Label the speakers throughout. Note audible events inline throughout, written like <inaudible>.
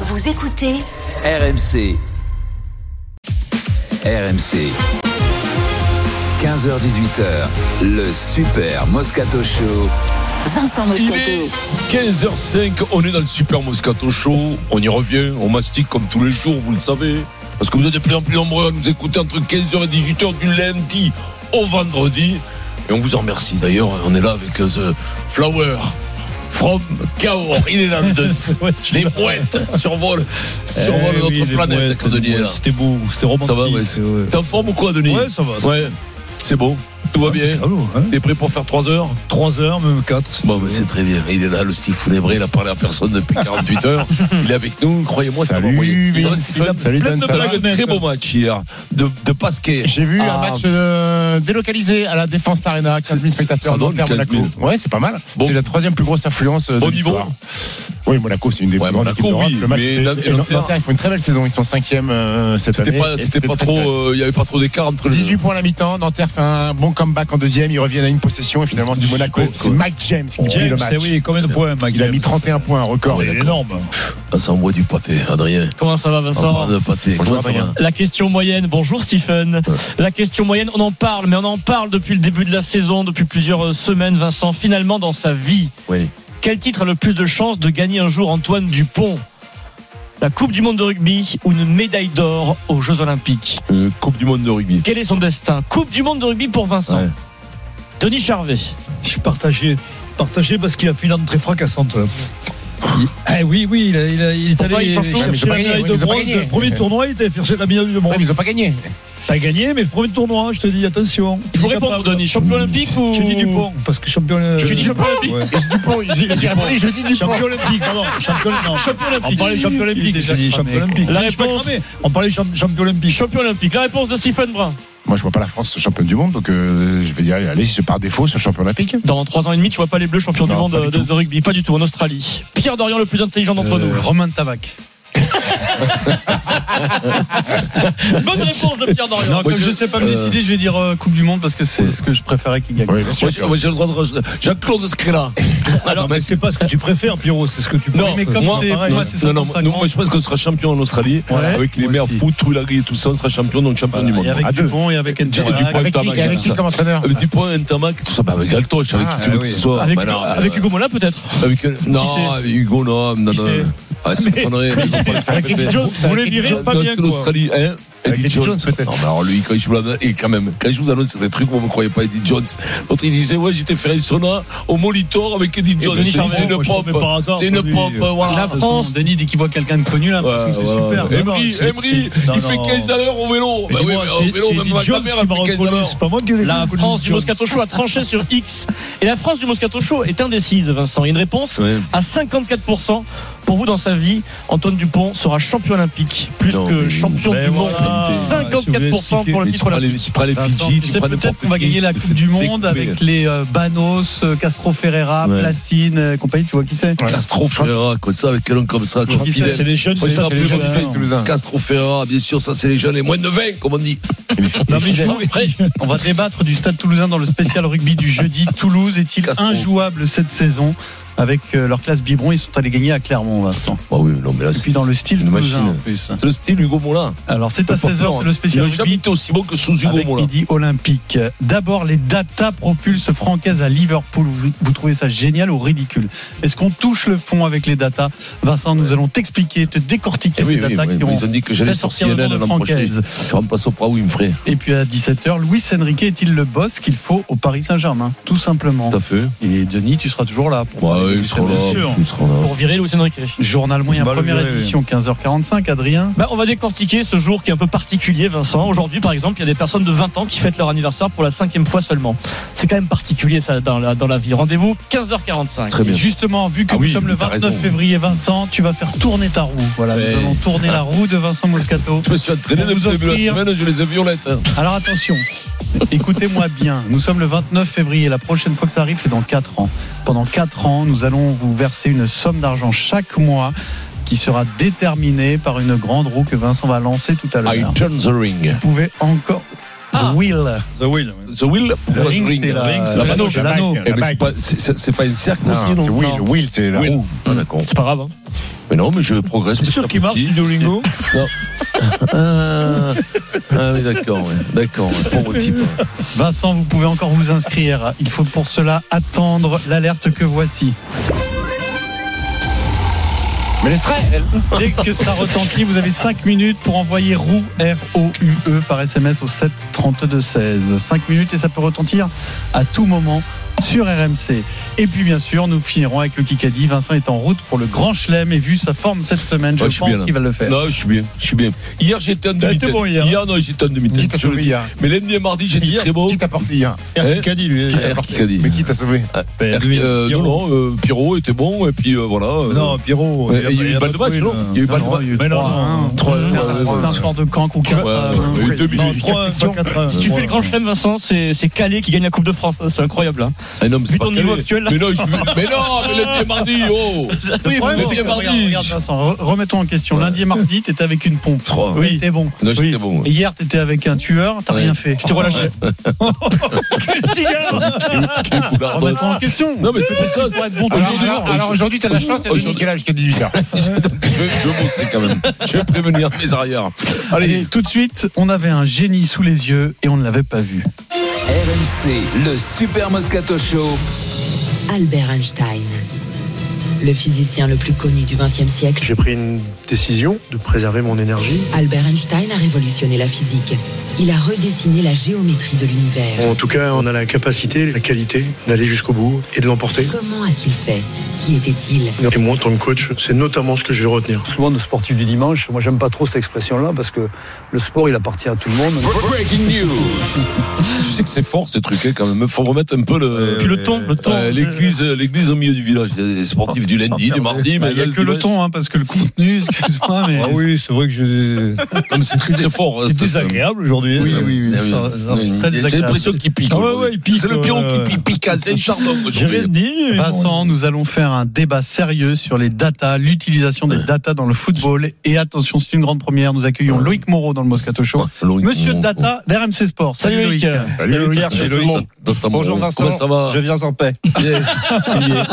Speaker 1: Vous écoutez
Speaker 2: RMC. RMC. 15h18h, le Super Moscato Show.
Speaker 1: Vincent
Speaker 3: Il
Speaker 1: Moscato.
Speaker 3: est 15h05, on est dans le Super Moscato Show, on y revient, on mastique comme tous les jours, vous le savez, parce que vous êtes de plus en plus nombreux à nous écouter entre 15h et 18h du lundi au vendredi, et on vous en remercie d'ailleurs, on est là avec euh, The Flower. From Cahors, il est là de
Speaker 4: <laughs>
Speaker 3: les mouettes survolent, survolent
Speaker 4: Eh
Speaker 3: notre
Speaker 4: oui, les
Speaker 3: planète.
Speaker 4: mouettes,
Speaker 3: quand Denis
Speaker 4: les
Speaker 3: est là.
Speaker 4: mouettes, C'était beau,
Speaker 3: Ça
Speaker 4: c'était romantique.
Speaker 3: va, ouais.
Speaker 4: c'est- ouais.
Speaker 3: T'es en forme ou quoi, Denis
Speaker 4: Ouais, ça va. ça
Speaker 3: Ouais, c'est bon, tout va bien.
Speaker 4: va. Ah bon, hein.
Speaker 3: T'es prêt pour faire 3 heures
Speaker 4: Trois heures, même quatre. c'est
Speaker 3: Bon,
Speaker 4: tout.
Speaker 3: mais c'est très bien. Il est là, le Steve Founébray, il a parlé à personne depuis 48 heures. Il est avec nous, croyez-moi, ça va
Speaker 4: Salut,
Speaker 3: envoyer. Il
Speaker 4: Vincent.
Speaker 3: reste- il a
Speaker 4: Salut,
Speaker 3: plein de
Speaker 4: Vincent.
Speaker 3: blagues, un très beau match hier de, de Pasquet.
Speaker 5: J'ai vu
Speaker 3: Ah.
Speaker 5: un match euh, délocalisé à la Défense Arena, 15 000
Speaker 3: Ça- ça
Speaker 5: spectateurs
Speaker 3: donne
Speaker 5: dans
Speaker 3: 15 000.
Speaker 5: Monaco. Ouais, c'est pas mal.
Speaker 3: Bon.
Speaker 5: C'est la troisième plus grosse affluence euh, de
Speaker 3: Bon niveau.
Speaker 5: l'histoire. Oui, Monaco, c'est une des
Speaker 3: Ouais,
Speaker 5: plus grandes
Speaker 3: Monaco,
Speaker 5: équipes d'Europe.
Speaker 3: oui,
Speaker 5: Le match
Speaker 3: mais
Speaker 5: était-
Speaker 3: Nanterre-
Speaker 5: et Nanterre, ils font une très belle saison. Ils sont cinquième euh, cette année.
Speaker 3: C'était pas,
Speaker 5: Et
Speaker 3: c'était pas
Speaker 5: très
Speaker 3: trop,
Speaker 5: serré.
Speaker 3: euh, il y avait pas trop d'écart entre les
Speaker 5: 18 points à la mi-temps, Nanterre fait un bon comeback en deuxième, ils reviennent à une possession et finalement c'est
Speaker 3: Du
Speaker 5: Monaco.
Speaker 3: suspense,
Speaker 5: C'est
Speaker 3: quoi.
Speaker 5: Mike James
Speaker 3: oh,
Speaker 5: qui gagne le match.
Speaker 4: James, eh oui, combien de points, Mike
Speaker 5: Il a
Speaker 4: James
Speaker 5: mis 31 points, record.
Speaker 4: Ouais, il est énorme.
Speaker 3: Ah, ça envoie du pâté, Adrien.
Speaker 6: Comment ça va Vincent
Speaker 3: On de pâté.
Speaker 5: Bonjour,
Speaker 3: Comment ça
Speaker 5: Adrien.
Speaker 3: va
Speaker 6: la question moyenne, bonjour Stephen. La question moyenne, on en parle, mais on en parle depuis le début de la saison, depuis plusieurs euh, semaines. Vincent, finalement, dans sa vie,
Speaker 3: Oui.
Speaker 6: quel titre a le plus de chances de gagner un jour Antoine Dupont La Coupe du Monde de rugby ou une médaille d'or aux Jeux Olympiques
Speaker 3: Euh, coupe du monde de rugby.
Speaker 6: Quel est son destin Coupe du Monde de rugby pour Vincent.
Speaker 3: Ouais.
Speaker 6: Denis Charvet.
Speaker 7: Je suis partagé. Partagé parce qu'il a fait une entrée fracassante. là. Eh oui, oui, il, a- il a- il est
Speaker 6: Pourtant,
Speaker 7: allé euh,
Speaker 6: il change tout.
Speaker 5: Ouais, mais ils ont
Speaker 7: chercher
Speaker 5: pas
Speaker 7: la
Speaker 5: gagné,
Speaker 7: médaille
Speaker 5: ils
Speaker 7: de
Speaker 5: ont pas
Speaker 7: bronze.
Speaker 5: gagné.
Speaker 7: Le premier tournoi, il était allé chercher la médaille de
Speaker 5: Ouais, mais
Speaker 7: bronze.
Speaker 5: ils ont pas gagné.
Speaker 7: T'as gagné, mais le premier tournoi, je te dis, attention.
Speaker 6: Il faut
Speaker 7: est
Speaker 6: répondre,
Speaker 7: capable.
Speaker 6: Denis. Champion olympique ou
Speaker 7: Je dis Dupont, parce que champion. euh,
Speaker 6: Tu dis champion olympique
Speaker 7: Ouais.
Speaker 5: Et je dis bon, j'ai dit oui, je dis du
Speaker 7: Champion olympique, pardon. <laughs> Champion, non.
Speaker 6: Champion olympique.
Speaker 7: On parlait champion olympique déjà. Je dis champion olympique.
Speaker 6: La
Speaker 7: Je suis pas
Speaker 6: réponse-
Speaker 7: cramé. On parlait champ- champion olympique.
Speaker 6: Champion olympique. La réponse de Stephen Brun.
Speaker 5: Moi je vois pas la France championne du monde, donc euh, je vais dire allez, c'est par défaut ce champion olympique.
Speaker 6: Dans trois ans et demi, tu vois pas les Bleus champions du
Speaker 5: Non,
Speaker 6: monde euh,
Speaker 5: pas du
Speaker 6: de, de rugby, pas du tout en Australie. Pierre Dorian, le plus intelligent d'entre nous.
Speaker 7: Romain
Speaker 3: <laughs>
Speaker 7: Tabac.
Speaker 6: Bonne réponse de Pierre Dorian.
Speaker 7: comme je sais pas me décider, je vais dire euh, Coupe du Monde parce que c'est ce que je préférais qu'il gagne.
Speaker 5: Oui, bien sûr.
Speaker 3: Moi, j'ai, moi, j'ai le droit de. rejeter- Jean-Claude
Speaker 7: <laughs>
Speaker 3: Scrella.
Speaker 7: Alors, Ah, mais c'est pas ce que tu préfères, Pierrot, c'est ce que tu
Speaker 3: Non,
Speaker 7: penses.
Speaker 3: mais comme
Speaker 7: moi,
Speaker 3: c'est-
Speaker 7: pareil,
Speaker 3: non,
Speaker 7: c'est
Speaker 3: non, non,
Speaker 7: 55
Speaker 3: nous, moi, je pense qu'on sera champion en Australie.
Speaker 7: Ouais.
Speaker 3: avec les
Speaker 7: Moi
Speaker 3: mers
Speaker 7: aussi.
Speaker 3: foot, Toulagri et tout ça, on sera champion, donc champion du
Speaker 7: Voilà,
Speaker 3: monde.
Speaker 7: Et
Speaker 5: À
Speaker 7: avec
Speaker 5: deux.
Speaker 7: Dupont et avec
Speaker 3: Du-
Speaker 7: Ndjera,
Speaker 3: du point
Speaker 7: avec-
Speaker 5: Avec qui,
Speaker 3: Tabac,
Speaker 5: avec qui
Speaker 3: ça.
Speaker 5: comme entraîneur
Speaker 3: Avec Dupont, un tamac, tout ça, bah, avec Galtoche, avec
Speaker 5: Ah,
Speaker 3: qui tu veux que ce soit.
Speaker 6: Avec,
Speaker 3: Bah, non,
Speaker 6: avec Hugo Mola peut-être.
Speaker 3: Avec, euh, non, avec Hugo, non, non,
Speaker 6: Qui
Speaker 3: non.
Speaker 6: c'est
Speaker 3: Ah, ça m'étonnerait. Ils vont pas le faire
Speaker 5: Avec
Speaker 3: péter.
Speaker 5: Eddie Jones,
Speaker 7: Vous voulez
Speaker 5: avec Eddie
Speaker 7: virer
Speaker 5: Jones.
Speaker 7: pas
Speaker 3: Non,
Speaker 7: bien,
Speaker 3: c'est
Speaker 7: quoi.
Speaker 3: l'Australie, hein
Speaker 7: Euh,
Speaker 5: Avec Eddie Jones, peut-être.
Speaker 3: Non, mais alors lui, quand je vous l'annonce, et quand même, quand je vous annonce des trucs, vous me croyez pas Eddie Jones. L'autre, il disait, ouais, j'étais faire une sauna au Molitor avec Eddie Jones.
Speaker 7: Denis
Speaker 3: Je dis,
Speaker 7: Charvet,
Speaker 3: C'est une
Speaker 7: moi, je
Speaker 3: pompe.
Speaker 7: trouvais par hasard
Speaker 3: C'est
Speaker 7: que
Speaker 3: une
Speaker 7: lui,
Speaker 3: pompe,
Speaker 7: euh,
Speaker 3: voilà.
Speaker 6: La France.
Speaker 7: Denis dit qu'il voit quelqu'un de connu là, parce que c'est super. Mais non,
Speaker 3: Emery,
Speaker 7: c'est-
Speaker 3: Emery,
Speaker 7: c'est- non,
Speaker 3: il fait
Speaker 7: non.
Speaker 3: 15 à l'heure au vélo. Bah oui, mais au
Speaker 7: Dis-moi, c'est-
Speaker 3: vélo,
Speaker 7: c'est
Speaker 3: même
Speaker 7: Eddie
Speaker 3: ma
Speaker 7: Jones
Speaker 3: grand-mère, elle
Speaker 7: qui m'a
Speaker 3: fait 15 à
Speaker 7: reconnu,
Speaker 3: l'heure.
Speaker 7: C'est pas moi qui l'ai
Speaker 6: La
Speaker 7: reconnu,
Speaker 6: France du
Speaker 7: Jones.
Speaker 6: Moscato Show a tranché sur X. Et la France du Moscato Show est indécise, Vincent. Il y a une réponse
Speaker 3: Ouais.
Speaker 6: à 54%. Pour vous, dans sa vie, Antoine Dupont sera champion olympique, plus
Speaker 3: Non, mais-
Speaker 6: que champion
Speaker 7: mais
Speaker 6: du
Speaker 7: voilà.
Speaker 6: monde. 54% pour le
Speaker 3: Mais
Speaker 6: titre
Speaker 3: tu prends
Speaker 6: olympique.
Speaker 3: les- Tu prends les
Speaker 7: Vincent,
Speaker 3: Fidji,
Speaker 7: tu
Speaker 3: tu
Speaker 7: sais,
Speaker 3: prends
Speaker 7: peut-être
Speaker 3: n'importe
Speaker 7: qu'on va
Speaker 3: qui,
Speaker 7: gagner la
Speaker 3: tu te
Speaker 7: Coupe
Speaker 3: fais
Speaker 7: du Monde
Speaker 3: découper.
Speaker 7: avec les euh, Banos, euh, Castro Ferreira,
Speaker 3: Ouais.
Speaker 7: Placine, euh, compagnie, tu vois qui c'est
Speaker 3: Castro Ferreira, comme ça, avec un homme comme ça,
Speaker 7: Tu vois qui
Speaker 3: Jean-Fidel.
Speaker 7: c'est, C'est les hein. jeunes,
Speaker 3: Ouais,
Speaker 7: c'est
Speaker 3: ça,
Speaker 7: pas
Speaker 3: c'est les
Speaker 7: plus
Speaker 3: jeunes,
Speaker 7: jeune.
Speaker 3: c'est
Speaker 5: Avec Toulousain.
Speaker 3: Castro Ferreira, bien sûr, ça c'est les jeunes, les moins de 20, comme on dit.
Speaker 7: Non, mais
Speaker 3: Ils
Speaker 7: je-
Speaker 3: sont prêts.
Speaker 7: On va débattre du stade toulousain dans le spécial rugby du
Speaker 3: <laughs>
Speaker 7: jeudi. Toulouse est-il
Speaker 3: Castro.
Speaker 7: injouable cette saison Avec euh, leur classe biberon, ils sont allés gagner à Clermont, Vincent.
Speaker 3: Bah oui, non, mais là,
Speaker 7: Et
Speaker 3: c'est
Speaker 7: puis dans le style
Speaker 3: une
Speaker 7: toulousain
Speaker 3: machine.
Speaker 7: en plus.
Speaker 3: c'est le style Hugo Moulin.
Speaker 7: Alors c'est à
Speaker 3: Pas
Speaker 7: 16h,
Speaker 3: peur,
Speaker 7: c'est le
Speaker 3: Il
Speaker 7: spécial
Speaker 3: n'a jamais
Speaker 7: rugby
Speaker 3: été aussi bon que sous Hugo
Speaker 7: avec
Speaker 3: Moulin.
Speaker 7: midi olympique. D'abord, les data propulsent Francaise à Liverpool. Vous, vous trouvez ça génial ou ridicule Est-ce qu'on touche le fond avec les data Vincent, nous allons t'expliquer, te décortiquer
Speaker 3: Eh oui,
Speaker 7: ces
Speaker 3: oui,
Speaker 7: data
Speaker 3: oui,
Speaker 7: qui
Speaker 3: mais
Speaker 7: ont
Speaker 3: ils ont dit que j'allais
Speaker 7: fait
Speaker 3: sur
Speaker 7: sortir le
Speaker 3: CNN
Speaker 7: nom de
Speaker 3: l'an prochain.
Speaker 7: Francaise.
Speaker 3: Je remplace au Pra Winfrey.
Speaker 7: Et puis à 17h, Luis Enrique est-il le boss qu'il faut au Paris Saint-Germain Tout simplement.
Speaker 3: Tout à fait.
Speaker 7: Et Denis, tu seras toujours là. Pour parler
Speaker 3: Ouais,
Speaker 7: de
Speaker 3: ils
Speaker 7: cette
Speaker 3: seront là.
Speaker 7: blessure.
Speaker 3: Ils seront là.
Speaker 6: Pour virer Lucien Riquet.
Speaker 7: Journal moyen,
Speaker 4: Bah, le
Speaker 7: première
Speaker 4: verrai, oui.
Speaker 7: édition, 15h45, Adrien.
Speaker 6: Bah, on va décortiquer ce jour qui est un peu particulier, Vincent. Aujourd'hui, par exemple, il y a des personnes de 20 ans qui fêtent leur anniversaire pour la cinquième fois seulement. C'est quand même particulier, ça, dans la, dans la vie. Rendez-vous 15h45.
Speaker 3: Très bien.
Speaker 7: Et Justement, vu que
Speaker 3: Ah
Speaker 7: nous
Speaker 3: oui,
Speaker 7: sommes le
Speaker 3: t'as
Speaker 7: 29
Speaker 3: raison.
Speaker 7: février, Vincent, tu vas faire tourner ta roue. Voilà,
Speaker 3: Ouais.
Speaker 7: nous allons tourner la roue de Vincent Moscato.
Speaker 3: <laughs> Je me suis entraîné
Speaker 7: Pour
Speaker 3: depuis
Speaker 7: vous
Speaker 3: le début de
Speaker 7: offrir-
Speaker 3: la semaine, je les ai violettes. hein.
Speaker 7: Alors attention, écoutez-moi bien. Nous sommes le 29 février. La prochaine fois que ça arrive, c'est dans 4 ans. Pendant 4 ans, nous allons vous verser une somme d'argent chaque mois qui sera déterminée par une grande roue que Vincent va lancer tout à
Speaker 3: I
Speaker 7: l'heure.
Speaker 3: Ah, turn the ring.
Speaker 7: Vous pouvez encore.
Speaker 6: Ah.
Speaker 7: The Wheel.
Speaker 3: The wheel,
Speaker 7: Le
Speaker 3: pourquoi the
Speaker 7: ring, c'est
Speaker 3: ring
Speaker 7: la-
Speaker 3: La manche.
Speaker 7: la manche, l'anneau.
Speaker 3: ben, Eh, mais c'est pas- c'est- c'est- c'est pas une cercle aussi,
Speaker 5: Non,
Speaker 3: non
Speaker 5: c'est Will, Will c'est la
Speaker 3: Will.
Speaker 5: roue.
Speaker 3: Ah, d'accord.
Speaker 6: C'est pas grave. hein.
Speaker 3: Mais non, mais je progresse.
Speaker 4: C'est sûr
Speaker 3: petit
Speaker 4: qu'il
Speaker 3: à
Speaker 4: marche
Speaker 3: petit.
Speaker 4: du Duolingo
Speaker 3: Ah, ah oui, d'accord, ouais. d'accord, ouais. pauvre type.
Speaker 7: Vincent, vous pouvez encore vous inscrire. Il faut pour cela attendre l'alerte que voici.
Speaker 5: Mais les stress
Speaker 7: Dès que ça retentit, vous avez 5 minutes pour envoyer roue R-O-U-E E, par SMS au 7 32 16. 5 minutes et ça peut retentir à tout moment sur RMC. Et puis bien sûr, nous finirons avec le Kikadi. Vincent est en route pour le Grand Chelem et vu sa forme cette semaine, je
Speaker 3: Ouais, je suis
Speaker 7: pense
Speaker 3: bien, là.
Speaker 7: qu'il va le faire.
Speaker 3: Non, je suis bien, je suis bien. Hier, j'étais en
Speaker 4: T'as été
Speaker 3: demi-tête.
Speaker 4: bon hier.
Speaker 3: non, j'étais en
Speaker 5: Qui t'a
Speaker 3: demi-tête. Je le
Speaker 5: sauvé
Speaker 3: dis.
Speaker 5: hier
Speaker 3: Mais lundi et mardi, j'ai dit
Speaker 4: Hier,
Speaker 3: très beau.
Speaker 5: Qui t'a porté hier
Speaker 3: Hein
Speaker 4: Kikadi, lui.
Speaker 3: Qui t'a porté Kikadi
Speaker 5: Mais qui t'a sauvé
Speaker 4: Ben, lui,
Speaker 3: Euh,
Speaker 4: Pierrot.
Speaker 3: non, non, euh, Pierrot était bon, et puis euh, voilà. euh,
Speaker 4: Non, Pierrot.
Speaker 3: Ouais, il y a eu
Speaker 4: en
Speaker 3: pas de match,
Speaker 4: trouvé,
Speaker 3: non
Speaker 4: là.
Speaker 3: Il y a eu pas de match.
Speaker 4: Mais non, non.
Speaker 5: Trois-
Speaker 3: Mmh.
Speaker 4: Non,
Speaker 5: trois-
Speaker 7: C'est un sport de Caen ou euh,
Speaker 3: ouais, ouais, il y a eu deux minutes.
Speaker 4: 3,
Speaker 5: Question.
Speaker 4: 4
Speaker 6: Si tu fais le grand chelem, Vincent, c'est c'est Calais qui gagne la Coupe de France. hein, C'est incroyable. hein.
Speaker 3: Ah non, mais c'est
Speaker 6: Vu
Speaker 3: pas
Speaker 6: ton niveau
Speaker 3: calé.
Speaker 6: actuel, là.
Speaker 3: Mais non, je... mais non, mais lundi et mardi,
Speaker 6: <laughs>
Speaker 3: oh
Speaker 7: Oui,
Speaker 3: mais
Speaker 7: c'est
Speaker 3: c'est
Speaker 7: que,
Speaker 3: mardi.
Speaker 7: regarde, regarde, Vincent, re- remettons en question. Lundi et mardi, t'étais avec une pompe.
Speaker 3: Trois.
Speaker 7: Oui, t'es bon.
Speaker 3: Non, j'étais
Speaker 7: Oui.
Speaker 3: bon.
Speaker 7: Et Hier, t'étais avec un tueur, t'as
Speaker 3: Ouais.
Speaker 7: rien fait.
Speaker 6: Tu t'es relâché.
Speaker 3: Quel foulard boss.
Speaker 7: Remettons en question.
Speaker 3: Non, mais c'était ça.
Speaker 7: Pour être bon
Speaker 5: Alors,
Speaker 7: toujours.
Speaker 5: alors- alors aujourd'hui, t'as de la chance, elle est
Speaker 3: Aujourd'hui-
Speaker 5: niquée là jusqu'à 18h.
Speaker 3: <laughs> Je, je vais bosser quand même. Je vais prévenir mes arrières.
Speaker 7: Et
Speaker 3: Allez,
Speaker 7: tout de suite, on avait un génie sous les yeux et on ne l'avait pas vu.
Speaker 2: RMC, le Super Moscato Show.
Speaker 1: Albert Einstein, le physicien le plus connu du XXe siècle.
Speaker 8: J'ai pris une décision de préserver mon énergie.
Speaker 1: Albert Einstein a révolutionné la physique. Il a redessiné la géométrie de l'univers.
Speaker 8: En tout cas, on a la capacité, la qualité d'aller jusqu'au bout et de l'emporter.
Speaker 1: Comment a-t-il fait Qui était-il
Speaker 8: Et moi, en tant que coach, c'est notamment ce que je vais retenir.
Speaker 9: Souvent, nos sportifs du dimanche, moi j'aime pas trop cette expression-là parce que le sport, il appartient à tout le monde.
Speaker 3: breaking news. <laughs> Je sais que c'est fort ces trucs hein, quand même. Faut remettre un peu le.
Speaker 6: Puis le ton, le ton.
Speaker 3: Euh, l'église, l'église au milieu du village. Il y a des sportifs du lundi, du mardi, mais
Speaker 7: Il n'y a
Speaker 3: là,
Speaker 7: que le
Speaker 3: dimanche-
Speaker 7: ton, hein, parce que le contenu, excuse-moi, mais.
Speaker 4: Ah oui, c'est vrai que
Speaker 7: <laughs>
Speaker 4: je.
Speaker 3: Non, mais c'est très, très fort. hein,
Speaker 4: C'est
Speaker 3: ça.
Speaker 4: désagréable aujourd'hui. hein.
Speaker 7: Oui,
Speaker 3: Ah
Speaker 7: oui, oui,
Speaker 3: ah
Speaker 7: ça- ça-
Speaker 3: Oui,
Speaker 7: très
Speaker 3: J'ai
Speaker 7: désagréable.
Speaker 3: l'impression qu'il pique.
Speaker 4: Ah ouais, ouais, il pique,
Speaker 3: C'est le pion
Speaker 4: ouais,
Speaker 3: qui
Speaker 4: ouais.
Speaker 3: pique, pique à Saint-Chardon.
Speaker 4: J'ai rien dit. mais bon.
Speaker 7: Vincent, nous allons faire un débat sérieux sur les datas, l'utilisation des datas dans le football. Et attention, c'est une grande première. Nous accueillons Loïc Moreau dans le Moscato Show. Monsieur Data d'RMC Sport.
Speaker 6: Salut Loïc.
Speaker 5: Salut, Pierre,
Speaker 3: Bonjour Vincent. Comment ça va
Speaker 9: viens en paix.
Speaker 3: <laughs> Bien. C'est bien.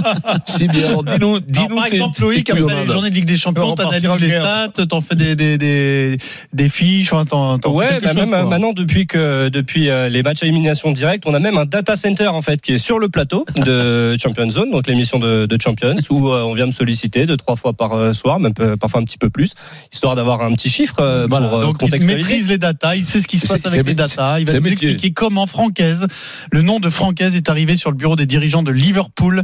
Speaker 3: C'est bien. Alors, Dis-nous,
Speaker 7: Alors,
Speaker 3: dis-nous
Speaker 7: par
Speaker 3: tes-
Speaker 7: exemple,
Speaker 3: tes
Speaker 7: Loïc,
Speaker 3: couilles en
Speaker 7: après les
Speaker 3: Inde.
Speaker 7: journées de Ligue des Champions,
Speaker 4: On partira
Speaker 7: t'analyses les
Speaker 4: en
Speaker 7: stats, t'en fais des, des, des, des fiches, enfin, t'en, t'en fais
Speaker 10: Ouais,
Speaker 7: quelque
Speaker 10: bah
Speaker 7: chose,
Speaker 10: même
Speaker 7: quoi.
Speaker 10: euh, maintenant depuis que depuis euh, les matchs à élimination directe, on a même un data center en fait qui est sur le plateau
Speaker 7: <laughs>
Speaker 10: de Champion Zone, donc l'émission de, de Champions où euh, on vient me solliciter deux trois fois par euh, soir, même peu- parfois un petit peu plus, histoire d'avoir un petit chiffre euh,
Speaker 7: Voilà,
Speaker 10: pour euh,
Speaker 7: donc il
Speaker 10: contextualiser.
Speaker 7: maîtrise les datas, il sait ce qui se
Speaker 3: C'est-
Speaker 7: passe
Speaker 3: c'est
Speaker 7: avec les
Speaker 3: mé-
Speaker 7: datas, il va
Speaker 3: c'est
Speaker 7: nous
Speaker 3: métier.
Speaker 7: expliquer comment Francaise, le nom de Francaise est arrivé sur le bureau des dirigeants de Liverpool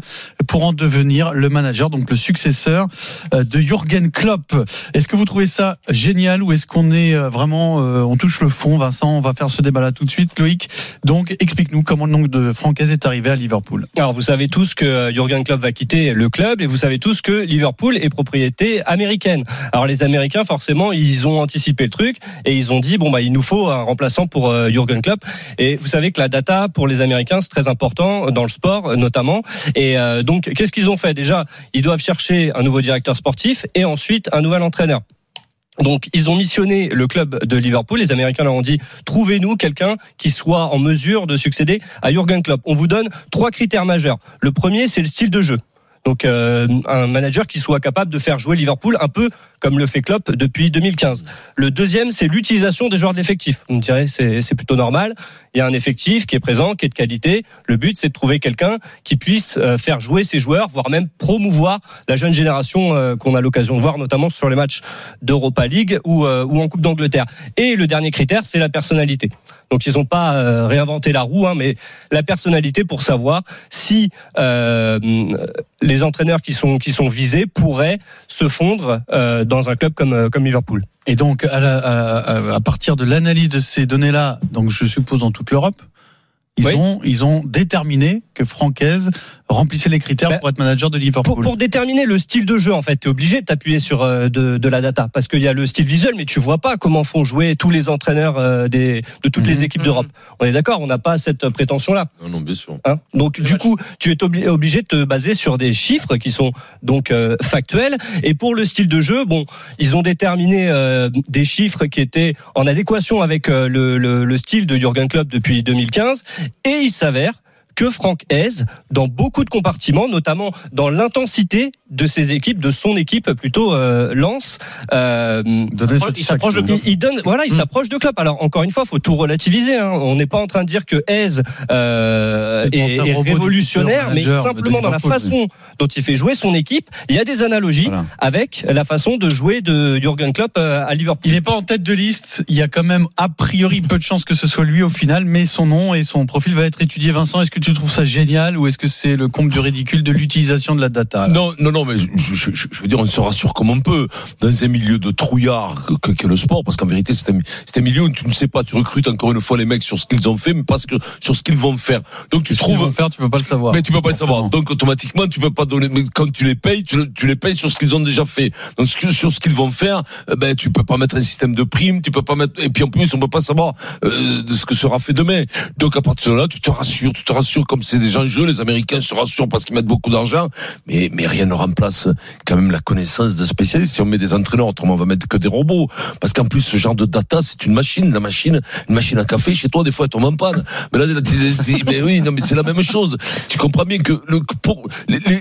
Speaker 7: pour en devenir le manager, donc le successeur euh, de Jürgen Klopp. Est-ce que vous trouvez ça génial ou est-ce qu'on est euh, vraiment, euh, on touche le fond, Vincent, on va faire ce débat là tout de suite, Loïc. Donc explique-nous comment le nom de Francaise est arrivé à Liverpool.
Speaker 10: Alors vous savez tous que euh, Jurgen Klopp va quitter le club et vous savez tous que Liverpool est propriété américaine. Alors les Américains forcément ils ont anticipé le truc et ils ont dit bon bah il nous faut un remplaçant pour euh, Jurgen Klopp et vous savez que la data pour les Américains c'est très important euh, dans le sport euh, notamment et euh, donc qu'est-ce qu'ils ont fait déjà ils doivent chercher un nouveau directeur sportif et ensuite un nouvel entraîneur. Donc, ils ont missionné le club de Liverpool. Les Américains leur ont dit trouvez-nous quelqu'un qui soit en mesure de succéder à Jurgen Klopp. On vous donne trois critères majeurs. Le premier, c'est le style de jeu. Donc, euh, un manager qui soit capable de faire jouer Liverpool un peu comme le fait Klopp depuis 2015. Le deuxième, c'est l'utilisation des joueurs de l'effectif. On dirait c'est c'est plutôt normal. Il y a un effectif qui est présent, qui est de qualité. Le but, c'est de trouver quelqu'un qui puisse euh, faire jouer ses joueurs, voire même promouvoir la jeune génération euh, qu'on a l'occasion de voir, notamment sur les matchs d'Europa League ou, euh, ou en Coupe d'Angleterre. Et le dernier critère, c'est la personnalité. Donc ils n'ont pas euh, réinventé la roue, hein, mais la personnalité pour savoir si euh, les entraîneurs qui sont, qui sont visés pourraient se fondre euh, dans un club comme, euh, comme Liverpool.
Speaker 7: Et donc, à, la- à- à- à partir de l'analyse de ces données-là, donc je suppose dans toute l'Europe, ils,
Speaker 10: Oui.
Speaker 7: ont, ils ont déterminé que Francaise remplissait les critères
Speaker 10: Bah,
Speaker 7: pour être manager de Liverpool.
Speaker 10: Pour, pour déterminer le style de jeu, en fait, tu es obligé de t'appuyer sur euh, de, de la data parce qu'il y a le style visuel, mais tu vois pas comment font jouer tous les entraîneurs euh, des, de toutes les équipes d'Europe. On est d'accord, on n'a pas cette prétention-là.
Speaker 3: Non, non, bien sûr.
Speaker 10: Hein donc du coup, tu es obli- obligé de te baser sur des chiffres qui sont donc euh, factuels. Et pour le style de jeu, bon, ils ont déterminé euh, des chiffres qui étaient en adéquation avec euh, le, le- le style de Jürgen Klopp depuis 2015. Et il s'avère que Franck Hez dans beaucoup de compartiments, notamment dans l'intensité de ses équipes, de son équipe plutôt euh, Lens. Euh, il s'approche de Hmm. il, il donne, voilà, il s'approche de Klopp. Alors encore une fois, faut tout relativiser. hein. On n'est pas en train de dire que Hez euh,
Speaker 7: C'est
Speaker 10: est,
Speaker 7: pour faire
Speaker 10: est
Speaker 7: robot du
Speaker 10: révolutionnaire,
Speaker 7: futur
Speaker 10: mais
Speaker 7: manager de
Speaker 10: simplement dans la
Speaker 7: Liverpool,
Speaker 10: façon dont il fait jouer son équipe, il y a des analogies
Speaker 7: Voilà.
Speaker 10: avec la façon de jouer de Jurgen Klopp euh, à Liverpool.
Speaker 7: Il n'est pas en tête de liste. Il y a quand même a priori peu de chances que ce soit lui au final, mais son nom et son profil va être étudié. Vincent, est-ce que tu trouves ça génial ou est-ce que c'est le comble du ridicule de l'utilisation de la data là
Speaker 3: Non, non, non, mais je, je- je- je veux dire, on se rassure comme on peut dans un milieu de trouillard que- que- qu'est le sport, parce qu'en vérité, c'est un, mi- c'est un milieu où tu ne sais pas, tu recrutes encore une fois les mecs sur ce qu'ils ont fait, mais pas ce que, sur ce qu'ils vont faire. Donc tu
Speaker 7: Qu'est-ce qu'ils
Speaker 3: trouves.
Speaker 7: vont faire Tu peux pas le savoir.
Speaker 3: Mais tu peux pas le savoir.
Speaker 7: Forcément.
Speaker 3: Donc automatiquement, tu peux pas donner. mais Quand tu les payes, tu, le- tu les payes sur ce qu'ils ont déjà fait. Donc ce que- sur ce qu'ils vont faire, euh, ben tu peux pas mettre un système de primes, tu peux pas mettre. Et puis en plus, on peut pas savoir euh, de ce que sera fait demain. Donc à partir de là, tu te rassures, tu te rassures comme c'est déjà en jeu. Les Américains se rassurent parce qu'ils mettent beaucoup d'argent, mais mais rien ne remplace quand même la connaissance de spécialistes. Si on met des entraîneurs, autrement on va mettre que des robots. Parce qu'en plus, ce genre de data, c'est une machine. La machine, une machine à café, chez toi, des fois, elle tombe en panne. Mais là, là, tu- tu- tu- mais oui, non, mais c'est la même chose. Tu comprends bien que le, que pour-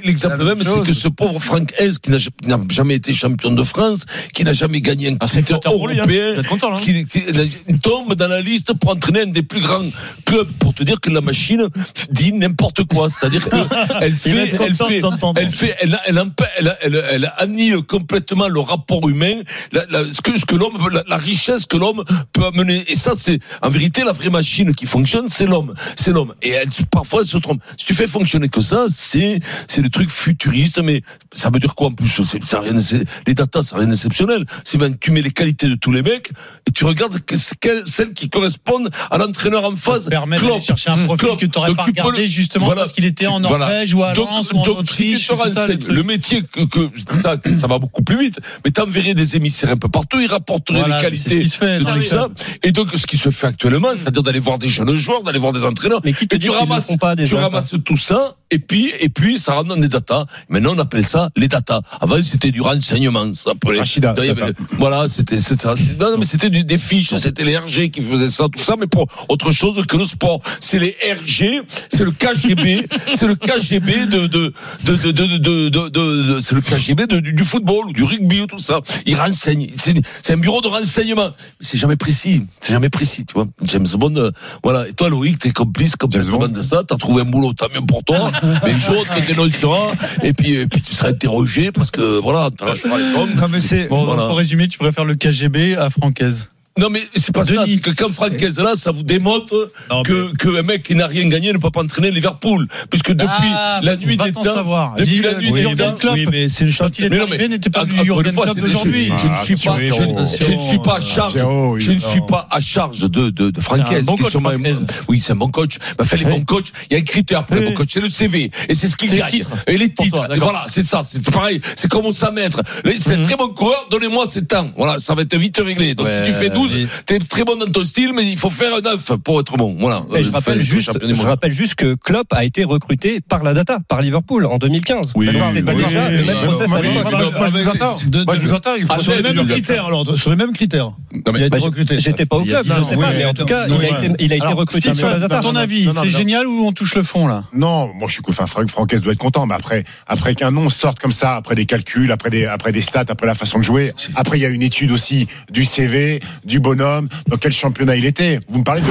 Speaker 3: l'exemple même, c'est que ce pauvre Franck Hess, qui n'a qui n'a jamais été champion de France, qui n'a jamais gagné un titre
Speaker 6: flatteur pour lui, hein.
Speaker 3: européen,
Speaker 6: Vous êtes content, là, hein
Speaker 3: qui, qui- il tombe dans la liste pour entraîner un des plus grands clubs pour te dire que la machine dit n'importe quoi. C'est-à-dire qu'elle
Speaker 7: va
Speaker 3: fait,
Speaker 7: être
Speaker 3: elle
Speaker 7: content
Speaker 3: fait,
Speaker 7: d'entendre.
Speaker 3: elle fait, elle, elle, empê- elle, elle, elle annihile complètement le rapport humain, la, la- ce que, ce que l'homme, la, la richesse que l'homme peut amener. Et ça, c'est en vérité la vraie machine qui fonctionne, c'est l'homme, c'est l'homme. Et elle, parfois, elle se trompe. Si tu fais fonctionner que ça, c'est, c'est des trucs futuristes, mais ça veut dire quoi en plus C'est- ça a rien, d'ex- Les datas, ça n'a rien d'exceptionnel. C'est ben, tu mets les qualités de tous les mecs et tu regardes que- que- celles qui correspondent à l'entraîneur en phase.
Speaker 7: Permettre d'aller
Speaker 3: Klopp. Mmh.
Speaker 7: chercher un profil
Speaker 3: Klopp.
Speaker 7: que t'aurais
Speaker 3: Donc,
Speaker 7: pas
Speaker 3: tu peux
Speaker 7: regardé
Speaker 3: le-
Speaker 7: justement
Speaker 3: Voilà.
Speaker 7: parce qu'il était en
Speaker 3: Voilà.
Speaker 7: Norvège ou à Lens ou en
Speaker 3: donc, si tu
Speaker 7: Autriche.
Speaker 3: te
Speaker 7: c'est ça, le
Speaker 3: renseignes,
Speaker 7: truc.
Speaker 3: le métier que, que- ça, ça va beaucoup plus vite, mais t'enverrais des émissaires un peu partout, ils rapporteraient
Speaker 7: Voilà,
Speaker 3: les
Speaker 7: c'est ce
Speaker 3: qualités
Speaker 7: qui se fait, Mm.
Speaker 3: de
Speaker 7: non,
Speaker 3: tout
Speaker 7: mais-
Speaker 3: ça. Et donc, ce qui se fait actuellement, c'est-à-dire d'aller voir des jeunes joueurs, d'aller voir des entraîneurs,
Speaker 10: Mais qui te
Speaker 3: et
Speaker 10: dit
Speaker 3: tu
Speaker 10: qu'ils le
Speaker 3: ramasses,
Speaker 10: font pas déjà
Speaker 3: tu
Speaker 10: ça
Speaker 3: ramasses tout ça, et puis, et puis, ça rentre dans des datas. Maintenant, on appelle ça les datas. Avant, c'était du renseignement, ça s'appelait.
Speaker 5: Rachida,
Speaker 3: D'ailleurs,
Speaker 5: data.
Speaker 3: mais- Voilà, c'était, c'est ça. C'est- Non, non, mais c'était du- des fiches, c'était les RG qui faisaient ça, tout ça, mais pour autre chose que le sport. C'est les RG, c'est le KGB, c'est le KGB de, de, de, de, de, de, de- de- de- c'est le KGB de- du, du football ou du rugby ou tout ça. Ils renseignent. C'est, c'est un bureau de renseignement. Mais c'est jamais précis. C'est jamais précis, tu vois. James Bond, euh, voilà. Et toi, Loïc, t'es complice complètement
Speaker 5: Bond.
Speaker 3: de ça. T'as trouvé un boulot, tant mieux pour
Speaker 7: <laughs>
Speaker 3: toi. Mais un jour, on te dénoncera. Et puis, et puis, tu seras interrogé parce Bah, que, voilà, t'as lâché les tombes.
Speaker 7: Euh, Non, mais c'est- Bon,
Speaker 3: Voilà.
Speaker 7: Pour résumer, tu préfères le KGB à Francaise.
Speaker 3: Non, mais c'est pas ça. C'est que quand Franck Guez est là, ça vous démontre
Speaker 7: Eh. Non,
Speaker 3: que, que un mec qui n'a rien gagné ne peut pas entraîner Liverpool. Puisque depuis
Speaker 7: Ah,
Speaker 3: la
Speaker 7: vas-y,
Speaker 3: nuit
Speaker 7: va
Speaker 3: des
Speaker 7: t'en
Speaker 3: temps.
Speaker 7: savoir.
Speaker 3: depuis
Speaker 7: Dis,
Speaker 3: la
Speaker 7: euh,
Speaker 3: nuit des
Speaker 7: Jürgen
Speaker 3: temps.
Speaker 7: Klopp,
Speaker 3: Oui,
Speaker 6: mais c'est une
Speaker 7: quand il est
Speaker 3: Mais non,
Speaker 7: arrivé,
Speaker 3: mais
Speaker 7: n'était pas
Speaker 3: encore
Speaker 7: du
Speaker 3: une
Speaker 7: Jürgen
Speaker 3: fois,
Speaker 7: Klopp
Speaker 3: c'est des-
Speaker 7: d'aujourd'hui.
Speaker 3: Je ne suis pas,
Speaker 5: Ah,
Speaker 3: je,
Speaker 5: attention.
Speaker 3: je ne suis
Speaker 6: Ah,
Speaker 3: pas à charge.
Speaker 5: Attention, oui,
Speaker 3: Je ne
Speaker 5: non.
Speaker 3: suis pas à charge de de, de Franck
Speaker 6: C'est un
Speaker 3: Guez,
Speaker 6: bon
Speaker 3: qui
Speaker 6: coach,
Speaker 3: sont
Speaker 6: Franck
Speaker 3: même-
Speaker 6: Guez.
Speaker 3: Oui, c'est un bon coach. Mais fait les bons coachs. Il y a un critère pour les
Speaker 6: Oui.
Speaker 3: bons coachs, c'est le CV et c'est ce qu'il
Speaker 6: C'est le
Speaker 3: gagne
Speaker 6: titre.
Speaker 3: et les
Speaker 6: Pour toi,
Speaker 3: titres. Et
Speaker 6: d'accord.
Speaker 3: voilà, c'est ça. C'est pareil. C'est comme on s'en mettre. C'est un
Speaker 6: Mhm.
Speaker 3: très bon coureur. Donnez-moi ces temps. Voilà, ça va être vite réglé. Donc si tu fais 12, T'es très bon dans ton style, mais il faut faire un 9 pour être bon. Voilà.
Speaker 10: Et je
Speaker 3: Euh,
Speaker 10: rappelle
Speaker 3: fais-
Speaker 10: juste,
Speaker 3: champion du
Speaker 10: je
Speaker 3: monde.
Speaker 10: rappelle juste que Klopp a été recruté par la data, par Liverpool en 2015.
Speaker 5: Oui,
Speaker 10: D'accord,
Speaker 5: oui,
Speaker 10: c'était
Speaker 5: oui,
Speaker 10: déjà
Speaker 5: oui,
Speaker 10: le
Speaker 5: oui,
Speaker 10: même
Speaker 5: oui,
Speaker 10: process à
Speaker 5: oui,
Speaker 10: l'époque.
Speaker 5: oui, oui, Moi, je vous attends. Moi, je vous attends. Il faut
Speaker 3: Ah,
Speaker 5: changer
Speaker 3: mais
Speaker 5: de
Speaker 3: même
Speaker 5: leader.
Speaker 4: alors, sur les mêmes critères.
Speaker 5: Non, mais-
Speaker 4: Il a été
Speaker 10: Bah, je-
Speaker 4: recruté.
Speaker 10: J'étais pas au
Speaker 4: Il y a
Speaker 10: club,
Speaker 4: dix
Speaker 10: je
Speaker 4: ans.
Speaker 10: sais pas,
Speaker 4: Oui,
Speaker 10: mais en tout cas,
Speaker 4: non,
Speaker 10: il a
Speaker 4: ouais.
Speaker 10: été, il a été
Speaker 7: Alors,
Speaker 10: recruté par la
Speaker 7: Stephen,
Speaker 10: data.
Speaker 7: ton avis,
Speaker 4: Non, non,
Speaker 7: c'est
Speaker 4: non.
Speaker 7: génial ou on touche le fond là
Speaker 5: Non, moi je suis enfin Franck Franquès doit être content, mais après après qu'un nom sorte comme ça, après des calculs, après des après des stats, après la façon de jouer, après il y a une étude aussi du CV, du bonhomme, dans quel championnat il était. Vous me parlez de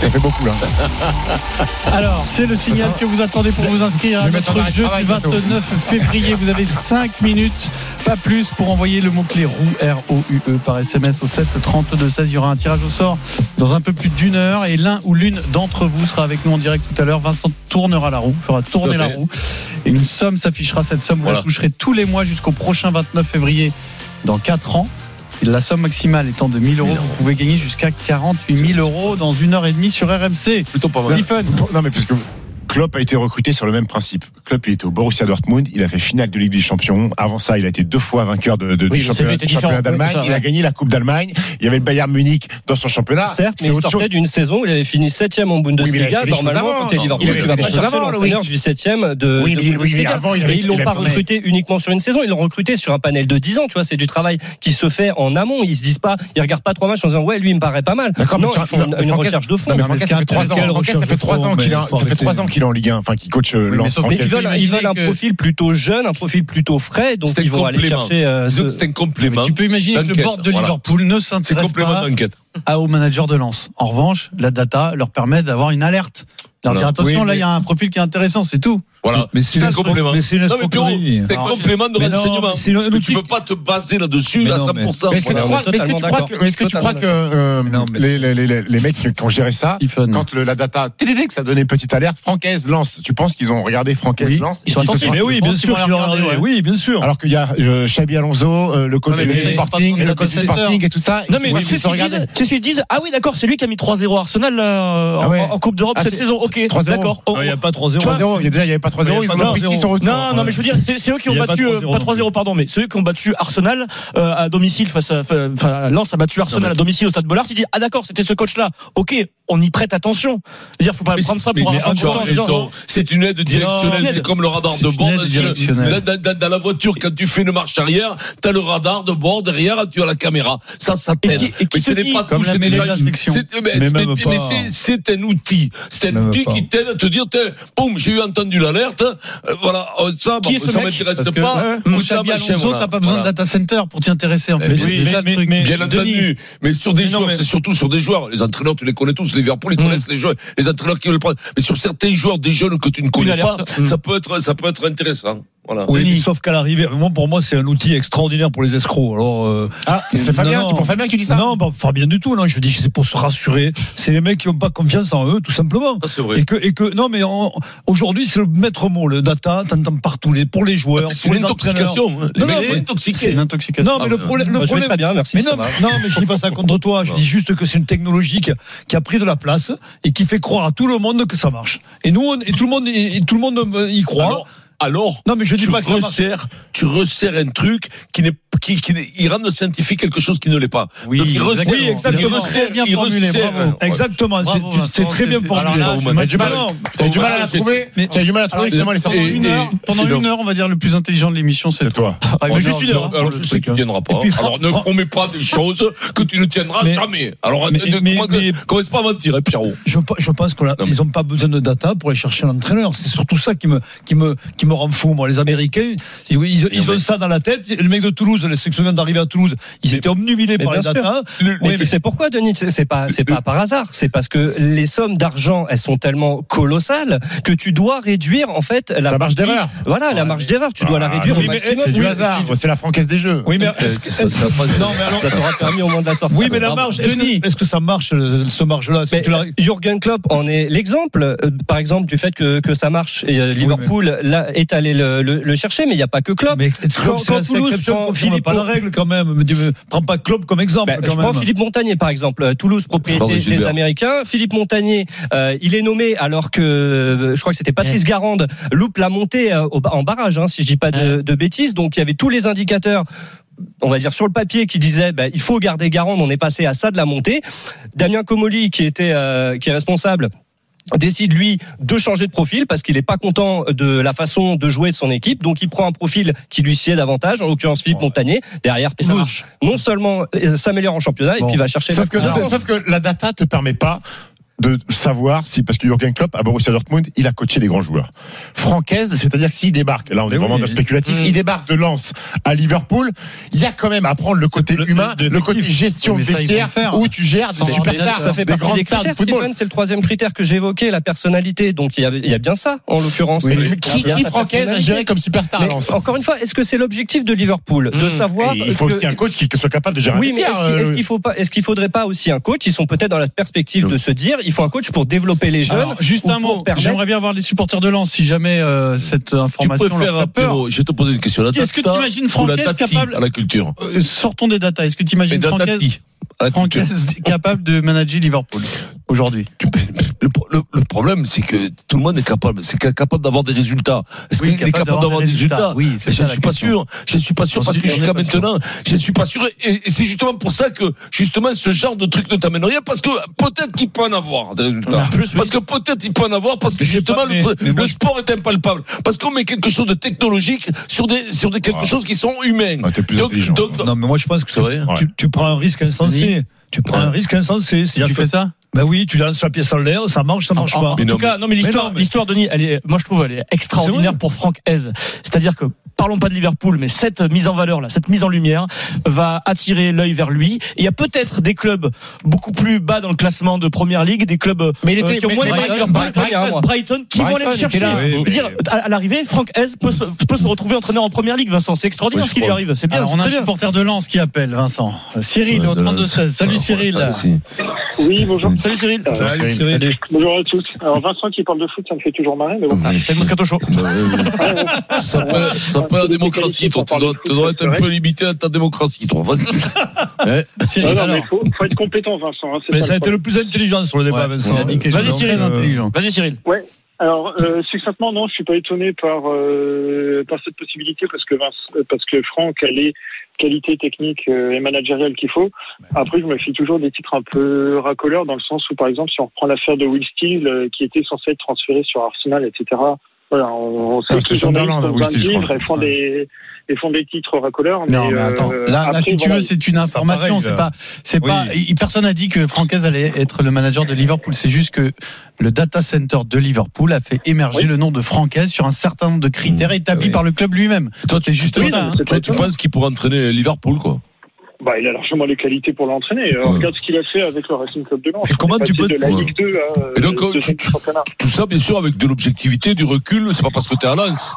Speaker 5: ça fait beaucoup là.
Speaker 7: Alors, c'est le signal que vous attendez pour vous inscrire à
Speaker 5: Je vais mettre en
Speaker 7: notre
Speaker 5: arrêt de
Speaker 7: jeu du
Speaker 5: travail bientôt.
Speaker 7: 29 février. Vous avez 5 minutes, pas plus, pour envoyer le mot-clé roue R-O-U-E E, par SMS au 7 32 16. Il y aura un tirage au sort dans un peu plus d'une heure et l'un ou l'une d'entre vous sera avec nous en direct tout à l'heure. Vincent tournera la roue, fera tourner
Speaker 3: Tout
Speaker 7: la
Speaker 3: à fait.
Speaker 7: roue et une somme s'affichera. Cette somme, vous la
Speaker 3: Voilà.
Speaker 7: toucherez tous les mois jusqu'au prochain 29 février dans 4 ans. Et La somme maximale étant de 1000 euros, vous pouvez gagner jusqu'à 48 000 euros dans une heure et demie sur RMC.
Speaker 3: plutôt pas mal.
Speaker 7: Stephen,
Speaker 5: Non mais puisque Klopp a été recruté sur le même principe. Klopp, il était au Borussia Dortmund, il a fait finale de Ligue des Champions. Avant ça, il a été deux fois vainqueur de, de- du
Speaker 6: Oui, le CV
Speaker 5: championnat,
Speaker 6: était
Speaker 5: du championnat
Speaker 6: différent.
Speaker 5: d'Allemagne.
Speaker 6: Oui, ça,
Speaker 5: il a
Speaker 6: ouais.
Speaker 5: gagné la Coupe d'Allemagne. Il y avait le Bayern Munich dans son championnat.
Speaker 10: Certes, mais
Speaker 5: C'est
Speaker 10: il
Speaker 5: autre chose.
Speaker 10: sortait d'une saison où il avait fini 7
Speaker 5: Oui,
Speaker 10: en
Speaker 5: mais il avait
Speaker 10: Bundesliga.
Speaker 5: fait les choses
Speaker 10: Normalement,
Speaker 5: avant,
Speaker 10: quand t'es
Speaker 5: non
Speaker 10: Liverpool,
Speaker 5: Il avait
Speaker 10: tu
Speaker 5: fait
Speaker 10: vas
Speaker 5: les
Speaker 10: pas
Speaker 5: choses
Speaker 10: chercher
Speaker 5: avant,
Speaker 10: l'entraîneur
Speaker 5: Loïc.
Speaker 10: du 7 de,
Speaker 5: Oui,
Speaker 10: de
Speaker 5: mais il- oui, mais
Speaker 10: Bundesliga.
Speaker 5: avant, il avait
Speaker 10: Et ils
Speaker 5: été
Speaker 10: l'ont
Speaker 5: la
Speaker 10: pas
Speaker 5: tournée.
Speaker 10: recruté uniquement sur une saison, ils l'ont recruté sur un panel de 10 ans, tu vois, c'est du travail qui se fait en amont. Ils se disent pas, ils regardent pas trois matchs en disant, ouais, lui, il me paraît pas mal.
Speaker 5: D'accord, mais
Speaker 10: Non,
Speaker 5: sur-
Speaker 10: ils font une,
Speaker 5: non, mais
Speaker 10: une
Speaker 5: Franquès-
Speaker 10: recherche de fond.
Speaker 5: Non, mais
Speaker 7: Non, mais
Speaker 5: Franquès,
Speaker 7: ce
Speaker 5: ça fait
Speaker 7: qui
Speaker 5: trois ans.
Speaker 7: intéresse-
Speaker 5: Franquès, ça fait trois ans qu'il est en-
Speaker 7: Faut
Speaker 5: ça fait trois
Speaker 7: arrêter.
Speaker 5: ans qu'il est en Ligue 1. Enfin, qu'il coach euh,
Speaker 4: mais
Speaker 5: Lens.
Speaker 4: sauf
Speaker 10: Mais
Speaker 5: Franquès.
Speaker 10: ils veulent, ils veulent un
Speaker 4: Imaginez que-
Speaker 10: profil plutôt jeune, un profil plutôt frais, donc
Speaker 3: C'était
Speaker 10: ils vont aller
Speaker 3: complément.
Speaker 10: chercher. euh,
Speaker 3: Disons que
Speaker 10: ce-
Speaker 3: C'est un complément.
Speaker 7: Tu peux imaginer que le
Speaker 3: D'enquête,
Speaker 7: board de
Speaker 3: voilà.
Speaker 7: Liverpool ne
Speaker 3: C'est un
Speaker 7: s'intéresse
Speaker 3: complément
Speaker 7: pas
Speaker 3: d'enquête.
Speaker 7: à- au manager de Lance. En revanche, la data leur permet d'avoir une alerte. Leur dire
Speaker 3: Voilà.
Speaker 7: attention,
Speaker 4: Oui,
Speaker 7: là,
Speaker 4: mais-
Speaker 7: il y a un profil qui est intéressant, c'est tout.
Speaker 3: Voilà.
Speaker 4: Mais c'est
Speaker 3: C'est un
Speaker 4: une-
Speaker 3: complément.
Speaker 4: mais c'est une
Speaker 3: Non, mais Pierrot,
Speaker 4: escroquerie.
Speaker 3: c'est un
Speaker 7: Alors,
Speaker 3: complément de
Speaker 4: mais non,
Speaker 3: renseignement.
Speaker 4: mais c'est le-
Speaker 3: Mais
Speaker 4: le
Speaker 3: tu peux
Speaker 4: truc-
Speaker 3: pas te baser là-dessus
Speaker 4: Mais
Speaker 3: à
Speaker 4: non,
Speaker 3: 100%.
Speaker 5: Mais est-ce que tu
Speaker 3: voilà.
Speaker 5: crois- mais est-ce que tu
Speaker 10: Totalement
Speaker 5: crois que, mais est-ce que tu crois que, euh,
Speaker 4: Non, mais-
Speaker 5: les, les, les, les- les mecs qui ont géré ça,
Speaker 7: Stephen.
Speaker 5: quand le, la data, TDD, que ça donnait une petite alerte, Francaise lance. Tu penses qu'ils ont regardé Francaise
Speaker 7: Oui.
Speaker 5: lance
Speaker 6: Ils sont
Speaker 5: et qu'ils se
Speaker 6: attentifs.
Speaker 5: sont-
Speaker 6: Mais oui,
Speaker 7: Je pense qu'ils vont la regarder, ouais.
Speaker 4: Oui, bien sûr.
Speaker 5: Alors qu'il y a euh, Xabi Alonso, euh, le coach
Speaker 7: Ouais, mais
Speaker 5: du
Speaker 7: ils
Speaker 5: Sporting,
Speaker 7: sont
Speaker 5: le
Speaker 7: pas
Speaker 5: coach du
Speaker 7: complémentaires.
Speaker 5: Sporting et tout ça.
Speaker 6: Non
Speaker 5: et
Speaker 6: mais
Speaker 5: tu vois
Speaker 6: c'est
Speaker 5: qu'ils
Speaker 6: ce
Speaker 5: sont
Speaker 6: qu'ils
Speaker 5: regardés.
Speaker 6: disent. C'est ce qu'ils disent. Ah oui, d'accord, c'est lui qui a mis 3-0 à Arsenal euh,
Speaker 5: Ah ouais.
Speaker 6: en, en Coupe d'Europe
Speaker 5: Ah,
Speaker 6: cette
Speaker 5: c'est-
Speaker 6: saison. Ok,
Speaker 5: 3-0.
Speaker 6: d'accord. On-
Speaker 4: Il n'y a pas 3-0.
Speaker 5: 3-0, il y a déjà, il n'y avait pas 3-0,
Speaker 4: Il y
Speaker 5: ils
Speaker 4: a
Speaker 5: en
Speaker 4: pas
Speaker 5: ont pris 6
Speaker 4: 3-0.
Speaker 5: sur retour.
Speaker 6: Non, non, mais je veux dire, c'est c'est eux qui
Speaker 4: Il
Speaker 6: ont
Speaker 4: y a pas
Speaker 6: battu, euh,
Speaker 4: 3-0,
Speaker 6: pas 3-0, pardon, mais c'est eux qui ont battu Arsenal euh, à domicile face à, fa- enfin, Lens a battu Arsenal
Speaker 3: Non, mais-
Speaker 6: à domicile au Stade Bollard. Tu dis, ah d'accord, c'était ce coach-là. Ok, on y prête attention. Je veux dire, faut pas
Speaker 3: Mais
Speaker 6: prendre ça
Speaker 3: mais
Speaker 6: pour
Speaker 3: les
Speaker 6: un
Speaker 3: gens,
Speaker 6: temps.
Speaker 3: ils sont- C'est une aide
Speaker 6: Non,
Speaker 3: directionnelle.
Speaker 6: c'est une
Speaker 3: C'est
Speaker 6: aide.
Speaker 3: comme le radar
Speaker 7: C'est
Speaker 3: de
Speaker 7: une
Speaker 3: bord.
Speaker 7: aide
Speaker 3: parce que
Speaker 7: directionnelle.
Speaker 3: Dans, dans- dans la voiture, quand tu fais une marche arrière, t'as le radar de bord derrière, tu as la caméra. Ça, ça
Speaker 6: Et
Speaker 3: t'aide.
Speaker 6: qui- et qui
Speaker 3: Mais
Speaker 6: se
Speaker 3: ce n'est
Speaker 6: dit-
Speaker 3: pas
Speaker 7: Comme
Speaker 3: tout,
Speaker 7: la
Speaker 3: c'est
Speaker 7: mêlée
Speaker 3: déjà-
Speaker 7: de la section.
Speaker 3: c'est- mais- mais-
Speaker 4: Mais même
Speaker 3: mais
Speaker 4: pas.
Speaker 3: c'est- C'est un outil. C'est un
Speaker 4: Même
Speaker 3: outil
Speaker 4: pas.
Speaker 3: qui t'aide à te dire, tiens, boum, j'ai eu entendu l'alerte. euh, Voilà, euh, ça,
Speaker 6: Qui
Speaker 3: bon,
Speaker 6: est ce
Speaker 3: ça
Speaker 6: mec
Speaker 3: m'intéresse
Speaker 7: Parce que,
Speaker 3: pas.
Speaker 7: ouais,
Speaker 3: Ou
Speaker 7: Xabi
Speaker 3: ça, machin,
Speaker 7: Alonso,
Speaker 3: voilà.
Speaker 7: t'as pas besoin
Speaker 3: Voilà.
Speaker 7: de data center pour t'y intéresser, en fait.
Speaker 3: Mais
Speaker 7: C'est
Speaker 3: oui,
Speaker 7: déjà
Speaker 4: mais-
Speaker 7: le truc.
Speaker 4: mais-
Speaker 3: Bien
Speaker 7: Denis,
Speaker 3: entendu, mais sur des
Speaker 4: Mais non,
Speaker 3: joueurs,
Speaker 4: mais- Hmm.
Speaker 3: c'est surtout sur des joueurs. Les entraîneurs, tu les connais tous. Liverpool, ils connaissent les joueurs, les entraîneurs qui veulent prendre. Mais sur certains joueurs, des jeunes que tu ne connais pas,
Speaker 6: alerte.
Speaker 3: ça peut être, ça peut être intéressant. Voilà.
Speaker 4: Hmm. Oui,
Speaker 7: Denis.
Speaker 4: mais sauf qu'à l'arrivée, moi, pour moi, c'est un outil extraordinaire pour les escrocs. Alors, euh,
Speaker 5: Ah, c'est Fabien,
Speaker 4: Non,
Speaker 5: c'est pour Fabien que tu dis ça?
Speaker 4: non, bah, pas bien du tout. Non, je dis, c'est pour se rassurer. C'est les mecs qui n'ont pas confiance en eux, tout simplement.
Speaker 3: Ça, Ah, c'est vrai.
Speaker 4: Et que, et que, non, mais on- aujourd'hui, c'est le maître mot, le data, t'entends partout, les, pour les
Speaker 10: Bah,
Speaker 4: joueurs,
Speaker 3: C'est
Speaker 4: pour
Speaker 3: une
Speaker 4: les entraîneurs.
Speaker 3: intoxication. hein. Les
Speaker 4: Non,
Speaker 3: mecs
Speaker 4: non,
Speaker 3: sont
Speaker 4: mais-
Speaker 7: C'est
Speaker 3: intoxiqués.
Speaker 7: une intoxication.
Speaker 4: Non, mais le,
Speaker 3: Ah,
Speaker 4: problème- le
Speaker 10: Moi, je vais
Speaker 4: problème,
Speaker 10: très bien, merci.
Speaker 4: Mais
Speaker 10: ça
Speaker 4: non,
Speaker 10: va.
Speaker 4: non, mais je dis pas
Speaker 10: <laughs>
Speaker 4: ça contre toi. Je dis juste que c'est une technologie qui a, qui a pris de la place et qui fait croire à tout le monde que ça marche. Et nous, on- et tout le monde, et, et tout le monde euh, y croit.
Speaker 3: Alors, alors,
Speaker 4: non, mais je dis
Speaker 3: tu
Speaker 4: pas que ça marche.
Speaker 3: resserres, tu resserres un truc qui n'est, qui, qui, n'est- il rend le scientifique quelque chose qui ne l'est pas.
Speaker 7: Oui,
Speaker 3: Donc, il resserre,
Speaker 7: exactement.
Speaker 3: il
Speaker 7: Exactement.
Speaker 3: resserre,
Speaker 7: Bien
Speaker 3: il
Speaker 7: formulé,
Speaker 3: resserre.
Speaker 7: bravo.
Speaker 3: Ouais.
Speaker 4: Exactement. c'est-
Speaker 7: Bravo,
Speaker 4: C'est
Speaker 7: Vincent,
Speaker 4: très bien
Speaker 7: c'est-
Speaker 4: formulé.
Speaker 7: alors là,
Speaker 4: Non,
Speaker 3: Bon, bah,
Speaker 4: mais-
Speaker 5: du mal,
Speaker 4: non,
Speaker 5: T'as eu du mal à la
Speaker 3: c'est-
Speaker 5: trouver?
Speaker 4: mais-
Speaker 5: T'as eu du mal à trouver,
Speaker 3: Alors,
Speaker 5: finalement, les
Speaker 7: Pendant
Speaker 3: Et-
Speaker 5: sorties?
Speaker 7: une heure,
Speaker 3: et-
Speaker 7: pendant
Speaker 3: et
Speaker 7: une
Speaker 3: donc-
Speaker 7: heure, on va dire le plus intelligent de l'émission, c'est
Speaker 5: C'est toi.
Speaker 7: Ah,
Speaker 3: Oh,
Speaker 7: mais
Speaker 3: non,
Speaker 7: juste une
Speaker 3: non,
Speaker 7: heure, hein,
Speaker 3: alors
Speaker 7: pour
Speaker 3: je
Speaker 7: le
Speaker 3: sais que
Speaker 7: truc,
Speaker 3: tu ne
Speaker 7: hein.
Speaker 3: tiendras pas.
Speaker 4: Et puis, Fran-
Speaker 3: alors ne
Speaker 4: Fran-
Speaker 3: promets pas des choses que tu ne tiendras
Speaker 4: Mais-
Speaker 3: jamais. Alors
Speaker 4: mais-
Speaker 3: ne- ne-
Speaker 4: mais-
Speaker 3: comment que-
Speaker 4: mais-
Speaker 3: commence pas à mentir, hein, Pierrot.
Speaker 4: Je, pe- je pense qu'ils
Speaker 3: Non, mais-
Speaker 4: n'ont pas besoin de data pour aller chercher un entraîneur. C'est surtout ça qui me, qui, me, qui me rend fou, moi. Les Américains, ils, ils- ils ont ça dans la tête. Le mec de Toulouse, les sectionnaires d'arrivée à Toulouse, ils étaient obnubilés
Speaker 10: mais
Speaker 4: par les
Speaker 10: bien
Speaker 4: data.
Speaker 10: Mais
Speaker 4: Oui,
Speaker 10: tu sais pourquoi, Denis C'est pas, c'est pas par hasard. C'est parce que les sommes d'argent, elles sont tellement colossales que tu dois réduire en fait la,
Speaker 5: La marge
Speaker 10: partie-
Speaker 5: d'erreur.
Speaker 10: Voilà, la marge d'erreur. Tu dois la
Speaker 5: Ah,
Speaker 10: réduire
Speaker 5: oui,
Speaker 10: au
Speaker 5: mais-
Speaker 10: maximum.
Speaker 5: C'est du
Speaker 10: Oui, Euh,
Speaker 5: hasard. C'est la francaise des jeux.
Speaker 4: Oui, mais
Speaker 3: Est-ce que ça sera pas-
Speaker 4: Non, mais alors-
Speaker 10: Ça t'aura permis au moins de la sortir.
Speaker 4: Oui, mais la
Speaker 10: Bravo.
Speaker 4: marge, est-ce que, est-ce que ça marche, euh, ce marge-là Est-ce que
Speaker 10: Mais euh,
Speaker 4: tu l'as-
Speaker 10: Jürgen Klopp en est l'exemple, euh, par exemple, du fait que, que ça marche. Et euh, Liverpool là, est allé le, le- le chercher, mais il n'y a pas que Klopp.
Speaker 4: Mais
Speaker 10: Quand-
Speaker 4: Klopp, c'est
Speaker 10: quand
Speaker 4: la- c'est
Speaker 10: Toulouse prend
Speaker 4: l'exception, confirme pas la
Speaker 10: Philippe-
Speaker 4: règle quand même. Me dis- me- Prends pas Klopp comme exemple.
Speaker 10: Ben, je
Speaker 4: quand même.
Speaker 10: prends Philippe Montagnier par exemple, Euh, Toulouse propriété
Speaker 3: Frère de
Speaker 10: des
Speaker 3: Gilbert.
Speaker 10: Américains. Philippe Montagnier, euh, il est nommé alors que euh, je crois que c'était Patrice Garande loupe la montée euh, au ba- en barrage, hein, si je dis pas de, de bêtises. Donc il y avait tous les indicateurs. On va dire sur le papier qui disait ben, il faut garder Garande, on est passé à ça de la montée. Damien Comoli qui était euh, qui est responsable décide lui de changer de profil parce qu'il n'est pas content de la façon de jouer de son équipe donc il prend un profil qui lui sied davantage en l'occurrence Philippe Montagnier derrière
Speaker 7: ça
Speaker 10: Toulouse non seulement euh, s'améliore en championnat et
Speaker 7: Bon.
Speaker 10: puis va chercher
Speaker 5: Sauf que,
Speaker 10: la-
Speaker 5: sauf- sauf que la data te permet pas de savoir si, parce que Jürgen Klopp, à Borussia Dortmund, il a coaché des grands joueurs. Francaise, c'est-à-dire que s'il débarque, là on est
Speaker 4: Mais
Speaker 5: vraiment
Speaker 4: oui.
Speaker 5: dans le spéculatif, il débarque de Lens à Liverpool, il y a quand même à prendre le côté
Speaker 4: le-
Speaker 5: humain,
Speaker 4: le-
Speaker 5: le, côté gestion
Speaker 7: Mais ça, ils vont
Speaker 5: vestiaire,
Speaker 7: faire.
Speaker 5: où tu gères des
Speaker 7: Sans
Speaker 5: superstars,
Speaker 7: ordinateur,
Speaker 10: ça fait
Speaker 5: des
Speaker 10: partie
Speaker 5: grandes
Speaker 10: des
Speaker 5: stars du
Speaker 10: critères
Speaker 5: football.
Speaker 10: Stéphane c'est le troisième critère que j'évoquais la personnalité donc il y a, il y a bien ça en l'occurrence
Speaker 5: Oui,
Speaker 10: Il y a
Speaker 5: mais qui,
Speaker 10: bien
Speaker 5: qui
Speaker 10: sa
Speaker 5: Francaise a
Speaker 10: personnalité.
Speaker 5: géré comme superstar à
Speaker 10: Mais
Speaker 5: Lens
Speaker 10: encore une fois est-ce que c'est l'objectif de Liverpool
Speaker 7: Hmm.
Speaker 10: de savoir
Speaker 5: Et Il faut
Speaker 10: que-
Speaker 5: aussi un coach qui soit capable de gérer un
Speaker 10: Oui, mais
Speaker 5: vestiaire,
Speaker 10: est-ce qu'il
Speaker 5: euh, Hmm.
Speaker 10: est-ce qu'il faut pas, est-ce qu'il faudrait pas aussi un coach Ils sont peut-être dans la perspective de se dire, il faut un coach pour développer les jeunes.
Speaker 7: Alors, juste
Speaker 10: ou
Speaker 7: un
Speaker 10: pour
Speaker 7: mot.
Speaker 10: permettre-
Speaker 7: J'aimerais bien voir les supporters de Lens si jamais euh, cette
Speaker 3: Tu
Speaker 7: information
Speaker 3: préfères,
Speaker 7: leur fait peur.
Speaker 3: Pierrot, je vais te poser une question. La
Speaker 7: Est-ce que
Speaker 3: data
Speaker 7: t'imagines
Speaker 3: ou
Speaker 7: Franquès
Speaker 3: la dati
Speaker 7: capable-
Speaker 3: à la culture
Speaker 7: Euh, sortons des datas. Est-ce que tu
Speaker 3: Mais Ah,
Speaker 7: imagines
Speaker 3: la
Speaker 7: Francaise,
Speaker 3: dati à la culture.
Speaker 7: Francaise capable de manager Liverpool aujourd'hui.
Speaker 3: Le, pro- le- le problème, c'est que tout le monde est capable. C'est ca- capable d'avoir des résultats. Est-ce
Speaker 7: Oui,
Speaker 3: qu'il est capable d'avoir des résultats
Speaker 7: Oui, c'est
Speaker 3: Je
Speaker 7: ça
Speaker 3: ne
Speaker 7: la
Speaker 3: suis pas
Speaker 7: question.
Speaker 3: sûr. Je ne suis pas sûr
Speaker 7: On
Speaker 3: parce
Speaker 7: se
Speaker 3: que
Speaker 7: dit, on
Speaker 3: jusqu'à
Speaker 7: est pas sûr.
Speaker 3: maintenant, je ne suis pas sûr. Et, et c'est justement pour ça que justement ce genre de truc ne t'amène rien parce que peut-être qu'il peut en avoir des résultats.
Speaker 6: En plus, oui.
Speaker 3: Parce que peut-être il peut en avoir parce que
Speaker 4: Je sais
Speaker 3: justement
Speaker 4: pas, mais-
Speaker 3: le,
Speaker 4: mais moi,
Speaker 3: le
Speaker 4: je-
Speaker 3: sport est impalpable. Parce qu'on met quelque chose de technologique sur des sur des quelque
Speaker 5: Ah.
Speaker 3: chose qui sont humains.
Speaker 5: Ah, t'es plus
Speaker 3: Donc,
Speaker 5: intelligent.
Speaker 3: donc-
Speaker 4: Non, mais moi, je pense que
Speaker 3: c'est vrai.
Speaker 5: Ouais.
Speaker 4: tu, tu prends un risque insensé. Tu prends un risque insensé.
Speaker 7: Si tu
Speaker 4: C'est-à-dire que,
Speaker 7: fais ça
Speaker 4: ben oui, tu lances la pièce en l'air, ça marche, ça marche
Speaker 6: En-
Speaker 4: pas.
Speaker 6: En, en
Speaker 3: Mais non,
Speaker 6: tout cas, non, mais
Speaker 4: <laughs>
Speaker 6: l'histoire,
Speaker 4: mais non, mais-
Speaker 6: l'histoire, Denis, elle est, moi je trouve, elle est extraordinaire pour Franck Hez. C'est-à-dire que parlons pas de Liverpool, mais cette mise en valeur là, cette mise en lumière va attirer l'œil vers lui. Et il y a peut-être des clubs beaucoup plus bas dans le classement de Première Ligue, des clubs
Speaker 5: Mais il
Speaker 6: euh,
Speaker 5: était-
Speaker 6: qui ont
Speaker 5: mais-
Speaker 6: moins de
Speaker 5: mais
Speaker 6: marques que
Speaker 5: Brighton,
Speaker 6: Brighton, il y a un mois. Brighton, qui vont aller le
Speaker 5: Brighton était
Speaker 6: chercher.
Speaker 5: là, oui,
Speaker 6: Je veux
Speaker 5: mais-
Speaker 6: dire, à, à l'arrivée, Franck Hez peut se, peut se retrouver entraîneur en Première Ligue. Vincent, c'est extraordinaire
Speaker 3: Oui,
Speaker 6: ce qui lui
Speaker 3: je
Speaker 6: arrive. C'est bien.
Speaker 7: Alors,
Speaker 6: c'est
Speaker 7: on a un
Speaker 6: très bien.
Speaker 7: supporter de Lens qui appelle, Vincent. Euh, Cyril, au 32-16. Salut Cyril.
Speaker 11: Oui, bonjour.
Speaker 6: Salut Cyril.
Speaker 5: Cyril.
Speaker 11: Bonjour à tous. Alors Vincent qui parle de foot, ça me fait toujours marrer, mais bon. Ah,
Speaker 6: C'est le Moscato Show.
Speaker 3: Ça peut, ça peut la démocratie, toi. Tu dois, tu dois être un peu limité à ta démocratie, toi.
Speaker 11: <laughs>
Speaker 3: Vas-y. Hein
Speaker 11: Non,
Speaker 7: Cyril,
Speaker 11: non,
Speaker 7: alors.
Speaker 11: mais faut, faut être compétent, Vincent. hein, c'est
Speaker 4: Mais
Speaker 11: ça
Speaker 4: ça a
Speaker 11: le
Speaker 4: été
Speaker 11: problème.
Speaker 4: le plus intelligent sur le débat,
Speaker 7: Ouais,
Speaker 4: Vincent.
Speaker 7: il a dit quelque
Speaker 6: Vas-y,
Speaker 7: chose euh, de
Speaker 6: Cyril.
Speaker 7: très intelligent.
Speaker 6: Vas-y Cyril.
Speaker 11: Alors euh, succinctement, non, je suis pas étonné par euh, par cette possibilité parce que Vince- euh, parce que Franck a les qualités techniques euh, et managériales qu'il faut. Après, je me fie toujours des titres un peu racoleurs dans le sens où, par exemple, si on reprend l'affaire de Will Steele euh, qui était censé être transféré sur Arsenal, etc. Voilà, on, on sait
Speaker 5: Ah,
Speaker 11: que
Speaker 5: c'était
Speaker 11: les journalistes
Speaker 5: Sunderland,
Speaker 11: ont
Speaker 5: Will
Speaker 11: plein de
Speaker 5: Steele, je
Speaker 11: livres
Speaker 5: crois.
Speaker 11: et font
Speaker 5: Ouais.
Speaker 11: des et font des titres racoleurs.
Speaker 7: Non, mais
Speaker 11: euh,
Speaker 7: attends. Là, là,
Speaker 11: après,
Speaker 7: si tu
Speaker 11: voilà, euh,
Speaker 7: veux, c'est une
Speaker 4: c'est pas
Speaker 7: information.
Speaker 4: pareil,
Speaker 7: C'est
Speaker 4: là.
Speaker 7: pas, c'est
Speaker 4: Oui.
Speaker 7: pas. i- Personne n'a dit que Francaise allait être le manager de Liverpool. C'est juste que le data center de Liverpool a fait émerger le nom de Francaise sur un certain nombre de critères établis
Speaker 4: oui.
Speaker 7: par le club lui-même.
Speaker 3: Toi,
Speaker 7: C'est
Speaker 3: tu,
Speaker 7: juste
Speaker 3: toi,
Speaker 7: ça, hein.
Speaker 3: tu- toi, tu penses qu'il pourrait entraîner Liverpool, quoi.
Speaker 11: Bah, il a largement les qualités pour l'entraîner. Euh,
Speaker 3: Ouais.
Speaker 11: Regarde ce qu'il a fait avec le Racing Club de Lens.
Speaker 4: Et comment
Speaker 11: Il est
Speaker 4: tu
Speaker 11: passé
Speaker 4: peux-
Speaker 11: de la
Speaker 3: Ouais.
Speaker 11: Ligue 2 à
Speaker 3: Et donc,
Speaker 11: euh,
Speaker 3: euh,
Speaker 11: deuxième
Speaker 3: tu- tu-
Speaker 11: championnat
Speaker 3: Tout ça, bien sûr, avec de l'objectivité, du recul. C'est pas parce que t'es à Lens.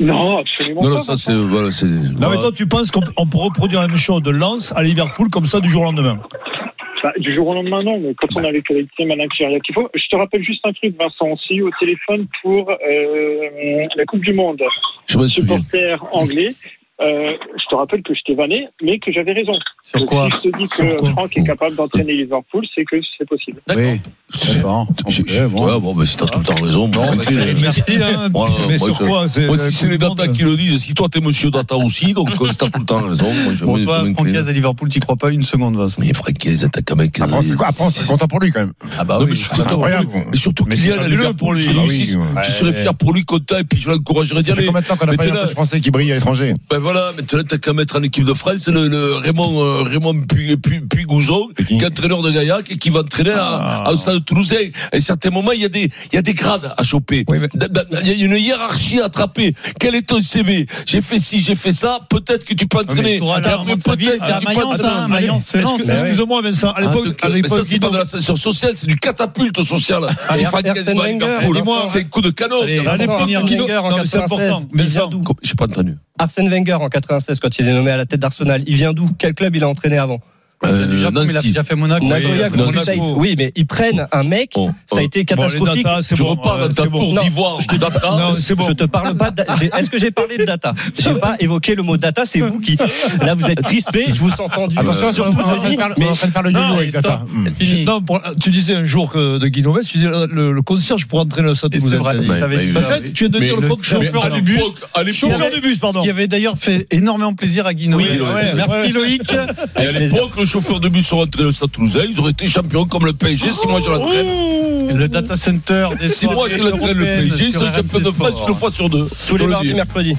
Speaker 11: Non, absolument
Speaker 3: Non,
Speaker 11: pas.
Speaker 3: non, ça, c'est, voilà, c'est,
Speaker 4: Non, mais
Speaker 3: voilà.
Speaker 4: toi, tu penses qu'on on peut reproduire la même chose de Lens à Liverpool comme ça du jour au lendemain
Speaker 3: Ah,
Speaker 11: Bah, du jour au lendemain, non, mais quand on a les qualités managériales qu'il faut. Je te rappelle juste un truc, Vincent, on s'est eu au téléphone pour euh, la Coupe du Monde.
Speaker 3: je me souviens.
Speaker 11: Supporter anglais. Euh, je te rappelle que je t'ai vanné, mais que j'avais raison.
Speaker 7: Sur
Speaker 11: Donc,
Speaker 7: quoi
Speaker 11: si je te dis
Speaker 7: Sur
Speaker 11: que
Speaker 7: quoi
Speaker 11: Franck est capable d'entraîner Liverpool, c'est que c'est possible.
Speaker 7: Oui. D'accord.
Speaker 3: J'ai- j'ai-
Speaker 7: Ouais, bon.
Speaker 3: Ouais, bon, ben, si t'as tout le temps raison, bon, ben, c'est-
Speaker 4: Merci,
Speaker 3: <laughs>
Speaker 4: hein.
Speaker 7: <laughs>
Speaker 3: Voilà,
Speaker 4: Mais
Speaker 3: moi,
Speaker 4: sur
Speaker 3: je-
Speaker 4: quoi C'est
Speaker 3: moi,
Speaker 5: euh,
Speaker 4: la
Speaker 3: si c'est
Speaker 4: Coupe
Speaker 3: les
Speaker 4: du
Speaker 3: data
Speaker 4: Monde
Speaker 3: qui le disent, si toi t'es monsieur data aussi, donc euh, si t'as tout le temps raison, moi je
Speaker 7: Pour
Speaker 3: je
Speaker 7: toi,
Speaker 3: m'incline.
Speaker 7: Francaise et Liverpool, t'y crois pas une seconde, Vincent. Ah,
Speaker 3: Mais Franck, les attaques avec.
Speaker 5: Après, on s'est- après, on s'est content pour lui quand même.
Speaker 3: Ah bah
Speaker 5: Non,
Speaker 3: oui,
Speaker 5: mais
Speaker 3: je suis
Speaker 5: c'est
Speaker 3: d'accord.
Speaker 5: incroyable.
Speaker 3: Mais surtout
Speaker 5: Mais
Speaker 3: qu'il y
Speaker 5: c'est
Speaker 3: a
Speaker 5: fabuleux
Speaker 3: Liverpool,
Speaker 5: pour lui.
Speaker 3: qui réussissent.
Speaker 5: Ah oui, ouais.
Speaker 3: Je serais fier pour lui, content, et puis je l'encouragerais d'y
Speaker 5: Ça fait
Speaker 3: aller.
Speaker 5: combien de temps qu'on n'a
Speaker 3: Mais
Speaker 5: pas eu
Speaker 3: t'es
Speaker 5: un
Speaker 3: là.
Speaker 5: coach français qui brille à l'étranger
Speaker 3: Ben voilà, maintenant t'as qu'à mettre en équipe de France le, le Raymond, euh, Raymond Puy- Puy- Puy-Gouzon,
Speaker 5: C'est qui
Speaker 3: qui est entraîneur de Gaillac et qui va entraîner à,
Speaker 7: Ah.
Speaker 3: à au stade toulousain. À certains moments, il y a des, il y a des grades à choper. Da- da- Il y a une hiérarchie à attraper. Quel est ton CV? J'ai fait ci, j'ai fait ça. Peut-être que tu peux entraîner.
Speaker 7: Tourala,
Speaker 3: Et après,
Speaker 7: Armand de
Speaker 3: peut-être
Speaker 7: Saville,
Speaker 3: que
Speaker 7: à
Speaker 3: tu peux
Speaker 7: Mayence,
Speaker 3: entraîner.
Speaker 7: hein, Mayence, c'est Lens.
Speaker 4: Excuse- Excuse-moi, Vincent. À
Speaker 3: Ah,
Speaker 4: l'époque,
Speaker 3: donc,
Speaker 4: à
Speaker 3: mais
Speaker 4: l'époque,
Speaker 3: ça, c'est
Speaker 4: dis
Speaker 3: pas
Speaker 4: donc.
Speaker 3: de l'ascension sociale, c'est du catapulte social. C'est
Speaker 10: Arsène
Speaker 3: Franck Guesbar,
Speaker 10: Wenger,
Speaker 3: Liverpool.
Speaker 10: dis-moi.
Speaker 3: C'est un coup de canon.
Speaker 7: Allez,
Speaker 4: À
Speaker 10: Vincent,
Speaker 4: l'époque,
Speaker 10: Arsène
Speaker 4: dis donc.
Speaker 10: Wenger en
Speaker 4: Non, mais c'est
Speaker 10: 96,
Speaker 4: important. Vincent,
Speaker 3: J'ai pas entendu.
Speaker 10: Arsène Wenger en 96, quand il est nommé à la tête d'Arsenal, il vient d'où Quel club il a entraîné avant
Speaker 3: Euh,
Speaker 7: Du Japon, il a
Speaker 3: Nancy.
Speaker 7: déjà fait Monaco.
Speaker 10: Nagoya,
Speaker 3: Nancy.
Speaker 10: Kurosawa. Oui, mais ils prennent un mec,
Speaker 3: Oh,
Speaker 10: ça a
Speaker 3: oh.
Speaker 10: été
Speaker 4: Bon, les
Speaker 10: catastrophique.
Speaker 4: data, c'est
Speaker 3: Je
Speaker 4: bon.
Speaker 3: repars
Speaker 4: Ouais,
Speaker 3: dans ta
Speaker 4: c'est bon.
Speaker 3: tour
Speaker 4: Non,
Speaker 3: d'ivoire de data.
Speaker 4: Non, c'est bon.
Speaker 10: Je te parle pas. d'a- j'ai- Est-ce que j'ai parlé de data J'ai pas évoqué le mot data. C'est vous qui là vous êtes crispé. Je vous sens
Speaker 3: bah,
Speaker 10: tendu.
Speaker 5: Attention, on
Speaker 10: surtout
Speaker 5: est en train de
Speaker 10: Denis.
Speaker 5: faire le- on est
Speaker 10: Mais
Speaker 5: en train de faire le
Speaker 4: Non,
Speaker 5: yo-yo avec
Speaker 4: stop.
Speaker 5: Data. Hmm.
Speaker 4: Je- Mm. non, pour- tu disais un jour que de Guinoves, tu disais le, le concierge pour entraîner le stade
Speaker 7: Et c'est
Speaker 4: Toulousain,
Speaker 7: vrai.
Speaker 4: t'as dit.
Speaker 3: Mais-
Speaker 7: T'avais
Speaker 3: mais-
Speaker 7: dit
Speaker 4: Bah,
Speaker 7: ça.
Speaker 4: ça, tu viens de
Speaker 3: Mais-
Speaker 4: dire le
Speaker 7: mais-
Speaker 4: chauffeur
Speaker 3: Mais à
Speaker 4: d'un
Speaker 3: l'époque,
Speaker 4: bus.
Speaker 3: à l'époque-
Speaker 4: Chauffeur Ah, de bus, pardon.
Speaker 7: Ce qui avait d'ailleurs fait énormément plaisir à Guinoé.
Speaker 4: Oui, ouais,
Speaker 7: Merci
Speaker 4: ouais.
Speaker 7: Loïc.
Speaker 3: Et à l'époque, le chauffeur de bus serait entré au Stade Toulousain, ils auraient été champions comme le PSG si moi je l'entraîne.
Speaker 7: Le data center des
Speaker 3: Si moi je
Speaker 7: soirées
Speaker 3: l'entraîne le
Speaker 7: européennes
Speaker 3: PSG, ils
Speaker 7: sur
Speaker 3: sont champions
Speaker 7: RMC
Speaker 3: de France
Speaker 7: Sport.
Speaker 3: une fois sur deux.
Speaker 10: tous les
Speaker 3: Je
Speaker 10: mardis,
Speaker 3: le dis.
Speaker 10: mercredis.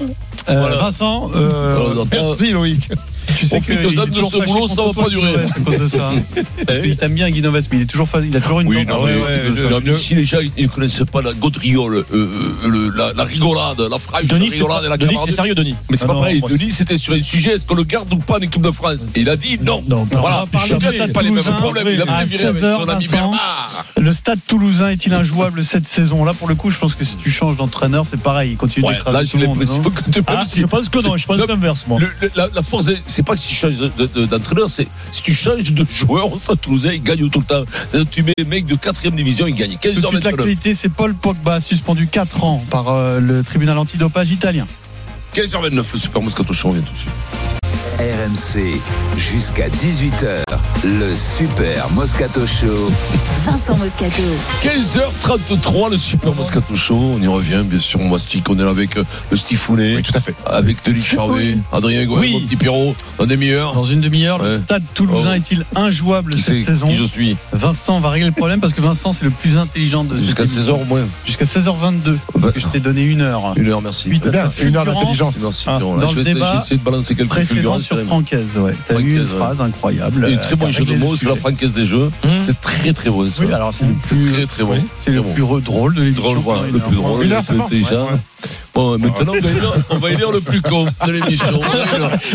Speaker 7: Euh,
Speaker 3: Voilà.
Speaker 7: Vincent, euh,
Speaker 3: Voilà, donc, euh,
Speaker 4: Merci Loïc.
Speaker 7: tu sais
Speaker 3: on
Speaker 7: que
Speaker 3: fait aux
Speaker 7: il est
Speaker 3: autres de
Speaker 7: toujours
Speaker 3: ce
Speaker 7: fâché
Speaker 3: boulot, ça
Speaker 7: contre
Speaker 3: va
Speaker 7: toi,
Speaker 3: pas durer. Eh
Speaker 7: Guinoves, à cause de
Speaker 3: <laughs>
Speaker 7: ça. hein. Parce qu'il t'aime bien Guinoves, mais il est toujours fa- il a toujours une
Speaker 3: Oui,
Speaker 7: dent.
Speaker 3: non, mais, non, mais si les gens ils ne connaissent pas la gaudriole, euh, le- la, la rigolade, la frappe, la
Speaker 6: Denis, c'est
Speaker 3: rigolade et la
Speaker 6: Denis, c'est
Speaker 3: camarade.
Speaker 6: sérieux, Denis.
Speaker 3: Mais c'est
Speaker 4: Ah
Speaker 3: pas
Speaker 4: non,
Speaker 3: pareil.
Speaker 4: moi,
Speaker 3: Denis, c'était sur un sujet est-ce qu'on le garde ou pas en équipe de France Et il a dit non.
Speaker 4: Non,
Speaker 3: Voilà,
Speaker 7: on va parler
Speaker 3: je
Speaker 7: du
Speaker 3: sais
Speaker 7: Stade
Speaker 3: pas les mêmes
Speaker 7: Toulousain
Speaker 3: problèmes. Il a
Speaker 7: à
Speaker 3: fait virer avec
Speaker 7: 16h,
Speaker 3: son ami
Speaker 7: Vincent.
Speaker 3: Bernard.
Speaker 7: Le stade toulousain est-il injouable cette saison Là, pour le coup, je pense que si tu changes d'entraîneur, c'est pareil. Il continue
Speaker 3: Ouais,
Speaker 7: d'écraser
Speaker 3: là,
Speaker 7: tout
Speaker 3: j'ai
Speaker 7: le monde.
Speaker 3: l'impression
Speaker 7: non
Speaker 3: que tu
Speaker 4: Ah,
Speaker 3: même si-
Speaker 4: je pense que non, je pense
Speaker 3: c'est-
Speaker 4: l'inverse, moi.
Speaker 3: Le- le- la, la force, des- c'est pas que si tu changes de- de- de- d'entraîneur, c'est si tu changes de joueur, au Stade Toulousain, il gagne tout le temps. C'est-à-dire, tu mets les mecs de 4 division, il gagne. 15
Speaker 7: Tout
Speaker 3: heures
Speaker 7: de suite,
Speaker 3: maintenant.
Speaker 7: l'actualité, c'est Paul Pogba, suspendu 4 ans par euh, le tribunal antidopage italien.
Speaker 3: 15h29, le Super Moscato Show, on vient tout de suite.
Speaker 2: RMC jusqu'à 18h. Le Super Moscato Show.
Speaker 1: Vincent Moscato.
Speaker 3: 15h33, le Super Moscato Show. On y revient, bien sûr, on mastique. On est avec euh, le Stifounet.
Speaker 5: tout à fait.
Speaker 3: Avec Denis Charvet, Adrien Gouin,
Speaker 6: Oui.
Speaker 3: mon petit Pierrot, en demi-heure.
Speaker 7: Dans une demi-heure, le
Speaker 3: Ouais.
Speaker 7: stade toulousain
Speaker 3: Oh.
Speaker 7: est-il injouable
Speaker 3: Qui
Speaker 7: cette
Speaker 3: c'est
Speaker 7: saison
Speaker 3: Qui je suis
Speaker 7: Vincent va régler le problème parce que Vincent, c'est le plus intelligent de cette
Speaker 3: Jusqu'à
Speaker 7: émission.
Speaker 3: 16h au moins.
Speaker 7: Jusqu'à 16h22.
Speaker 3: Bah,
Speaker 7: que je t'ai donné une heure.
Speaker 3: Une heure, merci.
Speaker 7: Suite à
Speaker 5: Bien,
Speaker 7: ta
Speaker 5: une heure
Speaker 7: fulgurance
Speaker 5: d'intelligence.
Speaker 3: Merci,
Speaker 7: Ah,
Speaker 3: Pierrot.
Speaker 7: dans
Speaker 3: je,
Speaker 7: le
Speaker 3: vais, je vais
Speaker 7: débat
Speaker 3: essayer de balancer quelques
Speaker 7: Précédente
Speaker 3: fulgurances.
Speaker 7: sur
Speaker 3: quand même.
Speaker 7: Francaise, ouais. T'as
Speaker 3: Francaise,
Speaker 7: eu une
Speaker 3: ouais.
Speaker 7: phrase incroyable.
Speaker 3: Et
Speaker 7: euh,
Speaker 3: très bon
Speaker 7: qui a
Speaker 3: jeu de
Speaker 7: réglé le
Speaker 3: mots, c'est la
Speaker 7: sujet.
Speaker 3: franquesse des jeux.
Speaker 6: Hum.
Speaker 3: C'est très très bon ça.
Speaker 7: Oui, alors c'est le plus.
Speaker 3: très très bon.
Speaker 7: oui, C'est le
Speaker 3: Très
Speaker 7: plus re- drôle de l'émission.
Speaker 3: Drôle, voilà,
Speaker 7: Ouais,
Speaker 3: le
Speaker 7: une
Speaker 3: plus
Speaker 7: heure.
Speaker 3: drôle,
Speaker 5: Une heure,
Speaker 3: le
Speaker 5: c'est
Speaker 3: plus
Speaker 5: bon.
Speaker 3: intelligent.
Speaker 5: Ouais, ouais.
Speaker 3: Bon, maintenant, on va, élire, on va élire le plus con de l'émission.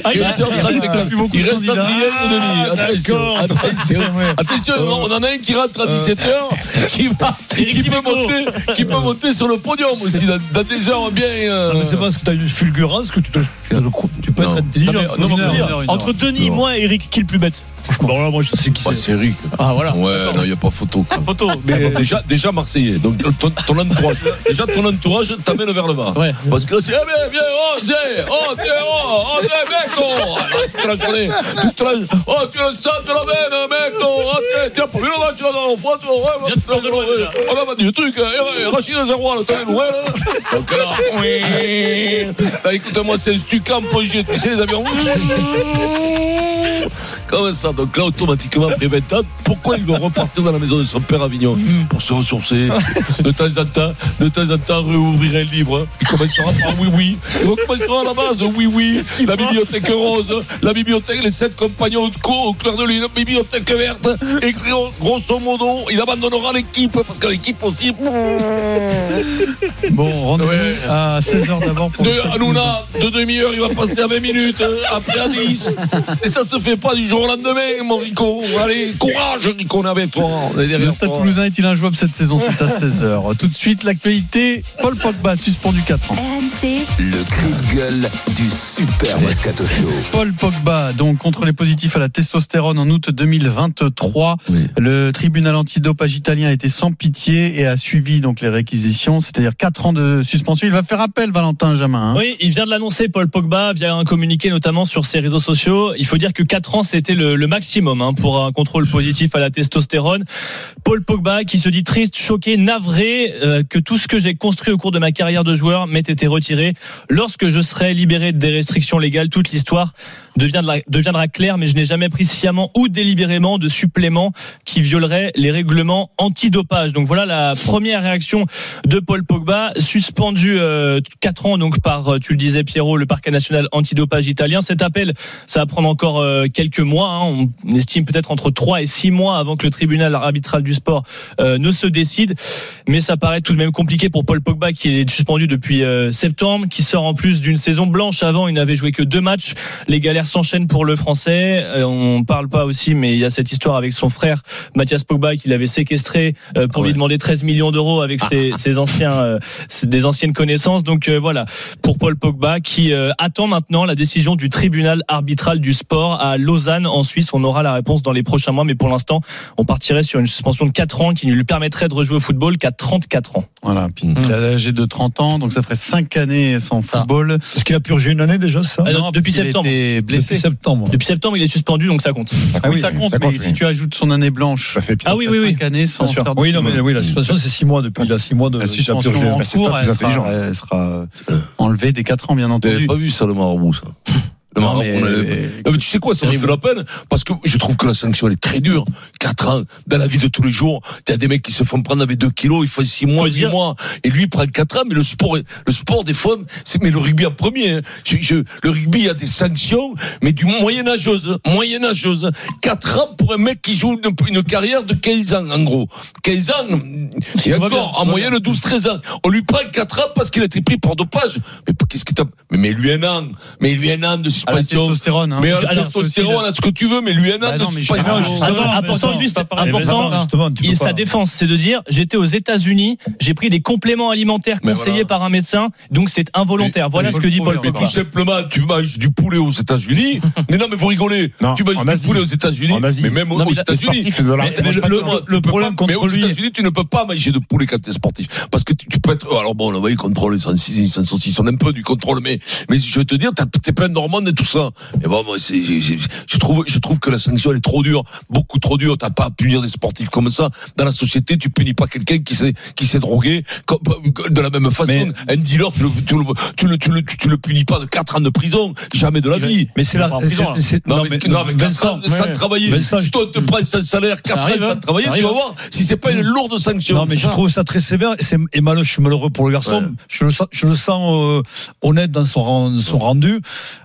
Speaker 6: Ah,
Speaker 3: <laughs>
Speaker 6: il reste- il reste
Speaker 3: 15h34.
Speaker 6: plus beaucoup
Speaker 3: Il
Speaker 6: de
Speaker 3: reste
Speaker 6: candidats.
Speaker 3: Adrien ou Denis. Attention, attention. Attention, on en a un qui rentre à 17h, qui, va,
Speaker 6: Et
Speaker 3: qui,
Speaker 6: qui
Speaker 3: peut
Speaker 6: va court.
Speaker 3: monter, qui peut monter sur le podium aussi, dans, dans des heures bien. euh,
Speaker 4: Non, mais c'est parce que tu as une fulgurance que tu, te, tu, te- tu peux
Speaker 3: Non.
Speaker 4: être intelligent.
Speaker 6: Non, mais- non, mais on
Speaker 7: Une
Speaker 6: peut
Speaker 7: heure,
Speaker 6: dire,
Speaker 7: une heure, une
Speaker 6: Entre
Speaker 7: heure.
Speaker 6: Denis,
Speaker 3: Non.
Speaker 6: moi et Eric, qui est le plus bête
Speaker 4: Bon, là, moi, je sais qui
Speaker 3: bah,
Speaker 4: c'est.
Speaker 3: c'est Eric.
Speaker 6: Ah voilà.
Speaker 3: Ouais, non, il n'y a pas photo. quoi.
Speaker 6: Photo.
Speaker 3: Ah,
Speaker 6: Mais... euh,
Speaker 3: bon, déjà, déjà Marseillais, donc euh, ton, ton
Speaker 6: <laughs>
Speaker 3: entourage. déjà ton entourage t'amène vers le bas.
Speaker 6: Ouais.
Speaker 3: Parce que là, c'est, eh bien, viens, oh, c'est, oh, t'es, oh, oh, t'es, mec, oh, Alors, tu te la connais, tu te la- oh, tu le sens de la veine, mec, oh, oh, t'es, tiens, pour lui, là, tu vas dans le France, oh, ouais, ouais,
Speaker 6: Viens te faire de loin, déjà.
Speaker 3: on a vendu le truc, hein, eh, ouais, Rachid Zeroual, t'as vu, ouais, là. Donc là, oui. Bah, écoute-moi, c'est un stuc en projet, tu sais, les avions. Comme ça, donc là, automatiquement, après 20 ans, pourquoi ils vont repartir dans la maison de son père à Avignon Pour se ressourcer, de temps en temps, de temps en temps, réouvrir un livre. hein. Il commencera par oui, oui. Il recommencera à la base, oui, oui. La bibliothèque rose, la bibliothèque, les sept compagnons de cours au clair de lune, la bibliothèque verte. Et gros- grosso modo, il abandonnera l'équipe, parce que l'équipe aussi,
Speaker 7: Bon, rendez-vous
Speaker 3: Ouais.
Speaker 7: à 16h d'abord pour. le
Speaker 3: de
Speaker 7: stade
Speaker 3: Hanouna, de demi-heure, il va passer à 20 minutes, euh, après à 10. Et ça se fait pas du jour au lendemain, mon Rico. Allez, courage, Rico, on est avec toi. On est
Speaker 7: Le
Speaker 3: derrière
Speaker 7: Stade
Speaker 3: toi.
Speaker 7: Toulousain est-il injouable cette saison C'est
Speaker 3: <laughs>
Speaker 7: à 16h. Tout de suite, l'actualité. Paul Pogba suspendu 4 ans.
Speaker 1: RMC,
Speaker 2: Le cri de gueule du Super Moscato Show.
Speaker 7: Paul Pogba, donc contre les positifs à la testostérone en août 2023.
Speaker 3: Oui.
Speaker 7: Le tribunal antidopage italien a été sans pitié et a suivi donc les réquisitions, c'est-à-dire 4 ans de suspension. Il va faire appel, Valentin Jamin. hein.
Speaker 6: Oui, il vient de l'annoncer, Paul Pogba, via un communiqué notamment sur ses réseaux sociaux. Il faut dire que 4 ans, c'était le, le maximum hein, pour un contrôle positif à la testostérone. Paul Pogba qui se dit triste, choqué, navré euh, que tout ce que j'ai construit au cours de ma carrière de joueur m'ait été retiré. Lorsque je serai libéré des restrictions légales, toute l'histoire deviendra, deviendra claire, mais je n'ai jamais pris sciemment ou délibérément de suppléments qui violeraient les règlements antidopage. Donc voilà la première réaction de Paul Pogba, suspendu euh, 4 ans donc par, euh, tu le disais Pierrot, le parquet national antidopage italien. Cet appel, ça va prendre encore euh, quelques mois. hein. On estime peut-être entre 3 et 6 mois avant que le tribunal arbitral du sport euh, ne se décide. Mais ça paraît tout de même compliqué pour Paul Pogba qui est suspendu depuis euh, septembre, qui sort en plus d'une saison blanche. Avant, il n'avait joué que deux matchs. Les galères s'enchaînent pour le Français. Euh, on parle pas aussi, mais il y a cette histoire avec son frère Mathias Pogba qui l'avait séquestré euh, pour
Speaker 3: Ah ouais.
Speaker 6: lui demander 13 millions d'euros avec ses, ses anciens, euh, ses- des anciennes connaissances. Donc euh, voilà pour Paul Pogba qui euh, attend maintenant la décision du tribunal arbitral du sport à Lausanne en Suisse. On aura la réponse dans les prochains mois, mais pour l'instant, on partirait sur une suspension de 4 ans qui ne lui permettrait de rejouer au football qu'à 34 ans.
Speaker 7: Voilà, puis il a l'âge de 30 ans, donc ça ferait 5 années sans football.
Speaker 4: Parce qu'il a purgé une année déjà, ça
Speaker 6: Ah,
Speaker 7: Non,
Speaker 6: depuis
Speaker 7: parce qu'il a
Speaker 6: septembre.
Speaker 7: été blessé.
Speaker 4: Depuis septembre.
Speaker 6: Depuis septembre, il est suspendu, donc ça compte.
Speaker 7: Ah oui, ça compte, mais
Speaker 5: oui.
Speaker 7: si tu ajoutes son année blanche,
Speaker 5: Ça fait pire.
Speaker 6: Ah oui, oui, oui.
Speaker 7: 5 années sans
Speaker 6: Bien sûr.
Speaker 7: faire de
Speaker 4: Oui, non, mais
Speaker 7: football.
Speaker 4: oui, la suspension, c'est 6 mois depuis. Il a 6 mois de
Speaker 7: La
Speaker 4: il a
Speaker 7: suspension
Speaker 4: purgé.
Speaker 7: en
Speaker 5: mais c'est pas
Speaker 7: cours,
Speaker 5: plus
Speaker 7: elle
Speaker 5: intelligent.
Speaker 7: sera, elle sera enlevée des 4 ans, bien
Speaker 3: T'avais
Speaker 7: entendu.
Speaker 3: pas vu ça, le marabout, ça. Le marabout,
Speaker 7: mais-
Speaker 3: on l'avait pas. Non, Ah, mais tu sais quoi, ça me fait la peine, parce que je trouve que la sanction, elle est très dure. 4 ans, dans la vie de tous les jours, t'as des mecs qui se font prendre avec 2 kilos, ils font 6 mois,
Speaker 6: Faut
Speaker 3: 8
Speaker 6: dire-
Speaker 3: mois, et lui, il prend 4 ans, mais le sport, est- le sport des femmes, c'est, mais le rugby en premier, hein. Je- je- le rugby a des sanctions, mais du moyenâgeuse, moyenâgeuse. 4 ans pour un mec qui joue une, une carrière de 15 ans, en gros. 15 ans, mm, et
Speaker 6: va bien,
Speaker 3: encore,
Speaker 6: ça
Speaker 3: en
Speaker 6: va
Speaker 3: moyenne, 12-13 ans. On lui prend 4 ans parce qu'il a été pris pour dopage. Mais qu'est-ce qui t'a, mais, mais lui un an, mais lui un an de
Speaker 7: À la
Speaker 3: suspension.
Speaker 7: testostérone. hein.
Speaker 3: Mais
Speaker 7: Je-
Speaker 3: alors,
Speaker 7: alors,
Speaker 3: testostérone, à ce que tu veux, mais lui, un
Speaker 7: Bah
Speaker 3: an de
Speaker 7: non, mais je-
Speaker 3: suspension.
Speaker 7: non, justement,
Speaker 6: Attends,
Speaker 7: mais
Speaker 6: important,
Speaker 7: non,
Speaker 6: juste,
Speaker 7: c'est pas pareil.
Speaker 6: important,
Speaker 7: Mais non,
Speaker 4: Justement, tu
Speaker 6: Et
Speaker 4: peux
Speaker 6: sa
Speaker 4: pas-
Speaker 6: défense, c'est de dire j'étais aux États-Unis, j'ai pris des compléments alimentaires
Speaker 3: Mais
Speaker 6: conseillés
Speaker 3: voilà.
Speaker 6: par un médecin, donc c'est involontaire.
Speaker 7: Mais-
Speaker 6: Voilà
Speaker 7: mais
Speaker 6: ce
Speaker 7: faut
Speaker 6: que
Speaker 7: le
Speaker 6: dit Paul
Speaker 7: prouver,
Speaker 3: Mais
Speaker 6: Pogba.
Speaker 3: tout simplement, tu manges du poulet aux
Speaker 7: <laughs>
Speaker 3: États-Unis. mais non, mais vous rigolez.
Speaker 5: Non,
Speaker 3: tu manges
Speaker 5: en
Speaker 3: du
Speaker 5: Asie.
Speaker 3: poulet aux États-Unis.
Speaker 5: En Asie.
Speaker 3: Mais même
Speaker 5: Non,
Speaker 3: aux
Speaker 5: mais les
Speaker 3: États-Unis.
Speaker 5: sportifs, ils doivent
Speaker 3: Mais-
Speaker 5: leur- ils
Speaker 3: mais le-
Speaker 5: mangent
Speaker 3: le-
Speaker 5: pas de-
Speaker 3: le- le problème
Speaker 4: contre
Speaker 3: mais aux
Speaker 4: lui-
Speaker 3: États-Unis, tu ne peux pas manger de poulet quand tu es sportif. Parce que tu, oh, tu peux être. Alors bon, là, vous voyez, contrôle 106, 106, on aime un peu du contrôle, mais, mais je veux te dire, t'as- t'es plein d'hormones, et tout ça. Mais bon, moi, c'est- j'ai- j'ai- je trouve, je trouve que la sanction elle est trop dure, beaucoup trop dure. T'as pas à punir des sportifs comme ça. Dans la société, tu punis pas quelqu'un qui s'est, qui s'est drogué comme- de la même façon. Un dealer, tu le, tu le, tu le, tu le, tu le punis pas de 4 ans de prison, jamais de la vie.
Speaker 6: Mais c'est la-
Speaker 3: Non, mais-
Speaker 6: c'est- c'est-
Speaker 3: non, mais, non, mais
Speaker 6: Vincent,
Speaker 3: 4 ans sans
Speaker 6: ouais.
Speaker 3: travailler.
Speaker 6: Vincent,
Speaker 3: si toi, on te prends sans salaire, 4 ans
Speaker 4: arrive,
Speaker 3: sans
Speaker 4: hein.
Speaker 3: travailler,
Speaker 4: Hmm. Ça
Speaker 3: tu vas
Speaker 4: arrive, Hmm.
Speaker 3: voir si c'est pas une lourde sanction. Ah.
Speaker 4: Non, mais je trouve ça très sévère. Et, c'est- et malheureux, je suis malheureux pour le garçon.
Speaker 3: Ouais.
Speaker 4: Je le sens, je le sens euh, honnête dans son, ren- son rendu.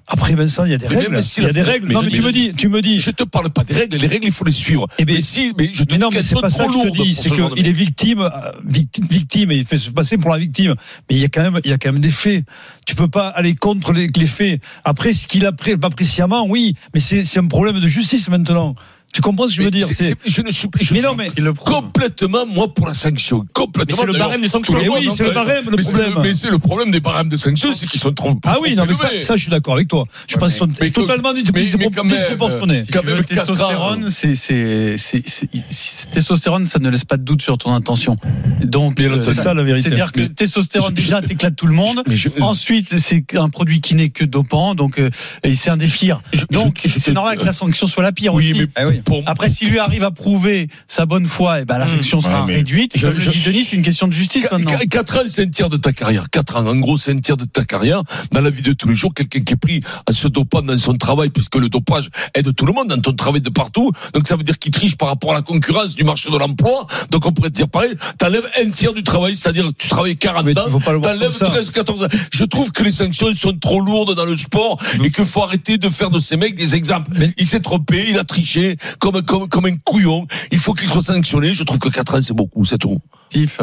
Speaker 4: Après, Vincent, il y a des
Speaker 3: Mais
Speaker 4: règles.
Speaker 3: même si
Speaker 4: il y a
Speaker 3: la-
Speaker 4: des règles.
Speaker 3: mais-
Speaker 4: non, mais, tu
Speaker 3: mais-
Speaker 4: me dis, tu me dis.
Speaker 3: Je te parle pas des règles, les règles, il faut les suivre.
Speaker 4: Eh ben,
Speaker 3: mais si, mais je te
Speaker 4: mais non,
Speaker 3: dis
Speaker 4: mais
Speaker 3: qu'elles
Speaker 4: c'est
Speaker 3: sont
Speaker 4: pas ça
Speaker 3: trop
Speaker 4: que je te
Speaker 3: lourdes
Speaker 4: dis.
Speaker 3: pour
Speaker 4: C'est
Speaker 3: ce genre de
Speaker 4: qu'il est victime, euh, victime, victime, et il fait se passer pour la victime. Mais il y a quand même, il y a quand même des faits. Tu peux pas aller contre les, les faits. Après, ce qu'il a pris, pas pris sciemment, oui, mais c'est c'est un problème de justice maintenant. Tu comprends ce que je veux
Speaker 3: Mais
Speaker 4: dire
Speaker 3: c'est-
Speaker 4: C'est-
Speaker 3: c'est- Je ne suis, je
Speaker 4: Mais non,
Speaker 3: suis
Speaker 4: mais-
Speaker 3: complètement, moi, pour la sanction. Complètement.
Speaker 4: Mais c'est le
Speaker 3: d'ailleurs.
Speaker 4: barème des sanctions.
Speaker 3: Tout
Speaker 4: Eh
Speaker 3: monde,
Speaker 4: oui,
Speaker 3: hein,
Speaker 4: c'est le
Speaker 3: ouais.
Speaker 4: barème, le
Speaker 3: Mais c'est
Speaker 4: problème.
Speaker 3: Mais c'est le problème des barèmes de sanctions, c'est qu'ils sont trop.
Speaker 4: Ah oui, non, mais ça,
Speaker 3: élevés.
Speaker 4: ça, je suis d'accord avec toi. Je
Speaker 3: Ouais,
Speaker 4: pense que
Speaker 3: mais-
Speaker 4: c'est totalement
Speaker 3: mais- mais quand même, euh,
Speaker 4: disproportionné.
Speaker 7: euh, Si
Speaker 3: Quand
Speaker 7: tu veux,
Speaker 3: même
Speaker 7: le
Speaker 3: quatre ans.
Speaker 4: euh,
Speaker 7: testostérone, c'est, c'est, c'est, c'est- c'est- testostérone, ça ne laisse pas de doute sur ton intention. Donc, euh,
Speaker 3: Mais alors, c'est ça, la vérité.
Speaker 7: C'est-à-dire que
Speaker 3: Mais-
Speaker 7: testostérone,
Speaker 3: je- je-
Speaker 7: déjà, t'éclates tout le monde.
Speaker 3: Mais je- euh,
Speaker 7: Ensuite, c'est un produit qui n'est que dopant, donc euh, et c'est un des pires.
Speaker 3: je-
Speaker 7: Donc,
Speaker 3: je- je-
Speaker 7: c'est normal que la sanction soit la pire
Speaker 3: Oui,
Speaker 7: aussi.
Speaker 3: mais pour- Hmm.
Speaker 7: Après, si lui arrive à prouver sa bonne foi, eh ben, la sanction sera
Speaker 5: Ouais, mais-
Speaker 7: réduite.
Speaker 3: Je-
Speaker 7: Comme le
Speaker 3: je-
Speaker 7: dit Denis, c'est une question de justice maintenant.
Speaker 3: 4 ans, c'est un tiers de ta carrière. 4 ans, en gros, c'est un tiers de ta carrière. Dans la vie de tous les jours, quelqu'un qui est pris à se dopant dans son travail, puisque le dopage aide tout le monde dans ton travail de partout. Donc ça veut dire qu'il triche par rapport à la concurrence du marché de l'emploi. Donc on pourrait te dire pareil, t'enlèves un tiers du travail, c'est-à-dire que tu travailles 40
Speaker 4: Mais tu
Speaker 3: ans,
Speaker 4: faut pas le voir
Speaker 3: t'enlèves
Speaker 4: comme ça.
Speaker 3: 13, 14 ans. Je trouve que les sanctions sont trop lourdes dans le sport
Speaker 4: Mmh.
Speaker 3: et qu'il faut arrêter de faire de ces mecs des exemples. Il s'est trompé, il a triché comme, comme, comme un couillon. Il faut qu'il soit sanctionné. Je trouve que 4 ans, c'est beaucoup, c'est tout.
Speaker 7: Tif.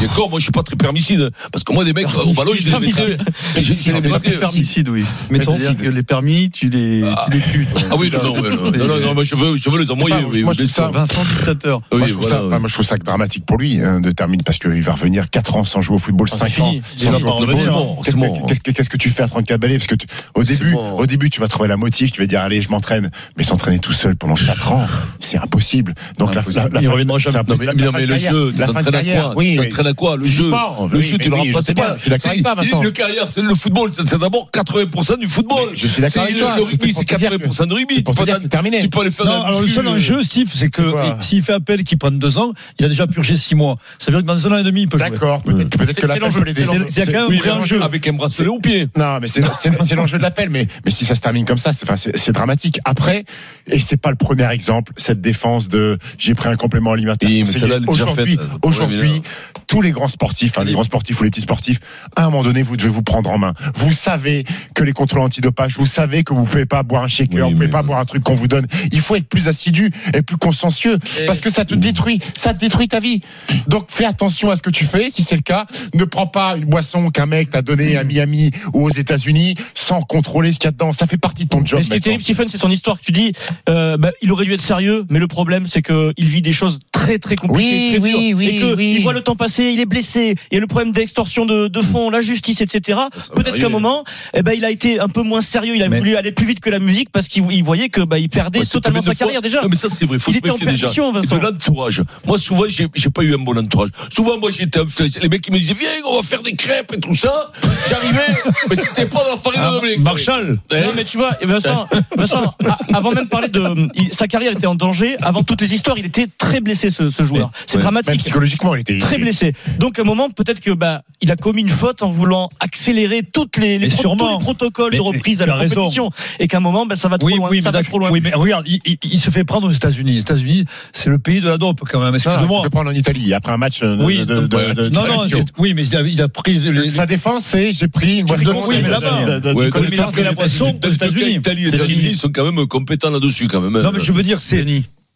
Speaker 3: Et encore, moi je suis pas très permicide. Parce que moi, des mecs, au ballon, je les mettrais. Je, je les
Speaker 7: Pas plus
Speaker 3: mettrais.
Speaker 7: permicide, oui.
Speaker 4: Mais
Speaker 7: C'est-à-dire
Speaker 4: tenside.
Speaker 7: que les permis, tu les, tu les tues. toi.
Speaker 3: Ah oui, non, non, ouais, non, non, non, non, moi, je veux, je veux les envoyer.
Speaker 5: pas,
Speaker 3: oui,
Speaker 5: moi, je trouve
Speaker 3: bien
Speaker 5: ça-
Speaker 3: sûr.
Speaker 7: Vincent, dictateur.
Speaker 3: Oui,
Speaker 5: moi, je trouve
Speaker 3: voilà,
Speaker 5: ça,
Speaker 3: ouais.
Speaker 5: enfin, moi, je trouve ça dramatique pour lui hein, de terminer parce qu'il va revenir 4 ans sans jouer au football,
Speaker 6: Ah,
Speaker 5: 5
Speaker 6: c'est
Speaker 5: ans
Speaker 6: fini. Il
Speaker 5: sans
Speaker 6: va
Speaker 5: jouer
Speaker 6: pas
Speaker 5: au
Speaker 6: revenir.
Speaker 5: football.
Speaker 3: C'est mort,
Speaker 5: Qu'est-ce
Speaker 3: c'est
Speaker 5: que-
Speaker 3: mort.
Speaker 5: Qu'est-ce que- qu'est-ce que tu fais à 34 balais Parce que tu- au
Speaker 3: C'est
Speaker 5: début,
Speaker 3: mort.
Speaker 5: au début, tu vas trouver la motive, tu vas dire allez, je m'entraîne, mais s'entraîner tout seul pendant 4 ans, c'est impossible. Donc la, la, la,
Speaker 4: Il reviendra jamais.
Speaker 5: c'est
Speaker 3: Non mais,
Speaker 5: la-
Speaker 3: mais,
Speaker 5: la
Speaker 3: non,
Speaker 5: fin
Speaker 3: mais
Speaker 5: de
Speaker 3: le
Speaker 5: carrière.
Speaker 3: jeu, tu
Speaker 5: La fin de
Speaker 3: t'entraînes à
Speaker 5: carrière,
Speaker 3: quoi
Speaker 5: oui,
Speaker 3: Tu
Speaker 5: mais-
Speaker 3: t'entraînes à quoi Le jeu,
Speaker 5: Physiquement,
Speaker 3: le
Speaker 5: oui,
Speaker 3: jeu,
Speaker 5: mais
Speaker 3: tu le
Speaker 5: oui, je
Speaker 3: remplaces
Speaker 5: sais
Speaker 3: pas.
Speaker 5: bien, je suis d'accord
Speaker 3: C'est-
Speaker 5: avec toi, Vincent.
Speaker 3: Le carrière, c'est le football, c'est c'est d'abord 80% du football.
Speaker 5: Mais je suis d'accord
Speaker 3: C'est
Speaker 5: avec
Speaker 3: le-
Speaker 5: toi,
Speaker 3: Le
Speaker 5: c'était
Speaker 3: rugby,
Speaker 5: pour
Speaker 3: c'est
Speaker 5: te dire que-
Speaker 3: 80% de rugby.
Speaker 5: c'est pour te
Speaker 3: Tu peux
Speaker 5: dire
Speaker 3: en-
Speaker 5: que c'est terminé.
Speaker 3: Tu peux aller faire de
Speaker 4: Non,
Speaker 3: la
Speaker 4: alors le
Speaker 3: muscu, euh,
Speaker 4: seul enjeu, Steve, c'est
Speaker 5: C'est
Speaker 4: que
Speaker 5: quoi
Speaker 4: et s'il fait appel, qu'il prenne deux ans, il a déjà purgé six mois. Ça veut dire que dans un an et demi, il peut jouer.
Speaker 5: D'accord, peut-être que- peut-être que la
Speaker 4: l'enjeu. C'est- c'est quand même un vrai enjeu.
Speaker 3: Avec un bracelet au pied.
Speaker 5: Non, mais c'est c'est- c'est l'enjeu de l'appel. Mais, mais si ça se termine comme ça, c'est enfin, c'est- c'est dramatique. Après, et c'est pas le premier exemple, cette défense de j'ai pris un complément alimentaire.
Speaker 3: Oui, mais
Speaker 5: conseillé.
Speaker 3: celle-là, elle est déjà
Speaker 5: Aujourd'hui,
Speaker 3: faite. Ouais, mais
Speaker 5: aujourd'hui,
Speaker 3: là-
Speaker 5: tous les grands sportifs, hein, les grands sportifs ou les petits sportifs, à un moment donné, vous devez vous prendre en main. Vous savez que les contrôles antidopage, vous savez que vous pouvez pas boire un shaker,
Speaker 3: Oui,
Speaker 5: vous pouvez
Speaker 3: mais-
Speaker 5: pas boire un truc qu'on vous donne. Il faut être plus assidu et plus consciencieux parce que ça te détruit, ça te détruit ta vie. Donc fais attention à ce que tu fais. Si c'est le cas, ne prends pas une boisson qu'un mec t'a donnée à Miami ou aux États-Unis sans contrôler ce qu'il y a dedans. Ça fait partie de ton job.
Speaker 6: Mais ce qui est
Speaker 5: Vincent.
Speaker 6: terrible, Stephen, c'est son histoire. Tu dis, euh, bah, il aurait dû être sérieux, mais le problème, c'est que il vit des choses très très compliquées,
Speaker 5: Oui,
Speaker 6: très
Speaker 5: oui,
Speaker 6: dures,
Speaker 5: oui,
Speaker 6: et que
Speaker 5: oui.
Speaker 6: il voit le temps passer, il est blessé, il y a le problème d'extorsion de, de fonds, la justice, etc.
Speaker 3: va
Speaker 6: Peut-être
Speaker 3: arriver.
Speaker 6: qu'à un moment, eh ben, il a été un peu moins sérieux, il a
Speaker 4: Mais-
Speaker 6: voulu aller plus vite que la musique parce qu'il il voyait que bah, il perdait
Speaker 3: Ouais, c'est
Speaker 6: totalement
Speaker 3: combien
Speaker 6: sa
Speaker 3: de fois-
Speaker 6: carrière déjà.
Speaker 3: Non, mais ça, c'est vrai. Faut
Speaker 6: Il
Speaker 3: se
Speaker 6: était en
Speaker 3: méfier déjà.
Speaker 6: perdition, Vincent.
Speaker 3: Et De l'entourage. Moi, souvent, j'ai, j'ai pas eu un bon entourage. Souvent, moi, j'étais influencé. Les mecs, ils me disaient, viens, on va faire des crêpes et tout ça. J'arrivais, mais c'était pas dans la farine de blé.
Speaker 4: Marshall
Speaker 3: Eh,
Speaker 6: Non mais tu vois, et Vincent, Vincent, a- avant même de parler de il- sa carrière était en danger, avant toutes les histoires, il était très blessé ce, ce joueur. C'est
Speaker 3: Ouais.
Speaker 5: Même
Speaker 6: dramatique.
Speaker 5: psychologiquement, il était
Speaker 6: Très blessé. Donc à un moment, peut-être que bah il a commis une faute en voulant accélérer toutes les, les
Speaker 4: Mais
Speaker 6: pro-
Speaker 4: sûrement.
Speaker 6: tous les protocoles
Speaker 4: Mais
Speaker 6: de reprise à
Speaker 4: tu
Speaker 6: la
Speaker 4: as raison.
Speaker 6: compétition et qu'à un moment bah, ça va trop
Speaker 4: oui,
Speaker 6: loin.
Speaker 4: oui,
Speaker 6: ça
Speaker 4: mais
Speaker 6: va
Speaker 4: d'accord.
Speaker 6: trop loin.
Speaker 4: oui, mais regarde, il, il- il se fait prendre aux États-Unis. Les États-Unis, c'est le pays de la dope quand même.
Speaker 5: Non, Ah, il
Speaker 4: Excuse-moi.
Speaker 5: se fait prendre en Italie après un match euh, de,
Speaker 4: Oui,
Speaker 5: de- de-
Speaker 4: donc,
Speaker 5: de-
Speaker 4: non,
Speaker 5: de-
Speaker 4: non,
Speaker 5: de-
Speaker 4: c'est- oui, mais il a, il a pris les,
Speaker 5: Sa défense, c'est j'ai pris une boisson.
Speaker 4: compris, mais
Speaker 5: de- de-
Speaker 4: là-bas.
Speaker 5: de-
Speaker 3: Ouais,
Speaker 5: de
Speaker 3: donc,
Speaker 4: mais
Speaker 5: connaissance
Speaker 4: après,
Speaker 5: de-
Speaker 4: la boisson,
Speaker 3: Dans- dans-
Speaker 4: aux
Speaker 3: dans-
Speaker 4: États-Unis.
Speaker 3: Italie et
Speaker 4: C'est ce qu'il
Speaker 3: États-Unis,
Speaker 4: dit.
Speaker 3: ils sont quand même compétents là-dessus, quand même.
Speaker 4: Non, mais je veux dire, c'est.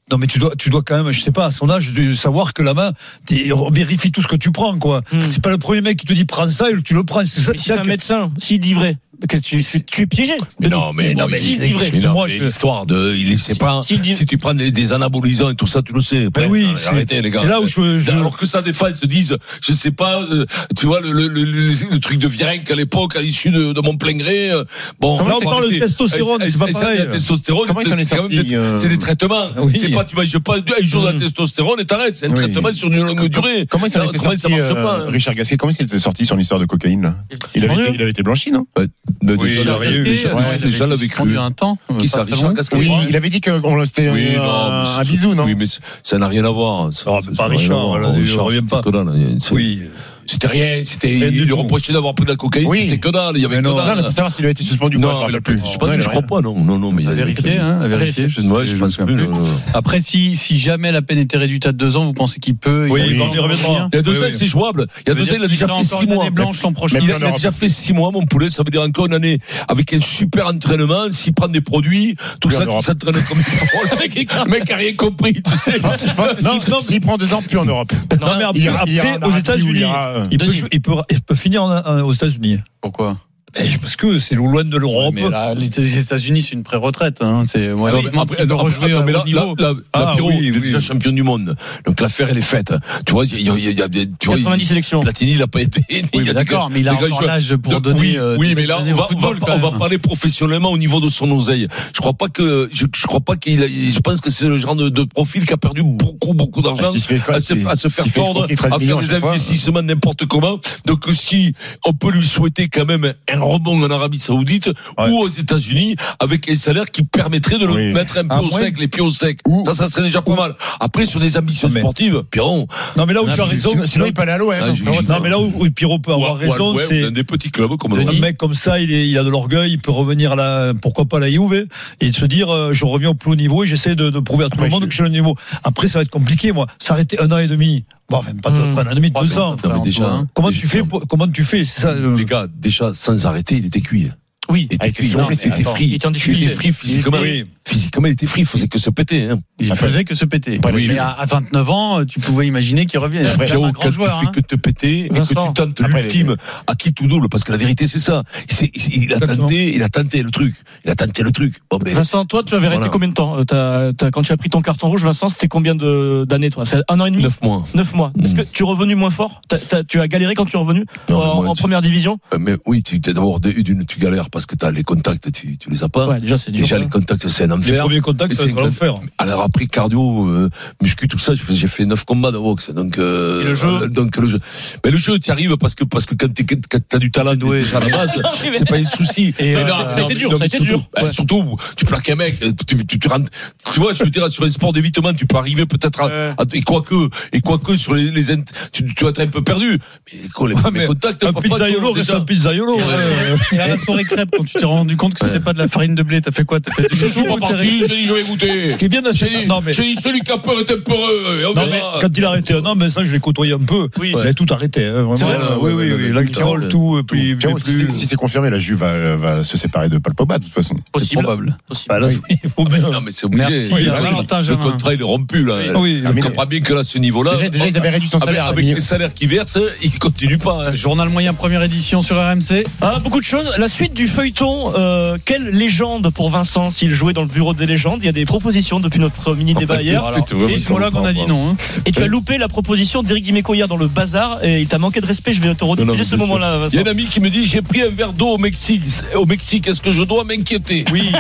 Speaker 4: Non, mais tu dois, tu dois quand même, je sais pas, à son âge, de savoir que la main, t'es- on vérifie tout ce que tu prends, quoi.
Speaker 6: Hmm.
Speaker 4: C'est pas le premier mec qui te dit prends ça et tu le prends. C'est ça,
Speaker 6: Mais si c'est
Speaker 4: ça
Speaker 6: un
Speaker 4: que-
Speaker 6: médecin, s'il dit vrai, que tu, tu- tu es piégé.
Speaker 3: Mais non, mais,
Speaker 4: Mais
Speaker 3: bon,
Speaker 4: non, mais
Speaker 3: il-
Speaker 4: il dit vrai.
Speaker 3: mais non,
Speaker 4: Moi,
Speaker 3: mais
Speaker 4: je-
Speaker 3: l'histoire de, il est- c'est pas,
Speaker 6: s'il dit-
Speaker 3: si tu prends des, des anabolisants et tout ça, tu le sais.
Speaker 4: Ben
Speaker 3: Bref,
Speaker 4: oui,
Speaker 3: allez,
Speaker 4: c'est-
Speaker 3: arrêtez, les gars.
Speaker 4: c'est là où je- je-
Speaker 3: Alors que ça, des fois, ils se disent, je sais pas, euh, tu vois, le, le, le, le- le truc de Virenque à l'époque, à l'issue de, de mon plein gré, euh, bon.
Speaker 4: Comment
Speaker 3: on
Speaker 4: tu
Speaker 3: va
Speaker 4: parles de
Speaker 3: arrêter.
Speaker 4: testostérone,
Speaker 3: Eh,
Speaker 4: c'est pas
Speaker 3: eh, ça,
Speaker 4: pareil.
Speaker 3: La testostérone,
Speaker 5: Comment ils en est
Speaker 3: c'est quand même
Speaker 5: sorti,
Speaker 3: des,
Speaker 5: euh,
Speaker 3: c'est des traitements.
Speaker 4: Oui. Mm.
Speaker 3: C'est pas, tu imagines pas, un jour de la testostérone et t'arrêtes. C'est un
Speaker 5: Oui.
Speaker 3: traitement sur une longue durée.
Speaker 5: Comment il s'en
Speaker 3: Ça-
Speaker 5: était
Speaker 3: comment ça
Speaker 5: sorti,
Speaker 3: marche
Speaker 5: euh,
Speaker 3: pas, hein.
Speaker 5: Richard Gasquet Comment il s'était sorti sur l'histoire de cocaïne là il avait, été, il avait été blanchi, non
Speaker 3: Bah, Mais
Speaker 7: Oui,
Speaker 3: déjà,
Speaker 7: il aurait eu,
Speaker 3: déjà,
Speaker 7: ouais, il
Speaker 3: déjà
Speaker 7: avait
Speaker 3: l'avait
Speaker 7: suspendu
Speaker 3: cru.
Speaker 7: un temps, euh,
Speaker 3: Qui
Speaker 7: pas
Speaker 3: ça,
Speaker 7: très
Speaker 3: Richard
Speaker 7: loin.
Speaker 3: Gasquet
Speaker 5: Oui, il avait dit qu'on c'était
Speaker 3: Oui,
Speaker 5: un,
Speaker 3: non, mais
Speaker 5: un
Speaker 3: c'est-
Speaker 5: bisou, non
Speaker 3: Oui, mais c'est- ça n'a rien à voir. hein. Ça-
Speaker 4: Ah,
Speaker 3: ça-
Speaker 4: mais
Speaker 3: ça n'a
Speaker 4: pas
Speaker 3: rien à
Speaker 4: Richard,
Speaker 3: voir.
Speaker 4: là, on
Speaker 3: Richard,
Speaker 4: revient
Speaker 3: c'était
Speaker 4: pas.
Speaker 3: que dalle. hein, C'est-
Speaker 4: Oui.
Speaker 3: C'était rien. C'était,
Speaker 4: Rien
Speaker 3: il
Speaker 4: du
Speaker 3: lui
Speaker 4: tout.
Speaker 3: reprochait d'avoir pris de la cocaïne.
Speaker 5: Oui.
Speaker 3: C'était que dalle. Il y avait
Speaker 4: Mais
Speaker 3: que
Speaker 4: non.
Speaker 5: Non,
Speaker 3: dalle.
Speaker 5: non, pour savoir s'il avait été suspendu ou pas, je me
Speaker 3: Non, il a
Speaker 5: rappelle
Speaker 3: plus.
Speaker 5: plus.
Speaker 3: Je sais pas,
Speaker 5: Non, il
Speaker 3: je
Speaker 5: a
Speaker 3: crois
Speaker 5: rien.
Speaker 3: pas, non. Non, non, mais il y
Speaker 7: À
Speaker 3: a
Speaker 7: vérifier, hein, à vérifier. Je,
Speaker 3: Ouais, je
Speaker 7: me
Speaker 3: pense
Speaker 7: souviens
Speaker 3: plus.
Speaker 7: plus.
Speaker 3: non, non.
Speaker 7: Après, si, si jamais la peine était réduite à deux ans, vous pensez qu'il peut
Speaker 4: Oui,
Speaker 7: il
Speaker 4: il
Speaker 7: va
Speaker 4: en
Speaker 7: revenir
Speaker 4: reviendra.
Speaker 3: Il y a deux
Speaker 4: Oui,
Speaker 3: ans,
Speaker 4: oui.
Speaker 3: c'est jouable. Il y a deux ans, il a déjà fait six mois.
Speaker 7: blanche l'an prochain.
Speaker 5: Mais
Speaker 3: Il a,
Speaker 5: en
Speaker 3: il a
Speaker 5: Europe.
Speaker 3: déjà fait six mois, mon poulet. Ça veut dire encore une année avec un super entraînement. S'il prend des produits, tout
Speaker 5: Plus en
Speaker 3: ça, il
Speaker 5: Europe.
Speaker 3: s'entraîne comme il faut. Le mec, le mec a rien compris, tu sais.
Speaker 5: Je pense- je pense que
Speaker 4: Non,
Speaker 5: s'il-
Speaker 4: non, mais-
Speaker 5: S'il prend deux ans, plus en Europe.
Speaker 6: Ah,
Speaker 4: Non, mais
Speaker 5: Il ira- il ira en
Speaker 4: après,
Speaker 5: Arabie
Speaker 4: aux
Speaker 5: ou il
Speaker 4: États-Unis,
Speaker 5: ira, euh,
Speaker 4: il peut, jouer- il peut, il peut finir en- en- aux États-Unis.
Speaker 7: Pourquoi
Speaker 4: Eh, Parce que c'est loin de l'Europe.
Speaker 7: Mais là, les les États-Unis, c'est une pré-retraite. Hein. C'est moi,
Speaker 3: Non,
Speaker 7: je
Speaker 3: mais
Speaker 7: demande
Speaker 3: après-
Speaker 7: s'il peut
Speaker 3: après-
Speaker 7: rejouer
Speaker 3: non,
Speaker 7: à
Speaker 3: mais
Speaker 7: haut
Speaker 3: là, là,
Speaker 7: niveau.
Speaker 3: là,
Speaker 4: Ah,
Speaker 3: la Pierrot,
Speaker 4: oui,
Speaker 3: il est
Speaker 4: oui.
Speaker 3: déjà champion du monde. Donc l'affaire, elle est faite. Tu vois, il y a, il y a- il y a- il y a- tu vois, il-
Speaker 6: 90 sélections.
Speaker 3: Platini, il n'a pas été. Il
Speaker 7: Oui,
Speaker 3: y
Speaker 7: mais
Speaker 3: a des
Speaker 7: d'accord,
Speaker 3: gars-
Speaker 7: mais il a
Speaker 3: des gars
Speaker 7: encore
Speaker 3: jouent-
Speaker 7: l'âge pour
Speaker 3: Donc,
Speaker 7: donner.
Speaker 3: oui,
Speaker 7: euh,
Speaker 3: oui,
Speaker 7: des-
Speaker 3: mais là,
Speaker 7: donner
Speaker 3: on
Speaker 7: au
Speaker 3: va,
Speaker 7: football,
Speaker 3: on va-
Speaker 7: quand
Speaker 3: on va
Speaker 7: même.
Speaker 3: parler professionnellement au niveau de son oseille. Je crois pas que, je, je crois pas qu'il, a- je pense que c'est le genre de, de profil qui a perdu beaucoup, beaucoup
Speaker 7: Ah,
Speaker 3: d'argent.
Speaker 5: S'il se fait-
Speaker 3: à se,
Speaker 5: s'il-
Speaker 3: à se faire
Speaker 5: s'il fait
Speaker 3: tordre,
Speaker 5: escroquer 13
Speaker 3: à faire
Speaker 5: millions à
Speaker 3: des
Speaker 5: chaque fois.
Speaker 3: investissements n'importe comment. Donc si on peut lui souhaiter quand même un rebond en Arabie Saoudite
Speaker 4: Ouais.
Speaker 3: ou aux États-Unis avec un salaire qui permettrait de le
Speaker 5: Oui.
Speaker 3: mettre un peu
Speaker 4: À
Speaker 3: au
Speaker 4: moins-
Speaker 3: sec, les pieds au sec.
Speaker 4: Ou-
Speaker 3: ça, ça serait déjà pas mal. Après sur des ambitions
Speaker 4: Mais-
Speaker 3: sportives, Pierron,
Speaker 4: Non, mais là où tu as raison,
Speaker 5: Sinon, sinon, il peut aller à l'OM.
Speaker 3: Ah, j'ai-
Speaker 5: Après,
Speaker 4: non, mais là où, où Pierrot peut
Speaker 3: ou
Speaker 4: avoir
Speaker 3: à- ou à
Speaker 4: raison,
Speaker 3: l'Ouest,
Speaker 4: c'est
Speaker 3: dans des petits clubs comme le
Speaker 4: un mec comme ça, il, est, il a de l'orgueil, il peut revenir à la, pourquoi pas à la Juve et se dire, euh, je reviens au plus haut niveau et j'essaie de, de prouver à tout
Speaker 5: Après,
Speaker 4: le monde
Speaker 5: je-
Speaker 4: que j'ai le niveau. Après, ça va être compliqué, moi. S'arrêter un an et demi, bon, même pas,
Speaker 6: Hmm.
Speaker 4: pas un an et demi, deux ans.
Speaker 3: Non, mais déjà,
Speaker 7: Antoine.
Speaker 4: Comment
Speaker 3: déjà-
Speaker 4: tu fais pour- Comment tu fais C'est ça. euh,
Speaker 3: Les gars, déjà, sans arrêter, il était cuit.
Speaker 6: Oui.
Speaker 3: Il était cuit.
Speaker 6: Non, mais
Speaker 3: Il était
Speaker 6: attends,
Speaker 3: free.
Speaker 6: il était en
Speaker 3: Il
Speaker 6: difficulté.
Speaker 3: était free physiquement.
Speaker 4: Oui.
Speaker 3: Physiquement, il était free. Il faisait que se péter. Hein.
Speaker 7: Il
Speaker 5: Après-
Speaker 7: faisait que se péter.
Speaker 5: Après,
Speaker 7: mais
Speaker 5: oui.
Speaker 7: à, à 29 ans, euh, tu pouvais imaginer qu'il revienne.
Speaker 5: Après,
Speaker 7: C'est quand même
Speaker 3: Pierrot,
Speaker 7: un grand
Speaker 3: quand tu
Speaker 7: joueur.
Speaker 3: fais
Speaker 7: hein.
Speaker 3: que te péter et que tu
Speaker 6: Vincent.
Speaker 3: tentes
Speaker 5: Après,
Speaker 3: l'ultime à qui tout double, parce que la vérité, c'est ça. Il, s'est- il s'est- il a
Speaker 4: Exactement.
Speaker 3: tenté, il a tenté le truc. Il a tenté le truc. Bon, mais
Speaker 6: Vincent, toi, tu avais arrêté
Speaker 3: Voilà.
Speaker 6: combien de temps Euh, t'as- t'as- Quand tu as pris ton carton rouge, Vincent, c'était combien de- d'années, toi C'est un an et demi
Speaker 3: 9 mois.
Speaker 6: Neuf mois. Est-ce
Speaker 3: Mm.
Speaker 6: que tu es revenu moins fort T'as- t'as- Tu as galéré quand tu es revenu
Speaker 3: Non,
Speaker 6: en,
Speaker 3: mais moi,
Speaker 6: en
Speaker 3: tu-
Speaker 6: première division
Speaker 3: Euh, Mais oui, tu t'es d'abord dé- d'une, tu galères parce que tu as les contacts, tu, tu les as pas.
Speaker 6: Ouais, déjà, c'est dur. hein.
Speaker 3: Déjà, les contacts, c'est un
Speaker 4: Les
Speaker 3: enfer.
Speaker 4: premiers contacts,
Speaker 3: Et
Speaker 4: ça
Speaker 3: c'est
Speaker 4: va
Speaker 3: que-
Speaker 4: le faire.
Speaker 3: Alors après cardio, euh, muscu, tout ça, j'ai fait- j'ai fait neuf combats de boxe. Donc euh,
Speaker 6: Et le jeu
Speaker 3: euh, donc le jeu. Mais le jeu, tu arrives parce que parce que quand t'es- quand t'as du talent,
Speaker 7: doué.
Speaker 3: t'es déjà à la base,
Speaker 6: <laughs> Non, mais-
Speaker 3: c'est pas un souci.
Speaker 7: Et,
Speaker 3: Mais
Speaker 7: euh,
Speaker 3: non,
Speaker 7: ça a
Speaker 3: non, mais-
Speaker 6: été dur,
Speaker 3: non,
Speaker 6: ça
Speaker 3: mais
Speaker 6: a été
Speaker 3: surtout-
Speaker 6: dur.
Speaker 3: bah,
Speaker 6: Ouais.
Speaker 3: Surtout, tu plaques un mec, euh, tu, tu, tu rentres. Tu vois, je veux dire sur un sport d'évitement, tu peux arriver peut-être à, à- et quoique et quoique sur les, les int- tu, tu vas être un peu perdu. Mais quoi, les, premiers
Speaker 4: mais
Speaker 3: contacts,
Speaker 4: Un
Speaker 3: papa, toi,
Speaker 4: pizzaïolo reste
Speaker 3: déjà.
Speaker 4: un pizzaïolo.
Speaker 3: Ouais.
Speaker 4: ouais.
Speaker 7: Et à
Speaker 3: <laughs>
Speaker 7: la soirée crêpe, quand tu t'es rendu compte que c'était pas de la farine de blé, t'as fait quoi T'as fait
Speaker 3: Je joue ma
Speaker 4: Ou t'es
Speaker 3: partie, je dis je vais goûter.
Speaker 4: Ce qui est bien dans ce-
Speaker 3: J'ai dit,
Speaker 4: Non, mais-
Speaker 3: j'ai dit, celui qui a peur est un peu heureux. Et on
Speaker 4: Non, mais
Speaker 3: verra.
Speaker 4: quand il a arrêté un an, mais ça, je l'ai côtoyé un peu.
Speaker 6: Oui.
Speaker 4: Il avait tout arrêté. hein, vraiment.
Speaker 3: C'est vrai,
Speaker 4: Euh,
Speaker 3: ouais,
Speaker 4: oui, oui,
Speaker 3: ouais,
Speaker 4: oui.
Speaker 3: ouais,
Speaker 4: La
Speaker 3: tout
Speaker 4: carole,
Speaker 3: arrêté.
Speaker 4: tout. Et puis,
Speaker 5: Pierrot,
Speaker 4: mais
Speaker 5: si
Speaker 4: plus-
Speaker 5: c'est- si c'est confirmé, la Juve va, va se séparer de Paul Pogba de toute façon.
Speaker 6: Possible.
Speaker 7: probable.
Speaker 6: Possible.
Speaker 4: Bah, là, il faut bien-
Speaker 3: Non, mais c'est obligé.
Speaker 7: Merci,
Speaker 3: Le
Speaker 7: Valentin
Speaker 3: contrat- le
Speaker 7: Germain.
Speaker 3: contrat, il est rompu, là.
Speaker 4: Oui,
Speaker 3: On comprend bien que là, à ce niveau-là,
Speaker 5: Déjà, déjà, ils avaient réduit son
Speaker 3: avec,
Speaker 5: salaire.
Speaker 3: Ah, avec les salaires qu'ils versent, euh, ils continuent pas. hein.
Speaker 7: Journal moyen première édition sur RMC.
Speaker 6: Ah, beaucoup de choses. La suite du feuilleton, euh, quelle légende pour Vincent s'il jouait dans le bureau des légendes Il y a des propositions depuis notre
Speaker 3: Ah,
Speaker 6: mini-débat hier.
Speaker 3: bah,
Speaker 7: Alors, et ils sont là qu'on a dit non. hein.
Speaker 6: Et tu as loupé la proposition d'Éric Dimeco hier dans le bazar et il t'a manqué de respect. Je vais te
Speaker 3: Non, non,
Speaker 6: rediffuser ce
Speaker 3: mais-
Speaker 6: moment-là,
Speaker 3: Il y
Speaker 6: Vincent.
Speaker 3: a un ami qui me dit j'ai pris un verre d'eau au Mexique. Au Mexique, est-ce que je dois m'inquiéter Oui,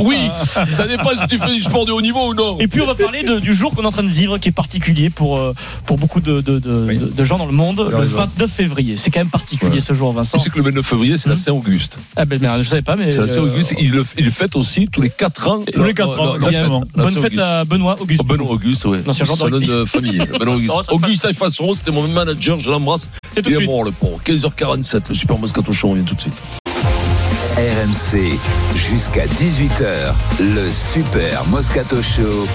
Speaker 3: oui. Ça dépend si tu fais du sport de haut niveau ou non.
Speaker 6: Et puis on va parler de- du jour qu'on est en train de vivre qui est particulier pour, euh, pour beaucoup de, de, de, de- de gens dans le monde, le 29 février. C'est quand même particulier
Speaker 3: Ouais.
Speaker 6: ce jour, Vincent.
Speaker 3: Tu sais que le 29 février, c'est la
Speaker 6: Hmm.
Speaker 3: Saint-Auguste.
Speaker 6: Ah ben merde, je savais pas, mais.
Speaker 3: C'est la Saint-Auguste.
Speaker 6: euh,
Speaker 3: Il le, il le fête aussi tous les 4 ans.
Speaker 4: Tous les quatre
Speaker 3: Non,
Speaker 4: ans,
Speaker 3: non, non,
Speaker 4: exactement.
Speaker 3: la
Speaker 6: Bonne
Speaker 3: Saint-Auguste. Oh,
Speaker 6: fête à Benoît Auguste.
Speaker 3: Benoît Auguste, ouais.
Speaker 6: Ancien joueur de
Speaker 3: Salon
Speaker 6: rugby.
Speaker 3: de
Speaker 6: <laughs>
Speaker 3: famille. Benoît Auguste.
Speaker 6: Oh, ça
Speaker 3: Auguste Alphasson, c'était mon manager, je l'embrasse.
Speaker 6: C'est tout
Speaker 3: Il
Speaker 6: de
Speaker 3: est
Speaker 6: suite.
Speaker 3: mort le pauvre. 15h47, le Super Moscato Show, on vient tout de suite.
Speaker 2: RMC jusqu'à 18h, le Super Moscato Show.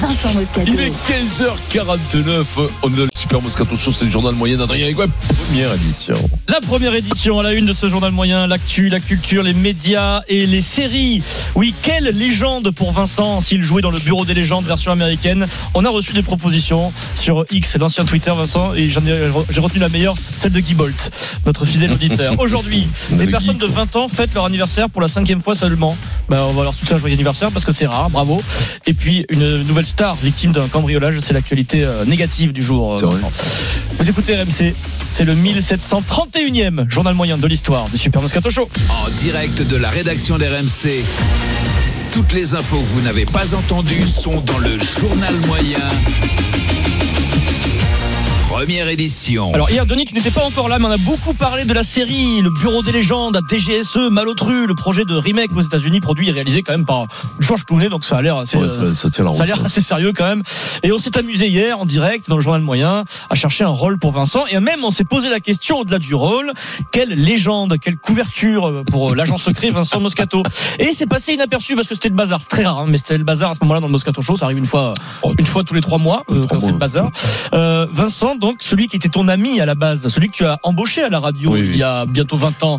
Speaker 1: Vincent Moscato.
Speaker 3: Il est 15h49, on est dans le Super Moscato Show, c'est le journal moyen d'Adrien Aigouet. Première édition.
Speaker 6: La première édition à la une de ce journal moyen, l'actu, la culture, les médias et les séries. Oui, quelle légende pour Vincent s'il jouait dans le bureau des légendes version américaine. On a reçu des propositions sur X, l'ancien Twitter Vincent, et j'en ai- j'ai retenu la meilleure, celle de Guy Bolt, notre fidèle auditeur. Aujourd'hui, eh ben,
Speaker 3: Le
Speaker 6: les
Speaker 3: Guy,
Speaker 6: personnes de 20 ans fêtent leur anniversaire pour la cinquième fois seulement. Bah, on va leur souhaiter un joyeux anniversaire parce que c'est rare, bravo. Et puis, une nouvelle star victime d'un cambriolage, c'est l'actualité euh, négative du jour. euh,
Speaker 3: C'est vrai.
Speaker 6: Vincent. Vous écoutez RMC, c'est le 1731e journal moyen de l'histoire du Super Moscato Show.
Speaker 2: En direct de la rédaction d'RMC, toutes les infos que vous n'avez pas entendues sont dans le journal moyen. Première édition.
Speaker 6: Alors hier, Denis qui n'était pas encore là, mais on a beaucoup parlé de la série, le bureau des légendes, DGSE, Malotru, le projet de remake aux États-Unis, produit et réalisé quand même par Georges Clooney, donc ça a l'air assez,
Speaker 3: Ouais, ça-
Speaker 6: euh,
Speaker 3: ça tient la
Speaker 6: ça a
Speaker 3: route,
Speaker 6: l'air
Speaker 3: ouais.
Speaker 6: assez sérieux quand même. Et on s'est amusé hier en direct dans le journal moyen à chercher un rôle pour Vincent. Et même on s'est posé la question au-delà du rôle, quelle légende, quelle couverture euh, pour l'agent secret Vincent Moscato. Et c'est passé inaperçu parce que c'était le bazar, c'est très rare, hein, mais c'était le bazar à ce moment-là dans le Moscato Show, ça arrive une fois, une fois tous les trois mois euh, quand c'est le bazar. Euh, Vincent, donc celui qui était ton ami à la base, celui que tu as embauché à la radio il y a bientôt 20 ans,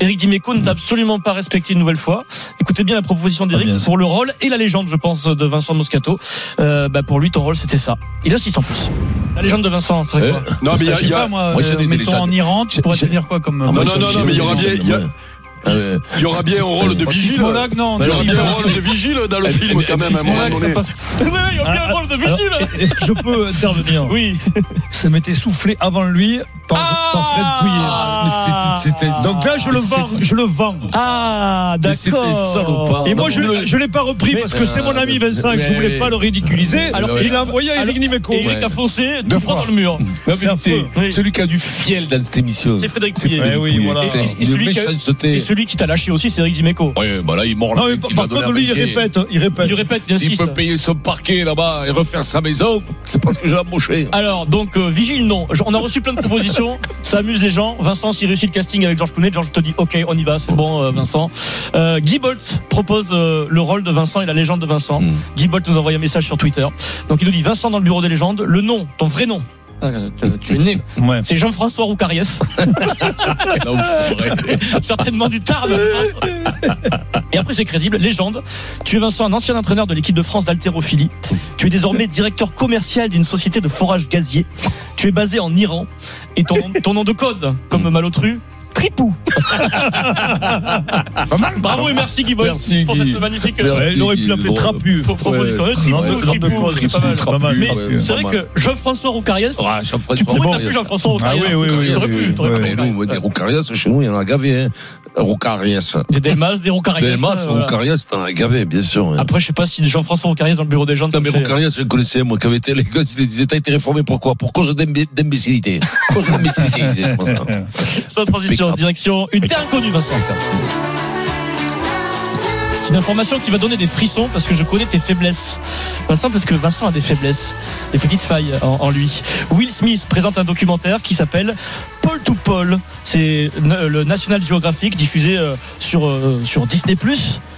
Speaker 6: Eric Dimeco
Speaker 12: Mm.
Speaker 6: ne t'a absolument pas respecté une nouvelle fois. Écoutez bien la proposition d'Eric
Speaker 12: Ah,
Speaker 6: pour le rôle et la légende, je pense, de Vincent Moscato. Euh, bah, pour lui, ton rôle, c'était ça. Il a 600 pouces. La légende de Vincent, c'est quoi
Speaker 12: Euh, Non, mais il y a-
Speaker 7: Je sais
Speaker 12: il y a-
Speaker 7: pas, moi,
Speaker 12: Moi,
Speaker 7: euh,
Speaker 12: j'en ai des
Speaker 7: mettons
Speaker 12: légendes.
Speaker 7: en Iran, tu
Speaker 12: J'ai-
Speaker 7: pourrais
Speaker 12: j'ai-
Speaker 7: tenir quoi comme.
Speaker 12: Non, non, non, non, mais il y aura bien. il y a- Il y aura bien un rôle de vigile.
Speaker 7: Sismologue, non.
Speaker 12: Il y aura
Speaker 7: non,
Speaker 12: bien
Speaker 7: non.
Speaker 12: un rôle de vigile dans le film, quand même, à un moment
Speaker 7: Sismologue, ça
Speaker 12: donné.
Speaker 7: passe
Speaker 4: Ah, Est-ce que je peux intervenir
Speaker 6: Oui.
Speaker 4: <laughs> Ça m'était soufflé avant lui par, par Fred Pouillet. Ah Donc là, je le vends. Je le vends.
Speaker 6: Ah, d'accord.
Speaker 4: Et moi, je l'ai- je l'ai pas repris parce que c'est mon ami Vincent. que Je voulais pas le ridiculiser. euh, Alors, il a envoyé à Eric Nimeco.
Speaker 6: Et Eric a foncé tout droit dans le mur.
Speaker 3: La
Speaker 4: C'est
Speaker 3: vérité, celui qui a du fiel dans cette émission.
Speaker 6: C'est Frédéric
Speaker 3: C'est
Speaker 6: Pouillet.
Speaker 3: Frédéric
Speaker 6: Eh oui,
Speaker 3: Pouillet.
Speaker 6: voilà.
Speaker 3: Putain,
Speaker 6: Et- et
Speaker 3: une
Speaker 6: celui qui a-
Speaker 3: méchanceté.
Speaker 6: et celui qui t'a lâché aussi, c'est Eric Dimeco.
Speaker 3: Ouais, bah là, il mord
Speaker 4: Non,
Speaker 3: la
Speaker 4: mais par contre, lui, il répète. Il répète.
Speaker 6: Il répète, il
Speaker 3: S'il
Speaker 6: insiste.
Speaker 3: peut payer son parquet là-bas et refaire sa maison, c'est parce que j'ai embauché.
Speaker 6: Alors, donc, euh, vigile, non. Je- On a reçu plein de propositions. Ça amuse les gens. Vincent, s'il réussit le casting avec Georges Clooney, Georges te dit Ok, on y va, c'est bon, euh, Vincent. Euh, Guy Bolt propose euh, le rôle de Vincent et la légende de Vincent. Guy Bolt nous envoie un message sur Twitter. Donc, il nous dit Vincent dans le bureau des légendes, le nom, ton vrai nom. Euh, euh, tu es né.
Speaker 4: Ouais.
Speaker 6: C'est Jean-François
Speaker 3: <laughs>
Speaker 6: Roucariès. <laughs> Certainement du Tarn. je pense. Et après, c'est crédible. Légende. Tu es Vincent, un ancien entraîneur de l'équipe de France d'haltérophilie. Tu es désormais directeur commercial d'une société de forage gazier. Tu es basé en Iran. Et ton, nom- ton nom de code, comme
Speaker 3: Hmm.
Speaker 6: Malotru,
Speaker 3: <laughs>
Speaker 6: Tripou. Bravo et merci Guy Boy
Speaker 3: Merci,
Speaker 6: pour
Speaker 3: Guy.
Speaker 6: cette magnifique.
Speaker 3: Merci,
Speaker 4: il aurait pu
Speaker 3: Guy.
Speaker 4: l'appeler
Speaker 3: Bon,
Speaker 4: Trapu.
Speaker 6: Pour proposition,
Speaker 3: Ouais,
Speaker 6: Le tripou,
Speaker 3: ouais,
Speaker 6: le
Speaker 3: Trapu,
Speaker 6: tripou,
Speaker 3: Trapu,
Speaker 6: c'est pas mal.
Speaker 3: Trapu,
Speaker 6: Mais
Speaker 3: ouais,
Speaker 6: c'est vrai
Speaker 3: pas
Speaker 6: que
Speaker 3: mal.
Speaker 6: Jean-François Roucariès,
Speaker 3: Ah, Jean-François
Speaker 6: tu pourrais
Speaker 3: Roucariès.
Speaker 6: t'appeler Jean-François
Speaker 4: Ah
Speaker 6: Roucariès.
Speaker 4: oui, oui, oui.
Speaker 6: T'aurais pu, t'aurais pu.
Speaker 3: Mais nous, on veut des Roucarias, chez nous, il y en a gavé. Hein. Roucarias.
Speaker 6: Des Delmas, des
Speaker 3: Des
Speaker 6: Roucariès.
Speaker 3: masses,
Speaker 6: euh, voilà.
Speaker 3: Roucarias, t'en as gavé, bien sûr. hein.
Speaker 6: Après, je sais pas si
Speaker 3: <laughs>
Speaker 6: Jean-François Roucariès dans le bureau des gens.
Speaker 3: Putain, mais Roucarias, je le connaissais, moi, qui avait été à l'école, il disait, t'as été réformé, pourquoi Pour cause d'imbi-
Speaker 6: <laughs>
Speaker 3: d'imbécilité. Cause d'imbécilité, il disait, comme ça.
Speaker 6: Sans transition, direction une terre inconnue, Vincent. C'est une information qui va donner des frissons parce que je connais tes faiblesses. Vincent, parce que Vincent a des faiblesses, des petites failles en, en lui. Will Smith présente un documentaire qui s'appelle Paul to Paul. C'est na- le National Geographic diffusé euh, sur, euh, sur Disney.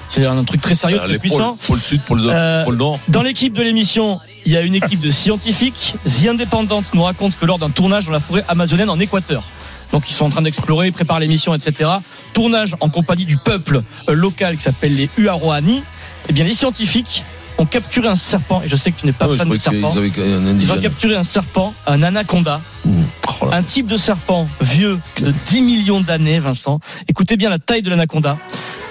Speaker 6: C'est un truc très sérieux,
Speaker 3: Ah,
Speaker 6: très
Speaker 3: les
Speaker 6: puissant.
Speaker 3: pôles, Pôle sud, pôle
Speaker 6: Euh,
Speaker 3: nord, pôle nord.
Speaker 6: Dans l'équipe de l'émission, il y a une équipe de scientifiques. The Indépendante nous raconte que lors d'un tournage dans la forêt amazonienne en Équateur, donc ils sont en train d'explorer, ils préparent l'émission, etc. Tournage en compagnie du peuple euh, local qui s'appelle les Huaroani. Eh bien, les scientifiques ont capturé un serpent, et je sais que tu n'es pas
Speaker 3: Ah ouais, je
Speaker 6: fan de
Speaker 3: croyais qu'ils
Speaker 6: serpent.
Speaker 3: avaient un
Speaker 6: Ils ont
Speaker 3: indigène.
Speaker 6: capturé un serpent, un anaconda,
Speaker 3: Oh là.
Speaker 6: un type de serpent vieux de 10 millions d'années, Vincent. Écoutez bien la taille de l'anaconda.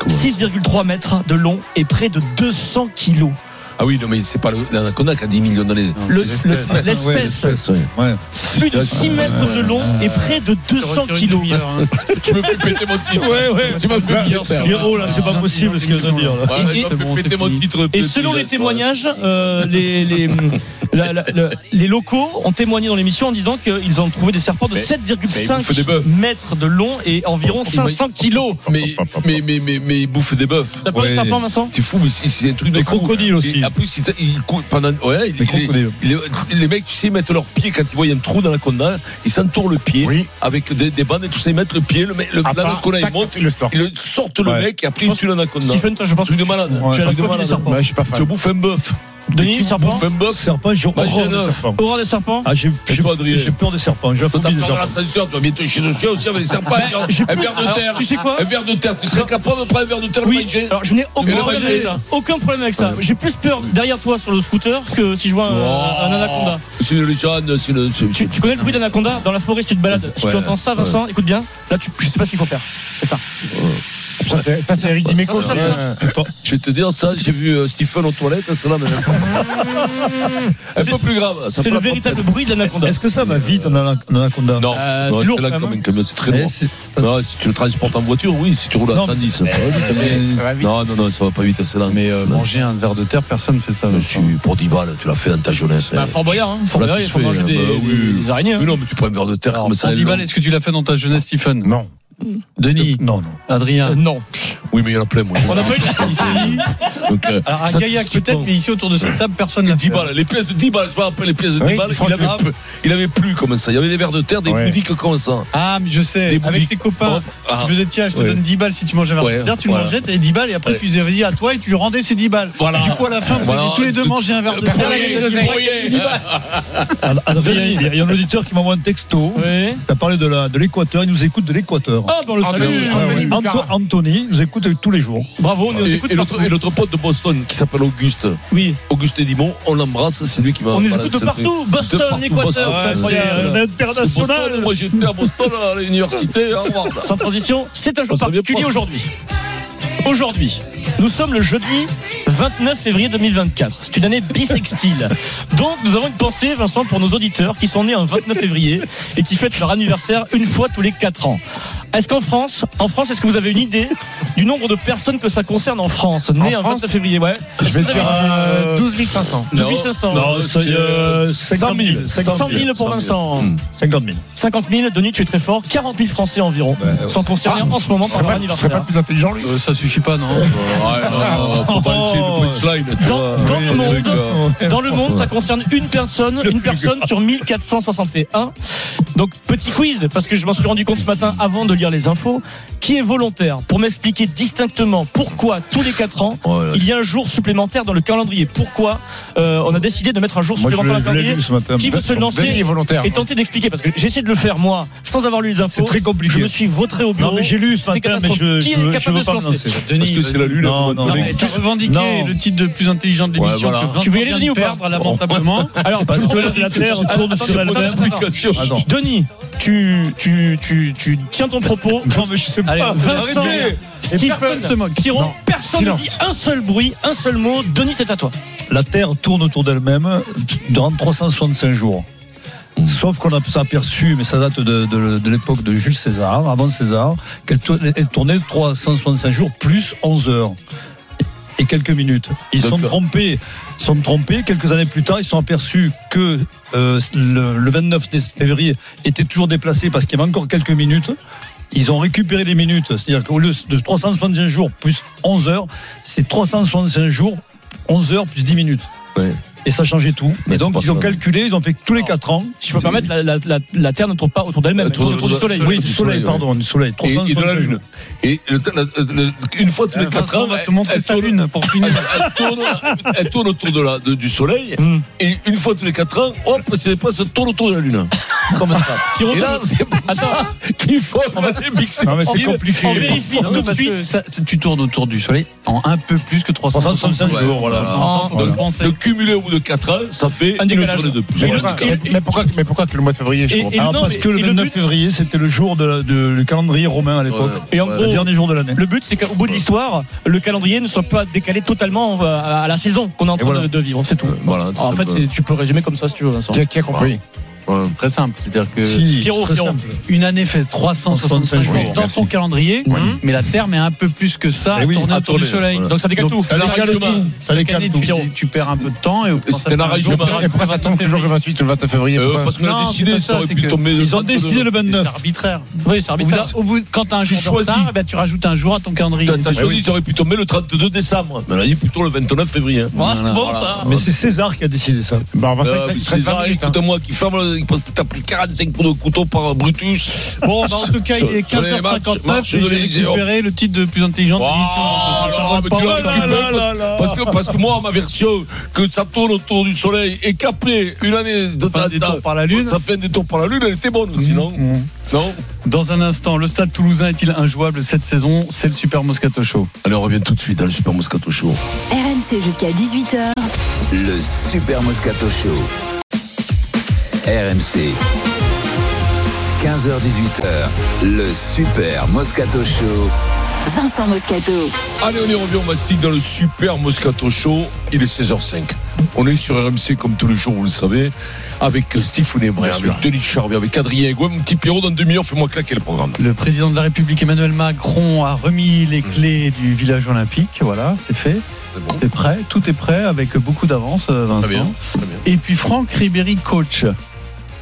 Speaker 6: 6,3 mètres de long et près de 200 kilos.
Speaker 3: Ah oui, non, mais c'est pas le- l'anaconda qui a 10 millions d'années.
Speaker 6: Le-
Speaker 3: C'est
Speaker 6: le-
Speaker 3: l'espèce.
Speaker 6: l'espèce.
Speaker 3: Ouais, l'espèce, ouais.
Speaker 6: Plus de 6 mètres de long et près de 200 kilos.
Speaker 3: <laughs> Tu me fais péter mon titre.
Speaker 4: Ouais, ouais. Bah,
Speaker 3: Tu m'as fait
Speaker 4: Là,
Speaker 3: péter.
Speaker 4: Guéraud, oh là, c'est pas possible ce qu'il vient de dire. là.
Speaker 3: Ouais, il m'a fait péter mon titre.
Speaker 6: Et selon les témoignages, euh, les,
Speaker 3: <laughs>
Speaker 6: les, la- la- la- les locaux ont témoigné dans l'émission en disant qu'ils ont trouvé des serpents de
Speaker 3: Mais- mais il faut des
Speaker 6: 7,5
Speaker 3: bœufs. Oh,
Speaker 6: mètres de long et environ 500 kilos.
Speaker 3: Mais, mais, mais, mais, mais il bouffe des bœufs.
Speaker 6: T'as pas vu serpent, Vincent
Speaker 3: C'est fou, mais c'est c'est un truc de
Speaker 4: Des
Speaker 3: fou.
Speaker 4: crocodiles aussi.
Speaker 3: Et en plus, il, il court pendant. Ouais, il,
Speaker 4: Des crocodiles.
Speaker 3: il- il- les mecs, tu sais, ils mettent leurs pieds quand ils voient un trou dans la condamne, ils s'entourent le pied
Speaker 5: Oui.
Speaker 3: avec des, des bandes et tout ça, ils mettent le pied, le, mec-
Speaker 6: Ah,
Speaker 3: le,
Speaker 5: À
Speaker 6: bah,
Speaker 5: part,
Speaker 3: l'anaconda, il
Speaker 5: tac,
Speaker 3: monte,
Speaker 5: il le sort.
Speaker 3: ils le sortent le
Speaker 4: Ouais.
Speaker 3: mec et après ils tuent l'anaconda.
Speaker 6: Stephen, toi, je pense
Speaker 3: Truc
Speaker 6: que
Speaker 3: de malade.
Speaker 6: tu- tu as la
Speaker 3: Truc de
Speaker 6: phobie des
Speaker 3: malade.
Speaker 6: serpents.
Speaker 5: Bah, je suis pas
Speaker 3: Tu
Speaker 5: fan.
Speaker 3: bouffes un bœuf.
Speaker 6: Denis, les serpents
Speaker 3: bouffes un bœuf.
Speaker 4: Serpent, j'ai
Speaker 3: Bah,
Speaker 4: horreur
Speaker 3: j'ai
Speaker 4: des
Speaker 3: neuf.
Speaker 4: serpents.
Speaker 6: Horreur des serpents
Speaker 4: Ah, j'ai
Speaker 3: Et
Speaker 4: j'ai-
Speaker 3: toi, Adrien
Speaker 4: j'ai peur des serpents. J'ai la
Speaker 3: Toi, t'as
Speaker 4: phobie des
Speaker 3: peur de
Speaker 4: serpents.
Speaker 3: l'ascenseur, tu vas bientôt chez le chien aussi avec les serpents,
Speaker 6: Ah,
Speaker 3: un verre- hein. un verre de
Speaker 6: bah, Alors,
Speaker 3: terre.
Speaker 6: tu sais quoi
Speaker 3: Un verre de terre. Tu serais capable de prendre un verre de terre le
Speaker 6: Oui,
Speaker 3: manger
Speaker 6: alors je n'ai aucun
Speaker 3: Mais le
Speaker 6: problème
Speaker 3: manger.
Speaker 6: avec ça. Aucun problème avec ça. J'ai plus peur derrière toi sur le scooter que si je vois un,
Speaker 3: Oh.
Speaker 6: Euh, un anaconda.
Speaker 3: C'est le légende, c'est le. c'est-
Speaker 6: Tu, tu connais le bruit d'anaconda Dans la forêt, si tu te balades. Si
Speaker 3: Ouais,
Speaker 6: tu entends ça, Vincent, écoute bien. Là, tu, je sais pas ce qu'il faut faire. C'est ça.
Speaker 5: Ça, c'est Eric Dimeco.
Speaker 3: ça, Je vais te dire ça, j'ai vu euh, Stephen aux toilettes, c'est là, mais <laughs> un peu plus grave. ça
Speaker 6: C'est
Speaker 3: peut
Speaker 6: le
Speaker 3: la
Speaker 6: véritable bruit de l'anaconda.
Speaker 4: Est-ce que ça va vite, on a l'anaconda
Speaker 3: Non,
Speaker 6: Euh,
Speaker 3: non,
Speaker 6: c'est
Speaker 3: c'est
Speaker 6: lourd,
Speaker 3: là
Speaker 6: quand
Speaker 3: quand
Speaker 6: même.
Speaker 3: même, quand même, c'est très
Speaker 4: Eh,
Speaker 3: lourd.
Speaker 4: c'est-
Speaker 3: Non, si tu le transportes en voiture, oui, si tu roules à
Speaker 4: Non,
Speaker 3: 110. ça va, ça fait-
Speaker 7: ça va vite.
Speaker 3: Non, non, non, ça va pas vite, c'est là.
Speaker 7: Mais euh,
Speaker 3: C'est là.
Speaker 7: manger un verre de terre, personne ne fait ça.
Speaker 3: Mais
Speaker 7: Vincent.
Speaker 3: si, pour 10 balles, tu l'as fait dans ta jeunesse.
Speaker 6: Bah,
Speaker 3: eh.
Speaker 6: Fort Boyard, hein. Fort
Speaker 3: Là,
Speaker 6: Boyard,
Speaker 3: tu
Speaker 6: il
Speaker 3: se
Speaker 6: faut
Speaker 3: fais,
Speaker 6: manger
Speaker 3: bah,
Speaker 6: des,
Speaker 3: oui.
Speaker 6: des araignées. hein.
Speaker 3: Mais non, mais tu prends un verre de terre
Speaker 7: Alors,
Speaker 3: comme ça.
Speaker 7: 110
Speaker 3: elle,
Speaker 7: balles,
Speaker 3: non.
Speaker 7: est-ce que tu l'as fait dans ta jeunesse, Stephen
Speaker 5: Non.
Speaker 7: Denis,
Speaker 4: Non, non.
Speaker 7: Adrien.
Speaker 6: Euh, non.
Speaker 3: Oui, mais il y en a plein, moi.
Speaker 6: On n'a pas eu
Speaker 7: Ici.
Speaker 3: Donc, euh,
Speaker 7: Alors à
Speaker 3: ça,
Speaker 7: Gaillac
Speaker 3: tu-
Speaker 7: peut-être, mais ici autour de cette table, personne ne l'a
Speaker 3: 10
Speaker 7: fait.
Speaker 3: balles, les pièces de 10 balles, je me rappelle les pièces de 10
Speaker 5: Oui,
Speaker 3: balles, il
Speaker 5: franchement.
Speaker 3: avait, peu- il avait plus comme ça. Il y avait des verres de terre, des
Speaker 5: Ouais.
Speaker 3: boudiques comme ça.
Speaker 7: Ah, mais je sais,
Speaker 3: Des
Speaker 7: avec
Speaker 3: boudiques.
Speaker 7: tes copains.
Speaker 3: Oh, ah.
Speaker 7: Tu faisais, tiens, je te
Speaker 3: Ouais.
Speaker 7: donne 10 balles si tu manges un verre de
Speaker 3: Ouais,
Speaker 7: terre, tu
Speaker 3: voilà.
Speaker 7: le mangeais, t'avais 10 balles, et après
Speaker 3: Ouais.
Speaker 7: tu les avais dit à toi et tu lui rendais ces 10 balles.
Speaker 3: Voilà.
Speaker 7: Et du coup, à la fin, vous
Speaker 3: Voilà.
Speaker 7: avez tous les deux
Speaker 3: Tout-
Speaker 7: mangé un verre de
Speaker 3: Bah,
Speaker 7: terre.
Speaker 3: voyez,
Speaker 7: et vous avez-
Speaker 3: vous voyez. <laughs>
Speaker 4: Ad- Adrien, il y a- il y a un auditeur qui m'envoie un texto.
Speaker 6: Oui.
Speaker 4: T'as parlé de la- de l'Équateur, il nous écoute de l'Équateur.
Speaker 6: Ah, bah, on le
Speaker 3: Ah,
Speaker 6: salue.
Speaker 3: bah,
Speaker 4: Ah,
Speaker 5: Anthony
Speaker 4: ouais.
Speaker 5: Boucard.
Speaker 4: Anto- Anthony nous écoute tous les jours.
Speaker 6: Bravo, on est aux
Speaker 3: Et,
Speaker 6: écoutes
Speaker 3: et
Speaker 6: partout.
Speaker 3: notre, et notre pote de Boston qui s'appelle Auguste,
Speaker 6: Oui.
Speaker 3: Auguste Edimont, on l'embrasse, c'est lui qui m'a
Speaker 6: On nous
Speaker 3: balancé
Speaker 6: écoute de
Speaker 3: le truc.
Speaker 6: partout.
Speaker 3: De
Speaker 6: Boston,
Speaker 3: partout,
Speaker 6: l'Équateur.
Speaker 3: Boston,
Speaker 6: c'est
Speaker 3: Ah c'est
Speaker 6: incroyable.
Speaker 3: incroyable. Parce que Boston,
Speaker 4: International.
Speaker 3: moi j'étais à Boston euh, à l'université, à Harvard.
Speaker 6: <laughs> Sans transition, c'est un jour
Speaker 3: On savait
Speaker 6: particulier
Speaker 3: pas.
Speaker 6: aujourd'hui. Aujourd'hui, nous sommes le jeudi 29 février 2024. C'est une année bisextile. Donc, nous avons une pensée, Vincent, pour nos auditeurs qui sont nés un 29 février et qui fêtent leur anniversaire une fois tous les 4 ans. Est-ce qu'en France, en France, est-ce que vous avez une idée du nombre de personnes que ça concerne en France, nées
Speaker 5: En
Speaker 6: un
Speaker 5: France
Speaker 6: 29 février Ouais.
Speaker 5: Je vais
Speaker 6: Vous avez-
Speaker 5: dire euh, 12 500.
Speaker 6: 2500.
Speaker 4: Non, ça y
Speaker 5: euh,
Speaker 4: est,
Speaker 3: 100
Speaker 4: 000.
Speaker 6: 100 000 pour Vincent.
Speaker 5: Hmm.
Speaker 4: 50 000.
Speaker 6: 50 000, Denis, tu es très fort. 40 000 Français environ sont concernés en ce moment
Speaker 5: Ah, Ce serait pas-
Speaker 6: par leur
Speaker 5: ce serait pas
Speaker 6: anniversaire.
Speaker 5: plus intelligent, lui
Speaker 7: Euh, Ça suffit pas, non
Speaker 3: Ouais, non, non, faut pas laisser une punchline. tu
Speaker 6: Oh. Dans-
Speaker 3: vois.
Speaker 6: dans
Speaker 3: Oui,
Speaker 6: le monde.
Speaker 3: truc, euh,
Speaker 6: Dans le monde, ça concerne une personne, une personne sur 1461. Donc, petit quiz, parce que je m'en suis rendu compte ce matin avant de lire les infos. Qui est volontaire pour m'expliquer distinctement pourquoi tous les 4 ans,
Speaker 3: ouais, là,
Speaker 6: il y a un jour supplémentaire dans le calendrier Pourquoi euh, on a décidé de mettre un jour
Speaker 4: Moi, je
Speaker 6: supplémentaire dans le
Speaker 4: l'ai- je l'ai
Speaker 6: calendrier
Speaker 4: lu ce matin.
Speaker 6: Qui veut se
Speaker 5: Denis
Speaker 6: lancer
Speaker 5: est volontaire.
Speaker 6: et tenter d'expliquer Parce que j'ai essayé de le faire, moi, sans avoir lu les infos.
Speaker 4: C'est très
Speaker 6: Je
Speaker 4: compliqué.
Speaker 6: me suis vautré au bureau.
Speaker 4: Non, mais j'ai lu ce
Speaker 6: C'était
Speaker 4: matin, mais je,
Speaker 6: catastrophique. Qui est
Speaker 4: je veux- je
Speaker 6: capable
Speaker 4: veux
Speaker 6: de
Speaker 4: pas
Speaker 6: se
Speaker 4: me
Speaker 6: lancer
Speaker 4: lancer.
Speaker 7: Denis,
Speaker 3: Parce que c'est la lune.
Speaker 4: Non, non,
Speaker 7: Non,
Speaker 4: non.
Speaker 7: mais tu as revendiqué
Speaker 4: Non.
Speaker 7: le titre de plus intelligent de l'émission
Speaker 3: Ouais, voilà.
Speaker 7: que Vincent
Speaker 6: Tu veux y aller,
Speaker 7: vient
Speaker 6: Denis,
Speaker 7: de
Speaker 6: ou pas
Speaker 7: perdre lamentablement.
Speaker 6: <laughs> Alors,
Speaker 4: Parce que
Speaker 6: je-
Speaker 4: la- la Terre
Speaker 6: Attends,
Speaker 4: tourne
Speaker 6: attends,
Speaker 4: sur la
Speaker 6: attends,
Speaker 4: Lune.
Speaker 6: attends, attends.
Speaker 3: explication.
Speaker 4: Attends.
Speaker 6: Denis, tu, tu, tu, tu tiens ton propos.
Speaker 4: <laughs> Non, mais je sais
Speaker 6: Allez,
Speaker 4: pas.
Speaker 6: Vincent,
Speaker 4: Arrêtez. Et personne se
Speaker 6: Stephen,
Speaker 4: moque.
Speaker 6: Pierrot,
Speaker 4: Non.
Speaker 6: personne ne
Speaker 4: Silence.
Speaker 6: dit un seul bruit, un seul mot. Denis, c'est à toi.
Speaker 4: La Terre tourne autour d'elle-même durant 365 jours. Sauf qu'on a s'est aperçu, mais ça date de, de- de l'époque de Jules César, avant César, qu'elle tour- elle tournait 365 jours plus 11 heures et quelques minutes. Ils sont
Speaker 3: D'accord.
Speaker 4: trompés, ils sont trompés. Quelques années plus tard, ils se sont aperçus que euh, le, le 29 dé- février était toujours déplacé parce qu'il y avait encore quelques minutes. Ils ont récupéré les minutes, c'est-à-dire qu'au lieu de 365 jours plus 11 heures, c'est 365 jours, 11 heures plus 10 minutes.
Speaker 3: Ouais.
Speaker 4: Et ça changeait tout.
Speaker 3: Mais
Speaker 4: et donc,
Speaker 3: c'est pas
Speaker 4: ils ont
Speaker 3: ça.
Speaker 4: calculé, ils ont fait que tous les
Speaker 6: Non.
Speaker 4: 4 ans.
Speaker 6: Si je peux me permettre, la, la, la, la Terre ne tourne pas autour d'elle-même,
Speaker 3: Elle
Speaker 6: elle tourne
Speaker 3: tourne
Speaker 6: autour du
Speaker 3: autour de-
Speaker 6: Soleil.
Speaker 4: Oui, du
Speaker 3: du
Speaker 4: soleil,
Speaker 3: soleil,
Speaker 4: pardon, du soleil.
Speaker 3: Et, et de la
Speaker 4: 365
Speaker 3: lune.
Speaker 4: jours.
Speaker 3: Et le- le- le- une fois tous les 4
Speaker 7: Vincent
Speaker 3: ans,
Speaker 7: va te
Speaker 3: elle-
Speaker 7: montrer
Speaker 3: elle
Speaker 7: sa
Speaker 3: tourne-
Speaker 7: lune pour finir.
Speaker 3: Elle, <laughs> elle tourne, elle tourne autour de la, de- du soleil
Speaker 6: Hmm.
Speaker 3: et une fois tous les 4 ans, hop, c'est pas se tourne autour de la lune. Comme ça.
Speaker 6: Pierrot,
Speaker 3: Et là, c'est pour ça qu'il faut les Big Six.
Speaker 5: Non, mais c'est
Speaker 3: Steel.
Speaker 5: compliqué.
Speaker 6: on vérifie
Speaker 7: Non,
Speaker 6: tout de
Speaker 7: parce
Speaker 6: suite.
Speaker 7: que ça- tu tournes autour du soleil en un peu plus que 365
Speaker 4: 365
Speaker 3: jours,
Speaker 7: jours.
Speaker 3: voilà.
Speaker 7: Voilà.
Speaker 6: En-
Speaker 7: Donc,
Speaker 3: Le cumulé au bout de 4 ans, ça fait
Speaker 6: Un
Speaker 3: une
Speaker 6: décalage.
Speaker 3: journée de plus.
Speaker 5: Mais
Speaker 3: Voilà,
Speaker 5: pourquoi-
Speaker 3: un décalage.
Speaker 5: mais pourquoi- Mais pourquoi que le mois de février je
Speaker 6: Et-
Speaker 5: comprends
Speaker 6: et-
Speaker 5: pas.
Speaker 4: Alors,
Speaker 6: non,
Speaker 4: parce
Speaker 6: mais-
Speaker 4: que le
Speaker 6: et le
Speaker 4: 29
Speaker 6: but
Speaker 4: février, c'était le jour de, la- de- le calendrier romain à l'époque.
Speaker 3: Ouais.
Speaker 6: Et en
Speaker 4: Le
Speaker 6: gros,
Speaker 4: dernier jour de l'année.
Speaker 6: Le but, c'est qu'au bout de l'histoire, le calendrier ne soit pas décalé totalement euh, à la saison qu'on est en train
Speaker 4: voilà. Ah,
Speaker 6: de- de vivre. C'est tout.
Speaker 7: Euh,
Speaker 3: Voilà,
Speaker 6: Alors, en fait, c'est- tu peux résumer comme ça si tu veux, Vincent.
Speaker 5: Qui a- qui a compris
Speaker 3: Voilà.
Speaker 7: c'est très simple. C'est-à-dire que
Speaker 4: Si,
Speaker 6: Pierrot,
Speaker 4: c'est très
Speaker 6: Pierrot.
Speaker 4: simple.
Speaker 7: une année fait 365 jours
Speaker 5: Oui,
Speaker 7: dans
Speaker 5: merci.
Speaker 7: son calendrier, mais la Terre met un peu plus que ça
Speaker 4: Eh
Speaker 7: à
Speaker 4: oui,
Speaker 7: tourner
Speaker 3: à
Speaker 7: autour du
Speaker 3: tourner,
Speaker 7: soleil.
Speaker 3: voilà.
Speaker 7: Hein Donc,
Speaker 6: Donc ça décale tout.
Speaker 4: Ça décale tout. Ça
Speaker 7: chaque
Speaker 4: décale
Speaker 7: année,
Speaker 4: tout.
Speaker 7: tu, tu perds un peu de temps et au
Speaker 3: C'est un arrangement.
Speaker 5: Et pourquoi ça tombe toujours le 28 ou le 29 février
Speaker 3: Euh,
Speaker 5: pourquoi
Speaker 3: parce qu'on a
Speaker 7: Non, c'est
Speaker 3: décidé,
Speaker 7: pas
Speaker 3: ça
Speaker 7: ça,
Speaker 3: aurait
Speaker 7: c'est
Speaker 3: pu
Speaker 7: que
Speaker 3: tomber.
Speaker 4: Ils ont décidé le 29.
Speaker 7: C'est arbitraire.
Speaker 6: Oui, c'est
Speaker 7: Au bout d'un-
Speaker 6: arbitraire.
Speaker 7: au bout- quand tu as un
Speaker 3: Tu
Speaker 7: jour de
Speaker 3: choisis.
Speaker 7: retard, eh ben, tu rajoutes un jour à ton calendrier.
Speaker 3: T'as t'as choisi, ça aurait pu tomber le 32 décembre. Mais on a dit plutôt le 29 février.
Speaker 6: Voilà, Ah, c'est bon ça.
Speaker 4: Mais c'est César qui a décidé ça.
Speaker 5: Bah, on va
Speaker 3: Euh,
Speaker 5: se
Speaker 3: c'est ça,
Speaker 7: hein.
Speaker 3: écoute-moi, qui ferme, le- il pense que t'as pris 45 coups de couteau par euh, Brutus.
Speaker 7: Bon, bah, en tout cas, il est
Speaker 3: Sur- sur les matchs,
Speaker 7: 15h59
Speaker 3: marche
Speaker 7: et
Speaker 3: de
Speaker 7: j'ai
Speaker 3: l'Élysée.
Speaker 7: récupéré le titre de plus intelligent de
Speaker 3: Oh,
Speaker 7: l'émission.
Speaker 3: mais
Speaker 7: Parce que
Speaker 3: tu
Speaker 7: ça va
Speaker 3: l'as
Speaker 7: pas hein.
Speaker 3: dit,
Speaker 7: au-
Speaker 3: mais Parce que, parce que moi, ma version, que ça tourne autour du soleil et qu'après une année de
Speaker 7: Enfin, des tours par la Lune.
Speaker 3: ça fait un détour par la lune, elle était bonne, sinon.
Speaker 7: Mmh.
Speaker 3: Non
Speaker 7: Dans un instant, le stade toulousain est-il injouable cette saison C'est le Super Moscato Show.
Speaker 3: Allez, on revient tout de suite dans le Super Moscato Show.
Speaker 1: RMC jusqu'à 18h.
Speaker 2: Le Super Moscato Show. RMC. 15h-18h. Le Super Moscato Show.
Speaker 1: Vincent Moscato.
Speaker 3: Allez, on est revenu au mastic dans le super Moscato Show. Il est 16h05. On est sur RMC comme tous les jours, vous le savez, avec Steve Founembré,
Speaker 5: Bien sûr.
Speaker 3: avec Denis Charvet, avec Adrien Egouin, mon petit Pierrot, dans une demi-heure, fais-moi claquer le programme.
Speaker 7: Le président de la République Emmanuel Macron a remis les
Speaker 3: Mmh.
Speaker 7: clés du village olympique. Voilà, c'est fait. C'est prêt, tout est prêt avec beaucoup d'avance, euh, Vincent.
Speaker 3: bien,
Speaker 7: Et puis Franck Ribéry, coach.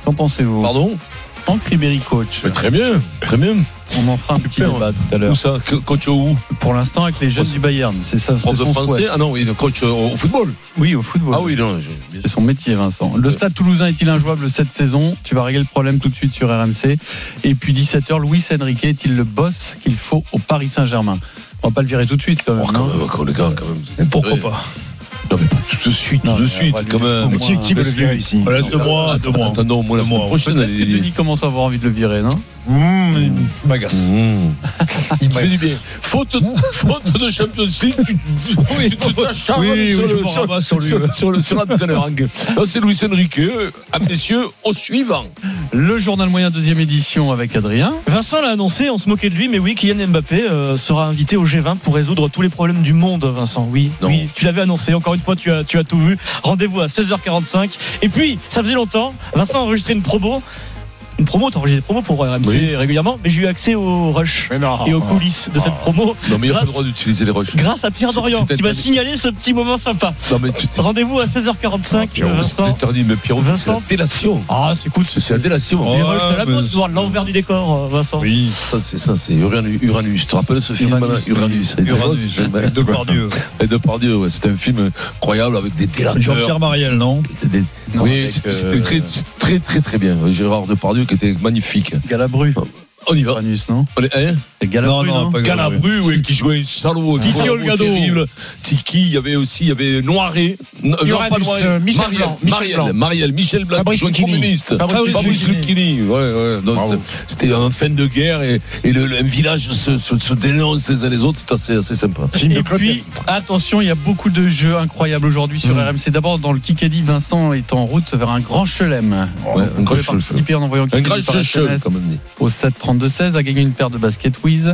Speaker 7: Qu'en pensez-vous
Speaker 3: Pardon
Speaker 7: Franck Ribéry, coach.
Speaker 3: Mais très bien, très bien.
Speaker 7: On en fera un petit
Speaker 3: Super.
Speaker 7: débat tout à l'heure.
Speaker 3: Où ça Que- Coach où
Speaker 7: Pour l'instant, avec les jeunes du Bayern, c'est ça. c'est
Speaker 3: Prof de
Speaker 7: son
Speaker 3: français
Speaker 7: souhait.
Speaker 3: Ah non, oui, le coach euh, au football.
Speaker 7: Oui, au football.
Speaker 3: Ah oui, non. je-
Speaker 7: C'est son métier, Vincent. Le stade toulousain est-il injouable cette saison Tu vas régler le problème tout de suite sur RMC. Et puis 17h, Luis Enrique est-il le boss qu'il faut au Paris Saint-Germain On va pas le virer tout de suite quand même.
Speaker 3: Oh, quand
Speaker 7: non
Speaker 3: même, quand- le gars, quand même.
Speaker 4: Et Pourquoi
Speaker 3: Ouais.
Speaker 4: pas
Speaker 3: Non, mais pas tout de suite,
Speaker 7: Non,
Speaker 3: tout de
Speaker 7: mais
Speaker 3: suite,
Speaker 7: on va lui
Speaker 3: quand
Speaker 7: laisser
Speaker 3: même.
Speaker 7: au moins
Speaker 5: Qui veut le virer ici
Speaker 4: Voilà, Laisse-moi,
Speaker 3: Attends,
Speaker 4: deux mois.
Speaker 3: Attendons, moi, la
Speaker 4: Deux
Speaker 3: semaine
Speaker 4: mois.
Speaker 3: prochaine.
Speaker 7: Peut-être que
Speaker 3: elle-
Speaker 7: Denis commence à avoir envie de le virer, non
Speaker 4: Bagasse.
Speaker 3: Mmh.
Speaker 4: Il
Speaker 3: Tu fais du bien. Faute, faute de Champions League, tu, tu- tu te t'acharnes
Speaker 4: oui,
Speaker 3: sur,
Speaker 4: je
Speaker 3: le-
Speaker 4: me
Speaker 3: sur,
Speaker 4: rabats sur lui,
Speaker 3: sur-
Speaker 4: ouais.
Speaker 3: sur le sur l'entraîneur. Non, C'est Luis Enrique. Ah, messieurs, au suivant.
Speaker 7: Le journal moyen deuxième édition avec Adrien.
Speaker 6: Vincent l'a annoncé, on se moquait de lui, mais oui, Kylian Mbappé euh, sera invité au G20 pour résoudre tous les problèmes du monde, Vincent. Oui,
Speaker 3: Non.
Speaker 6: oui tu l'avais annoncé, encore une fois, tu as, tu as tout vu. Rendez-vous à 16h45. Et puis, ça faisait longtemps, Vincent a enregistré une promo. Une promo, t'as enregistré des promos pour RMC
Speaker 3: Oui.
Speaker 6: régulièrement, mais j'ai eu accès au rush et aux coulisses de cette promo
Speaker 3: Ah. Non, mais il n'y a pas
Speaker 6: grâce,
Speaker 3: le droit d'utiliser les rushs.
Speaker 6: grâce à Pierre
Speaker 3: C'est-
Speaker 6: Dorian
Speaker 3: c'est
Speaker 6: qui va
Speaker 3: interdit.
Speaker 6: signaler ce petit moment sympa.
Speaker 3: Non, mais tu- tu-
Speaker 6: Rendez-vous à 16h45,
Speaker 3: Pierrot, c'est
Speaker 6: Vincent.
Speaker 3: interdit, mais Pierrot, c'est la
Speaker 6: Vincent.
Speaker 3: délation.
Speaker 6: Ah, c'est cool.
Speaker 3: C'est la délation.
Speaker 6: Les
Speaker 4: Oh,
Speaker 6: rushs, c'est la
Speaker 4: mais
Speaker 6: mode,
Speaker 4: c'est-
Speaker 6: voir l'envers du décor, euh, Vincent.
Speaker 4: Oui.
Speaker 3: Ça, c'est ça, c'est Uranus. Uranus. Tu te rappelles ce film là
Speaker 7: Uranus.
Speaker 3: Uranus.
Speaker 4: Uranus.
Speaker 3: Uranus.
Speaker 4: De Pardieu.
Speaker 3: <laughs> Et de ouais. C'était un film incroyable avec des délateurs.
Speaker 4: Jean-Pierre Mariel, non
Speaker 3: Des-
Speaker 7: Non,
Speaker 3: oui,
Speaker 7: avec,
Speaker 3: c'était
Speaker 7: euh,
Speaker 3: très, très, très, très bien. Gérard Depardieu qui était magnifique. Oh,
Speaker 7: Galabru.
Speaker 3: On y va.
Speaker 7: Uranus, non
Speaker 3: On est, hein
Speaker 7: C'est Galabru, non,
Speaker 4: pas Galabru.
Speaker 3: Galabru, ouais, qui jouait salaud,
Speaker 6: Tiki
Speaker 3: Galabru
Speaker 6: Olgado.
Speaker 3: terrible. Tiki, il y avait aussi, il y avait Noiret, N- euh, non,
Speaker 5: Uranus,
Speaker 3: pas Noiret,
Speaker 5: euh, Michel
Speaker 3: Mariel,
Speaker 5: Blanc, Michel
Speaker 3: Mariel,
Speaker 5: Blanc.
Speaker 3: Mariel, Michel Blanc, qui
Speaker 5: Fabrice
Speaker 3: jouait
Speaker 5: Lucchini.
Speaker 3: communiste,
Speaker 5: Fabrice
Speaker 3: Fabrice Lucchini, ouais, ouais, donc,
Speaker 5: Bravo.
Speaker 3: c'est- c'était un fin de guerre et, et le, le- un village se, se, se dénonce les uns les autres, c'est assez, assez sympa.
Speaker 5: Film de
Speaker 7: Et
Speaker 5: club.
Speaker 7: puis, attention, il y a beaucoup de jeux incroyables aujourd'hui sur
Speaker 3: Mm.
Speaker 7: RMC. D'abord, dans le Kikadi, Vincent est en route vers un grand chelem.
Speaker 3: Ouais, un
Speaker 7: Vous
Speaker 3: grand
Speaker 7: pouvez
Speaker 3: chelem.
Speaker 7: participer en envoyant
Speaker 3: Un
Speaker 7: Kikadi
Speaker 3: grand
Speaker 7: par
Speaker 3: chachel,
Speaker 7: SMS.
Speaker 3: comme on dit. Mmh.
Speaker 7: au 7 32 16 a gagné une paire de baskets Wiz.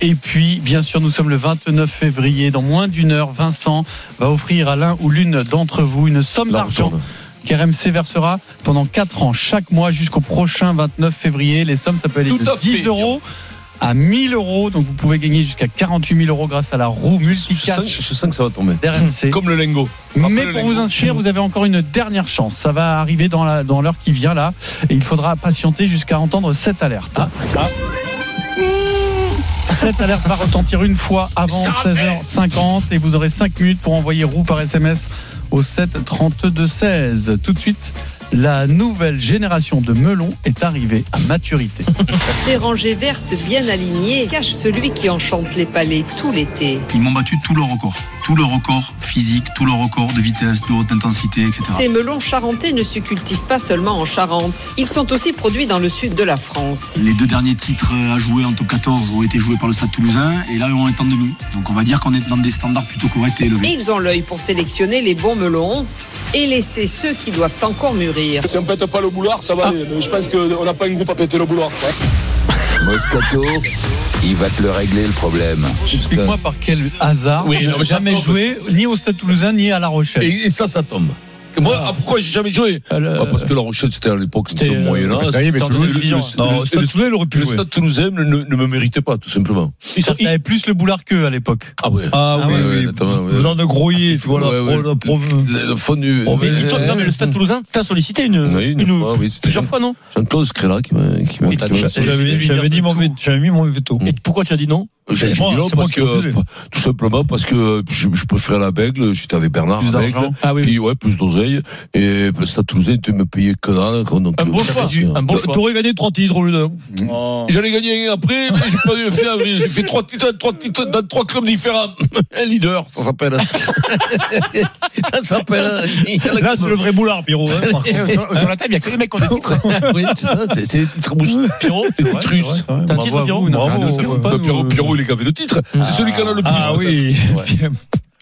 Speaker 7: Et puis, bien sûr, nous sommes le 29 février. Dans moins d'une heure, Vincent va offrir à l'un ou l'une d'entre vous une somme d'argent qu'RMC versera pendant 4 ans, chaque mois jusqu'au prochain 29 février. Les sommes, ça peut aller
Speaker 3: Tout
Speaker 7: de
Speaker 3: à fait.
Speaker 7: 10 euros à 1000 euros. Donc, vous pouvez gagner jusqu'à 48 000 euros grâce à la roue
Speaker 3: Je sens,
Speaker 7: multicash
Speaker 3: je sens que ça va tomber.
Speaker 7: d'RMC.
Speaker 3: Comme le lingot.
Speaker 7: Mais
Speaker 3: Rappelez-le,
Speaker 7: pour vous
Speaker 3: les
Speaker 7: inscrire,
Speaker 3: gros.
Speaker 7: vous avez encore une dernière chance. Ça va arriver dans la- dans l'heure qui vient là. Et il faudra patienter jusqu'à entendre cette alerte. hein.
Speaker 13: Ah.
Speaker 7: Ah. Cette alerte va retentir une fois avant 16h50 et vous aurez 5 minutes pour envoyer roue par SMS au 7 32 16. Tout de suite, la nouvelle génération de melons est arrivée à maturité.
Speaker 14: Ces rangées vertes bien alignées cachent celui qui enchante les palais tout l'été.
Speaker 13: Ils m'ont battu tous leurs records. Tous leurs records physiques, tous leurs records de vitesse, de haute intensité, etc.
Speaker 14: Ces melons charentais ne se cultivent pas seulement en Charente. Ils sont aussi produits dans le sud de la France.
Speaker 13: Les deux derniers titres à jouer en top 14 ont été joués par le Stade Toulousain et là on est en demi. Donc on va dire qu'on est dans des standards plutôt corrects et
Speaker 14: Et
Speaker 13: élevés.
Speaker 14: ils ont l'œil pour sélectionner les bons melons et laisser ceux qui doivent encore mûrir.
Speaker 12: Si on pète pas le boulard,
Speaker 5: Ah.
Speaker 12: ça va aller. Mais je pense qu'on n'a pas un groupe à péter le boulard. quoi.
Speaker 2: Moscato, il va te le régler le problème.
Speaker 7: Explique-moi par quel hasard
Speaker 3: Oui,
Speaker 7: vous
Speaker 3: non, mais
Speaker 7: n'avez
Speaker 3: ça
Speaker 7: jamais
Speaker 3: tombe.
Speaker 7: joué ni au Stade Toulousain ni à La
Speaker 3: Et,
Speaker 7: Rochelle.
Speaker 3: et ça, ça tombe. Moi, ah, pourquoi j'ai jamais joué Ah, Parce que La Rochelle, c'était à l'époque, c'était
Speaker 6: C'était,
Speaker 3: le
Speaker 6: euh,
Speaker 3: Moyen-Âge.
Speaker 5: c'était Bataille, mais
Speaker 3: C'était en
Speaker 5: Toulouse,
Speaker 3: le- le-
Speaker 6: Lyon.
Speaker 3: le-
Speaker 4: Non,
Speaker 3: le-
Speaker 4: Stade Toulousain, il aurait pu
Speaker 3: Le
Speaker 4: jouer.
Speaker 3: stade toulousain ne, ne me méritait pas, tout simplement.
Speaker 6: Ils sont-
Speaker 7: Il avait plus le boulard qu'eux à l'époque.
Speaker 3: Ah ouais.
Speaker 4: Ah oui,
Speaker 3: ouais, ouais,
Speaker 4: oui.
Speaker 3: notamment, ouais.
Speaker 4: Venant de Groyer, voilà.
Speaker 3: Ouais, ouais.
Speaker 4: pro- la pro-
Speaker 3: Le, le fond du.
Speaker 6: Mais dis-toi, non, mais le Stade Toulousain t'a sollicité une,
Speaker 3: Oui, une
Speaker 6: une-
Speaker 3: fois, oui, c'était
Speaker 6: plusieurs
Speaker 3: Jean-
Speaker 6: fois, non
Speaker 3: Jean-Claude Scrella qui m'a. qui m'a-
Speaker 6: Oui,
Speaker 3: qui m'a
Speaker 6: t'as-
Speaker 3: sollicité.
Speaker 4: J'avais j'avais dit mon vé- j'avais mis mon veto.
Speaker 6: Et pourquoi tu as dit non
Speaker 3: J'ai dit
Speaker 4: moi,
Speaker 3: non
Speaker 4: Euh, c'est moi
Speaker 3: parce
Speaker 4: qui ai refusé.
Speaker 3: que tout simplement parce que je, je préférais la Bègle, j'étais avec Bernard
Speaker 7: Plus
Speaker 3: à Bègle,
Speaker 7: d'argent.
Speaker 6: Ah oui,
Speaker 3: puis ouais plus d'oseille et le Stade Toulousain tu me payais que dalle quoi, donc
Speaker 6: Un bon
Speaker 3: euh,
Speaker 6: choix,
Speaker 3: c'est-
Speaker 6: un bon choix.
Speaker 4: T'aurais gagné 3 titres au lieu d'un.
Speaker 3: Mm.
Speaker 4: Oh.
Speaker 3: J'allais gagner après, mais j'ai perdu le fait avril. J'ai fait trois titres, trois titres dans trois clubs différents. <laughs> Un leader, ça
Speaker 4: <laughs>
Speaker 3: s'appelle. ça s'appelle.
Speaker 4: Là, c'est le vrai boulard, Pierrot. hein,
Speaker 3: <laughs>
Speaker 4: par contre.
Speaker 5: Sur la table, il y a que des mecs qui ont des titres.
Speaker 3: Oui, c'est ça, c'est- c'est des titres mousse.
Speaker 6: Pierrot,
Speaker 3: Des titres russes.
Speaker 7: T'as un
Speaker 6: Bravo
Speaker 7: titre,
Speaker 6: à
Speaker 7: Pierrot
Speaker 6: vous,
Speaker 7: Non,
Speaker 4: bravo.
Speaker 7: nous, ça compte pas,
Speaker 3: Bah,
Speaker 7: nous.
Speaker 3: Pierrot, Pierrot, il est gavé de titres. C'est celui qui en a le plus.
Speaker 4: Ah oui.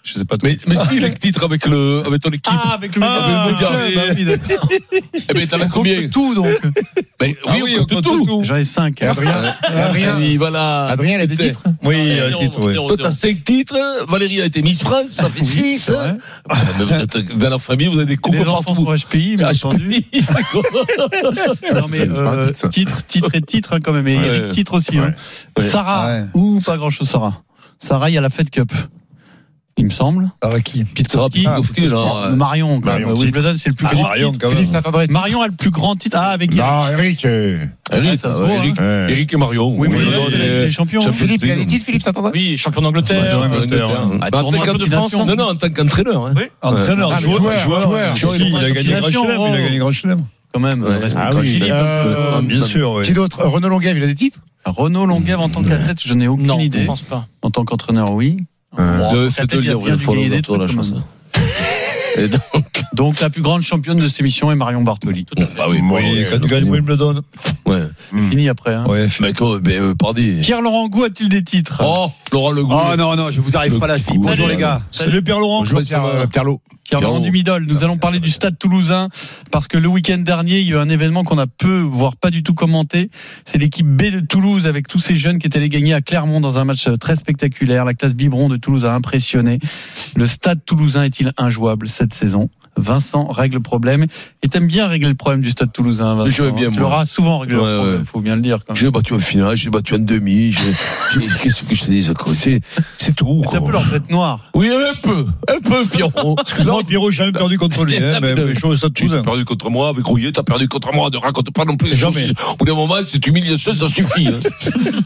Speaker 3: Je sais pas. Mais, mais si, le titre avec, le, avec ton équipe.
Speaker 7: Ah, avec le
Speaker 3: Ah,
Speaker 7: média.
Speaker 3: avec le média. Eh ben, t'en as
Speaker 7: On compte
Speaker 3: combien
Speaker 7: tout, donc.
Speaker 3: <laughs>
Speaker 7: hein.
Speaker 3: Mais
Speaker 7: Ah
Speaker 3: oui, on compte tout.
Speaker 7: J'en ai 5.
Speaker 5: Adrien, Adrien.
Speaker 3: Ah Oui, voilà.
Speaker 5: Adrien, il a des titres
Speaker 7: Oui,
Speaker 3: Zéro,
Speaker 7: un titre, oui.
Speaker 3: Toi, t'as 5 titres. Valérie a été Miss France, ça fait Bah, 6. Dans la famille, vous avez des couples
Speaker 7: Les enfants
Speaker 3: partout.
Speaker 7: sont HPI, bien entendu. Non, mais,
Speaker 5: c'est pas un
Speaker 7: euh,
Speaker 5: titre, ça.
Speaker 7: titre, titre et titre, hein, quand même. Et
Speaker 3: Ouais.
Speaker 7: Eric, titre aussi. hein.
Speaker 3: Ouais.
Speaker 7: Sarah,
Speaker 4: Ouais.
Speaker 7: ou pas grand chose, Sarah. Sarah, il y a la Fed Cup. Il me semble.
Speaker 4: Avec qui
Speaker 3: Sarah
Speaker 7: Pitkowski.
Speaker 3: Pitkowski, genre, euh,
Speaker 7: Marion, quand
Speaker 5: Marion,
Speaker 7: même.
Speaker 5: titre.
Speaker 7: Wimbledon, c'est le
Speaker 3: Ah,
Speaker 7: plus
Speaker 5: Philippe,
Speaker 7: petit
Speaker 5: Marion,
Speaker 7: titre.
Speaker 5: Philippe Saint-André.
Speaker 7: Marion a le plus grand titre. Ah, avec Eric.
Speaker 5: Non, Eric. euh,
Speaker 3: Eric,
Speaker 7: ça se voit,
Speaker 3: Eric,
Speaker 5: hein.
Speaker 3: Eric et Marion.
Speaker 7: Oui,
Speaker 3: Oui,
Speaker 7: mais
Speaker 3: voilà,
Speaker 7: c'est
Speaker 3: les-
Speaker 7: les champions, hein.
Speaker 3: Champions
Speaker 5: Philippe,
Speaker 3: de
Speaker 5: il a des
Speaker 3: Ligue.
Speaker 5: titres, Philippe Saint-André
Speaker 10: Oui, champion d'Angleterre.
Speaker 3: Champion d'Angleterre.
Speaker 7: Angleterre.
Speaker 6: Ah,
Speaker 3: Bah, en tant
Speaker 7: Tournoi
Speaker 3: qu'entraîneur-
Speaker 7: de France,
Speaker 3: Non, non, en tant qu'entraîneur. hein.
Speaker 4: Entraîneur,
Speaker 5: Ah, mais
Speaker 4: joueur,
Speaker 5: joueur, joueur.
Speaker 4: joueur,
Speaker 7: Si,
Speaker 4: il a gagné Grand
Speaker 7: Nations,
Speaker 4: Chelem,
Speaker 7: oh.
Speaker 4: il a gagné Grand Chelem.
Speaker 7: quand même.
Speaker 3: Ouais.
Speaker 7: respect.
Speaker 5: Ah
Speaker 3: Quand
Speaker 5: oui,
Speaker 3: il est-
Speaker 5: euh,
Speaker 3: Ah, bien sûr.
Speaker 5: Qui d'autre Renaud Longuev, il a des titres
Speaker 7: Ah, Renaud Longuev, en tant qu'athlète, je n'ai aucune
Speaker 6: Non, je
Speaker 7: idée.
Speaker 6: pense pas.
Speaker 7: En tant qu'entraîneur, oui.
Speaker 5: Euh,
Speaker 7: Bon,
Speaker 3: Le
Speaker 7: en
Speaker 3: fait
Speaker 7: tant
Speaker 3: de
Speaker 7: qu'athlète, il a
Speaker 3: lire,
Speaker 7: bien
Speaker 3: il
Speaker 7: dû
Speaker 3: faut
Speaker 7: gagner
Speaker 3: le
Speaker 7: des
Speaker 3: retour, la
Speaker 7: trucs, quand
Speaker 3: chanson.
Speaker 7: même.
Speaker 3: Et donc,
Speaker 7: Donc, la plus grande championne de cette émission est Marion Bartoli.
Speaker 3: bah oui, bon,
Speaker 4: Oui,
Speaker 3: ouais,
Speaker 4: ça te
Speaker 3: donc,
Speaker 4: gagne
Speaker 3: ouais.
Speaker 4: Wimbledon.
Speaker 3: Ouais.
Speaker 7: Mm. Fini après. hein.
Speaker 4: Ouais,
Speaker 3: Mais quoi, mais, euh, pardi.
Speaker 7: Pierre Laurent Gou a-t-il des titres
Speaker 3: Oh, Laurent Legout.
Speaker 13: Oh non, non, je vous arrive
Speaker 3: Le
Speaker 13: pas la fille.
Speaker 3: coup,
Speaker 13: Bonjour
Speaker 3: ouais.
Speaker 13: les gars.
Speaker 7: Salut Pierre Laurent.
Speaker 3: Bonjour,
Speaker 5: Pierre, euh, Pierre Lot.
Speaker 7: Pierre Laurent
Speaker 3: Pierrot.
Speaker 7: du Middle. Nous allons parler du stade toulousain parce que le week-end dernier, il y a eu un événement qu'on a peu, voire pas du tout commenté. C'est l'équipe B de Toulouse avec tous ces jeunes qui étaient allés gagner à Clermont dans un match euh, très spectaculaire. La classe biberon de Toulouse a impressionné. Le stade toulousain est-il injouable cette saison Vincent règle le problème. Et t'aimes bien régler le problème du stade toulousain, Vincent.
Speaker 3: Je vais bien,
Speaker 7: Bah, tu
Speaker 3: moi.
Speaker 7: l'auras souvent réglé
Speaker 3: Ouais,
Speaker 7: le problème,
Speaker 3: ouais.
Speaker 7: faut bien le dire. Quand même.
Speaker 3: J'ai battu en finale, j'ai battu en demi. j'ai- j'ai- Qu'est-ce que je te dis quoi C'est c'est tout.
Speaker 7: T'as un peu
Speaker 3: quoi.
Speaker 7: leur tête noire.
Speaker 3: Oui, un peu, un peu, Pierrot.
Speaker 4: Excuse-moi, Pierrot, j'ai jamais perdu contre
Speaker 3: <laughs>
Speaker 4: lui. hein, Mais mais je suis au Stade
Speaker 3: Tu as
Speaker 4: Toulousain.
Speaker 3: perdu contre moi avec Rouillet, t'as perdu contre moi. Ne raconte pas non plus les choses.
Speaker 4: Jamais.
Speaker 3: Au bout d'un moment, c'est humiliation, ça suffit. hein.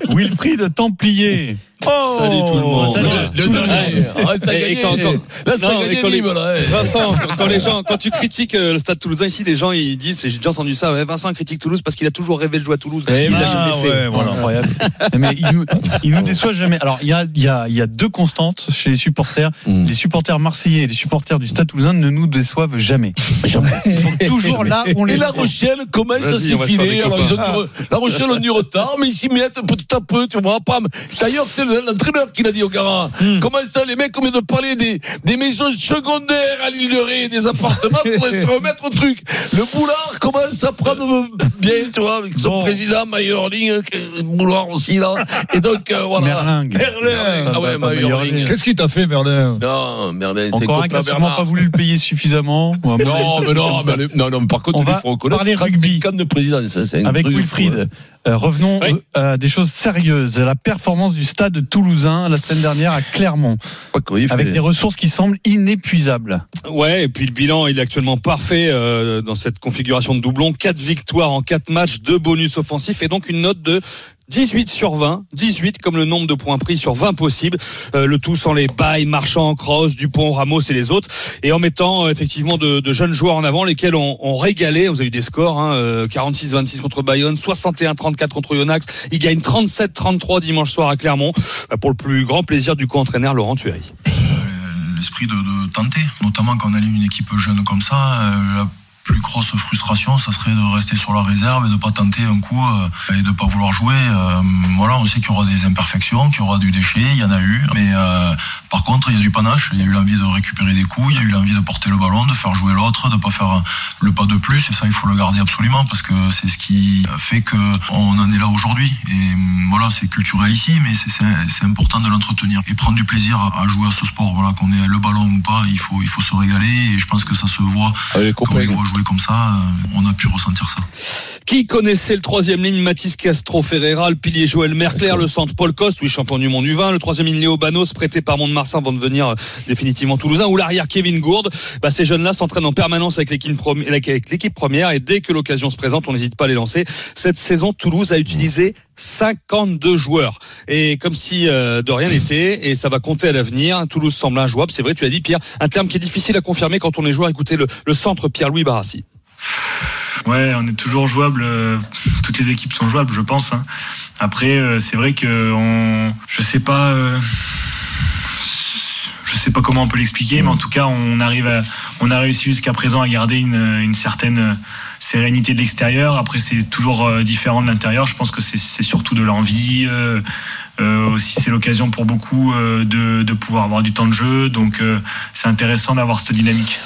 Speaker 7: Wilfried Templier. Oh,
Speaker 3: Salut tout le monde.
Speaker 6: Salut.
Speaker 3: Oh, Le- le dernier. Ah, ça a
Speaker 15: Et- et
Speaker 3: gagné.
Speaker 15: quand- quand-
Speaker 3: Là, ça a
Speaker 15: Non, et
Speaker 3: gagné
Speaker 15: quand les-
Speaker 3: libre, là, eh. ouais.
Speaker 15: Vincent, quand- quand les gens, quand tu critiques euh, le Stade Toulousain ici, les gens ils disent, et j'ai déjà entendu ça, ouais, Vincent critique Toulouse parce qu'il a toujours rêvé de jouer à Toulouse. il l'a jamais fait.
Speaker 7: Eh ben, ouais, voilà. Incroyable. Non, <laughs> mais il, nous, il nous déçoit jamais. Alors, il y a, il y, a, il y a deux constantes chez les supporters.
Speaker 3: Mm.
Speaker 7: Les supporters marseillais et les supporters du Stade Toulousain ne nous déçoivent jamais.
Speaker 3: Jamais.
Speaker 7: Ils sont <laughs>
Speaker 15: <laughs>
Speaker 7: toujours là où on
Speaker 3: Et
Speaker 7: les
Speaker 3: La
Speaker 7: attend.
Speaker 3: Rochelle commence à
Speaker 15: Vas-y, on va sur
Speaker 3: s'effiler.
Speaker 15: les
Speaker 3: Alors, ils ont du re- La Rochelle a du retard, mais ils s'y mettent petit à peu, tu vois, pam. D'ailleurs, c'est l'entraîneur qui l'a dit au Gara.
Speaker 15: Hmm.
Speaker 3: Comment ça, les mecs, on vient de parler des, des maisons secondaires à l'île de Ré, des appartements
Speaker 15: <laughs>
Speaker 3: pour se remettre au truc. Le boulard commence à prendre bien, tu vois, avec son
Speaker 7: Bon.
Speaker 3: président, Mayorling, euh, boulard aussi, là. Et donc, euh, voilà.
Speaker 7: Merlingue.
Speaker 3: Merlin. Ah ouais,
Speaker 7: Pas- pas
Speaker 3: Mayorling.
Speaker 7: Mayorling.
Speaker 4: Qu'est-ce qu'il t'a fait, Merlin
Speaker 3: Non, Merlin, c'est
Speaker 7: Encore un qui
Speaker 3: copain
Speaker 7: a sûrement
Speaker 3: Bernard.
Speaker 7: pas voulu le payer suffisamment. Ou à mon avis,
Speaker 3: Non,
Speaker 7: ça
Speaker 3: mais
Speaker 7: fait
Speaker 3: non,
Speaker 7: comme ça.
Speaker 3: mais le- non, non, mais par contre,
Speaker 7: On
Speaker 3: il
Speaker 7: va
Speaker 3: faut reconnaître
Speaker 7: parler
Speaker 3: 35
Speaker 7: rugby.
Speaker 3: cannes de présidence, ça, c'est un
Speaker 7: Avec
Speaker 3: truc, ouais.
Speaker 7: Wilfried. Euh, revenons
Speaker 15: Oui.
Speaker 7: euh, à des choses sérieuses. La performance du stade toulousain la semaine dernière à Clermont,
Speaker 3: Pas qu'on y fait.
Speaker 7: avec des ressources qui semblent inépuisables.
Speaker 15: Ouais, et puis le bilan, il est actuellement parfait euh, dans cette configuration de doublon. Quatre victoires en quatre matchs, deux bonus offensifs et donc une note de 18 sur 20, 18 comme le nombre de points pris sur 20 possibles, Euh, le tout sans les bails, Marchand, Cross, Dupont, Ramos et les autres, et en mettant euh, effectivement de, de jeunes joueurs en avant, lesquels ont, ont régalé, vous avez eu des scores, hein, euh, 46-26 contre Bayonne, 61-34 contre Yonax, ils gagnent 37-33 dimanche soir à Clermont, euh, pour le plus grand plaisir du co-entraîneur Laurent Thueri.
Speaker 13: L'esprit de, de tenter, notamment quand on allume une équipe jeune comme ça, euh, la plus grosse frustration, ça serait de rester sur la réserve et de pas tenter un coup euh, et de pas vouloir jouer. Euh, voilà, on sait qu'il y aura des imperfections, qu'il y aura du déchet, il y en a eu, mais euh, par contre, il y a du panache, il y a eu l'envie de récupérer des coups, il y a eu l'envie de porter le ballon, de faire jouer l'autre, de pas faire le pas de plus, et ça, il faut le garder absolument parce que c'est ce qui fait que on en est là aujourd'hui. Et hum, voilà, c'est culturel ici, mais c'est- c'est c'est important de l'entretenir et prendre du plaisir à, à jouer à ce sport. Voilà, qu'on ait le ballon ou pas, il faut, il faut se régaler, et je pense que ça se voit
Speaker 3: Ah, les
Speaker 13: quand on les
Speaker 3: copains.
Speaker 13: voit jouer comme ça, euh, on a pu ressentir ça.
Speaker 15: Qui connaissait le troisième ligne Mathis Castro Ferreira, le pilier Joël Merclair, le centre Paul Coste, oui champion du monde U20, le troisième ligne Léo Banos prêté par Mont-de-Marsan avant de venir euh, définitivement toulousain, ou l'arrière Kevin Gourde. Bah, ces jeunes-là s'entraînent en permanence avec l'équipe premi- avec l'équipe première et dès que l'occasion se présente, on n'hésite pas à les lancer. Cette saison, Toulouse a utilisé 52 joueurs et comme si euh, de rien n'était et ça va compter à l'avenir. Toulouse semble injouable, c'est vrai, tu as dit Pierre, un terme qui est difficile à confirmer quand on est joueur. Écoutez le, le centre Pierre-Louis Barassi.
Speaker 16: Ouais, on est toujours jouable. euh, Toutes les équipes sont jouables, je pense. hein. Après, euh, c'est vrai que euh, on, je sais pas, euh, je sais pas comment on peut l'expliquer, mais en tout cas, on arrive, à, on a réussi jusqu'à présent à garder une, une certaine euh, sérénité de l'extérieur. Après, c'est toujours euh, différent de l'intérieur. Je pense que c'est c'est surtout de l'envie, euh, Euh, aussi, c'est l'occasion pour beaucoup euh, de, de pouvoir avoir du temps de jeu. Donc, euh, c'est intéressant d'avoir cette dynamique.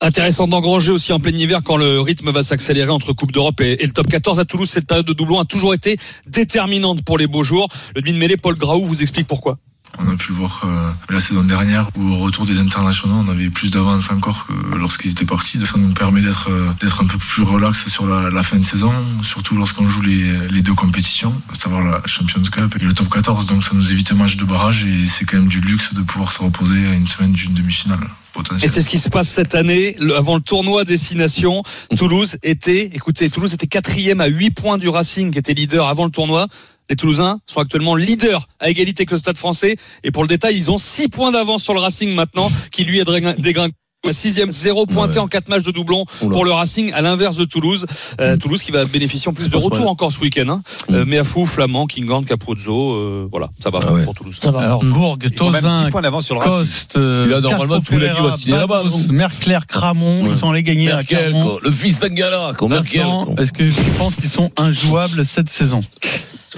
Speaker 15: Intéressant d'engranger aussi en plein hiver quand le rythme va s'accélérer entre Coupe d'Europe et, et le top 14 à Toulouse. Cette période de doublon a toujours été déterminante pour les beaux jours. Le demi de mêlée, Paul Graou vous explique pourquoi.
Speaker 13: On a pu le voir euh, la saison dernière où au retour des internationaux, on avait plus d'avance encore que lorsqu'ils étaient partis. Ça nous permet d'être euh, d'être un peu plus relax sur la, la fin de saison, surtout lorsqu'on joue les, les deux compétitions, à savoir la Champions Cup et le Top 14. Donc ça nous évite un match de barrage et c'est quand même du luxe de pouvoir se reposer à une semaine d'une demi-finale.
Speaker 15: Et
Speaker 13: potentielle.
Speaker 15: c'est ce qui se passe cette année. Le- avant le tournoi destination, Toulouse était, écoutez, Toulouse était quatrième à 8 points du Racing qui était leader avant le tournoi. Les Toulousains sont actuellement leaders à égalité que le Stade français. Et pour le détail, ils ont 6 points d'avance sur le Racing maintenant, qui lui est dégrin- dégringolé à Sixième, zéro pointé en quatre matchs de doublon
Speaker 3: Oula.
Speaker 15: pour le Racing, à l'inverse de Toulouse. Euh, Toulouse qui va bénéficier en plus de
Speaker 3: passe
Speaker 15: retours
Speaker 3: mal.
Speaker 15: encore ce week-end. Hein. Euh, Meafou, Flamand, Kingan, Capozzo, euh, voilà, ça va pour Toulouse.
Speaker 7: Alors,
Speaker 3: Mm.
Speaker 7: Gourgue,
Speaker 15: Ils ont même
Speaker 7: Tauzin,
Speaker 15: dix points d'avance sur le Racing.
Speaker 7: Mm. Coste, euh,
Speaker 15: Il a normalement
Speaker 7: Castro
Speaker 15: tous les gars
Speaker 7: Ferreira,
Speaker 15: va signer là-bas,
Speaker 7: Bados,
Speaker 15: non
Speaker 7: Merclair, Cramon, ils sont allés gagner à
Speaker 3: Merkel,
Speaker 7: Clermont.
Speaker 3: quoi. Le fils d'Angala, quoi. Merkel,
Speaker 7: Vincent,
Speaker 3: quoi.
Speaker 7: Est-ce que je pense qu'ils sont injouables cette saison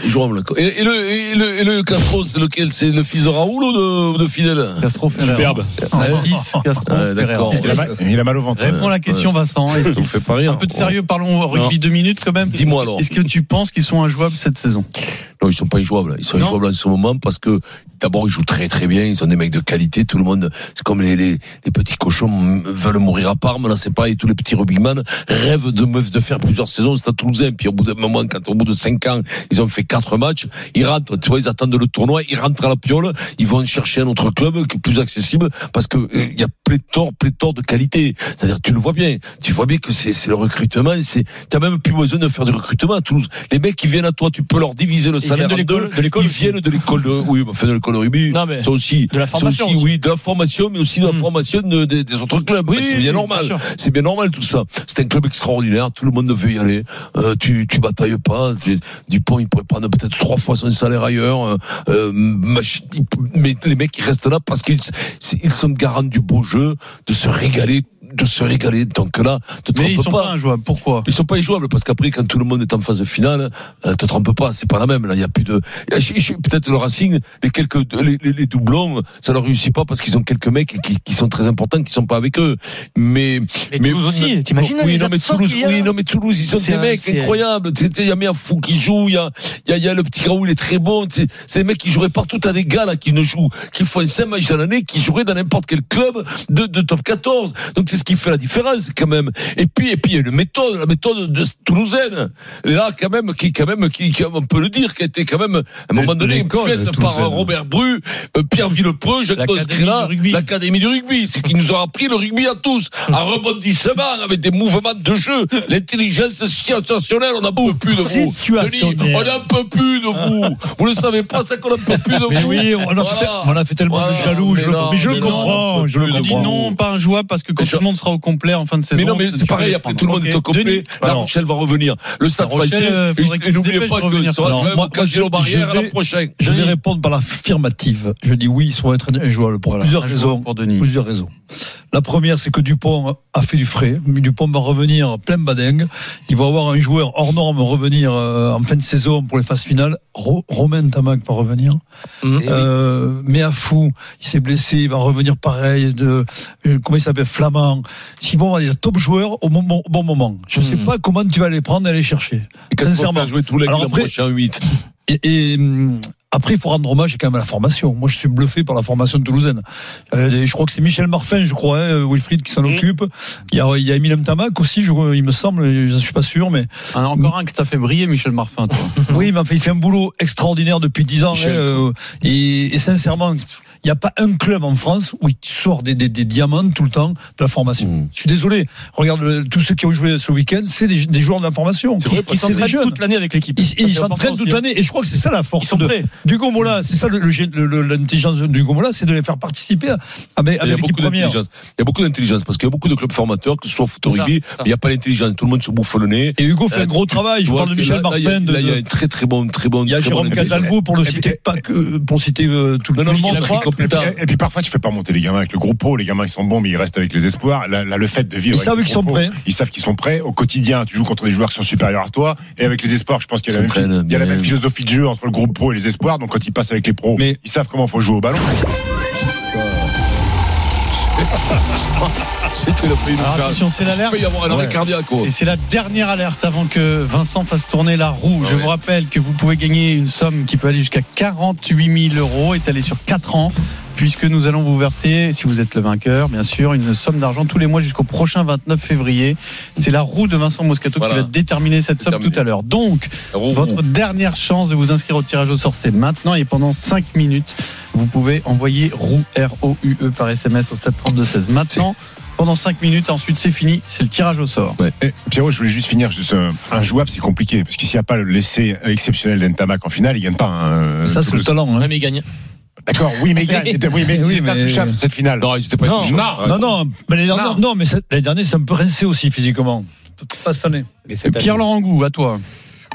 Speaker 3: Jouable, quoi. Et, et le, et, le, et le Castro, c'est lequel C'est le fils de Raoul ou de, de Fidel
Speaker 7: Castro Ferreira.
Speaker 3: Superbe.
Speaker 7: En
Speaker 3: Ouais.
Speaker 7: 10, Ah, Castro
Speaker 3: Ouais, d'accord.
Speaker 7: Ferreira.
Speaker 5: Il a mal au ventre.
Speaker 7: Réponds à la question, Vincent. Est-ce
Speaker 3: Ça me fait pas rire. hein,
Speaker 7: Un peu de sérieux, parlons au rugby
Speaker 3: Non.
Speaker 7: deux minutes quand même.
Speaker 3: Dis-moi alors.
Speaker 7: Est-ce que tu penses qu'ils sont injouables cette saison
Speaker 3: Non, ils sont pas injouables. Ils sont
Speaker 7: Non.
Speaker 3: injouables en ce moment parce que d'abord ils jouent très très bien. Ils sont des mecs de qualité. Tout le monde, c'est comme les, les, les petits cochons m- veulent mourir à Parme. Là, c'est pareil. Tous les petits rugbyman rêvent de meufs de faire plusieurs saisons. C'est à Toulousain. Puis au bout d'un moment, quand au bout de cinq ans, ils ont fait quatre matchs, ils rentrent. Tu vois, ils attendent le tournoi. Ils rentrent à la piole. Ils vont chercher un autre club qui est plus accessible parce que euh, il y a pléthore pléthore de qualité. C'est-à-dire, tu le vois bien. Tu vois bien que c'est c'est le recrutement. C'est t'as même plus besoin de faire du recrutement à Toulouse. Les mecs qui viennent à toi, tu peux leur diviser le
Speaker 6: Ils
Speaker 3: salaire
Speaker 6: viennent de
Speaker 3: en deux.
Speaker 6: l'école- de l'école
Speaker 3: Ils
Speaker 6: aussi.
Speaker 3: viennent de l'école de, oui, enfin de l'école de rugby.
Speaker 6: Non, mais
Speaker 3: C'est aussi,
Speaker 6: de la
Speaker 3: c'est
Speaker 6: formation
Speaker 3: aussi,
Speaker 6: aussi. Hmm.
Speaker 3: oui, de la formation, mais aussi de la formation de- des- des autres clubs.
Speaker 6: Oui,
Speaker 3: Bah, c'est bien
Speaker 6: oui, oui, bien
Speaker 3: normal.
Speaker 6: sûr.
Speaker 3: C'est bien normal tout ça. C'est un club extraordinaire. Tout le monde veut y aller. Euh, tu, tu batailles pas. Tu- Dupont, il pourrait prendre peut-être trois fois son salaire ailleurs. Euh, euh, mach- il- mais les mecs, ils restent là parce qu'ils c'est- ils sont garants du beau jeu, de se régaler de se régaler donc là te
Speaker 7: Mais ils
Speaker 3: trompe
Speaker 7: sont pas injouables. Pourquoi
Speaker 3: ils sont pas injouables parce qu'après, quand tout le monde est en phase finale, euh, te trompe pas, c'est pas la même. Là, il y a plus de. Je- je- Peut-être le Racing, les quelques les, les- les doublons, ça leur réussit pas parce qu'ils ont quelques mecs qui, qui sont très importants, qui sont pas avec eux. Mais
Speaker 6: Mais
Speaker 3: mais
Speaker 6: Toulouse aussi, t'imagines
Speaker 3: Oui,
Speaker 6: les
Speaker 3: non mais
Speaker 6: absents
Speaker 3: Toulouse,
Speaker 6: qu'il y a
Speaker 3: oui, non mais Toulouse, ils sont
Speaker 6: C'est
Speaker 3: des
Speaker 6: un-
Speaker 3: mecs
Speaker 6: c'est-
Speaker 3: incroyables. Tu sais, Il y a Mia Fou qui joue, il y a il y a, il y a le petit Raoul, il est très bon. Tu sais, C'est des mecs qui joueraient partout. T'as des gars là qui ne jouent, qui font 5 matchs dans l'année, qui joueraient dans n'importe quel club de, de top 14. Donc c'est ce qui fait la différence quand même. Et puis et puis il y a une méthode, la méthode de Toulousaine. Là quand même, qui quand même, qui, qui- on peut le dire, qui a été quand même à un moment donné
Speaker 7: l'école
Speaker 3: faite par
Speaker 7: toulousaine.
Speaker 3: Robert Bru, euh, Pierre Villepreux, Jacques
Speaker 7: L'Académie
Speaker 3: Bosquera,
Speaker 7: du rugby.
Speaker 3: l'Académie du rugby, c'est qui nous a appris le rugby à tous,
Speaker 4: Hmm.
Speaker 3: à rebondissement, avec des mouvements de jeu, l'intelligence situationnelle, on n'en peut plus de vous.
Speaker 4: Situationnelle.
Speaker 3: Denis, on n'en peut plus de vous. Vous ne savez pas ça qu'on n'en peut plus de
Speaker 4: Mais
Speaker 3: vous.
Speaker 4: oui, on a fait- on a fait tellement de jaloux, je le- mais je le comprends,
Speaker 3: je le
Speaker 7: Dis non, pas injouable parce que quand tout le monde sera au complet en fin de saison.
Speaker 3: mais non, mais c'est
Speaker 7: tu peux
Speaker 3: pareil,
Speaker 7: les
Speaker 3: après
Speaker 7: prendre.
Speaker 3: tout le monde
Speaker 7: Ok.
Speaker 3: est au
Speaker 7: Denis.
Speaker 3: complet. La
Speaker 7: Alors,
Speaker 3: Rochelle va revenir. Le stade
Speaker 7: La Rochelle,
Speaker 3: français,
Speaker 7: euh, faudrait
Speaker 3: et
Speaker 7: qu'ils se
Speaker 3: n'oubliez pas
Speaker 7: dépêchent de
Speaker 3: que
Speaker 7: revenir.
Speaker 3: ça va
Speaker 7: Alors,
Speaker 3: quand même
Speaker 7: moi,
Speaker 3: au Casino Barrière
Speaker 4: je vais-
Speaker 3: l'an prochain.
Speaker 4: Je vais répondre par l'affirmative. Je dis oui, ils sont être injouables pour
Speaker 7: Voilà,
Speaker 4: plusieurs
Speaker 7: injouables
Speaker 4: raisons.
Speaker 7: pour Denis.
Speaker 4: Plusieurs raisons. La première, c'est que Dupont a fait du frais. Dupont va revenir plein badingue. Il va avoir un joueur hors norme revenir euh, en fin de saison pour les phases finales. Ro- Romain Tamac va revenir.
Speaker 3: Eh
Speaker 4: Euh, mais à fou, il s'est blessé, il va revenir pareil. De, euh, comment il s'appelle Flamand. Ils vont avoir des top joueurs au bon, bon- bon moment. Je ne sais pas comment tu vas les prendre et les chercher.
Speaker 3: Et quand on
Speaker 4: Sincèrement.
Speaker 3: va jouer tous les
Speaker 4: Alors
Speaker 3: l'an
Speaker 4: après-
Speaker 3: prochain 8.
Speaker 4: et, et, hum, après, il faut rendre hommage quand même à la formation. Moi, je suis bluffé par la formation de toulousaine. Euh, et je crois que c'est Michel Marfin, je crois, hein, Wilfried, qui s'en occupe. Il y a, il y a Emilem Tamac aussi, je, il me semble, je ne suis pas sûr, mais
Speaker 7: un- encore un que t'as fait briller, Michel Marfin, toi.
Speaker 4: <laughs> oui, mais enfin, il fait un boulot extraordinaire depuis 10 ans.
Speaker 7: Michel,
Speaker 4: hein, euh, et, et sincèrement, il n'y a pas un club en France où il sort des, des- des diamants tout le temps de la formation.
Speaker 6: Mm.
Speaker 4: Je suis désolé. Regarde, le- tous ceux qui ont joué ce week-end, c'est des, des joueurs de la formation.
Speaker 6: C'est vrai,
Speaker 4: qui, qui
Speaker 6: parce
Speaker 4: c'est des
Speaker 6: qu'ils s'entraînent
Speaker 4: jeunes.
Speaker 6: toute l'année avec l'équipe.
Speaker 4: Ils-
Speaker 6: Ça,
Speaker 4: Ils
Speaker 6: c'est important
Speaker 4: s'entraînent toute
Speaker 6: aussi.
Speaker 4: l'année. Et je crois que c'est ça la
Speaker 6: Ils
Speaker 4: force
Speaker 6: sont
Speaker 4: de,
Speaker 6: prêts.
Speaker 4: du Gomola. C'est ça le- le gé- le- le- l'intelligence du Gomola, c'est de les faire participer à-
Speaker 3: Il
Speaker 4: avec,
Speaker 3: y a
Speaker 4: avec l'équipe
Speaker 3: beaucoup
Speaker 4: première.
Speaker 3: d'intelligence. Il y a beaucoup d'intelligence parce qu'il y a beaucoup de clubs formateurs, que ce soit au foot ou au
Speaker 4: C'est ça,
Speaker 3: rugby,
Speaker 4: c'est ça.
Speaker 3: mais il n'y a pas l'intelligence. Tout le monde se bouffe le nez.
Speaker 4: Et Hugo fait
Speaker 3: Euh,
Speaker 4: un gros
Speaker 3: tu-
Speaker 4: travail. Je
Speaker 3: tu vois
Speaker 4: parle de
Speaker 3: que
Speaker 4: Michel
Speaker 3: là- là, il y a-
Speaker 4: Marfan. de-
Speaker 3: Là, il y a
Speaker 4: de-
Speaker 3: un très très bon, très bon.
Speaker 4: Il y a
Speaker 3: très bon
Speaker 4: Jérôme
Speaker 3: intelligence.
Speaker 4: Casalgo pour le
Speaker 3: Et puis-
Speaker 4: citer, pas que- pour citer euh, tout le
Speaker 3: Non, non,
Speaker 4: tout le
Speaker 3: mais il
Speaker 4: monde.
Speaker 3: a pris
Speaker 4: je crois.
Speaker 3: comme plus
Speaker 5: Et,
Speaker 3: tard.
Speaker 5: et- et puis parfois, tu fais pas monter les gamins avec le gros pot. Les gamins, ils sont bons, mais ils restent avec les espoirs. Là, là, le fait de vivre.
Speaker 4: Ils
Speaker 5: avec
Speaker 4: savent
Speaker 5: le
Speaker 4: qu'ils
Speaker 5: gros
Speaker 4: sont
Speaker 5: pot,
Speaker 4: prêts.
Speaker 5: Ils savent qu'ils sont prêts. Au quotidien, tu joues contre des joueurs qui sont supérieurs à toi. Et avec les espoirs, je pense qu'il y a, la
Speaker 3: Ils
Speaker 5: même,
Speaker 3: s'entraînent
Speaker 5: il y a la
Speaker 3: bien.
Speaker 5: même philosophie de jeu entre le groupe pro et les voir. Donc quand ils passent avec les pros, ils savent comment faut jouer au ballon.
Speaker 3: C'est que le pays nous
Speaker 7: Alors,
Speaker 3: fait-
Speaker 7: Ah, attention, c'est
Speaker 3: il
Speaker 7: l'alerte.
Speaker 3: peut y avoir un arrêt cardiaque. quoi.
Speaker 7: Et c'est la dernière alerte avant que Vincent fasse tourner la roue. Je vous rappelle que vous pouvez gagner une somme qui peut aller jusqu'à 48 000 euros, étalée sur 4 ans, puisque nous allons vous verser, si vous êtes le vainqueur, bien sûr, une somme d'argent tous les mois jusqu'au prochain 29 février. C'est la roue de Vincent Moscato qui va déterminer cette somme tout à l'heure. Donc, votre dernière chance de vous inscrire au tirage au sort, c'est maintenant et pendant 5 minutes. Vous pouvez envoyer roue R-O-U-E E, par SMS au 732-16 maintenant. Pendant 5 minutes, ensuite c'est fini, c'est le tirage au sort.
Speaker 5: Et Pierrot, je voulais juste finir. Juste, euh, un jouable, c'est compliqué. Parce que s'il n'y a pas le laissé exceptionnel d'Entamac en finale, il ne gagne pas. hein,
Speaker 4: Ça, c'est le
Speaker 5: Toulouse.
Speaker 4: talent. hein.
Speaker 6: mais gagne.
Speaker 5: D'accord, oui, mais il gagne. Oui, mais
Speaker 4: Oui,
Speaker 5: ils étaient
Speaker 4: mais-
Speaker 5: intouchables cette finale.
Speaker 3: Non, ils étaient pas
Speaker 4: Non,
Speaker 5: intouchables.
Speaker 4: non, non, mais les derniers, non. mais c'est- les derniers, c'est un peu rincé aussi physiquement. Pas cette année.
Speaker 7: Pierre Laurangou, à toi.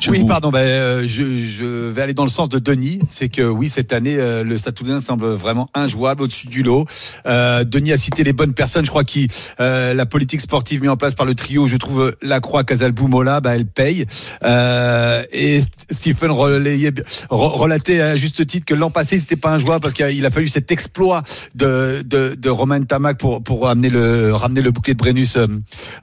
Speaker 17: Oui, pardon, bah, euh, je, je vais aller dans le sens de Denis. C'est que oui, cette année, euh, le Stade Toulousain semble vraiment injouable au-dessus du lot. Euh, Denis a cité les bonnes personnes. Je crois que la politique sportive mise en place par le trio, je trouve euh, Lacroix, Casalbou, Mola, bah, elle paye. Euh, et St- Stephen relayait, re- relatait à juste titre que l'an passé, c'était pas un joueur parce qu'il a- il a fallu cet exploit de, de, de Romain Tamac pour, pour amener le, ramener le bouclier de Brennus euh,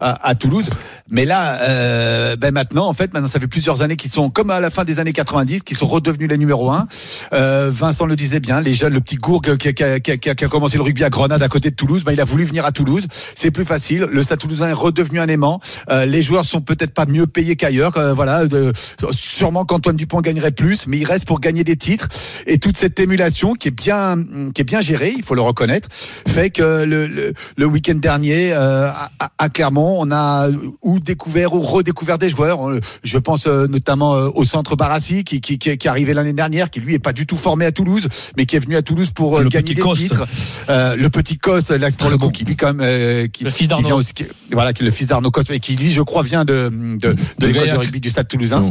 Speaker 17: à, à Toulouse. Mais là, euh, ben maintenant, en fait, maintenant, ça fait plusieurs années qu'ils sont, comme à la fin des années 90, qu'ils sont redevenus les numéro un. Euh, Vincent le disait bien, les jeunes, le petit Gourgue qui, a- qui a- qui a- qui a commencé le rugby à Grenade à côté de Toulouse, ben, il a voulu venir à Toulouse. C'est plus facile. Le Stade Toulousain est redevenu un aimant. Euh, les joueurs sont peut-être pas mieux payés qu'ailleurs. euh, voilà, de- sûrement qu'Antoine Dupont gagnerait plus, mais il reste pour gagner des titres. Et toute cette émulation qui est bien, qui est bien gérée, il faut le reconnaître, fait que le, le, le week-end dernier euh, à, à- à Clermont, on a ou découvert ou redécouvert des joueurs. On- Je pense euh, notamment euh, au centre Barassi qui, qui, qui, qui est arrivé l'année dernière, qui lui est pas du tout formé à Toulouse, mais qui est venu à Toulouse pour euh,
Speaker 4: Le
Speaker 17: gagner
Speaker 4: petit
Speaker 17: des
Speaker 4: Coste.
Speaker 17: titres. Euh, le petit Coste, là pour
Speaker 3: Ah,
Speaker 17: le coup, qui lui quand même, euh, qui,
Speaker 6: Le fils
Speaker 17: qui
Speaker 6: d'Arnaud.
Speaker 17: vient aussi- qui- voilà, qui est le fils d'Arnaud Coste, et qui lui, je crois, vient de de, de, l'école de
Speaker 3: Gaillac.
Speaker 17: rugby du Stade Toulousain.
Speaker 3: Non.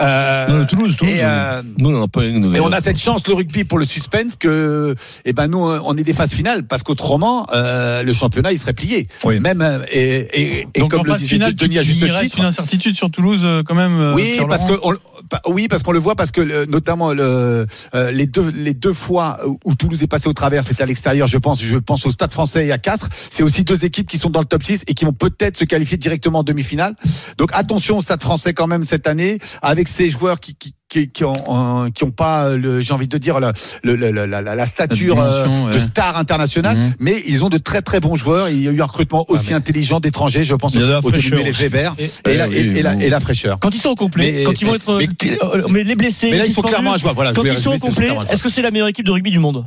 Speaker 17: Euh,
Speaker 3: Non, le Toulouse, Toulouse.
Speaker 17: et, euh,
Speaker 3: Nous, on en a pas une
Speaker 17: et
Speaker 3: nouvelle.
Speaker 17: on a cette chance, le rugby, pour le suspense, que eh ben nous, on est des phases finales, parce qu'autrement, euh, le championnat, il serait plié. Même, euh, et, et, et
Speaker 7: Donc
Speaker 17: comme
Speaker 7: en
Speaker 17: le
Speaker 7: phase
Speaker 17: disait
Speaker 7: finale,
Speaker 17: Denis
Speaker 7: tu-
Speaker 17: à
Speaker 7: il
Speaker 17: juste
Speaker 7: reste
Speaker 17: titre.
Speaker 7: une incertitude sur Toulouse euh, quand même. euh,
Speaker 17: Oui
Speaker 7: Pierre
Speaker 17: parce, que
Speaker 7: Laurent.
Speaker 17: on, bah, oui, parce qu'on le voit, parce que le- notamment le, euh, les, deux, les deux fois où Toulouse est passé au travers, c'était à l'extérieur, je pense, je pense au Stade français et à Castres, c'est aussi deux équipes qui sont dans le top 6 et qui vont peut-être se qualifier directement en demi-finale. Donc attention au Stade français quand même cette année, avec ces joueurs qui... qui qui, qui ont euh, qui ont pas euh, le j'ai envie de dire le, le- le- la, la- la stature euh,
Speaker 7: dimension,
Speaker 17: de
Speaker 7: ouais. Mhm.
Speaker 17: star internationale mais ils ont de très très bons joueurs il y a eu un recrutement aussi intelligent d'étrangers je pense
Speaker 7: Ah, Il y a de la
Speaker 17: au
Speaker 7: fraîcheur
Speaker 17: les
Speaker 7: aussi.
Speaker 17: Weber
Speaker 7: Et-
Speaker 17: et, la, et- et la- et la fraîcheur
Speaker 6: Quand ils sont au complet,
Speaker 17: Mais-
Speaker 6: quand ils vont
Speaker 17: mais-
Speaker 6: être.
Speaker 17: mais-
Speaker 6: euh, Mais les blessés.
Speaker 17: Mais là,
Speaker 6: les
Speaker 17: ils sont
Speaker 6: suspendus,
Speaker 17: clairement injouables, voilà, je
Speaker 6: Quand
Speaker 17: vais
Speaker 6: ils sont au
Speaker 17: résumer, ils sont
Speaker 6: complet,
Speaker 17: clairement injouables.
Speaker 6: est-ce que c'est la meilleure équipe de rugby du monde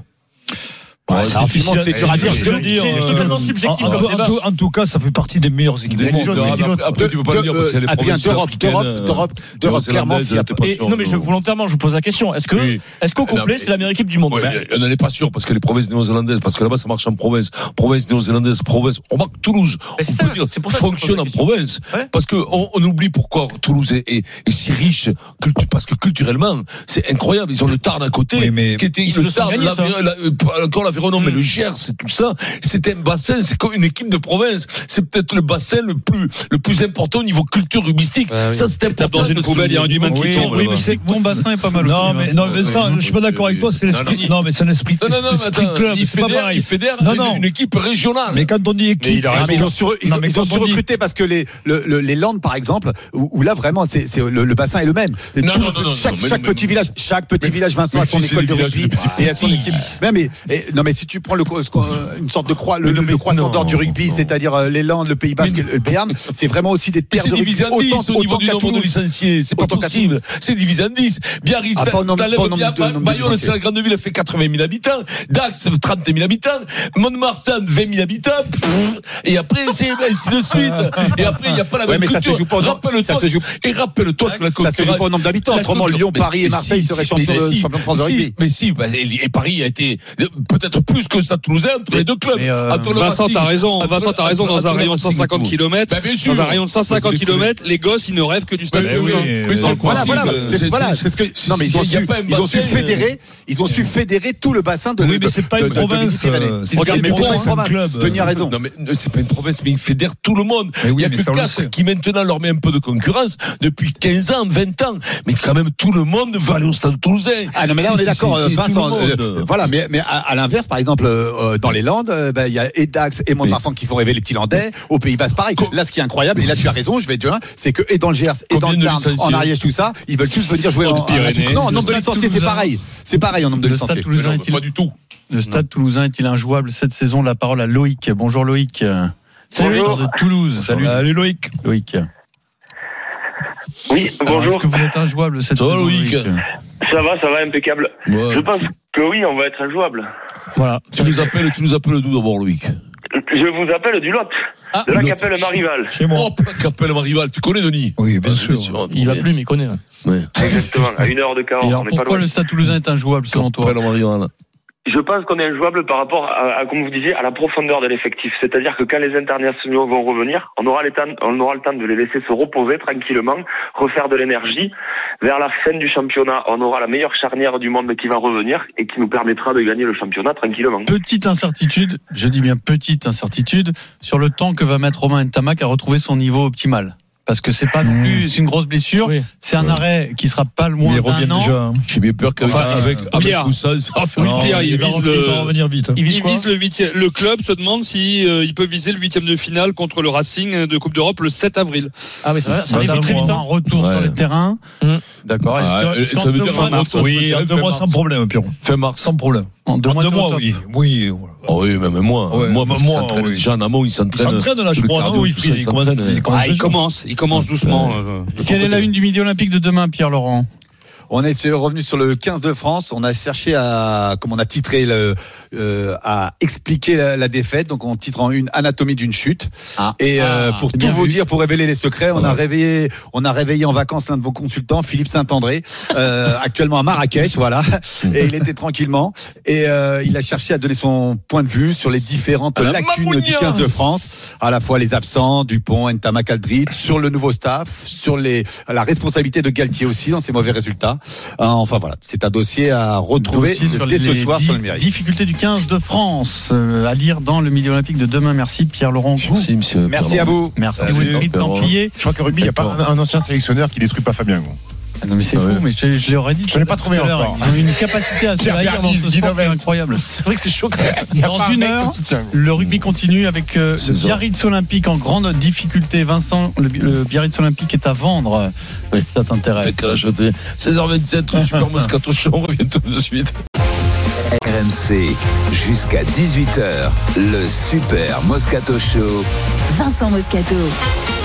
Speaker 4: Ouais,
Speaker 6: c'est difficile à-
Speaker 4: c'est dur à dire.
Speaker 3: Eh,
Speaker 6: c'est- c'est
Speaker 4: hein.
Speaker 6: totalement
Speaker 4: euh,
Speaker 6: subjectif
Speaker 4: En,
Speaker 6: comme
Speaker 4: en-
Speaker 6: débat.
Speaker 4: en tout cas, ça fait partie des meilleures équipes du monde.
Speaker 3: Après, tu peux pas
Speaker 17: de-
Speaker 3: le dire parce qu'elle
Speaker 17: euh,
Speaker 3: est
Speaker 17: Adrien,
Speaker 3: province
Speaker 17: d'Europe,
Speaker 3: africaine,
Speaker 17: d'Europe,
Speaker 3: euh,
Speaker 17: d'Europe, d'Europe,
Speaker 3: néo-zélandaise,
Speaker 17: clairement, s'il y a-
Speaker 3: t'es pas
Speaker 6: Et-
Speaker 3: sûr,
Speaker 6: Non, mais je-
Speaker 3: non.
Speaker 6: volontairement, je vous pose la question. Est-ce que, est-ce qu'au
Speaker 3: Non,
Speaker 6: complet,
Speaker 3: mais-
Speaker 6: c'est la meilleure équipe du monde Ben.
Speaker 3: Ouais, mais on n'en est pas sûr parce que les provinces néo-zélandaises, parce que là-bas ça marche en province, province néo-zélandaise, province. On remarque Toulouse, on peut dire, fonctionne en province. Parce que on, on oublie pourquoi Toulouse est, est- est si riche, cultu- parce que culturellement, c'est incroyable. Ils ont le Tarn à côté, qui était
Speaker 6: Ils
Speaker 3: le
Speaker 6: le sont
Speaker 3: Tarn,
Speaker 6: gagnés, ça. Hmm.
Speaker 3: l'Aveyron, la- euh, pas encore l'Aveyron, non, mais le Gers, c'est tout ça. C'est un bassin, c'est comme une équipe de province. C'est peut-être le bassin le plus, le plus important au niveau culture rubistique. Ça, c'est
Speaker 15: Bah tapes
Speaker 3: important.
Speaker 15: dans une
Speaker 3: de se-
Speaker 15: poubelle, il y a un humain qui
Speaker 3: Oui,
Speaker 15: tombe,
Speaker 3: oui,
Speaker 15: là-bas.
Speaker 3: mais c'est-
Speaker 7: Ton bassin est pas mal.
Speaker 4: Non,
Speaker 7: aussi,
Speaker 4: mais,
Speaker 7: Vincent.
Speaker 4: non, mais ça, je suis pas d'accord avec toi, c'est l'esprit. Non, mais c'est un esprit.
Speaker 3: hein. Non, non, non, mais
Speaker 4: esprit
Speaker 3: attends,
Speaker 4: club,
Speaker 3: il
Speaker 4: c'est pas
Speaker 3: fédère,
Speaker 4: pareil.
Speaker 3: il fédère
Speaker 4: Non,
Speaker 3: une-
Speaker 4: non.
Speaker 3: une équipe régionale.
Speaker 4: Mais quand on dit équipe,
Speaker 17: Ah, mais ils ont sur ils
Speaker 4: Non,
Speaker 17: ont,
Speaker 4: mais
Speaker 17: ils ont
Speaker 4: quand on dit-
Speaker 17: surrecruté parce que les le, le- les Landes par exemple où, où là vraiment c'est c'est le, le bassin est le même Et
Speaker 3: Non,
Speaker 17: tout-
Speaker 3: non, non, non,
Speaker 17: chaque,
Speaker 3: non, mais-
Speaker 17: chaque
Speaker 3: mais-
Speaker 17: petit village chaque petit village Vincent
Speaker 3: mais
Speaker 17: a son
Speaker 3: si c'est
Speaker 17: école de
Speaker 3: des villages
Speaker 17: rugby
Speaker 3: de petits-
Speaker 17: et à son équipe mais, mais et- non mais si tu prends le co- ce qu'on- une sorte de croix le, le- le croissant d'or du rugby c'est-à-dire euh, les Landes le Pays Basque et le Béarn c'est vraiment aussi des
Speaker 3: Mais
Speaker 17: terres
Speaker 3: c'est
Speaker 17: de rugby
Speaker 3: divisé en 10 au niveau du
Speaker 17: qu'à
Speaker 3: nombre de
Speaker 17: Toulouse.
Speaker 3: licenciés. C'est pas
Speaker 17: Autant qu'à
Speaker 3: possible. C'est divisé en 10. Biarritz,
Speaker 17: Ah, pas au nombre-
Speaker 3: t'enlèves
Speaker 17: pas au nombre
Speaker 3: Biarritz,
Speaker 17: de- nombre de
Speaker 3: Bayonne, c'est
Speaker 17: licenciés.
Speaker 3: la grande ville, elle fait 80 000 habitants. Dax, 30 000 habitants. Mont-de-Marsan, 20 000 habitants. Pfff. Et après, c'est ainsi de suite. Et après, il n'y a pas la
Speaker 17: Ouais,
Speaker 3: même
Speaker 17: mais ça se
Speaker 3: culture.
Speaker 17: joue pas au nombre-
Speaker 3: Rappelle-toi-
Speaker 17: ça se joue-
Speaker 3: Et rappelle-toi que la
Speaker 17: Ça se joue
Speaker 3: concurrence-
Speaker 17: pas au nombre d'habitants.
Speaker 3: la
Speaker 17: Autrement,
Speaker 3: concurrence-
Speaker 17: Lyon, Paris et
Speaker 3: mais
Speaker 17: Marseille
Speaker 3: si,
Speaker 17: seraient
Speaker 3: mais
Speaker 17: champions de-
Speaker 3: si,
Speaker 17: champions de France de
Speaker 3: si,
Speaker 17: rugby.
Speaker 3: Mais si, bah, et et Paris a été peut-être peut-être plus que le Stade Toulousain entre les deux clubs.
Speaker 15: euh,
Speaker 3: Entre le
Speaker 15: Vincent,
Speaker 3: Racing,
Speaker 15: t'as raison.
Speaker 3: entre-
Speaker 15: Vincent, t'as raison.
Speaker 3: entre-
Speaker 15: Dans un
Speaker 3: entre le
Speaker 15: rayon de
Speaker 3: Racing et
Speaker 15: 150
Speaker 3: Toulouse.
Speaker 15: km,
Speaker 3: Bah, bien sûr.
Speaker 15: dans un rayon de 150 km, les gosses, ils ne rêvent que du
Speaker 17: Bah,
Speaker 15: Stade
Speaker 17: Eh
Speaker 3: Mais oui,
Speaker 15: Toulousain.
Speaker 3: mais
Speaker 15: Dans
Speaker 3: c'est
Speaker 17: Voilà,
Speaker 15: le principe,
Speaker 17: voilà,
Speaker 15: euh,
Speaker 17: c'est- voilà, c'est ce que. Non, mais ils ont
Speaker 3: il y a
Speaker 17: su,
Speaker 3: pas Mbappé,
Speaker 17: ils ont su
Speaker 3: euh,
Speaker 17: fédérer, ils ont su fédérer tout le bassin de.
Speaker 3: Oui,
Speaker 17: de-
Speaker 3: mais c'est pas
Speaker 17: de-
Speaker 3: une
Speaker 17: de- de
Speaker 3: province.
Speaker 17: Méditerranée.
Speaker 3: euh, c'est-
Speaker 17: Regarde,
Speaker 3: c'est
Speaker 17: mais
Speaker 3: une
Speaker 17: c'est pas une
Speaker 3: province,
Speaker 17: province.
Speaker 3: club.
Speaker 17: Denis a raison.
Speaker 3: Non, mais euh, c'est pas une province, mais il fédère tout le monde.
Speaker 4: Mais oui,
Speaker 3: il y a
Speaker 4: mais
Speaker 3: que
Speaker 4: ça, on le sait.
Speaker 3: Castres qui maintenant leur met un peu de concurrence depuis 15 ans, 20 ans. Mais quand même, tout le monde va aller au Stade Toulousain.
Speaker 17: Ah non mais là on
Speaker 3: C'est-
Speaker 17: est
Speaker 3: c'est-
Speaker 17: d'accord
Speaker 3: c'est- c'est
Speaker 17: Vincent
Speaker 3: tout le
Speaker 17: euh,
Speaker 3: monde.
Speaker 17: voilà mais mais à, à l'inverse par exemple euh, euh, dans les Landes euh, ben, il y a Edax et Mont-de-Marsan qui font rêver les petits Landais au Pays Basque pareil là ce qui est incroyable et là tu as raison je vais te dire c'est que et dans le Gers et dans
Speaker 3: Combien
Speaker 17: le
Speaker 3: de
Speaker 17: Tarn en
Speaker 3: licenciés
Speaker 17: Ariège tout ça ils veulent tous venir jouer
Speaker 15: Dans
Speaker 17: en
Speaker 15: les Pyrénées.
Speaker 17: en- non en nombre de
Speaker 7: Le
Speaker 17: licenciés c'est
Speaker 7: Toulousain.
Speaker 17: pareil c'est pareil en nombre de
Speaker 7: Le Stade
Speaker 17: licenciés
Speaker 7: Toulousain
Speaker 3: Mais non,
Speaker 7: est-il
Speaker 3: Pas du tout.
Speaker 7: Le Stade Toulousain est-il injouable cette saison La parole à Loïc. Bonjour Loïc. Salut
Speaker 11: Bonjour.
Speaker 7: de Toulouse. Salut.
Speaker 4: Salut Loïc.
Speaker 7: Loïc.
Speaker 11: Oui,
Speaker 7: Alors,
Speaker 11: bonjour.
Speaker 7: Est-ce que vous êtes injouable cette
Speaker 3: Toi,
Speaker 7: saison
Speaker 3: Loïc.
Speaker 11: Ça va, ça va, impeccable.
Speaker 3: Ouais.
Speaker 11: Je pense que oui, on va être injouable.
Speaker 7: Voilà.
Speaker 3: Tu nous appelles, tu nous appelles d'où d'abord, Loïc
Speaker 11: Je vous appelle du Lot,
Speaker 3: Ah,
Speaker 11: de là
Speaker 3: le-
Speaker 11: qu'appelle Marival.
Speaker 4: Chez moi.
Speaker 3: Oh, pas qu'appelle Marival. Tu connais Denis
Speaker 4: Oui, bien
Speaker 3: Ah,
Speaker 4: sûr.
Speaker 6: Il a plus, mais il connaît.
Speaker 3: Ouais.
Speaker 11: Exactement, à une heure de Cahors.
Speaker 7: Et alors
Speaker 11: on est pas
Speaker 7: pourquoi
Speaker 11: loin.
Speaker 7: le Stade Toulousain est injouable selon toi
Speaker 3: Qu'appelle Marival.
Speaker 11: Je pense qu'on est injouable par rapport à, à, comme vous disiez, à la profondeur de l'effectif. C'est-à-dire que quand les internationaux vont revenir, on aura, les temps, on aura le temps de les laisser se reposer tranquillement, refaire de l'énergie. Vers la fin du championnat, on aura la meilleure charnière du monde qui va revenir et qui nous permettra de gagner le championnat tranquillement.
Speaker 7: Petite incertitude, je dis bien petite incertitude, sur le temps que va mettre Romain Ntamak à retrouver son niveau optimal. Parce que c'est pas non plus c'est une grosse blessure,
Speaker 6: Oui.
Speaker 7: c'est un arrêt qui sera pas le
Speaker 4: Mais
Speaker 7: moins
Speaker 4: il
Speaker 7: d'un
Speaker 4: revient
Speaker 7: an.
Speaker 4: déjà. hein.
Speaker 3: J'ai bien peur qu'avec
Speaker 15: Enfin,
Speaker 3: avec, avec
Speaker 15: Pierre.
Speaker 3: Moussa, ça va faire une
Speaker 15: Non, Pierre, il
Speaker 4: va
Speaker 15: vise
Speaker 4: revenir-
Speaker 15: le-
Speaker 4: il va revenir vite. hein.
Speaker 6: Il vise
Speaker 15: Il
Speaker 6: quoi
Speaker 15: vise le huitième. Le club se demande si euh, il peut viser le huitième de finale contre le Racing de Coupe d'Europe le 7 avril.
Speaker 7: Ah oui, ça, va, ça arrive
Speaker 4: Dans un
Speaker 7: très vite hein. Hmm.
Speaker 4: mois.
Speaker 15: hein.
Speaker 7: en retour sur
Speaker 3: Ouais.
Speaker 7: le terrain.
Speaker 6: Mmh.
Speaker 7: D'accord.
Speaker 3: Ah,
Speaker 7: Est-ce que- est-ce
Speaker 3: euh,
Speaker 7: qu'en
Speaker 3: ça veut
Speaker 7: deux
Speaker 3: dire
Speaker 7: mois-
Speaker 3: un mars.
Speaker 4: Oui,
Speaker 3: un
Speaker 4: deux mois sans problème, Pierre.
Speaker 3: Fin mars.
Speaker 4: Sans problème.
Speaker 7: en deux
Speaker 4: En
Speaker 7: mois,
Speaker 4: deux
Speaker 7: de
Speaker 4: mois,
Speaker 7: octobre.
Speaker 4: oui. Oui, voilà.
Speaker 3: Oh oui, même moi.
Speaker 4: Ouais,
Speaker 3: moi,
Speaker 4: même
Speaker 3: parce
Speaker 4: moi,
Speaker 3: qu'il s'entraîne
Speaker 4: oui.
Speaker 3: déjà en amont, il
Speaker 4: Il
Speaker 3: s'entraîne.
Speaker 4: s'entraîne là, je
Speaker 3: Le
Speaker 4: crois.
Speaker 3: cardio,
Speaker 4: non Oui,
Speaker 3: tout
Speaker 4: Fred,
Speaker 3: ça,
Speaker 4: il
Speaker 3: ça
Speaker 4: commence à-
Speaker 3: s'entraîne. euh,
Speaker 4: il commence
Speaker 15: Ah, il
Speaker 4: déjà.
Speaker 15: commence, il commence doucement. euh, de son
Speaker 7: Quelle est
Speaker 15: côté.
Speaker 7: la une du Midi Olympique de demain, Pierre Laurent
Speaker 17: on est sur- revenu sur le 15 de France on a cherché à comme on a titré le euh, à expliquer la, la défaite donc on titre en une anatomie d'une chute et euh, pour tout
Speaker 7: bien
Speaker 17: vous
Speaker 7: vu.
Speaker 17: dire pour révéler les secrets on a réveillé on a réveillé en vacances l'un de vos consultants Philippe Saint-André euh, actuellement à Marrakech voilà
Speaker 4: Mm.
Speaker 17: et il était tranquillement et euh, il a cherché à donner son point de vue sur les différentes lacunes du 15 de France à la fois les absents Dupont Ntamak Aldrit sur le nouveau staff sur les la responsabilité de Galtier aussi dans ses mauvais résultats Euh, enfin voilà c'est un dossier à retrouver
Speaker 7: Dossier sur
Speaker 17: dès ce
Speaker 7: les
Speaker 17: soir
Speaker 7: dix-
Speaker 17: sur le mairie
Speaker 7: Difficultés du 15 de France euh, à lire dans le Midi Olympique de demain. Merci Pierre Laurent. Gou.
Speaker 3: Merci, monsieur.
Speaker 17: merci à
Speaker 3: Pardon.
Speaker 17: vous
Speaker 7: Merci
Speaker 5: Merci,
Speaker 7: Wilfried
Speaker 3: Pierre Laurent.
Speaker 7: Templier.
Speaker 5: Je crois qu'au rugby, il n'y a pas un, un ancien sélectionneur qui détruit pas Fabien. Gros.
Speaker 7: Ah non mais c'est
Speaker 3: Ah
Speaker 7: fou,
Speaker 3: ouais.
Speaker 7: mais je, je l'aurais dit.
Speaker 5: Je l'ai pas trouvé
Speaker 7: tout à l'heure.
Speaker 5: encore.
Speaker 7: Ils ont une capacité à se
Speaker 5: Pierre
Speaker 7: haïr dans
Speaker 5: Bernard,
Speaker 7: ce sport qui est
Speaker 5: Guinovès.
Speaker 7: incroyable.
Speaker 5: C'est vrai que c'est choquant.
Speaker 7: Dans une heure, le rugby continue avec euh,
Speaker 3: C'est
Speaker 7: le
Speaker 3: ça.
Speaker 7: Biarritz Olympique en grande difficulté. Vincent, le, le Biarritz Olympique est à vendre.
Speaker 3: Oui.
Speaker 7: Ça t'intéresse
Speaker 3: Fait qu'à la jeter. 16h27, le
Speaker 7: <laughs>
Speaker 3: Super Moscato Show, on revient tout de suite.
Speaker 2: RMC, jusqu'à 18h, le Super Moscato Show.
Speaker 1: Vincent Moscato.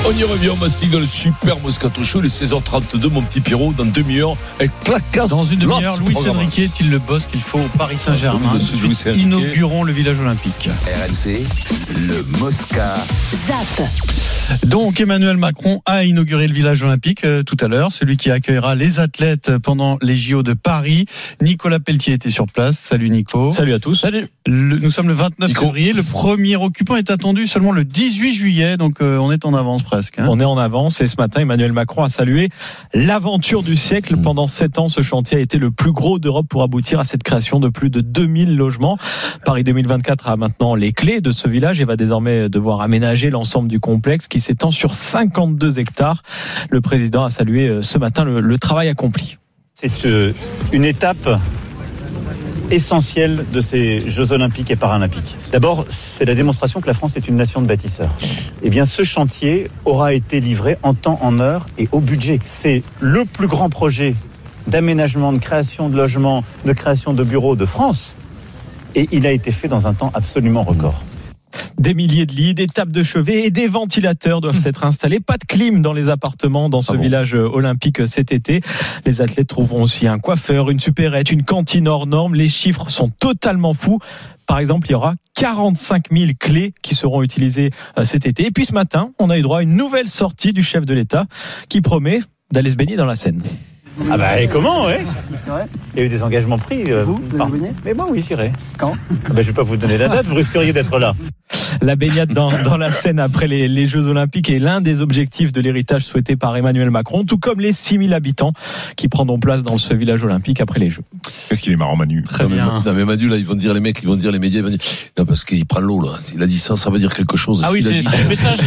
Speaker 3: On y revient, on mastique dans le Super Moscato Show, les 16h32, mon petit Pierrot, dans demi-heure, avec Placas.
Speaker 7: Dans une demi-heure,
Speaker 3: Las
Speaker 7: Luis
Speaker 3: Programas.
Speaker 7: Enrique est-il le boss qu'il faut au Paris Saint-Germain
Speaker 3: Monsieur Luis Enrique.
Speaker 7: Inaugurons le village olympique.
Speaker 2: RMC, le Mosca.
Speaker 1: Zap.
Speaker 7: Donc Emmanuel Macron a inauguré le village olympique euh, tout à l'heure, celui qui accueillera les athlètes pendant les JO de Paris. Nicolas Pelletier était sur place. Salut Nico.
Speaker 6: Salut à tous. Salut.
Speaker 7: Le- nous sommes le 29
Speaker 3: Nico.
Speaker 7: février. Le premier occupant est attendu seulement le 18 juillet, donc euh, on est en avance presque. hein.
Speaker 18: On est en avance et ce matin, Emmanuel Macron a salué l'aventure du siècle.
Speaker 7: Mm.
Speaker 18: Pendant sept ans, ce chantier a été le plus gros d'Europe pour aboutir à cette création de plus de 2000 logements. Paris 2024 a maintenant les clés de ce village et va désormais devoir aménager l'ensemble du complexe qui s'étend sur 52 hectares. Le président a salué euh, ce matin le, le travail accompli.
Speaker 19: C'est euh, une étape essentielle de ces Jeux olympiques et paralympiques. D'abord, c'est la démonstration que la France est une nation de bâtisseurs. Eh bien, ce chantier aura été livré en temps, en heure et au budget. C'est le plus grand projet d'aménagement, de création de logements, de création de bureaux de France. Et il a été fait dans un temps absolument record.
Speaker 18: Des milliers de lits, des tables de chevet et des ventilateurs doivent être installés. Pas de clim dans les appartements dans ce
Speaker 3: Mmh. Ah bon
Speaker 18: village euh, olympique cet été. Les athlètes trouveront aussi un coiffeur, une supérette, une cantine hors norme. Les chiffres sont totalement fous. Par exemple, il y aura 45 000 clés qui seront utilisées euh, cet été. Et puis ce matin, on a eu droit à une nouvelle sortie du chef de l'État qui promet d'aller se baigner dans la Seine.
Speaker 19: Ah bah et comment, ouais Il y a eu des engagements pris. euh, par- Mais moi, oui, j'irai. Quand Je ne Je vais pas vous donner la date, vous risqueriez d'être là.
Speaker 18: La baignade dans, <laughs> dans la Seine après les, les Jeux Olympiques est l'un des objectifs de l'héritage souhaité par Emmanuel Macron, tout comme les 6000 habitants qui prendront place dans ce village olympique après les Jeux.
Speaker 3: Qu'est-ce qu'il est marrant, Manu
Speaker 18: Très
Speaker 3: non, mais-
Speaker 18: bien.
Speaker 3: non, mais Manu, là, ils vont dire, les mecs, ils vont dire, les médias, ils vont dire, non, parce qu'il prend l'eau, là. S'il a dit ça, ça veut dire quelque chose.
Speaker 18: Ah oui,
Speaker 3: S'il a
Speaker 18: c'est-
Speaker 3: dit-
Speaker 18: c'est le message.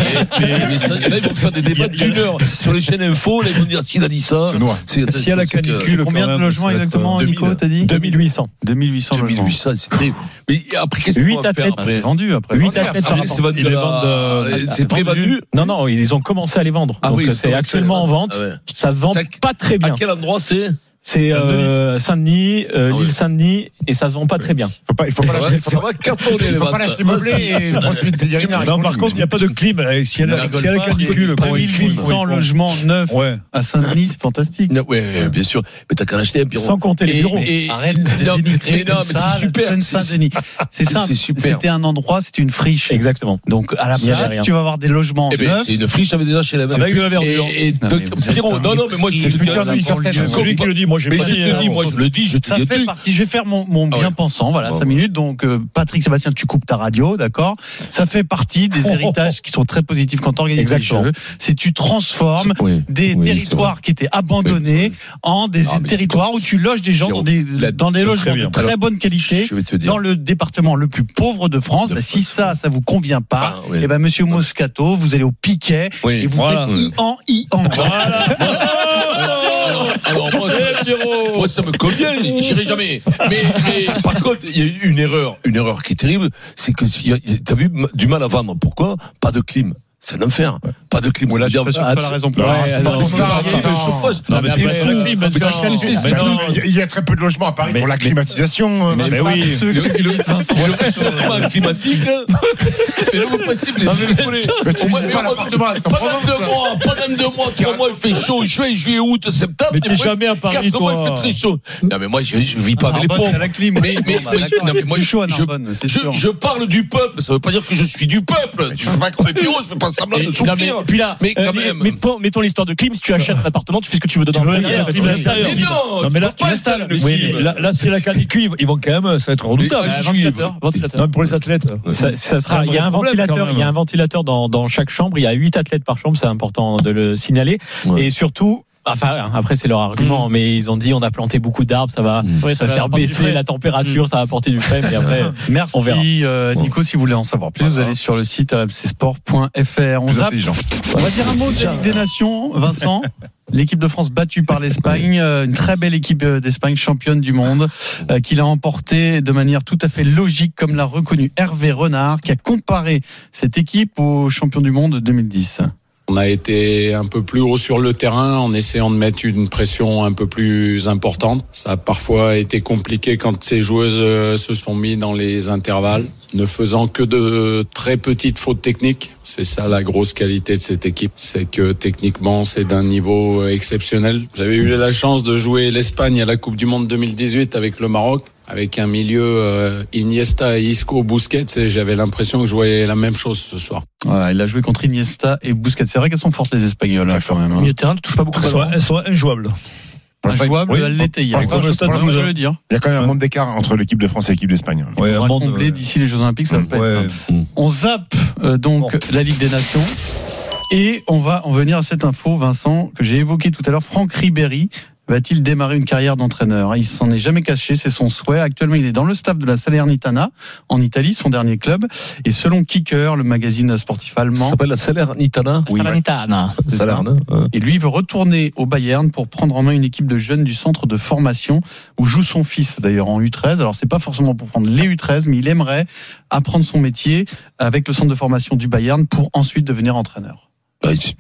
Speaker 3: <laughs> Le message. Et Là, ils vont faire des débats d'une heure sur les chaînes info, là, ils vont dire, s'il a dit ça.
Speaker 5: C'est noir.
Speaker 3: c'est-
Speaker 4: S'il y a la
Speaker 3: c'est que-
Speaker 4: canicule,
Speaker 3: c'est
Speaker 4: quand même, ça va être, euh, 2000.
Speaker 18: t'as dit
Speaker 4: 2800.
Speaker 7: 2800
Speaker 3: logements. 2800, c'était. Mais après, qu'est-ce qu'on
Speaker 18: 8
Speaker 3: va faire
Speaker 18: athlètes
Speaker 3: après
Speaker 7: vendu après.
Speaker 18: 8 athlètes par
Speaker 3: Après, c'est vendu
Speaker 18: rapport. Et les
Speaker 3: à-
Speaker 18: ventes, euh,
Speaker 3: c'est pré-vendu
Speaker 18: Non, non, ils ont commencé à les vendre.
Speaker 3: Ah
Speaker 18: Donc, euh,
Speaker 3: oui, ils ont
Speaker 18: c'est
Speaker 3: commencé à les
Speaker 18: actuellement en vente.
Speaker 3: vendre. Ah ouais.
Speaker 18: Ça se vend
Speaker 3: Ça-
Speaker 18: pas très bien.
Speaker 3: À quel endroit c'est
Speaker 18: C'est euh, Saint-Denis, euh,
Speaker 3: Ah ouais.
Speaker 18: l'île Saint-Denis, et ça se vend pas très bien.
Speaker 5: Faut pas, il faut
Speaker 3: Ça
Speaker 5: pas
Speaker 3: va-
Speaker 5: lâcher-
Speaker 3: ça va cartonner, les
Speaker 5: Il faut pas
Speaker 3: ventes. Ah,
Speaker 5: lâcher les meublés et prendre celui de
Speaker 3: <laughs>
Speaker 5: Cédric Maire, ils
Speaker 4: Non,
Speaker 5: sont
Speaker 4: par
Speaker 5: libres.
Speaker 4: contre, il n'y a pas de clim.
Speaker 18: euh,
Speaker 4: Eh, S'il y a la-
Speaker 3: Rigole
Speaker 4: s'il y a la
Speaker 3: pas.
Speaker 4: canicule, comment ils font, ils font, ils
Speaker 7: 2800
Speaker 4: font.
Speaker 7: logements neufs
Speaker 4: Ouais.
Speaker 7: à Saint-Denis, c'est fantastique.
Speaker 3: Non, ouais, ouais, bien sûr. Mais t'as qu'à l'acheter un bureau.
Speaker 18: Sans compter les
Speaker 3: Et-
Speaker 18: bureaux.
Speaker 3: et-
Speaker 7: Arrête de
Speaker 3: non,
Speaker 7: dénigrer
Speaker 3: mais non,
Speaker 7: comme
Speaker 3: mais
Speaker 7: ça,
Speaker 3: c'est super. c'est-
Speaker 7: la
Speaker 3: <laughs>
Speaker 7: Seine-Saint-Denis. C'est
Speaker 3: c'est-
Speaker 7: simple.
Speaker 3: c'est super.
Speaker 7: C'était un endroit, c'était une friche.
Speaker 18: Exactement.
Speaker 7: Donc à la
Speaker 18: Il y avait
Speaker 7: place,
Speaker 18: rien.
Speaker 7: tu vas avoir des logements
Speaker 3: Eh ben,
Speaker 7: neufs.
Speaker 3: c'est une friche avec des chez la
Speaker 4: C'est avec de la verdure.
Speaker 3: Et, et
Speaker 7: Non,
Speaker 3: donc,
Speaker 7: mais vous êtes
Speaker 3: Pierrot,
Speaker 7: un
Speaker 3: non, non, mais moi, je
Speaker 7: C'est
Speaker 3: te
Speaker 7: le futur
Speaker 3: dis-
Speaker 7: de l'Université
Speaker 3: Je-
Speaker 7: Saint-Germain.
Speaker 4: Celui qui le dit, moi, j'ai
Speaker 3: Mais
Speaker 4: pas
Speaker 3: je
Speaker 4: dit,
Speaker 3: te
Speaker 4: hein.
Speaker 3: dis, moi, je le dis, je te
Speaker 7: Ça
Speaker 3: dis.
Speaker 7: fait partie. Je vais faire mon, mon
Speaker 3: Ah ouais.
Speaker 7: bien pensant. Voilà,
Speaker 3: Bon,
Speaker 7: 5 minutes. Donc, euh, Patrick Sébastien, tu coupes ta radio, d'accord Ça fait partie des héritages qui sont très positifs quand on organise les
Speaker 18: Exactement.
Speaker 7: jeux. C'est tu transformes
Speaker 3: Oui,
Speaker 7: des
Speaker 3: oui,
Speaker 7: territoires qui étaient abandonnés en des
Speaker 3: Ah, mais-
Speaker 7: territoires où tu loges des gens dans des,
Speaker 3: la-
Speaker 7: dans des
Speaker 3: très
Speaker 7: logements
Speaker 3: bien.
Speaker 7: de très
Speaker 3: Alors,
Speaker 7: bonne qualité
Speaker 3: je vais te dire.
Speaker 7: dans le département le plus pauvre de France.
Speaker 3: De
Speaker 7: Bah, si
Speaker 3: France.
Speaker 7: ça, ça vous convient pas,
Speaker 3: Ah, oui.
Speaker 7: et ben Monsieur Moscato, vous allez au piquet
Speaker 3: Oui,
Speaker 7: et vous
Speaker 3: voilà.
Speaker 7: faites i-en, i-en.
Speaker 3: Alors, moi, ça, moi, ça me convient, j'irai jamais. Mais, mais, par contre, il y a eu une erreur, une erreur qui est terrible, c'est que il y a- t'as vu du mal à vendre. Pourquoi Pas de clim. C'est l'enfer. Pas de clim.
Speaker 7: Ouais, là, je
Speaker 5: Ah,
Speaker 7: suis pas sûr que ce soit la raison pour laquelle.
Speaker 3: Pas de
Speaker 7: Non,
Speaker 3: clim,
Speaker 7: c'est
Speaker 3: pas de
Speaker 7: ça.
Speaker 3: chauffage.
Speaker 4: Non, mais
Speaker 3: Des
Speaker 4: après,
Speaker 3: trucs,
Speaker 4: euh,
Speaker 3: mais
Speaker 4: bah,
Speaker 3: tu sais
Speaker 4: non,
Speaker 3: ce que c'est,
Speaker 4: bah,
Speaker 3: c'est
Speaker 4: non.
Speaker 5: Il y a- Il y a très peu de logements à Paris pour la climatisation. euh, Vincent.
Speaker 4: oui.
Speaker 3: Le, le,
Speaker 5: <laughs>
Speaker 3: le réchauffement <laughs> climatique, c'est là où possible. Les
Speaker 5: Mais tu
Speaker 3: Au moins,
Speaker 5: visites pas
Speaker 3: mais au moins,
Speaker 5: l'appartement, c'est en
Speaker 3: pendant
Speaker 5: Provence,
Speaker 3: deux
Speaker 5: ça.
Speaker 3: mois, pendant deux mois, trois mois, il fait chaud, juillet, juillet, août, septembre.
Speaker 4: Mais
Speaker 3: des
Speaker 4: t'es
Speaker 3: fois,
Speaker 4: jamais à Paris,
Speaker 3: Quatre mois, il
Speaker 4: toi.
Speaker 3: fait très chaud. Non, mais moi, je, je vis pas avec les
Speaker 7: Narbonne,
Speaker 3: pauvres.
Speaker 7: t'as la clim.
Speaker 3: Mais, mais,
Speaker 7: Bon, bah,
Speaker 3: mais-
Speaker 7: d'accord,
Speaker 3: non, mais
Speaker 7: il
Speaker 3: moi,
Speaker 7: fait chaud à
Speaker 3: je-
Speaker 7: Narbonne, c'est
Speaker 3: je,
Speaker 7: sûr.
Speaker 3: je parle du peuple, ça veut pas dire que je suis du peuple. Je fais pas comme les pyros, je fais pas semblant
Speaker 6: Et-
Speaker 3: de
Speaker 6: non, mais-
Speaker 3: souffrir.
Speaker 6: puis là,
Speaker 3: Mais quand
Speaker 6: euh,
Speaker 3: même.
Speaker 6: mettons, mettons l'histoire de Klim. Si tu achètes un appartement, tu fais ce que tu veux dedans.
Speaker 4: Tu veux
Speaker 6: Après,
Speaker 4: dire,
Speaker 6: il y a-
Speaker 4: tu
Speaker 6: il y a
Speaker 4: veux
Speaker 6: l'extérieur.
Speaker 4: dire-
Speaker 3: Mais non,
Speaker 4: Non,
Speaker 3: tu
Speaker 4: mais là,
Speaker 3: peux pas
Speaker 4: là,
Speaker 3: installer le
Speaker 4: oui,
Speaker 3: clim.
Speaker 4: mais là, là, s'il y a la canicule, ils vont- ils vont quand même, ça va être redoutable. hein,
Speaker 3: Mais-
Speaker 6: Euh, Ventilateur, ventilateur.
Speaker 4: Non, mais pour les athlètes.
Speaker 18: Ça, ça sera,
Speaker 4: un
Speaker 18: il y a
Speaker 4: vrai
Speaker 18: un
Speaker 4: problème, quand
Speaker 18: ventilateur,
Speaker 4: même.
Speaker 18: il y a un ventilateur dans, dans chaque chambre. Il y a huit athlètes par chambre, c'est important de le signaler.
Speaker 3: Ouais.
Speaker 18: Et surtout, enfin, après c'est leur argument, mais ils ont dit on a planté beaucoup d'arbres, ça va,
Speaker 6: Oui,
Speaker 18: ça va
Speaker 6: va
Speaker 18: faire
Speaker 6: apporter du
Speaker 18: baisser
Speaker 6: frais.
Speaker 18: la température, ça va apporter du frais. Mais après,
Speaker 7: Merci
Speaker 18: On verra.
Speaker 7: euh, Nico, si vous voulez en savoir plus, vous allez sur le site rmcsport.fr. On,
Speaker 5: Plus
Speaker 7: zappe.
Speaker 5: intelligent.
Speaker 7: on va dire un mot de la Ligue des Nations, Vincent. L'équipe de France battue par l'Espagne, euh, une très belle équipe euh, d'Espagne championne du monde, euh, qui l'a emportée de manière tout à fait logique, comme l'a reconnu Hervé Renard, qui a comparé cette équipe aux champions du monde 2010.
Speaker 20: On a été un peu plus haut sur le terrain en essayant de mettre une pression un peu plus importante. Ça a parfois été compliqué quand ces joueuses euh, se sont mis dans les intervalles, ne faisant que de très petites fautes techniques. C'est ça la grosse qualité de cette équipe, c'est que techniquement c'est d'un niveau euh, exceptionnel. J'avais eu la chance de jouer l'Espagne à la Coupe du Monde 2018 avec le Maroc avec un milieu euh, Iniesta et Isco Busquets et j'avais l'impression que je voyais la même chose ce soir.
Speaker 7: Voilà, il a joué contre Iniesta et Busquets. C'est vrai qu'elles sont fortes les Espagnols, hein, quand même.
Speaker 6: Milieu de terrain, tu touches pas beaucoup.
Speaker 4: Elles
Speaker 6: de
Speaker 4: sont-
Speaker 6: ballon.
Speaker 4: Elles sont injouables.
Speaker 7: Jouable,
Speaker 4: Oui.
Speaker 7: elle l'était hier.
Speaker 5: Pour l'instant,
Speaker 7: Je
Speaker 5: je- pour
Speaker 7: peux
Speaker 5: l'instant,
Speaker 7: le dire.
Speaker 5: Il y a quand même un monde d'écart entre l'équipe de France et l'équipe d'Espagne.
Speaker 4: Ouais,
Speaker 7: On
Speaker 4: un
Speaker 7: va
Speaker 4: monde,
Speaker 7: combler
Speaker 4: ouais.
Speaker 7: hein. d'ici les Jeux Olympiques, ça va pas être
Speaker 4: Ouais.
Speaker 7: simple. On zappe euh, donc la Ligue des Nations. Et on va en venir à cette info, Vincent, que j'ai évoquée tout à l'heure. Franck Ribéry va-t-il démarrer une carrière d'entraîneur Il s'en est jamais caché, c'est son souhait. Actuellement, il est dans le staff de la Salernitana, en Italie, son dernier club. Et selon Kicker, le magazine sportif
Speaker 3: Ça
Speaker 7: allemand,
Speaker 3: s'appelle la Salernitana.
Speaker 6: Salernitana.
Speaker 3: Salerne. hein.
Speaker 7: et lui veut retourner au Bayern pour prendre en main une équipe de jeunes du centre de formation où joue son fils d'ailleurs en U13. Alors c'est pas forcément pour prendre les U13, mais il aimerait apprendre son métier avec le centre de formation du Bayern pour ensuite devenir entraîneur.
Speaker 3: Ouais, c'est-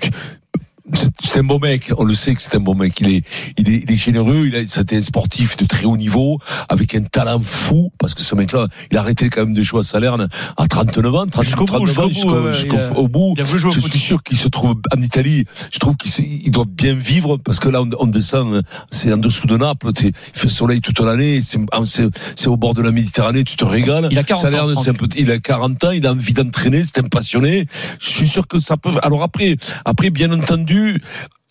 Speaker 3: Bah, c'est- C'est un bon mec, on le sait que c'est un bon mec. Il est, il est, il est généreux, il a, c'était un sportif de très haut niveau, avec un talent fou, parce que ce mec-là, il a arrêté quand même de jouer à Salerne à 39 ans, 30,
Speaker 6: Jusqu'au bout,
Speaker 3: 39 ans,
Speaker 6: jusqu'au bout, ouais, ouais,
Speaker 3: jusqu'au
Speaker 6: il a-
Speaker 3: au bout.
Speaker 6: Il a voulu jouer au
Speaker 3: Je
Speaker 6: foot.
Speaker 3: suis sûr qu'il se trouve en Italie. Je trouve qu'il se- il doit bien vivre parce que là, on, on descend, euh, c'est en dessous de Naples. t'es- Il fait soleil toute l'année. C'est ah, c'est- c'est au bord de la Méditerranée. Tu te régales.
Speaker 6: Il a 40
Speaker 3: Ça l'air
Speaker 6: ans,
Speaker 3: de-
Speaker 6: Franck.
Speaker 3: c'est un peu- il a 40 ans. Il a envie d'entraîner. C'est un passionné. Je suis sûr que ça peut. Alors après, après, bien entendu.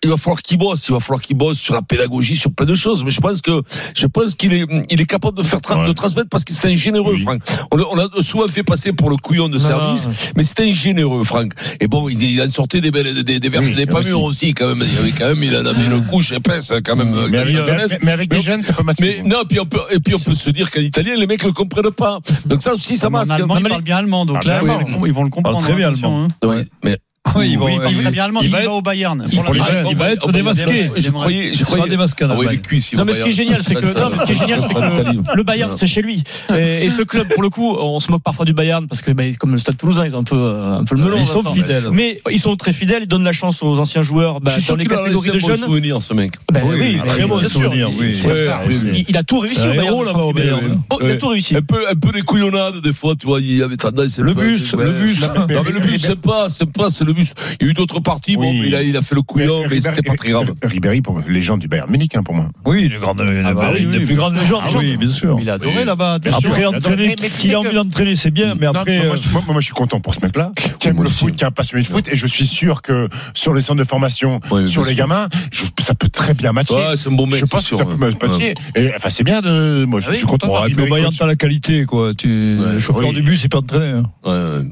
Speaker 3: il va falloir qu'il bosse, il va falloir qu'il bosse sur la pédagogie, sur plein de choses. Mais je pense que je pense qu'il est il est capable de faire tra- de transmettre parce que c'est un généreux, Franck. On l'a- on l'a souvent fait passer pour le couillon de service, mais c'est un généreux, Franck. Et bon, il, il en sortait des belles des des, vertus, des pas mûres aussi quand même. Il y avait quand même il en avait une couche épaisse quand même. euh,
Speaker 5: Mais
Speaker 3: dans
Speaker 5: avec-
Speaker 3: sa jeunesse.
Speaker 5: mais avec des jeunes, c'est pas massif.
Speaker 3: Mais non, puis on peut et puis on peut se dire qu'en italien les mecs le comprennent pas. Donc ça aussi ça
Speaker 7: En
Speaker 3: masque.
Speaker 7: allemand, ils parlent bien allemand, donc là,
Speaker 3: oui.
Speaker 7: ils vont- ils vont le comprendre.
Speaker 3: Parle très bien
Speaker 7: attention,
Speaker 3: allemand.
Speaker 7: hein.
Speaker 3: Ouais, mais
Speaker 7: Oui, ils vont- Oui, il parle
Speaker 3: il-
Speaker 7: très bien allemand.
Speaker 3: il
Speaker 7: Il
Speaker 3: va
Speaker 7: va
Speaker 3: être-
Speaker 7: au Bayern.
Speaker 3: Il,
Speaker 7: Pour les jeunes,
Speaker 3: va être démasqué. Je croyais, je croyais
Speaker 4: démasqué.
Speaker 3: Ah oui, les cuisses, il
Speaker 6: Non
Speaker 3: va
Speaker 6: mais ce qui est
Speaker 3: pas y
Speaker 6: génial, c'est que
Speaker 3: avoir.
Speaker 6: non, mais ce qui est génial, c'est que le Bayern, c'est chez lui. Et, et ce club, pour le coup, on se moque parfois du Bayern parce que ben, comme le Stade Toulousain, ils ont un peu euh, un peu le melon.
Speaker 3: Ils sont
Speaker 6: Vincent.
Speaker 3: fidèles.
Speaker 6: Mais ils sont très fidèles. Ils donnent la chance aux anciens joueurs bah,
Speaker 3: Je suis
Speaker 6: dans
Speaker 3: sûr
Speaker 6: les
Speaker 3: qu'il a
Speaker 6: catégories
Speaker 3: laissé
Speaker 6: de
Speaker 3: un bon
Speaker 6: jeunes.
Speaker 3: souvenir, ce mec.
Speaker 6: Ben oui,
Speaker 3: un
Speaker 6: mais
Speaker 3: très bon
Speaker 6: bien sûr.
Speaker 3: souvenir.
Speaker 6: Il-
Speaker 3: oui.
Speaker 6: c'est un star.
Speaker 3: oui, oui.
Speaker 6: Il- il a tout réussi
Speaker 3: C'est un
Speaker 6: au Bayern,
Speaker 3: héros, là-bas, au
Speaker 6: Franck, il a-
Speaker 3: Bayern.
Speaker 6: Oh, il a tout réussi.
Speaker 3: Un peu, un peu des couillonnades, des fois, tu vois, il y avait tendance.
Speaker 4: Le bus, le bus.
Speaker 3: Non, mais le bus, c'est pas, c'est pas, c'est le bus. Il y a eu d'autres parties, bon, mais il a, il a fait le couillon, mais c'était pas très grave.
Speaker 5: Ribéry, pour légende du Bayern Munich, hein, pour moi.
Speaker 4: Oui, une grande, une,
Speaker 5: bah oui, oui,
Speaker 4: plus
Speaker 5: oui.
Speaker 4: grande légende.
Speaker 5: Ah oui, bien sûr.
Speaker 4: Il a adoré
Speaker 5: Oui.
Speaker 4: là-bas.
Speaker 5: Bien sûr,
Speaker 4: Après,
Speaker 5: il adore.
Speaker 4: entraîner,
Speaker 5: Mais- mais tu
Speaker 4: qu'il
Speaker 5: sais
Speaker 4: a
Speaker 5: que-
Speaker 4: envie d'entraîner, c'est bien, mais
Speaker 5: Non,
Speaker 4: après.
Speaker 5: moi, je, moi- moi, je suis content pour ce mec-là, qui aime le foot, qui est un passionné de foot, et je suis sûr que sur les centres de formation, sur
Speaker 3: bien
Speaker 5: les
Speaker 3: sûr.
Speaker 5: gamins, je- ça peut très bien matcher.
Speaker 3: Ouais, c'est un bon mec,
Speaker 5: Je pense
Speaker 3: c'est
Speaker 5: que ça
Speaker 3: sûr,
Speaker 5: peut me-
Speaker 3: ouais.
Speaker 5: matcher. Et, enfin, c'est bien de.
Speaker 4: Ah
Speaker 5: Moi, je, je hein, suis content.
Speaker 4: Ouais,
Speaker 5: d'avoir
Speaker 4: avec le
Speaker 5: Ribéry
Speaker 4: Bayern,
Speaker 5: coach.
Speaker 4: t'as la qualité, quoi. Tu, le chauffeur
Speaker 5: Oui.
Speaker 4: du bus, il peut entraîner. hein.
Speaker 7: Euh,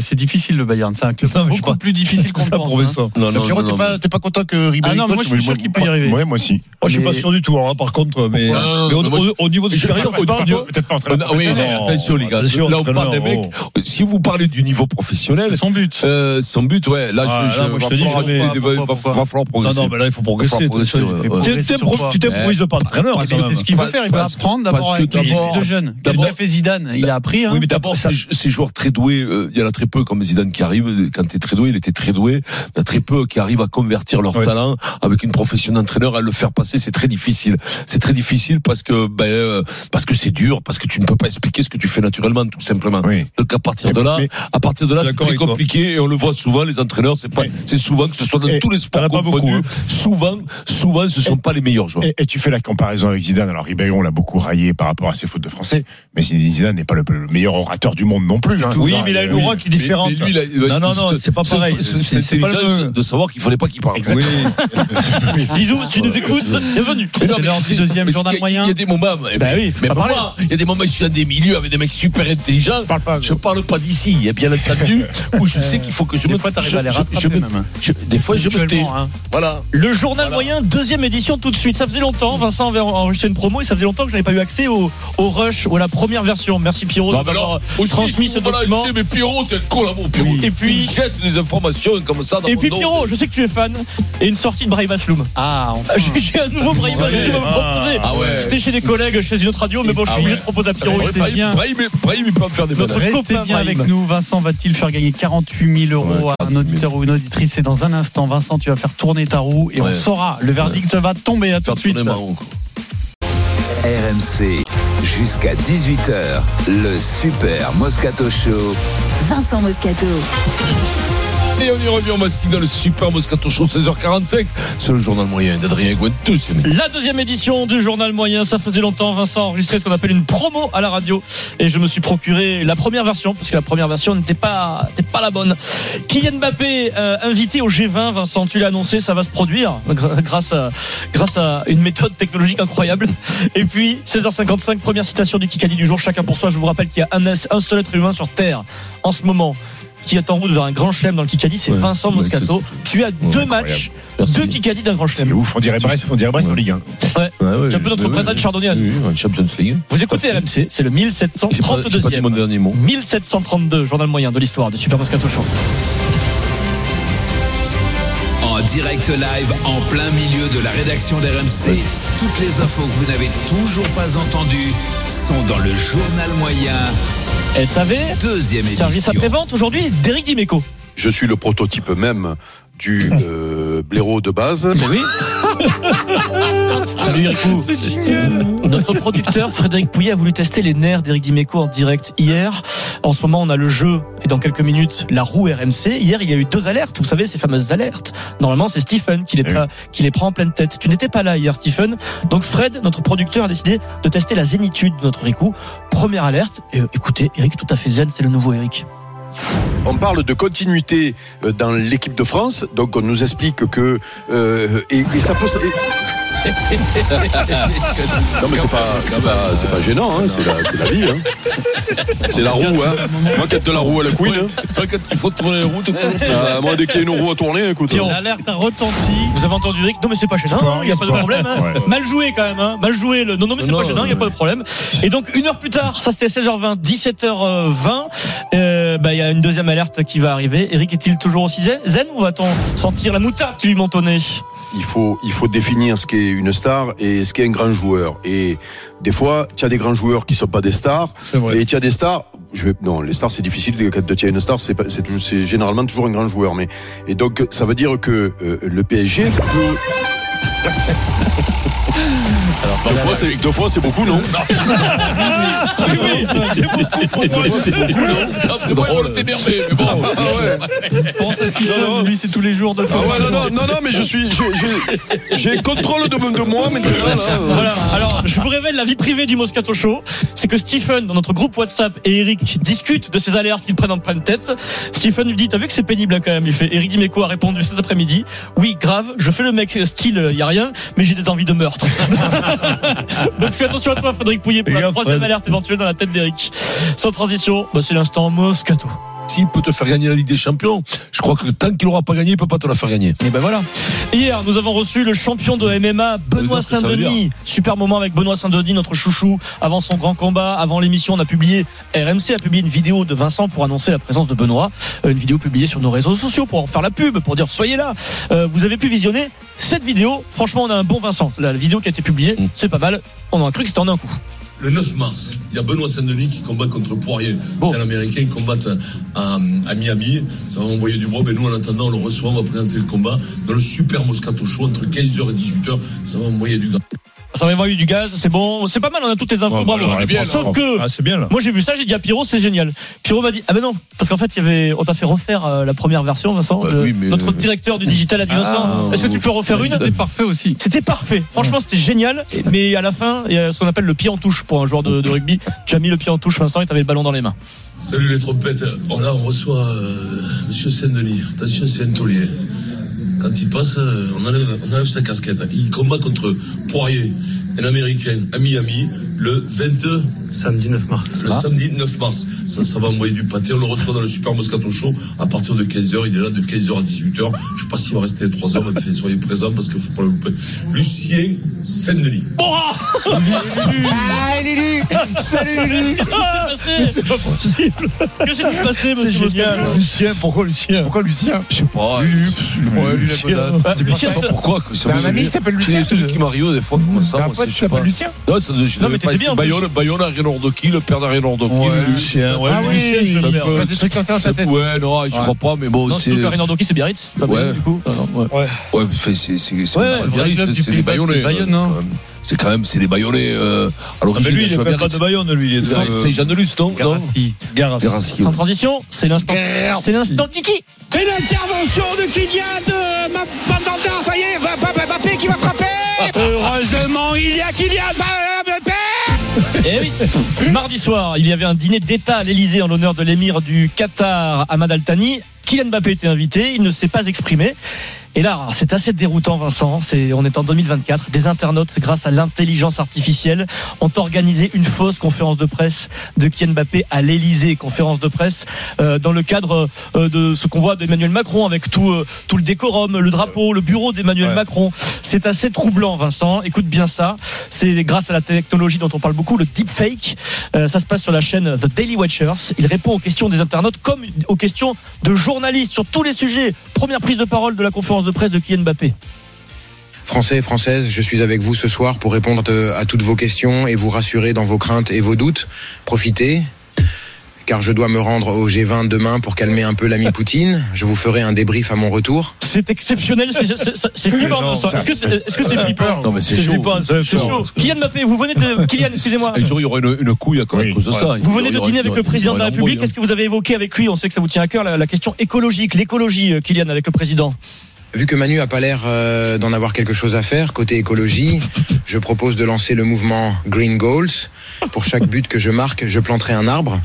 Speaker 7: C'est difficile le Bayern. C'est un club
Speaker 4: mais je
Speaker 7: beaucoup
Speaker 4: crois-
Speaker 7: plus difficile qu'on le
Speaker 4: Ça, pour
Speaker 7: pense.
Speaker 4: ça.
Speaker 7: hein.
Speaker 5: Donc, Pierrot, t'es pas, t'es pas content que Ribéry
Speaker 7: Ah non, mais moi,
Speaker 5: coach
Speaker 7: je suis sûr qu'il peut y arriver.
Speaker 5: Ouais, moi aussi.
Speaker 4: Moi, je suis
Speaker 7: Mais-
Speaker 4: pas sûr du tout,
Speaker 3: hein,
Speaker 4: alors, par contre, mais,
Speaker 3: Ouais, non,
Speaker 4: mais au,
Speaker 3: non, moi,
Speaker 4: au- au niveau de
Speaker 3: Je-
Speaker 4: supérieur,
Speaker 3: je-
Speaker 4: au niveau-
Speaker 5: Peut-être pas en train
Speaker 3: Ah oui, mais
Speaker 4: Non,
Speaker 3: attention les gars.
Speaker 4: Ah, attention,
Speaker 3: là on parle des
Speaker 4: entraîneur,
Speaker 7: <laughs>
Speaker 3: mecs. Si vous parlez du niveau professionnel,
Speaker 7: son but,
Speaker 3: euh, son but, ouais. Là,
Speaker 4: Ah,
Speaker 3: je, je,
Speaker 4: là, moi, je
Speaker 3: va
Speaker 4: te dis,
Speaker 3: falloir
Speaker 4: je vais-
Speaker 3: ajouter des- va- va-
Speaker 4: pourquoi, pourquoi
Speaker 3: va falloir
Speaker 4: Non,
Speaker 3: progresser.
Speaker 4: non, mais là, il faut progresser.
Speaker 3: Il faut progresser,
Speaker 4: tu-
Speaker 3: ouais,
Speaker 4: tu-
Speaker 3: ouais.
Speaker 4: tu- tu-
Speaker 7: Progresser
Speaker 4: Tu
Speaker 7: sur
Speaker 4: t'improvises pas entraîneur,
Speaker 7: Eh ben, c'est ce qu'il veut faire. Il va apprendre d'abord
Speaker 3: parce
Speaker 7: avec
Speaker 3: que
Speaker 7: les
Speaker 3: d'abord-
Speaker 7: les deux jeunes. Il
Speaker 3: d'abord-
Speaker 7: l'a fait Zidane. Il a appris. hein.
Speaker 3: Ben, Oui, mais d'abord, ces, ces joueurs très doués, euh, il y en a très peu comme Zidane qui arrive. Quand t'es très doué, il était très doué. Il y en a très peu qui arrivent à convertir leur talent avec une profession d'entraîneur à le faire passer. C'est très difficile. C'est très difficile parce que ben euh, parce que c'est dur, parce que tu ne peux pas expliquer ce que tu fais naturellement, tout simplement. Donc à partir de là,
Speaker 5: Mais-
Speaker 3: à partir de là, c'est
Speaker 4: D'accord
Speaker 3: très
Speaker 4: avec toi.
Speaker 3: compliqué et on le voit souvent. Les entraîneurs, c'est pas, c'est souvent que ce soit dans
Speaker 5: Et
Speaker 3: tous les
Speaker 4: t'en
Speaker 3: sports
Speaker 4: as pas
Speaker 3: confondus,
Speaker 4: beaucoup,
Speaker 5: hein.
Speaker 3: souvent, souvent, ce sont pas les meilleurs joueurs.
Speaker 5: Et, et tu fais la comparaison avec Zidane. Alors Ribéry, on l'a beaucoup raillé par rapport à ses fautes de français, mais Zidane n'est pas le, le meilleur orateur du monde non plus. hein.
Speaker 4: Oui,
Speaker 5: C'est
Speaker 4: mais il a
Speaker 5: pareil,
Speaker 4: une
Speaker 5: oui.
Speaker 4: aura qui est différente.
Speaker 3: Mais- mais lui, il a-
Speaker 4: Non, non, non, c'est pas
Speaker 3: ce-
Speaker 4: pareil.
Speaker 3: ce-
Speaker 4: C'est-
Speaker 3: cette
Speaker 4: c'est pas le
Speaker 3: intelligence
Speaker 4: même.
Speaker 3: de savoir
Speaker 6: <laughs>
Speaker 3: qu'il fallait pas qu'il parle.
Speaker 5: Exactement.
Speaker 6: <laughs> Bisous, si tu nous écoutes, bienvenue.
Speaker 3: Mais non,
Speaker 7: C'est
Speaker 3: mais
Speaker 7: leur
Speaker 3: c'est-
Speaker 7: deuxième
Speaker 3: mais
Speaker 7: journal
Speaker 3: il y a-
Speaker 7: moyen.
Speaker 3: Il y a des moments. eh
Speaker 6: Bah
Speaker 3: ben,
Speaker 6: oui, faut
Speaker 3: mais
Speaker 6: pas
Speaker 3: pour
Speaker 6: parler.
Speaker 3: moi, il y a des moments, je suis dans des milieux avec des mecs super intelligents.
Speaker 5: parle pas,
Speaker 3: Je parle pas d'ici, il y a bien entendu, où je sais qu'il faut que je
Speaker 7: Des
Speaker 3: me.
Speaker 7: fois, t'arrives
Speaker 3: je-
Speaker 7: à les
Speaker 3: je-
Speaker 7: rattraper
Speaker 3: je me-
Speaker 6: hein.
Speaker 7: même.
Speaker 3: je- Des fois, je me tais.
Speaker 7: Actuellement, hein.
Speaker 3: Voilà.
Speaker 6: Le journal moyen, deuxième édition tout de suite. Ça faisait longtemps, Vincent avait enregistré une promo et ça faisait longtemps que je n'avais pas eu accès au, au rush ou à la première version. Merci Pierrot
Speaker 3: Non, mais
Speaker 6: d'avoir euh,
Speaker 3: alors, aussi,
Speaker 6: transmis ce
Speaker 3: voilà,
Speaker 6: document.
Speaker 3: je sais, mais Pierrot, t'es le con là, mon Pierrot.
Speaker 6: Et puis-
Speaker 3: Il jette des informations comme ça dans
Speaker 6: Et
Speaker 3: mon
Speaker 6: puis
Speaker 3: dos.
Speaker 6: Pierrot, je sais que tu es fan et une sortie de Brahim Asloum.
Speaker 7: Ah, enfin.
Speaker 6: <laughs> J'ai un nouveau Brahim Asloum à me proposer.
Speaker 3: Ah ouais.
Speaker 6: C'était chez des collègues, chez une autre radio, mais bon, je suis
Speaker 3: Ah
Speaker 6: obligé
Speaker 3: ouais.
Speaker 6: de proposer à Pierrot.
Speaker 3: Ouais,
Speaker 6: Il était
Speaker 3: Brahim,
Speaker 7: bien.
Speaker 3: Brahim, Brahim, il peut me faire des
Speaker 6: Notre
Speaker 3: bonnes.
Speaker 7: Restez
Speaker 6: copain,
Speaker 7: bien
Speaker 6: Brahim.
Speaker 7: avec nous. Vincent va-t-il faire gagner 48 000 euros
Speaker 3: Ouais,
Speaker 7: à un
Speaker 3: 48 000.
Speaker 7: auditeur ou une auditrice C'est dans un instant. Vincent, tu vas faire tourner ta roue et on
Speaker 3: Ouais.
Speaker 7: saura. Le verdict va tomber. À tout
Speaker 3: Faire
Speaker 7: de suite.
Speaker 3: tourner Marron, quoi.
Speaker 2: RMC, jusqu'à 18h, le Super Moscato Show.
Speaker 1: Vincent Moscato.
Speaker 3: Et on y revient, on mastique dans le Super Moscato Show, 16h45. C'est le journal moyen d'Adrien Guentou, c'est
Speaker 6: La deuxième édition du journal moyen, ça faisait longtemps, Vincent a enregistré ce qu'on appelle une promo à la radio et je me suis procuré la première version parce que la première version n'était pas, n'était pas la bonne. Kylian Mbappé euh, invité au G20, Vincent, tu l'as annoncé, ça va se produire gr- grâce à, grâce à une méthode technologique incroyable. Et puis 16h55, première citation du Kikadi du jour, chacun pour soi. Je vous rappelle qu'il y a un, un seul être humain sur terre en ce moment qui est en route vers un grand chelem dans le Kikadi, c'est
Speaker 3: Ouais,
Speaker 6: Vincent
Speaker 3: ouais,
Speaker 6: Moscato. tu as deux
Speaker 5: incroyable.
Speaker 6: matchs,
Speaker 3: Merci.
Speaker 6: deux Kikadi d'un grand chelem.
Speaker 5: C'est ouf, on dirait Brest, on dirait Brest en Ligue 1.
Speaker 6: J'ai un peu notre Bretagne chardonnay à nous.
Speaker 3: Oui, oui, Champions League.
Speaker 6: Vous écoutez RMC, c'est le
Speaker 3: J'ai pas, j'ai pas dit mon
Speaker 6: 1732e.
Speaker 3: dernier mot.
Speaker 6: 1732, journal moyen de l'histoire de Super Moscato Show.
Speaker 2: En direct live, en plein milieu de la rédaction d'RMC, toutes les infos que vous n'avez toujours pas entendues sont dans le journal moyen,
Speaker 6: SAV,
Speaker 2: deuxième
Speaker 6: service
Speaker 2: édition.
Speaker 6: après-vente aujourd'hui d'Éric Dimeco.
Speaker 12: Je suis le prototype même du euh, blaireau de base.
Speaker 6: Mais oui. <laughs> Salut Éricou. Notre producteur Frédéric Pouillet a voulu tester les nerfs d'Éric Dimeco en direct hier. En ce moment, on a le jeu et dans quelques minutes, la roue RMC. Hier, il y a eu deux alertes. Vous savez, ces fameuses alertes. Normalement, c'est Stephen qui les,
Speaker 5: Oui.
Speaker 6: prend- qui les prend en pleine tête. Tu n'étais pas là hier, Stephen. Donc, Fred, notre producteur, a décidé de tester la zénitude de notre Riku. Première alerte. Et, euh, écoutez, Eric, tout à fait zen, c'est le nouveau Eric.
Speaker 12: On parle de continuité euh, dans l'équipe de France, donc on nous explique que euh, et, et ça peut. et- Non mais c'est pas, c'est pas, c'est pas gênant, hein, c'est la, c'est la vie. Hein. C'est la roue. Hein. Moi qui ai de la roue à la queen. Hein.
Speaker 3: Toi quand il faut tourner les roues, t'es
Speaker 12: Ah, moi dès qu'il y a une roue à tourner, écoute.
Speaker 6: L'alerte a retenti. Vous avez entendu Eric Non, mais c'est pas gênant, il n'y a pas de problème. hein. Mal joué quand même, hein. mal joué. le- Non, non, mais c'est pas gênant, il n'y a pas de problème. Et donc, une heure plus tard, ça c'était 16h20, 17h20, euh, bah, il y a une deuxième alerte qui va arriver. Eric est-il toujours aussi zen, zen ou va-t-on sentir la moutarde qui lui monte au nez
Speaker 12: il faut, il faut définir ce qu'est une star et ce qu'est un grand joueur. Et des fois, tu as des grands joueurs qui sont pas des stars. Et tu as des stars. Je vais, non, les stars, c'est difficile de, de tirer une star. C'est pas- c'est toujours- c'est généralement toujours un grand joueur. Mais, et donc, ça veut dire que euh, le <laughs> PSG peut. Alors, deux, fois, c'est, deux fois, c'est beaucoup, non
Speaker 3: J'ai beaucoup Non, c'est drôle, t'es merveilleux, mais bon.
Speaker 7: Lui, c'est tous les jours de
Speaker 12: Ah ouais, non, non, non, non, mais je suis. j'ai- j'ai- J'ai contrôle de, de moi maintenant. là.
Speaker 6: Voilà. Alors, je vous révèle la vie privée du Moscato Show. C'est que Stephen, dans notre groupe WhatsApp, et Eric discutent de ces alertes qu'ils prennent en pleine tête. Stephen lui dit, t'as vu que c'est pénible hein, quand même. Il fait, Eric Dimeco a répondu cet après-midi. Oui, grave. Je fais le mec style, euh, y a rien, mais j'ai des envies de meurtre. <laughs> Donc fais attention à toi, Frédéric Pouillet, pour
Speaker 3: Fais
Speaker 6: la
Speaker 3: gaffe,
Speaker 6: troisième
Speaker 3: Fred.
Speaker 6: alerte éventuelle dans la tête d'Eric. Sans transition, bah, c'est l'instant Moscato.
Speaker 3: S'il peut te faire gagner la Ligue des Champions, je crois que tant qu'il n'aura pas gagné, il peut pas te la faire gagner.
Speaker 6: Et ben voilà. Hier, nous avons reçu le champion de MMA, Benoît
Speaker 3: Ça veut dire que ça veut
Speaker 6: Saint-Denis. Super moment avec Benoît Saint-Denis, notre chouchou. Avant son grand combat, avant l'émission, on a publié, RMC a publié une vidéo de Vincent pour annoncer la présence de Benoît. Euh, Une vidéo publiée sur nos réseaux sociaux pour en faire la pub, pour dire soyez là. Euh, Vous avez pu visionner cette vidéo. Franchement, on a un bon Vincent. La vidéo qui a été publiée,
Speaker 3: Mm.
Speaker 6: c'est pas mal. On en a cru que c'était en un coup.
Speaker 21: Le 9 mars, il y a Benoît Saint-Denis qui combat contre Poirier. C'est un Américain qui combat à, à Miami. Ça va envoyer du bob et nous, en attendant, on le reçoit, on va présenter le combat dans le super Moscato Show entre 15h et 18h. Ça va envoyer du gaz.
Speaker 6: Ça va avoir eu du gaz, c'est bon, c'est pas mal, on a toutes les infos,
Speaker 21: Ouais,
Speaker 6: bravo.
Speaker 21: bah, j'aurais bien,
Speaker 6: Sauf
Speaker 21: là.
Speaker 6: que,
Speaker 21: Ah, c'est bien, là.
Speaker 6: moi j'ai vu ça, j'ai dit à Pierrot, c'est génial. Pierrot m'a dit, ah ben non, parce qu'en fait, il y avait, on t'a fait refaire euh, la première version, Vincent.
Speaker 21: Bah,
Speaker 6: le-
Speaker 21: euh,
Speaker 6: Notre directeur du digital a dit,
Speaker 18: Ah,
Speaker 21: oh.
Speaker 6: Vincent, est-ce que tu peux refaire une
Speaker 18: c'était
Speaker 6: parfait aussi. C'était parfait, franchement, c'était génial, mais à la fin, il y a ce qu'on appelle le pied en touche pour un joueur de, de rugby. Tu as mis le pied en touche, Vincent, et t'avais le ballon dans les mains.
Speaker 21: Salut les trompettes. Oh là, on reçoit euh, Monsieur Saint-Denis. Attention, c'est un taulier. Quand il passe, euh, on enlève, on enlève sa casquette. Il combat contre Poirier, un Américain, à Miami, le 22... Samedi 9 mars. Le
Speaker 22: Ah.
Speaker 21: samedi 9 mars. Ça, ça va envoyer du pâté. On le reçoit dans le Super Moscato Show à partir de 15h. Il est là de 15h à 18h. Je sais pas s'il va rester 3 heures. mais Soyez présents parce qu'il faut pas le louper. Lucien Saint-Denis.
Speaker 6: Ah, Lulu Salut Lulu Qu'est-ce qui s'est passé Qu'est-ce qui s'est passé, monsieur Moscato
Speaker 4: Lucien, pourquoi Lucien Pourquoi Lucien Je sais pas.
Speaker 3: C'est pas je sais pas pourquoi que ça
Speaker 4: T'as
Speaker 3: me
Speaker 4: Bah, un ami
Speaker 3: fait
Speaker 4: qui s'appelle
Speaker 3: rire.
Speaker 4: Lucien
Speaker 3: C'est des trucs qui m'arrivent des fois comme ça.
Speaker 4: T'as un
Speaker 3: moi,
Speaker 4: pote
Speaker 3: c'est-
Speaker 4: qui
Speaker 3: je sais
Speaker 4: s'appelle
Speaker 3: pas.
Speaker 4: Lucien
Speaker 3: Non, ça je
Speaker 4: Non,
Speaker 3: devais
Speaker 4: mais
Speaker 3: pas-
Speaker 4: t'étais bien, en plus.
Speaker 3: Bayonne, Bayonne, Ariel Ordoki, le père d'Ariel Ordoki, Lucien.
Speaker 4: Ah oui, Lucien, je me souviens. Des trucs comme ça dans sa tête.
Speaker 3: Ouais, non, je
Speaker 4: Ouais.
Speaker 3: crois pas, mais bon,
Speaker 4: Non,
Speaker 3: c'est.
Speaker 4: surtout que Ariel
Speaker 6: Ordoki, c'est Biarritz,
Speaker 4: pas
Speaker 3: Ouais.
Speaker 4: Bayonne, du coup.
Speaker 3: Non, non, Ouais, Ouais, mais c'est- c'est- c'est- c'est
Speaker 4: Ouais,
Speaker 3: pas
Speaker 4: le vrai
Speaker 3: Biarritz,
Speaker 4: club du
Speaker 3: c'est les
Speaker 4: Pays Basque,
Speaker 3: Bayonnais.
Speaker 4: c'est Bayonne,
Speaker 3: euh,
Speaker 4: hein. Ah,
Speaker 3: quand même. C'est quand même, c'est les Bayonnais. euh, À l'origine,
Speaker 4: mais lui, il
Speaker 3: je
Speaker 4: est
Speaker 3: suis à
Speaker 4: même pas
Speaker 3: Biarritz.
Speaker 4: de Bayonne, lui, il est de-
Speaker 3: C'est- C'est Jean de Lust, non
Speaker 4: Garassi. Garassi.
Speaker 6: Sans transition, c'est l'instant. C'est l'instant Kiki.
Speaker 23: Et l'intervention de Kylian de Mandanda, ah, ça y est, Mbappé qui va frapper Heureusement, il y a Kylian Mbappé
Speaker 6: Eh oui. Mardi soir, il y avait un dîner d'État à l'Elysée en l'honneur de l'émir du Qatar, Ahmad Al Thani. Kylian Mbappé était invité, il ne s'est pas exprimé. Et là, alors, c'est assez déroutant, Vincent. C'est, on est en 2024. Des internautes, grâce à l'intelligence artificielle, ont organisé une fausse conférence de presse de Kylian Mbappé à l'Elysée. Conférence de presse euh, dans le cadre euh, de ce qu'on voit d'Emmanuel Macron avec tout, euh, tout le décorum, le drapeau, le bureau d'Emmanuel Macron. C'est assez troublant, Vincent. Écoute bien ça. C'est grâce à la technologie dont on parle beaucoup, le deepfake. Euh, ça se passe sur la chaîne The Daily Watchers. Il répond aux questions des internautes comme aux questions de journalistes sur tous les sujets. Première prise de parole de la conférence de presse de Kylian Mbappé.
Speaker 24: Français et Françaises, je suis avec vous ce soir pour répondre euh, à toutes vos questions et vous rassurer dans vos craintes et vos doutes. Profitez, car je dois me rendre au G20 demain pour calmer un peu l'ami Poutine. Je vous ferai un débrief à mon retour.
Speaker 6: C'est exceptionnel, c'est- c'est- c'est c'est flippant.
Speaker 24: Non,
Speaker 6: Vincent.
Speaker 24: ça-
Speaker 6: Est-ce que c'est est-ce que c'est flippant
Speaker 3: Euh, Non, mais c'est chaud.
Speaker 6: flippant,
Speaker 3: C'est
Speaker 6: c'est
Speaker 3: chaud.
Speaker 6: chaud. Kylian Mbappé, vous venez de.
Speaker 3: <laughs>
Speaker 6: Kylian, excusez-moi.
Speaker 3: Un jour, il y aura une, une couille à cause à cause de Bah, ça.
Speaker 6: Vous venez
Speaker 3: Il y
Speaker 6: de
Speaker 3: aura-
Speaker 6: dîner
Speaker 3: il y
Speaker 6: avec
Speaker 3: aura-
Speaker 6: le président de
Speaker 3: il
Speaker 6: la
Speaker 3: y aura une
Speaker 6: République.
Speaker 3: embrouille,
Speaker 6: Qu'est-ce que vous avez évoqué avec lui On sait que ça vous tient à cœur, la, la question écologique, l'écologie, euh, Kylian, avec le président.
Speaker 24: vu que Manu a pas l'air euh, d'en avoir quelque chose à faire côté écologie, je propose de lancer le mouvement Green Goals. Pour chaque but que je marque, je planterai un arbre.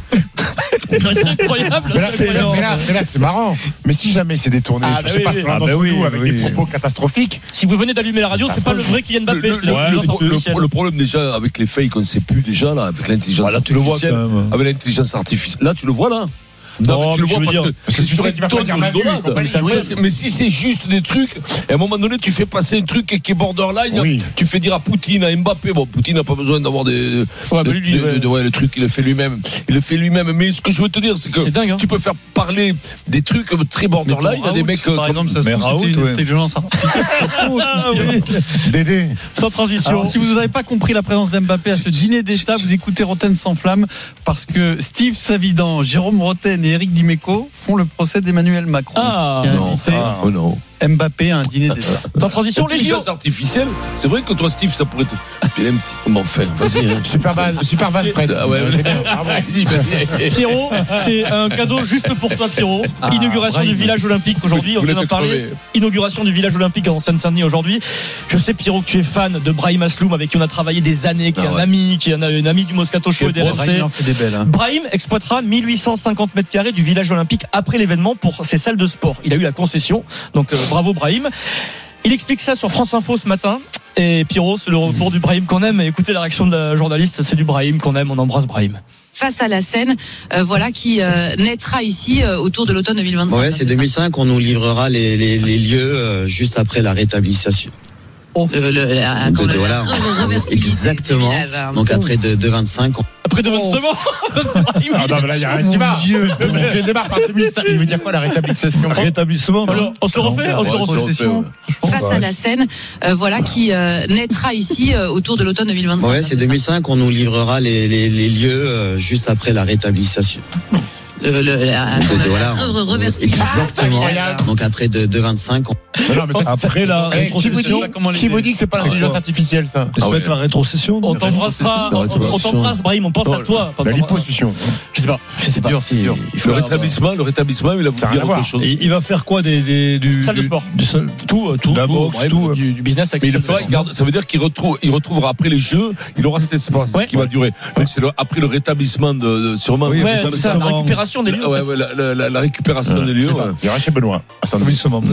Speaker 6: C'est incroyable.
Speaker 5: Mais là, mais là, mais là, mais là, c'est marrant. Mais si jamais c'est détourné,
Speaker 6: Ah,
Speaker 5: je
Speaker 6: bah
Speaker 5: sais
Speaker 6: oui,
Speaker 5: pas,
Speaker 6: oui.
Speaker 5: sur l'un
Speaker 6: Ah,
Speaker 5: d'entre
Speaker 6: bah oui,
Speaker 5: nous, avec
Speaker 6: oui.
Speaker 5: des propos catastrophiques.
Speaker 6: Si vous venez d'allumer la radio, c'est pas le vrai Kylian Mbappé.
Speaker 3: Ah, Le,
Speaker 6: c'est la
Speaker 3: le-
Speaker 6: version
Speaker 3: le-
Speaker 6: officielle.
Speaker 3: le problème déjà avec les fakes, on ne sait plus déjà là, avec l'intelligence
Speaker 6: Voilà, tu le vois,
Speaker 3: artificielle.
Speaker 6: quand même.
Speaker 3: Avec l'intelligence artificielle. Là, tu le vois là.
Speaker 4: Non,
Speaker 3: mais tu le
Speaker 4: mais je
Speaker 3: vois
Speaker 4: veux
Speaker 3: parce
Speaker 4: dire-
Speaker 3: que
Speaker 4: parce que
Speaker 3: c'est
Speaker 4: tu
Speaker 3: sur
Speaker 4: saurais
Speaker 3: une
Speaker 4: qu'il va pas
Speaker 3: tonne de
Speaker 4: dire Manu,
Speaker 3: rigolade.
Speaker 4: compagnie,
Speaker 3: Ça,
Speaker 4: ouais.
Speaker 3: c'est- Mais si c'est juste des trucs, et à un moment donné, tu fais passer un truc qui est borderline, tu fais dire à Poutine, à Mbappé, bon, Poutine n'a pas besoin d'avoir des. de- de- de- ouais, le truc, il le fait lui-même. Il le fait lui-même. Mais ce que je veux te dire, c'est que tu peux faire parler des trucs comme très borderline à des mecs euh, comme. Par exemple,
Speaker 7: Mais Raoult, ouais. Ah oui.
Speaker 6: Sans transition.
Speaker 18: Ah
Speaker 7: Alors, si vous n'avez pas compris la présence d'Mbappé à ce dîner d'État, vous écoutez Roten sans flamme parce que Steve Savidan, Jérôme Roten et Eric Dimeco font le procès d'Emmanuel Macron.
Speaker 6: Ah,
Speaker 7: qui a
Speaker 3: non.
Speaker 7: invité
Speaker 3: Ah, oh non.
Speaker 7: Mbappé à un dîner d'État.
Speaker 6: Sans transition, les
Speaker 3: Intelligence artificielle, c'est vrai que toi, Steve, ça pourrait être. Il aime un petit comment faire. Vas-y. hein.
Speaker 5: Super van, super van, Fred.
Speaker 3: Ah ouais, ouais. <laughs> Il va bien.
Speaker 6: Pierrot, c'est un cadeau juste pour toi, Pierrot.
Speaker 3: Ah,
Speaker 6: Inauguration
Speaker 3: Brian.
Speaker 6: du village olympique aujourd'hui, on
Speaker 3: Vous
Speaker 6: vient d'en
Speaker 3: l'êtes
Speaker 6: parler.
Speaker 3: crevé.
Speaker 6: Inauguration du village olympique en Seine-Saint-Denis aujourd'hui. Je sais, Pierrot, que tu es fan de Brahim Asloum, avec qui on a travaillé des années, qui est
Speaker 18: Ah
Speaker 6: un
Speaker 18: ouais.
Speaker 6: ami, qui est un, un ami du Moscato Show et des RMC.
Speaker 18: Brahim en fait des belles, hein.
Speaker 6: Brahim exploitera 1850 mètres carrés du village olympique après l'événement pour ses salles de sport. Il a eu la concession, donc euh, bravo Brahim. Il explique ça sur France Info ce matin. Et Pierrot, c'est le retour du Brahim qu'on aime. Et écoutez la réaction de la journaliste, c'est du Brahim qu'on aime, on embrasse Brahim.
Speaker 1: Face à la scène, euh, voilà qui euh, naîtra ici euh, autour de l'automne 2025.
Speaker 8: Ouais, c'est 2005, on nous livrera les, les, les lieux euh, juste après la rétablissation.
Speaker 1: Oh. Euh, Le- le- la-
Speaker 8: Donc,
Speaker 1: quand
Speaker 8: de-
Speaker 1: la
Speaker 8: voilà, <laughs>
Speaker 1: reversibilité
Speaker 8: exactement.
Speaker 1: du village, hein.
Speaker 8: Donc après de, de 25, on-
Speaker 6: Après de 20 secondes
Speaker 5: Oh. Ah non, mais là, il y a rien qui va. Je démarre par 2005. Il veut dire quoi, la rétablissement
Speaker 7: Rétablissement.
Speaker 6: on se le refait
Speaker 5: On se le refait.
Speaker 1: Face
Speaker 8: bah,
Speaker 1: à la scène, euh, voilà qui euh, naîtra ici euh, autour de l'automne 2025.
Speaker 8: ouais, c'est 2005, on nous livrera les, les, les lieux euh, juste après la rétablissation.
Speaker 1: Euh,
Speaker 8: Donc, de- voilà,
Speaker 1: Re- reversibilité.
Speaker 8: exactement.
Speaker 1: Incroyable.
Speaker 8: Donc après de, de 25, on...
Speaker 7: Après la
Speaker 5: Eh, qui vous dit,
Speaker 7: rétrocession, comment les-
Speaker 5: qui vous dit que c'est pas
Speaker 7: C'est
Speaker 5: l'intelligence
Speaker 7: quoi
Speaker 5: artificielle, ça
Speaker 8: Ah
Speaker 7: Ça peut être la rétrocession.
Speaker 6: On t'embrassera, on on t'embrasse Brahim, on pense à toi.
Speaker 5: La liposuction.
Speaker 6: Je sais pas, je sais pas.
Speaker 3: Le rétablissement, le rétablissement, il a voulu dire autre chose.
Speaker 4: Et il va faire quoi des, des- du
Speaker 6: Salle de sport.
Speaker 4: du sol-
Speaker 6: tout, euh, tout,
Speaker 4: la
Speaker 3: tout,
Speaker 4: boxe,
Speaker 3: bref,
Speaker 4: tout. euh.
Speaker 6: du, business
Speaker 3: Mais il le fera, il garde- ça veut dire qu'il retrouve, il retrouvera après les jeux, il aura cet espace qui va durer. Donc c'est le- après le rétablissement de, de- sûrement.
Speaker 4: Oui,
Speaker 3: le
Speaker 4: ouais,
Speaker 3: rétablissement.
Speaker 4: c'est ça, la
Speaker 6: récupération des
Speaker 3: La-
Speaker 6: lieux,
Speaker 3: ouais,
Speaker 6: peut-être.
Speaker 3: ouais, la, la- la- la récupération
Speaker 4: Euh,
Speaker 3: des lieux. ouais.
Speaker 5: Il ira chez Benoît. à saint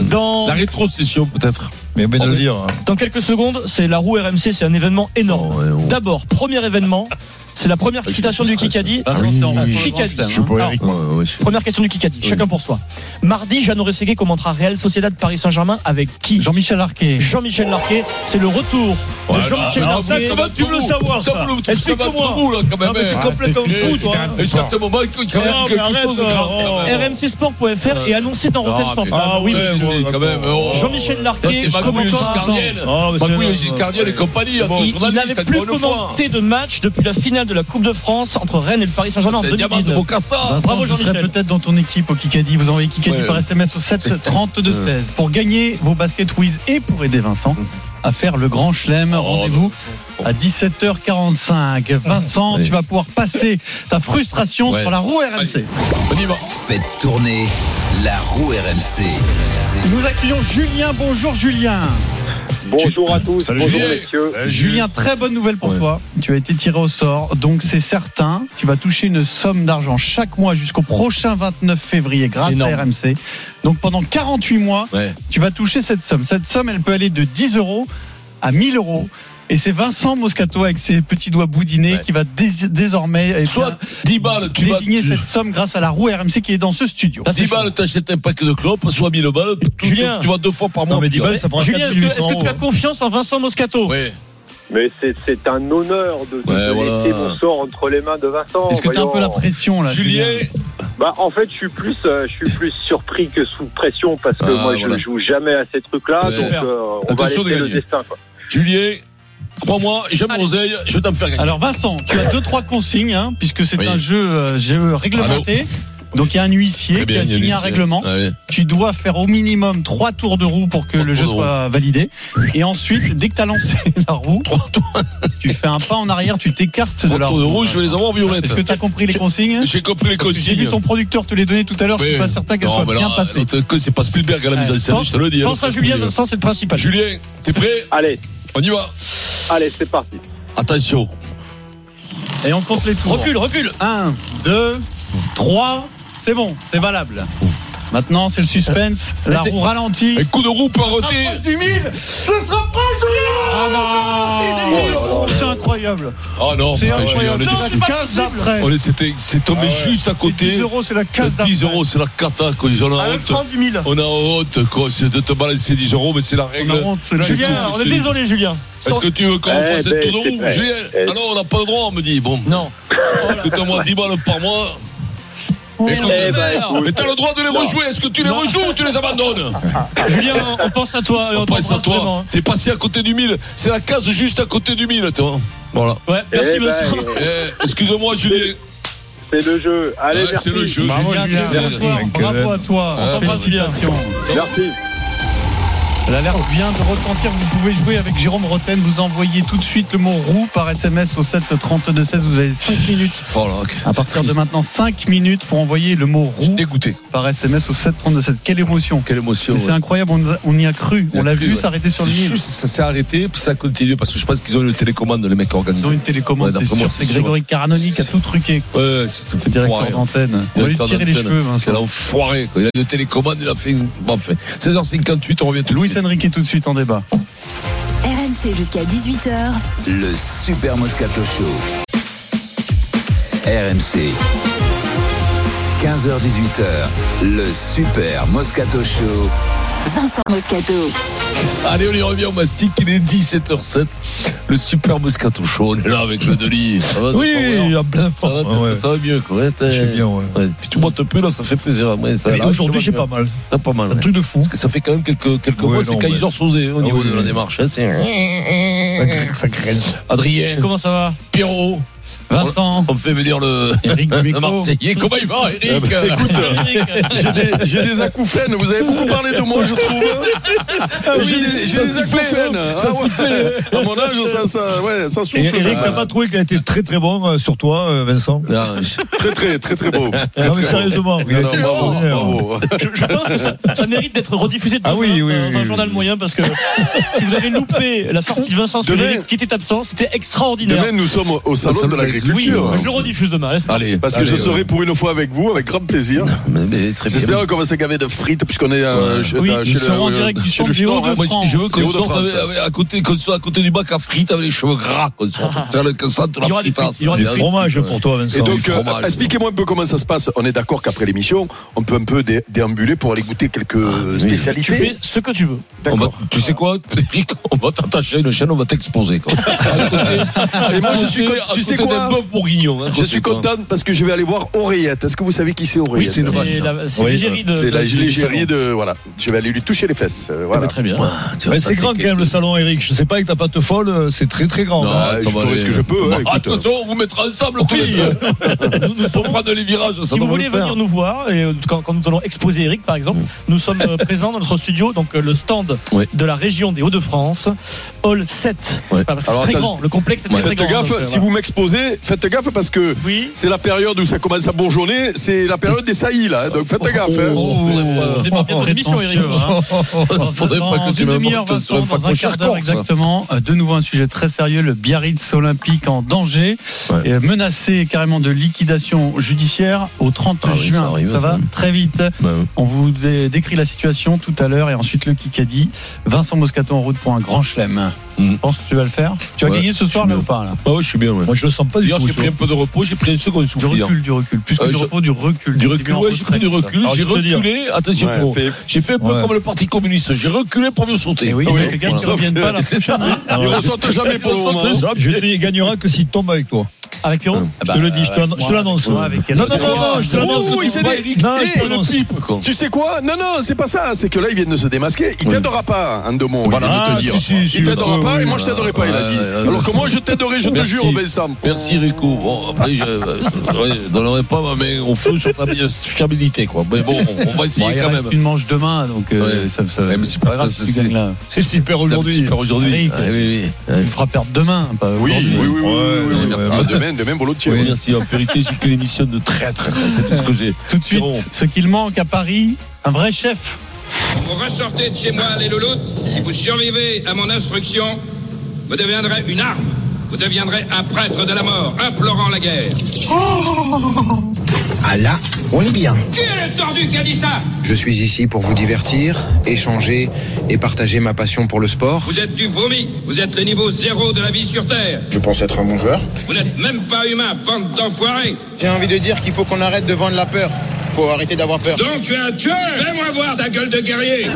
Speaker 6: Dans-
Speaker 3: La rétrocession peut-être.
Speaker 4: Mais ben
Speaker 3: le hein.
Speaker 4: lire.
Speaker 6: Dans quelques secondes, c'est la roue RMC, c'est un événement énorme.
Speaker 3: Oh,
Speaker 6: D'abord, premier événement, c'est la première
Speaker 3: Bah,
Speaker 6: citation du Kikadi.
Speaker 3: Ah oui, oui, oui.
Speaker 6: Kikadi.
Speaker 3: Je suis pour
Speaker 6: Alors,
Speaker 3: Eric, moi. Ah, Ouais, ouais, je-
Speaker 6: Première question du Kikadi, chacun pour soi. Mardi, Jeannot Rességuier commentera Real Sociedad Paris Saint-Germain avec qui
Speaker 7: Jean-Michel Larquet.
Speaker 6: Jean-Michel Larquet, c'est le retour de
Speaker 3: Ouais,
Speaker 6: Jean-Michel
Speaker 3: bah, alors ça,
Speaker 6: Larquet.
Speaker 3: comment tu veux le savoir, ça Explique-moi. Non, mais t'es
Speaker 6: Ah,
Speaker 3: complètement
Speaker 6: c'est
Speaker 3: fou,
Speaker 6: fou,
Speaker 3: toi, hein.
Speaker 6: c'est
Speaker 3: Et
Speaker 6: fort.
Speaker 3: certainement, moi, il y a quand même
Speaker 6: Non,
Speaker 3: quelque
Speaker 6: mais arrête,
Speaker 3: chose de grave, quand même.
Speaker 6: rmcsport.fr et annoncé dans Rotten
Speaker 3: Ah,
Speaker 6: sans
Speaker 3: mais-
Speaker 6: flamme.
Speaker 3: Ah oui, si, si, quand même. oh.
Speaker 6: Jean-Michel
Speaker 3: Ça,
Speaker 6: Larquet,
Speaker 3: C'est Magouille
Speaker 6: commentateur.
Speaker 3: Giscardienne.
Speaker 6: Ah, mais c'est
Speaker 3: Magouille
Speaker 6: énorme.
Speaker 3: Giscardienne et compagnie. attends,
Speaker 6: Il- il
Speaker 3: journaliste,
Speaker 6: n'avait
Speaker 3: elle te
Speaker 6: plus
Speaker 3: voit le foin.
Speaker 6: commenté de match depuis la finale de la Coupe de France entre Rennes et le Paris Saint-Germain en
Speaker 3: C'est Diamant de
Speaker 6: 2019.
Speaker 3: Bocassa.
Speaker 7: Vincent,
Speaker 6: Bravo
Speaker 7: je serai
Speaker 6: Jean-Michel.
Speaker 7: peut-être dans ton équipe au Kikadi. Vous envoyez Kikadi
Speaker 6: Ouais.
Speaker 7: par SMS au 7 32 16 pour gagner vos baskets Wiz et pour aider Vincent à faire le grand chelem. Rendez-vous à 17h45. Vincent, tu vas pouvoir passer ta frustration
Speaker 2: Ouais.
Speaker 7: sur la roue RMC.
Speaker 2: Faites tourner la roue RMC.
Speaker 7: Nous accueillons Julien. Bonjour Julien.
Speaker 11: Bonjour à tous. bonjour
Speaker 7: Julien.
Speaker 11: messieurs.
Speaker 7: Julien, très bonne nouvelle pour toi. Tu as été tiré au sort, donc c'est certain. Tu vas toucher une somme d'argent chaque mois jusqu'au prochain 29 février grâce
Speaker 6: C'est énorme.
Speaker 7: à RMC. Donc pendant 48 mois,
Speaker 3: Ouais.
Speaker 7: tu vas toucher cette somme. Cette somme, elle peut aller de 10 euros à 1000 euros. Et c'est Vincent Moscato avec ses petits doigts boudinés qui va dés- désormais eh bien,
Speaker 3: 10 balles, tu vas-
Speaker 7: désigner
Speaker 3: tu-
Speaker 7: cette somme grâce à la roue RMC qui est dans ce studio.
Speaker 3: 10 balles, t'achètes un paquet de clopes, soit 1000 balles, tu-
Speaker 6: Julien.
Speaker 3: tu vas deux fois par mois. putain.
Speaker 6: Julien, est-ce que, est-ce que tu as confiance en Vincent Moscato
Speaker 3: Oui.
Speaker 9: Mais c'est- c'est un honneur de, de,
Speaker 3: Ouais,
Speaker 9: de
Speaker 3: voilà.
Speaker 9: laisser mon sort entre les mains de Vincent.
Speaker 7: Est-ce que tu as un
Speaker 9: voyons.
Speaker 7: peu la pression là Julien
Speaker 9: Bah, en fait, je suis plus, euh, je suis plus surpris que sous pression parce que
Speaker 3: Ah,
Speaker 9: moi, je
Speaker 3: voilà.
Speaker 9: joue jamais à ces trucs-là.
Speaker 3: Ouais.
Speaker 9: Donc, euh, on va
Speaker 3: Attention de
Speaker 9: laisser le
Speaker 3: gagner.
Speaker 9: destin. quoi.
Speaker 3: Julien, crois-moi, j'aime l'oseille, je vais t'en faire gagner.
Speaker 7: Alors Vincent, tu as deux trois consignes hein, puisque c'est
Speaker 3: Oui.
Speaker 7: un jeu, euh, jeu réglementé. Donc il y a un huissier
Speaker 3: Très bien,
Speaker 7: qui a
Speaker 3: il y a
Speaker 7: signé un
Speaker 3: l'huissier.
Speaker 7: règlement.
Speaker 3: Ah oui.
Speaker 7: Tu dois faire au minimum trois tours de roue pour que le jeu soit validé. Et ensuite, dès que tu as lancé <laughs> la roue, tu fais un pas en arrière, tu t'écartes de la
Speaker 3: Tour
Speaker 7: roue.
Speaker 3: de rouge, je vais les avoir violettes.
Speaker 7: Est-ce que tu as compris les consignes
Speaker 3: J'ai compris les
Speaker 7: Parce que J'ai
Speaker 3: consignes.
Speaker 7: vu ton producteur te les donner tout à l'heure, je suis pas certain qu'elles soient bien passées.
Speaker 3: que c'est pas Spielberg à la mise en scène, je te le dis.
Speaker 6: Pense à Julien Vincent, c'est le principal.
Speaker 3: Julien, t'es prêt
Speaker 9: Allez.
Speaker 3: On y va.
Speaker 9: Allez, c'est parti.
Speaker 3: Attention.
Speaker 7: Et on compte les tours.
Speaker 6: Recule, recule.
Speaker 7: 1, 2, 3, c'est bon, c'est valable. Maintenant, c'est le suspense. La roue ralentit.
Speaker 3: Un coup de roue
Speaker 7: Se
Speaker 3: poireauté.
Speaker 7: rapproche du 1000. Se rapproche du 1000. C'est incroyable.
Speaker 3: Oh non,
Speaker 7: C'est
Speaker 3: putain, Julien,
Speaker 7: incroyable.
Speaker 3: on
Speaker 7: Non,
Speaker 3: était-
Speaker 7: c'est pas case d'après.
Speaker 3: On est- c'était- c'est
Speaker 9: Ah
Speaker 3: tombé juste à côté.
Speaker 7: 10 euros, c'est la case
Speaker 3: C'est 10 euros, c'est la cata. quoi. Ils en ont honte. On a honte, quoi. C'est de te balancer 10 euros, mais c'est la règle.
Speaker 7: honte, c'est la
Speaker 3: Qu'est-ce
Speaker 6: Julien,
Speaker 3: que
Speaker 6: on
Speaker 3: je
Speaker 6: est
Speaker 3: te dis
Speaker 6: désolé, Julien.
Speaker 3: Est-ce que tu veux qu'on
Speaker 6: Eh
Speaker 3: fasse un
Speaker 6: ben,
Speaker 3: tour de
Speaker 6: c'est
Speaker 3: roue
Speaker 6: vrai.
Speaker 3: Julien
Speaker 6: Eh.
Speaker 3: Alors, on n'a pas le droit, on me dit. Bon. Oh Non. Écoute-moi, 10 balles par mois. Écoute,
Speaker 6: Eh ben, écoute.
Speaker 3: mais t'as le droit de les
Speaker 6: Non.
Speaker 3: rejouer. Est-ce que tu les
Speaker 6: Non.
Speaker 3: rejoues ou tu les abandonnes
Speaker 6: <laughs> Julien, on pense à toi. et
Speaker 3: On pense à
Speaker 6: t'embrasse vraiment,
Speaker 3: toi.
Speaker 6: hein.
Speaker 3: T'es passé à côté du 1000. C'est la case juste à côté du 1000, toi. Voilà.
Speaker 6: Ouais, merci, Vincent.
Speaker 3: Eh, Excuse-moi, Julien.
Speaker 9: C'est le jeu. Allez,
Speaker 3: Ouais,
Speaker 9: merci.
Speaker 3: c'est le jeu.
Speaker 7: Bravo, Julien. Bonsoir. Bravo à toi.
Speaker 3: Ouais,
Speaker 7: Félicitations.
Speaker 9: Merci.
Speaker 7: L'alerte vient de retentir. Vous pouvez jouer avec Jérôme Roten. Vous envoyez tout de suite le mot roue par SMS au 7 32 16. Vous avez 5 minutes.
Speaker 3: Oh là, ok.
Speaker 7: À partir de maintenant, 5 minutes pour envoyer le mot roue
Speaker 3: dégoûté.
Speaker 7: par SMS au 7 32 16. Quelle émotion.
Speaker 3: Quelle émotion.
Speaker 7: Mais C'est
Speaker 3: ouais.
Speaker 7: incroyable. On, on y a cru. On l'a
Speaker 3: Plus,
Speaker 7: vu
Speaker 3: ouais.
Speaker 7: s'arrêter sur le
Speaker 3: C'est
Speaker 7: livre.
Speaker 3: juste, Ça s'est arrêté, puis ça continue, parce que je pense qu'ils ont une télécommande, les mecs organisés.
Speaker 7: Ils ont une télécommande,
Speaker 3: Ouais,
Speaker 7: c'est
Speaker 3: d'après moi,
Speaker 7: sûr. C'est Grégory Caranoni qui a tout truqué.
Speaker 3: Ouais, c'est hein.
Speaker 7: C'est directeur d'antenne. On va lui tirer les cheveux, Vincent.
Speaker 3: C'est l'enfoiré, quoi. Il a une télécommande, il a fait une. Bon, enfin, 16h58, on revient tout de
Speaker 7: Louis
Speaker 3: suite.
Speaker 7: Enrique tout de suite en débat.
Speaker 10: RMC jusqu'à 18h.
Speaker 2: Le Super Moscato Show. RMC. 15h-18h, le Super Moscato Show.
Speaker 10: Vincent Moscato.
Speaker 3: Allez, on y revient au mastic, il est 17h07. Le super Moscato Show, on est là avec le Delis. Ça va,
Speaker 4: Oui,
Speaker 3: t'es pas
Speaker 4: il
Speaker 3: mort
Speaker 4: a plein de
Speaker 3: ça va,
Speaker 4: forme.
Speaker 3: t'es-
Speaker 4: ouais.
Speaker 3: ça va mieux, quoi. Ouais, t'es-
Speaker 4: Je suis bien, ouais.
Speaker 3: Puis tu montes plus, là, ça fait plaisir. Ouais, ça-
Speaker 4: Mais
Speaker 3: là,
Speaker 4: aujourd'hui,
Speaker 3: je
Speaker 4: j'ai
Speaker 3: vais
Speaker 4: pas
Speaker 3: bien.
Speaker 4: mal.
Speaker 3: T'as pas mal.
Speaker 4: Un truc
Speaker 3: de fou. Parce que ça fait quand même quelques, quelques
Speaker 4: Ouais,
Speaker 3: mois, c'est
Speaker 4: non,
Speaker 3: Kaiser
Speaker 4: ouais.
Speaker 3: Sosé au
Speaker 4: Ah
Speaker 3: niveau
Speaker 4: oui,
Speaker 3: de la
Speaker 4: oui.
Speaker 3: démarche. hein, c'est...
Speaker 4: Ça craint.
Speaker 3: Adrien.
Speaker 6: Comment ça va
Speaker 3: Pierrot.
Speaker 7: Vincent.
Speaker 3: On me fait venir le, <laughs> le Marseillais. Comment il va, Eric
Speaker 4: Ah,
Speaker 12: Eh
Speaker 4: bah,
Speaker 12: ben,
Speaker 6: <laughs>
Speaker 12: écoute, j'ai des, j'ai des acouphènes. Vous avez beaucoup parlé de moi, je trouve. Ah j'ai des, j'ai des acouphènes. Ah ouais. À mon âge, ça, ça, ouais, ça
Speaker 4: Et
Speaker 12: souffle.
Speaker 4: Eric, t'as
Speaker 12: Ah.
Speaker 4: pas trouvé qu'il a été très très bon euh, sur toi, euh, Vincent
Speaker 12: Très, très, très, très beau. Très,
Speaker 4: mais
Speaker 12: très beau.
Speaker 4: sérieusement, il
Speaker 12: Non,
Speaker 4: a
Speaker 12: non,
Speaker 4: été
Speaker 12: bravo,
Speaker 4: extraordinaire.
Speaker 12: bravo.
Speaker 6: Je pense que ça, ça mérite d'être rediffusé
Speaker 4: Ah
Speaker 6: demain dans un journal moyen parce
Speaker 12: <laughs>
Speaker 6: que si vous avez loupé la sortie de Vincent
Speaker 12: Demain-
Speaker 6: Sully qui était absent, c'était extraordinaire.
Speaker 12: Demain, nous sommes au salon, de l'agriculture. euh,
Speaker 6: Oui, je le rediffuse demain. laisse-moi.
Speaker 3: Allez,
Speaker 12: Parce que
Speaker 3: allez,
Speaker 12: je
Speaker 3: ouais.
Speaker 12: serai pour une fois avec vous, avec grand plaisir.
Speaker 3: Mais- mais très bien.
Speaker 12: J'espère qu'on va se gaver de frites, puisqu'on est euh,
Speaker 3: Ouais.
Speaker 12: chez,
Speaker 3: Oui,
Speaker 12: euh,
Speaker 3: nous
Speaker 12: chez le,
Speaker 3: serons en
Speaker 12: euh,
Speaker 3: direct du
Speaker 12: chez
Speaker 3: centre
Speaker 12: le
Speaker 3: des
Speaker 12: store,
Speaker 3: Hauts-de-France.
Speaker 12: hein.
Speaker 3: Moi, je veux qu'on
Speaker 12: Des Hauts-de-France. euh,
Speaker 3: sorte avec- avec- à côté, qu'on soit à côté du bac à frites avec les cheveux gras, qu'on sorte. C'est le- que ça, de la fritasse.
Speaker 4: du fromage pour toi, Vincent.
Speaker 12: Et donc,
Speaker 4: Du
Speaker 12: euh,
Speaker 4: fromage.
Speaker 12: expliquez-moi un peu comment ça se passe. On est d'accord qu'après l'émission, on peut un peu dé- déambuler pour aller goûter quelques
Speaker 3: Ah,
Speaker 12: spécialités.
Speaker 6: Tu fais ce que tu veux.
Speaker 3: On va- tu sais quoi, Eric, on va t'attacher à une chaîne, on va t'exposer. quoi.
Speaker 12: Ah. Et moi, je suis,
Speaker 3: À
Speaker 12: con-
Speaker 3: côté- à
Speaker 12: tu sais
Speaker 3: côté
Speaker 12: quoi
Speaker 3: d'un bœuf bourguignon, hein,
Speaker 12: Je
Speaker 3: côté,
Speaker 12: suis
Speaker 3: quoi.
Speaker 12: contente parce que je vais aller voir Oreillette. Est-ce que vous savez qui c'est Oreillette
Speaker 3: Oui, c'est une vache, hein.
Speaker 6: la- c'est l'égérie de-
Speaker 12: C'est la
Speaker 6: de- du
Speaker 12: l'égérie de. Voilà. Je vais aller lui toucher les fesses.
Speaker 3: Ah,
Speaker 12: euh, Voilà.
Speaker 6: très bien.
Speaker 4: Mais c'est grand quand même le salon, Eric. Je sais pas avec ta pâte folle, euh, c'est très très grand.
Speaker 12: Non,
Speaker 4: Ah,
Speaker 12: je
Speaker 4: ça va
Speaker 12: ferai
Speaker 4: aller.
Speaker 12: ce que je peux. hein,
Speaker 3: Bah,
Speaker 12: écoute.
Speaker 3: attention, on vous mettra ensemble tous les deux.
Speaker 6: <laughs> Nous, nous
Speaker 3: Pour
Speaker 6: serons-
Speaker 3: prendre les virages, ça
Speaker 6: si
Speaker 3: doit
Speaker 6: vous voulez
Speaker 3: le faire.
Speaker 6: venir nous voir, et euh, quand, quand nous allons exposer Eric par
Speaker 12: Mm.
Speaker 6: exemple, nous sommes euh, présents dans notre studio, donc euh, le stand
Speaker 3: Oui.
Speaker 6: de la région des Hauts-de-France, Hall 7.
Speaker 3: Ouais.
Speaker 6: Parce que c'est
Speaker 12: Alors,
Speaker 6: très
Speaker 12: attends,
Speaker 6: grand, le complexe est
Speaker 12: Ouais.
Speaker 6: très, très
Speaker 12: Faites
Speaker 6: grand.
Speaker 12: gaffe,
Speaker 6: donc, euh,
Speaker 12: si
Speaker 6: voilà.
Speaker 12: vous m'exposez, faites gaffe parce que
Speaker 6: Oui.
Speaker 12: c'est la période où ça commence à bourgeonner, c'est la période des saillies là, hein, donc faites
Speaker 3: Oh.
Speaker 12: gaffe. hein.
Speaker 6: On démarre bientôt l'émission, Eric.
Speaker 3: Faudrait
Speaker 7: <laughs> Dans
Speaker 3: pas que tu
Speaker 7: une demi-heure,
Speaker 3: m'apportes
Speaker 7: Vincent,
Speaker 3: un
Speaker 7: dans un
Speaker 3: facochage
Speaker 7: quart d'heure
Speaker 3: corse.
Speaker 7: exactement. Euh, De nouveau un sujet très sérieux, le Biarritz olympique en danger, et euh, menacé carrément de liquidation judiciaire au 30
Speaker 3: Ah oui,
Speaker 7: juin.
Speaker 3: ça arrive, ça. Bah
Speaker 7: va très vite. On vous dé- décrit la situation tout à l'heure et ensuite le Kikadi. Vincent Moscato en route pour un grand chelem. Je pense que tu vas le faire. Tu vas
Speaker 3: Mm. Ouais,
Speaker 7: gagner ce soir là ou pas là
Speaker 3: Ah ouais, je suis bien. Ouais.
Speaker 4: Moi, je le sens pas du
Speaker 3: D'ailleurs,
Speaker 4: tout,
Speaker 3: j'ai
Speaker 4: tu
Speaker 3: pris un
Speaker 4: vois.
Speaker 3: peu de repos, j'ai pris un second souffle.
Speaker 7: Du
Speaker 3: hier.
Speaker 7: recul, du recul. Plus que
Speaker 3: Euh,
Speaker 7: du
Speaker 3: je-
Speaker 7: repos, du recul.
Speaker 3: Du
Speaker 7: Tu
Speaker 3: recul,
Speaker 7: mets en
Speaker 3: ouais, j'ai pris
Speaker 7: retraite,
Speaker 3: du
Speaker 7: là.
Speaker 3: recul,
Speaker 7: Alors,
Speaker 3: j'ai
Speaker 7: je vais te dire.
Speaker 3: reculé, attention
Speaker 7: Ouais,
Speaker 3: pour-
Speaker 7: fais-
Speaker 3: j'ai fait un peu
Speaker 7: Ouais.
Speaker 3: comme le Parti communiste, j'ai reculé pour mieux sauter.
Speaker 7: Eh oui,
Speaker 3: Ah
Speaker 7: mais
Speaker 3: ouais,
Speaker 7: les gars qui
Speaker 3: voilà.
Speaker 4: <laughs>
Speaker 7: reviennent pas, là,
Speaker 3: C'est ça.
Speaker 12: Ah
Speaker 4: Ah
Speaker 7: prochaine, hein.
Speaker 12: Ils ressortent jamais pour le moment.
Speaker 4: Je te dis, il gagnera que s'il tombe avec toi. Euh,
Speaker 6: Avec Pierrot
Speaker 4: Je te le dis, je te l'annon- je te l'annonce. Non, non, non, non, je te
Speaker 6: Ah
Speaker 4: l'annonce.
Speaker 12: Ouh, Oh, il s'est
Speaker 4: Non,
Speaker 12: dé-
Speaker 4: non, je te
Speaker 12: Eh,
Speaker 4: l'annonce.
Speaker 12: Tu sais quoi Non, non, c'est pas ça. C'est que là, il vient de se démasquer. Il t'aidera pas, en deux mots.
Speaker 3: Voilà.
Speaker 12: il vient de
Speaker 3: Ah,
Speaker 12: te dire.
Speaker 3: si, si, si.
Speaker 12: il t'aidera
Speaker 3: Oui,
Speaker 12: pas
Speaker 3: oui,
Speaker 12: et moi, je
Speaker 3: voilà.
Speaker 12: t'aiderai pas, il a
Speaker 3: Ouais,
Speaker 12: dit.
Speaker 3: ouais,
Speaker 12: Alors que
Speaker 3: merci.
Speaker 12: moi, je t'aiderai, je te
Speaker 3: Merci.
Speaker 12: jure, Ben Vincent.
Speaker 3: Merci Rico. Bon, après, je euh, ne donnerai pas ma main au feu sur ta fiabilité, quoi. Mais bon, on va essayer
Speaker 7: Bon, il
Speaker 3: quand
Speaker 7: reste
Speaker 3: même.
Speaker 7: Une manche demain, donc euh, ça, ça,
Speaker 3: Ouais, mais c'est pas
Speaker 7: ça-
Speaker 3: grave,
Speaker 7: ça-
Speaker 3: c'est-
Speaker 7: ça gagne là.
Speaker 4: C'est super
Speaker 3: aujourd'hui. C'est super aujourd'hui.
Speaker 7: Eric,
Speaker 3: Ouais, oui, oui.
Speaker 7: Il fera perdre demain, pas
Speaker 12: Oui, oui,
Speaker 7: aujourd'hui.
Speaker 12: oui, oui, oui, oui,
Speaker 3: Ouais,
Speaker 12: merci.
Speaker 3: ouais.
Speaker 12: Bah, Demain, demain, boulot de tir.
Speaker 3: Oui, merci. En vérité, j'ai que l'émission de traître. C'est tout ce que j'ai.
Speaker 7: <laughs> Tout de suite, ce qu'il manque à Paris, un vrai chef.
Speaker 14: Vous ressortez de chez moi, les louloutes. Si vous survivez à mon instruction, vous deviendrez une arme. Vous deviendrez un prêtre de la mort, implorant la guerre.
Speaker 24: Ah là, on est bien.
Speaker 14: Oh Qui est le tordu qui a dit ça
Speaker 18: Ah,
Speaker 24: Je suis ici pour vous divertir, échanger et partager ma passion pour le sport.
Speaker 14: Vous êtes du vomi. Vous êtes le niveau zéro de la vie sur Terre.
Speaker 24: Je pense être un bon joueur.
Speaker 14: Vous n'êtes même pas humain, bande d'enfoirés.
Speaker 24: J'ai envie de dire qu'il faut qu'on arrête de vendre la peur. Faut arrêter d'avoir peur.
Speaker 14: Donc tu es un tueur Fais-moi voir ta gueule de guerrier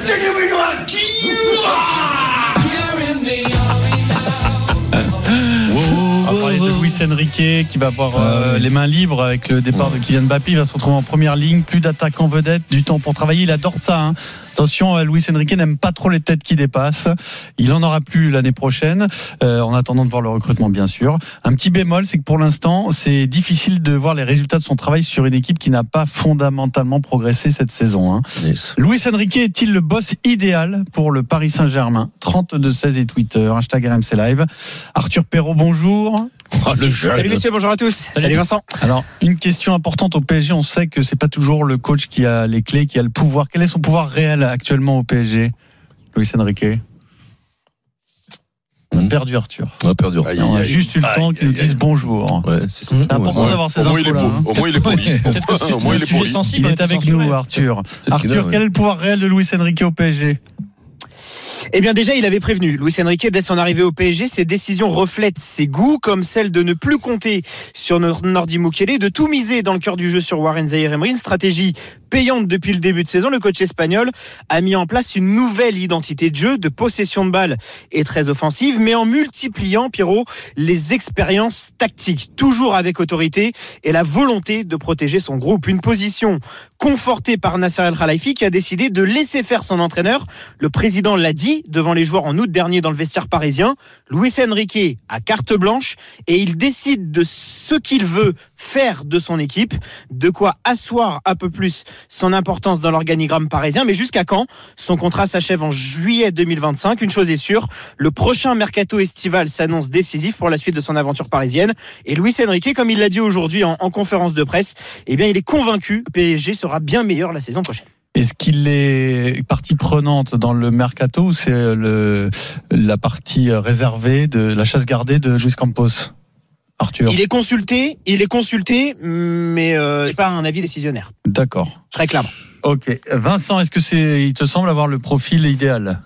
Speaker 7: On va parler de Luis Enrique qui va avoir euh, les mains libres avec le départ de Kylian Mbappé. Il va se retrouver en première ligne, plus d'attaquants vedettes, du temps pour travailler. Il adore ça. hein. Attention, euh, Luis Enrique n'aime pas trop les têtes qui dépassent. Il en aura plus l'année prochaine. euh, en attendant de voir le recrutement, bien sûr. Un petit bémol, c'est que pour l'instant, c'est difficile de voir les résultats de son travail sur une équipe qui n'a pas fondamentalement progressé cette saison. hein. Luis Enrique est-il le boss idéal pour le Paris Saint-Germain 32-16 et Twitter, hashtag RMC Live. Arthur Perrault, bonjour.
Speaker 23: Oh,
Speaker 13: Salut messieurs, bonjour à tous. Salut, Vincent.
Speaker 7: Alors, une question importante au PSG, on sait que c'est pas toujours le coach qui a les clés, qui a le pouvoir. Quel est son pouvoir réel actuellement au PSG Luis Enrique on a perdu Arthur.
Speaker 3: Hmm. On a perdu
Speaker 7: on a juste eu le temps qu'ils nous disent bonjour.
Speaker 3: c'est
Speaker 7: important
Speaker 12: Ouais.
Speaker 7: d'avoir ces
Speaker 12: Au
Speaker 7: infos
Speaker 12: moins, il est poli. Au moins, il est poli. Peut-être que sur- Au moins, il est sujet poli. sensible,
Speaker 7: Il
Speaker 12: on
Speaker 7: est
Speaker 12: était
Speaker 7: avec
Speaker 12: censuré.
Speaker 7: nous, Arthur.
Speaker 12: C'est ce qu'il a,
Speaker 7: Arthur,
Speaker 12: ouais.
Speaker 7: quel est le pouvoir réel de Luis Enrique au PSG
Speaker 13: Eh bien déjà, il avait prévenu. Luis Enrique, dès son arrivée au PSG, ses décisions reflètent ses goûts, comme celle de ne plus compter sur Nor- Nordi Mukele, de tout miser dans le cœur du jeu sur Warren Zaïre-Emery, une stratégie payante depuis le début de saison. Le coach espagnol a mis en place une nouvelle identité de jeu, de possession de balle et très offensive, mais en multipliant, Pierrot, les expériences tactiques, toujours avec autorité et la volonté de protéger son groupe. Une position confortée par Nasser El Khalifi qui a décidé de laisser faire son entraîneur. Le président l'a dit devant les joueurs en août dernier dans le vestiaire parisien. Luis Enrique a carte blanche et il décide de ce qu'il veut faire de son équipe, de quoi asseoir un peu plus son importance dans l'organigramme parisien. Mais jusqu'à quand Son contrat s'achève en juillet 2025. Une chose est sûre, le prochain mercato estival s'annonce décisif pour la suite de son aventure parisienne. Et Luis Enrique, comme il l'a dit aujourd'hui en, en conférence de presse, eh bien, il est convaincu que PSG sera bien meilleur la saison prochaine.
Speaker 7: Est-ce qu'il est partie prenante dans le mercato ou c'est le, la partie réservée de la chasse gardée de Luis Campos Arthur.
Speaker 13: Il est consulté, il est consulté, mais euh, c'est pas un avis décisionnaire.
Speaker 7: D'accord.
Speaker 13: Très clairement.
Speaker 7: Ok. Vincent, est-ce que c'est, il te semble avoir le profil idéal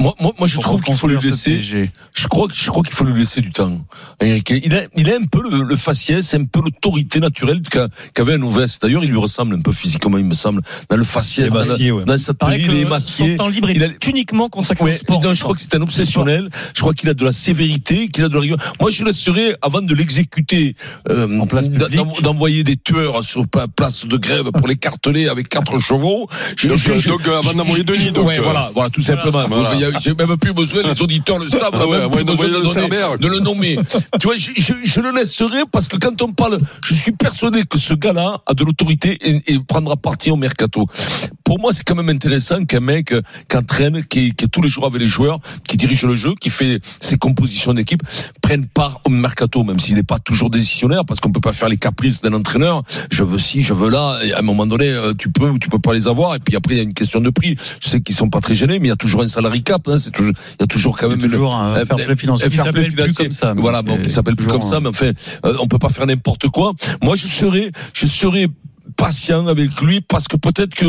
Speaker 3: Moi, moi, moi, je
Speaker 7: Pour
Speaker 3: trouve qu'il faut le
Speaker 7: reconstruire ce
Speaker 3: laisser. Je crois, que- je crois qu'il faut le laisser du temps. Enrique, il a, il a un peu le, le faciès, un peu l'autorité naturelle qu'a- qu'avait Anoves. D'ailleurs, il lui ressemble un peu physiquement, il me semble, dans le faciès,
Speaker 6: Il est
Speaker 3: dans,
Speaker 6: massier,
Speaker 3: la-
Speaker 6: ouais.
Speaker 3: dans sa
Speaker 6: Paraît
Speaker 3: taille,
Speaker 6: que
Speaker 3: il est
Speaker 6: son
Speaker 3: massier.
Speaker 6: temps libre est
Speaker 3: il a,
Speaker 6: uniquement consacré au
Speaker 3: Ouais,
Speaker 6: sport,
Speaker 3: non, je
Speaker 6: je
Speaker 3: crois que c'est un obsessionnel. Je crois qu'il a de la sévérité, qu'il a de la rigueur. Moi, je laisserais avant de l'exécuter euh, d'en- d'en- d'envoyer des tueurs sur pa- place de grève pour les carteler avec quatre chevaux.
Speaker 12: Donc, euh, donc, euh, avant d'envoyer Denis, donc,
Speaker 3: ouais,
Speaker 12: euh,
Speaker 3: voilà, voilà, tout
Speaker 12: voilà.
Speaker 3: simplement.
Speaker 12: Voilà.
Speaker 3: Il y a- J'ai même plus besoin les auditeurs le savent.
Speaker 12: Ah
Speaker 3: on a
Speaker 12: ouais,
Speaker 3: même
Speaker 12: ouais,
Speaker 3: plus
Speaker 12: d'envoyer
Speaker 3: besoin de
Speaker 12: le
Speaker 3: donner-
Speaker 12: Cerber.
Speaker 3: de le <laughs> nommer. tu vois, je, je- je le laisserai parce que quand on parle, je suis persuadé que ce gars-là a de l'autorité et, et prendra parti au mercato. Pour moi, c'est quand même intéressant qu'un mec euh, qui entraîne, qui, qui est tous les jours avec les joueurs, qui dirige le jeu, qui fait ses compositions d'équipe, prenne part au mercato, même s'il n'est pas toujours décisionnaire, parce qu'on peut pas faire les caprices d'un entraîneur. Je veux ci, je veux là. Et à un moment donné, euh, tu peux ou tu peux pas les avoir. Et puis après, il y a une question de prix. Je sais qu'ils sont pas très gênés, mais il y a toujours un salary cap. hein. C'est toujours, il y a toujours quand même
Speaker 7: toujours un
Speaker 3: Euh,
Speaker 7: fair Euh, play financier qui
Speaker 3: fair play
Speaker 7: s'appelle plus
Speaker 3: financier.
Speaker 7: comme ça, mais
Speaker 3: Voilà, bon,
Speaker 7: c'est
Speaker 3: qui s'appelle plus
Speaker 7: toujours
Speaker 3: comme ça,
Speaker 7: un-
Speaker 3: mais enfin, euh, on peut pas faire n'importe quoi. Moi, je serais, je serais patient avec lui parce que peut-être que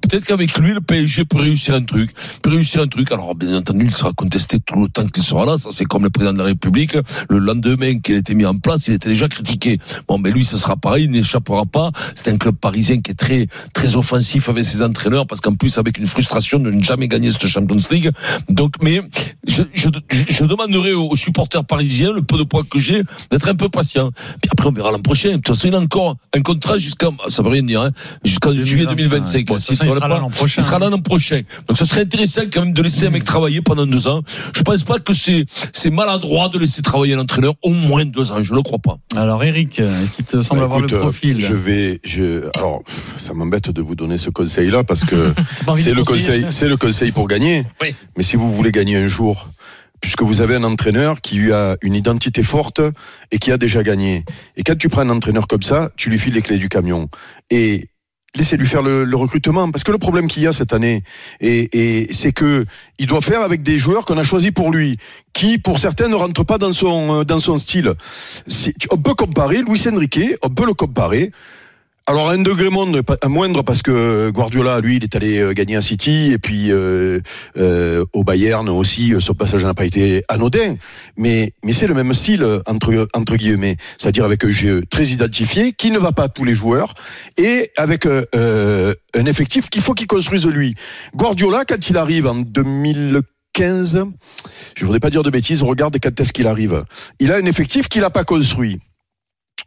Speaker 3: peut-être qu'avec lui le PSG peut réussir un truc, peut réussir un truc. Alors bien entendu, il sera contesté tout le temps qu'il sera là. Ça c'est comme le président de la République. Le lendemain qu'il a été mis en place, il était déjà critiqué. Bon, mais lui, ce sera pareil, il n'échappera pas. C'est un club parisien qui est très très offensif avec ses entraîneurs parce qu'en plus avec une frustration de ne jamais gagner cette Champions League. Donc, mais je, je, je demanderai aux supporters parisiens le peu de poids que j'ai d'être un peu patient. Puis après, on verra l'an prochain. De toute façon, il a encore un contrat jusqu'à, ça veut rien dire, hein, jusqu'en juillet 2025.
Speaker 7: Bon, de toute façon, il
Speaker 3: Voilà
Speaker 7: sera là l'an prochain. hein.
Speaker 3: Il sera là l'an prochain. Donc, ce serait intéressant quand même de laisser un mec travailler pendant deux ans. Je pense pas que c'est, c'est maladroit de laisser travailler un entraîneur au moins deux ans. Je le crois pas.
Speaker 7: Alors Eric, est-ce qu'il te semble
Speaker 12: Bah,
Speaker 7: avoir
Speaker 12: écoute,
Speaker 7: le
Speaker 12: euh,
Speaker 7: profil
Speaker 12: Je vais. Je, alors, ça m'embête de vous donner ce conseil-là parce
Speaker 6: <laughs>
Speaker 12: que
Speaker 7: pas envie de
Speaker 12: c'est le
Speaker 7: conseiller.
Speaker 12: conseil, c'est le conseil pour gagner. Mais si vous voulez gagner un jour, puisque vous avez un entraîneur qui a une identité forte et qui a déjà gagné, et quand tu prends un entraîneur comme ça, tu lui files les clés du camion et Laissez-lui faire le, le recrutement parce que le problème qu'il y a cette année, et, et c'est que il doit faire avec des joueurs qu'on a choisis pour lui, qui pour certains ne rentrent pas dans son euh, dans son style. Si- tu- on peut comparer Luis Enrique, on peut le comparer. Alors à un degré moindre, pa- à moindre parce que Guardiola, lui, il est allé euh, gagner à City et puis euh, euh, au Bayern aussi, euh, son passage n'a pas été anodin. Mais mais c'est le même style euh, entre entre guillemets, c'est-à-dire avec un jeu très identifié qui ne va pas à tous les joueurs et avec euh, euh, un effectif qu'il faut qu'il construise lui. Guardiola, quand il arrive en 2015, je voudrais pas dire de bêtises, regarde quand est-ce qu'il arrive. Il a un effectif qu'il n'a pas construit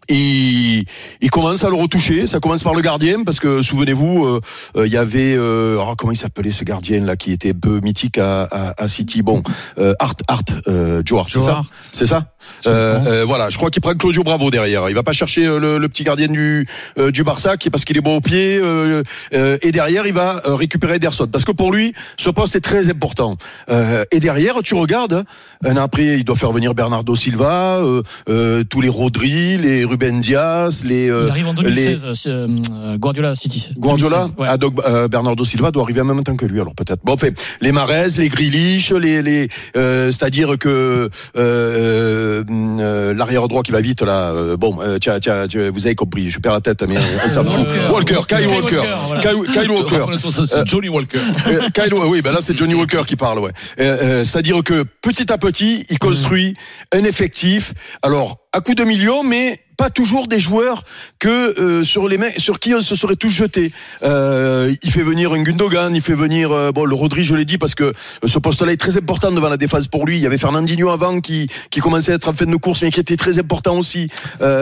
Speaker 12: il, il commence à le retoucher. Ça commence par le gardien parce que souvenez-vous, euh, euh, il y avait euh, oh, comment il s'appelait ce gardien là qui était un peu mythique à, à, à City. Bon, euh, Hart, Hart, euh, Joe Hart, c'est
Speaker 7: Joe
Speaker 12: ça,
Speaker 7: Hart.
Speaker 12: c'est ça. Euh, euh, voilà, je crois qu'il prend Claudio Bravo derrière. Il va pas chercher euh, le, le petit gardien du euh, du Barça qui parce qu'il est bon au pied euh, euh, et derrière il va euh, récupérer Ederson parce que pour lui ce poste est très important. Euh, et derrière tu regardes hein, un an après il doit faire venir Bernardo Silva, euh, euh, tous les Rodri, les Ruben Diaz, les euh,
Speaker 6: Il arrive en
Speaker 12: les
Speaker 6: 2016, euh, c'est, euh, euh, Guardiola City.
Speaker 12: Guardiola,
Speaker 6: 2016,
Speaker 12: ah, donc, euh, Bernardo Silva doit arriver en même temps que lui, alors peut-être. Bon, fait, les Marez, les Grilich, les, les, euh, c'est-à-dire que euh, euh, l'arrière droit qui va vite là. euh, bon, euh, tiens, tiens, tiens, vous avez compris. Je perds la tête, mais on s'en fout. Walker, Kyle Walker, Kyle
Speaker 3: <laughs>
Speaker 12: Kyle Walker.
Speaker 3: C'est Johnny Walker.
Speaker 12: Euh, Kyle, oui, ben là c'est Johnny Walker qui parle, ouais. Euh, euh, C'est-à-dire que petit à petit, il construit un effectif. Alors à coup de millions, mais pas toujours des joueurs que euh, sur les mains, sur qui on se serait tous jetés. Euh, il fait venir un Gundogan, il fait venir euh, bon le Rodri, je l'ai dit parce que euh, ce poste-là est très important devant la défense pour lui. Il y avait Fernandinho avant qui qui commençait à être en fin de course, mais qui était très important aussi.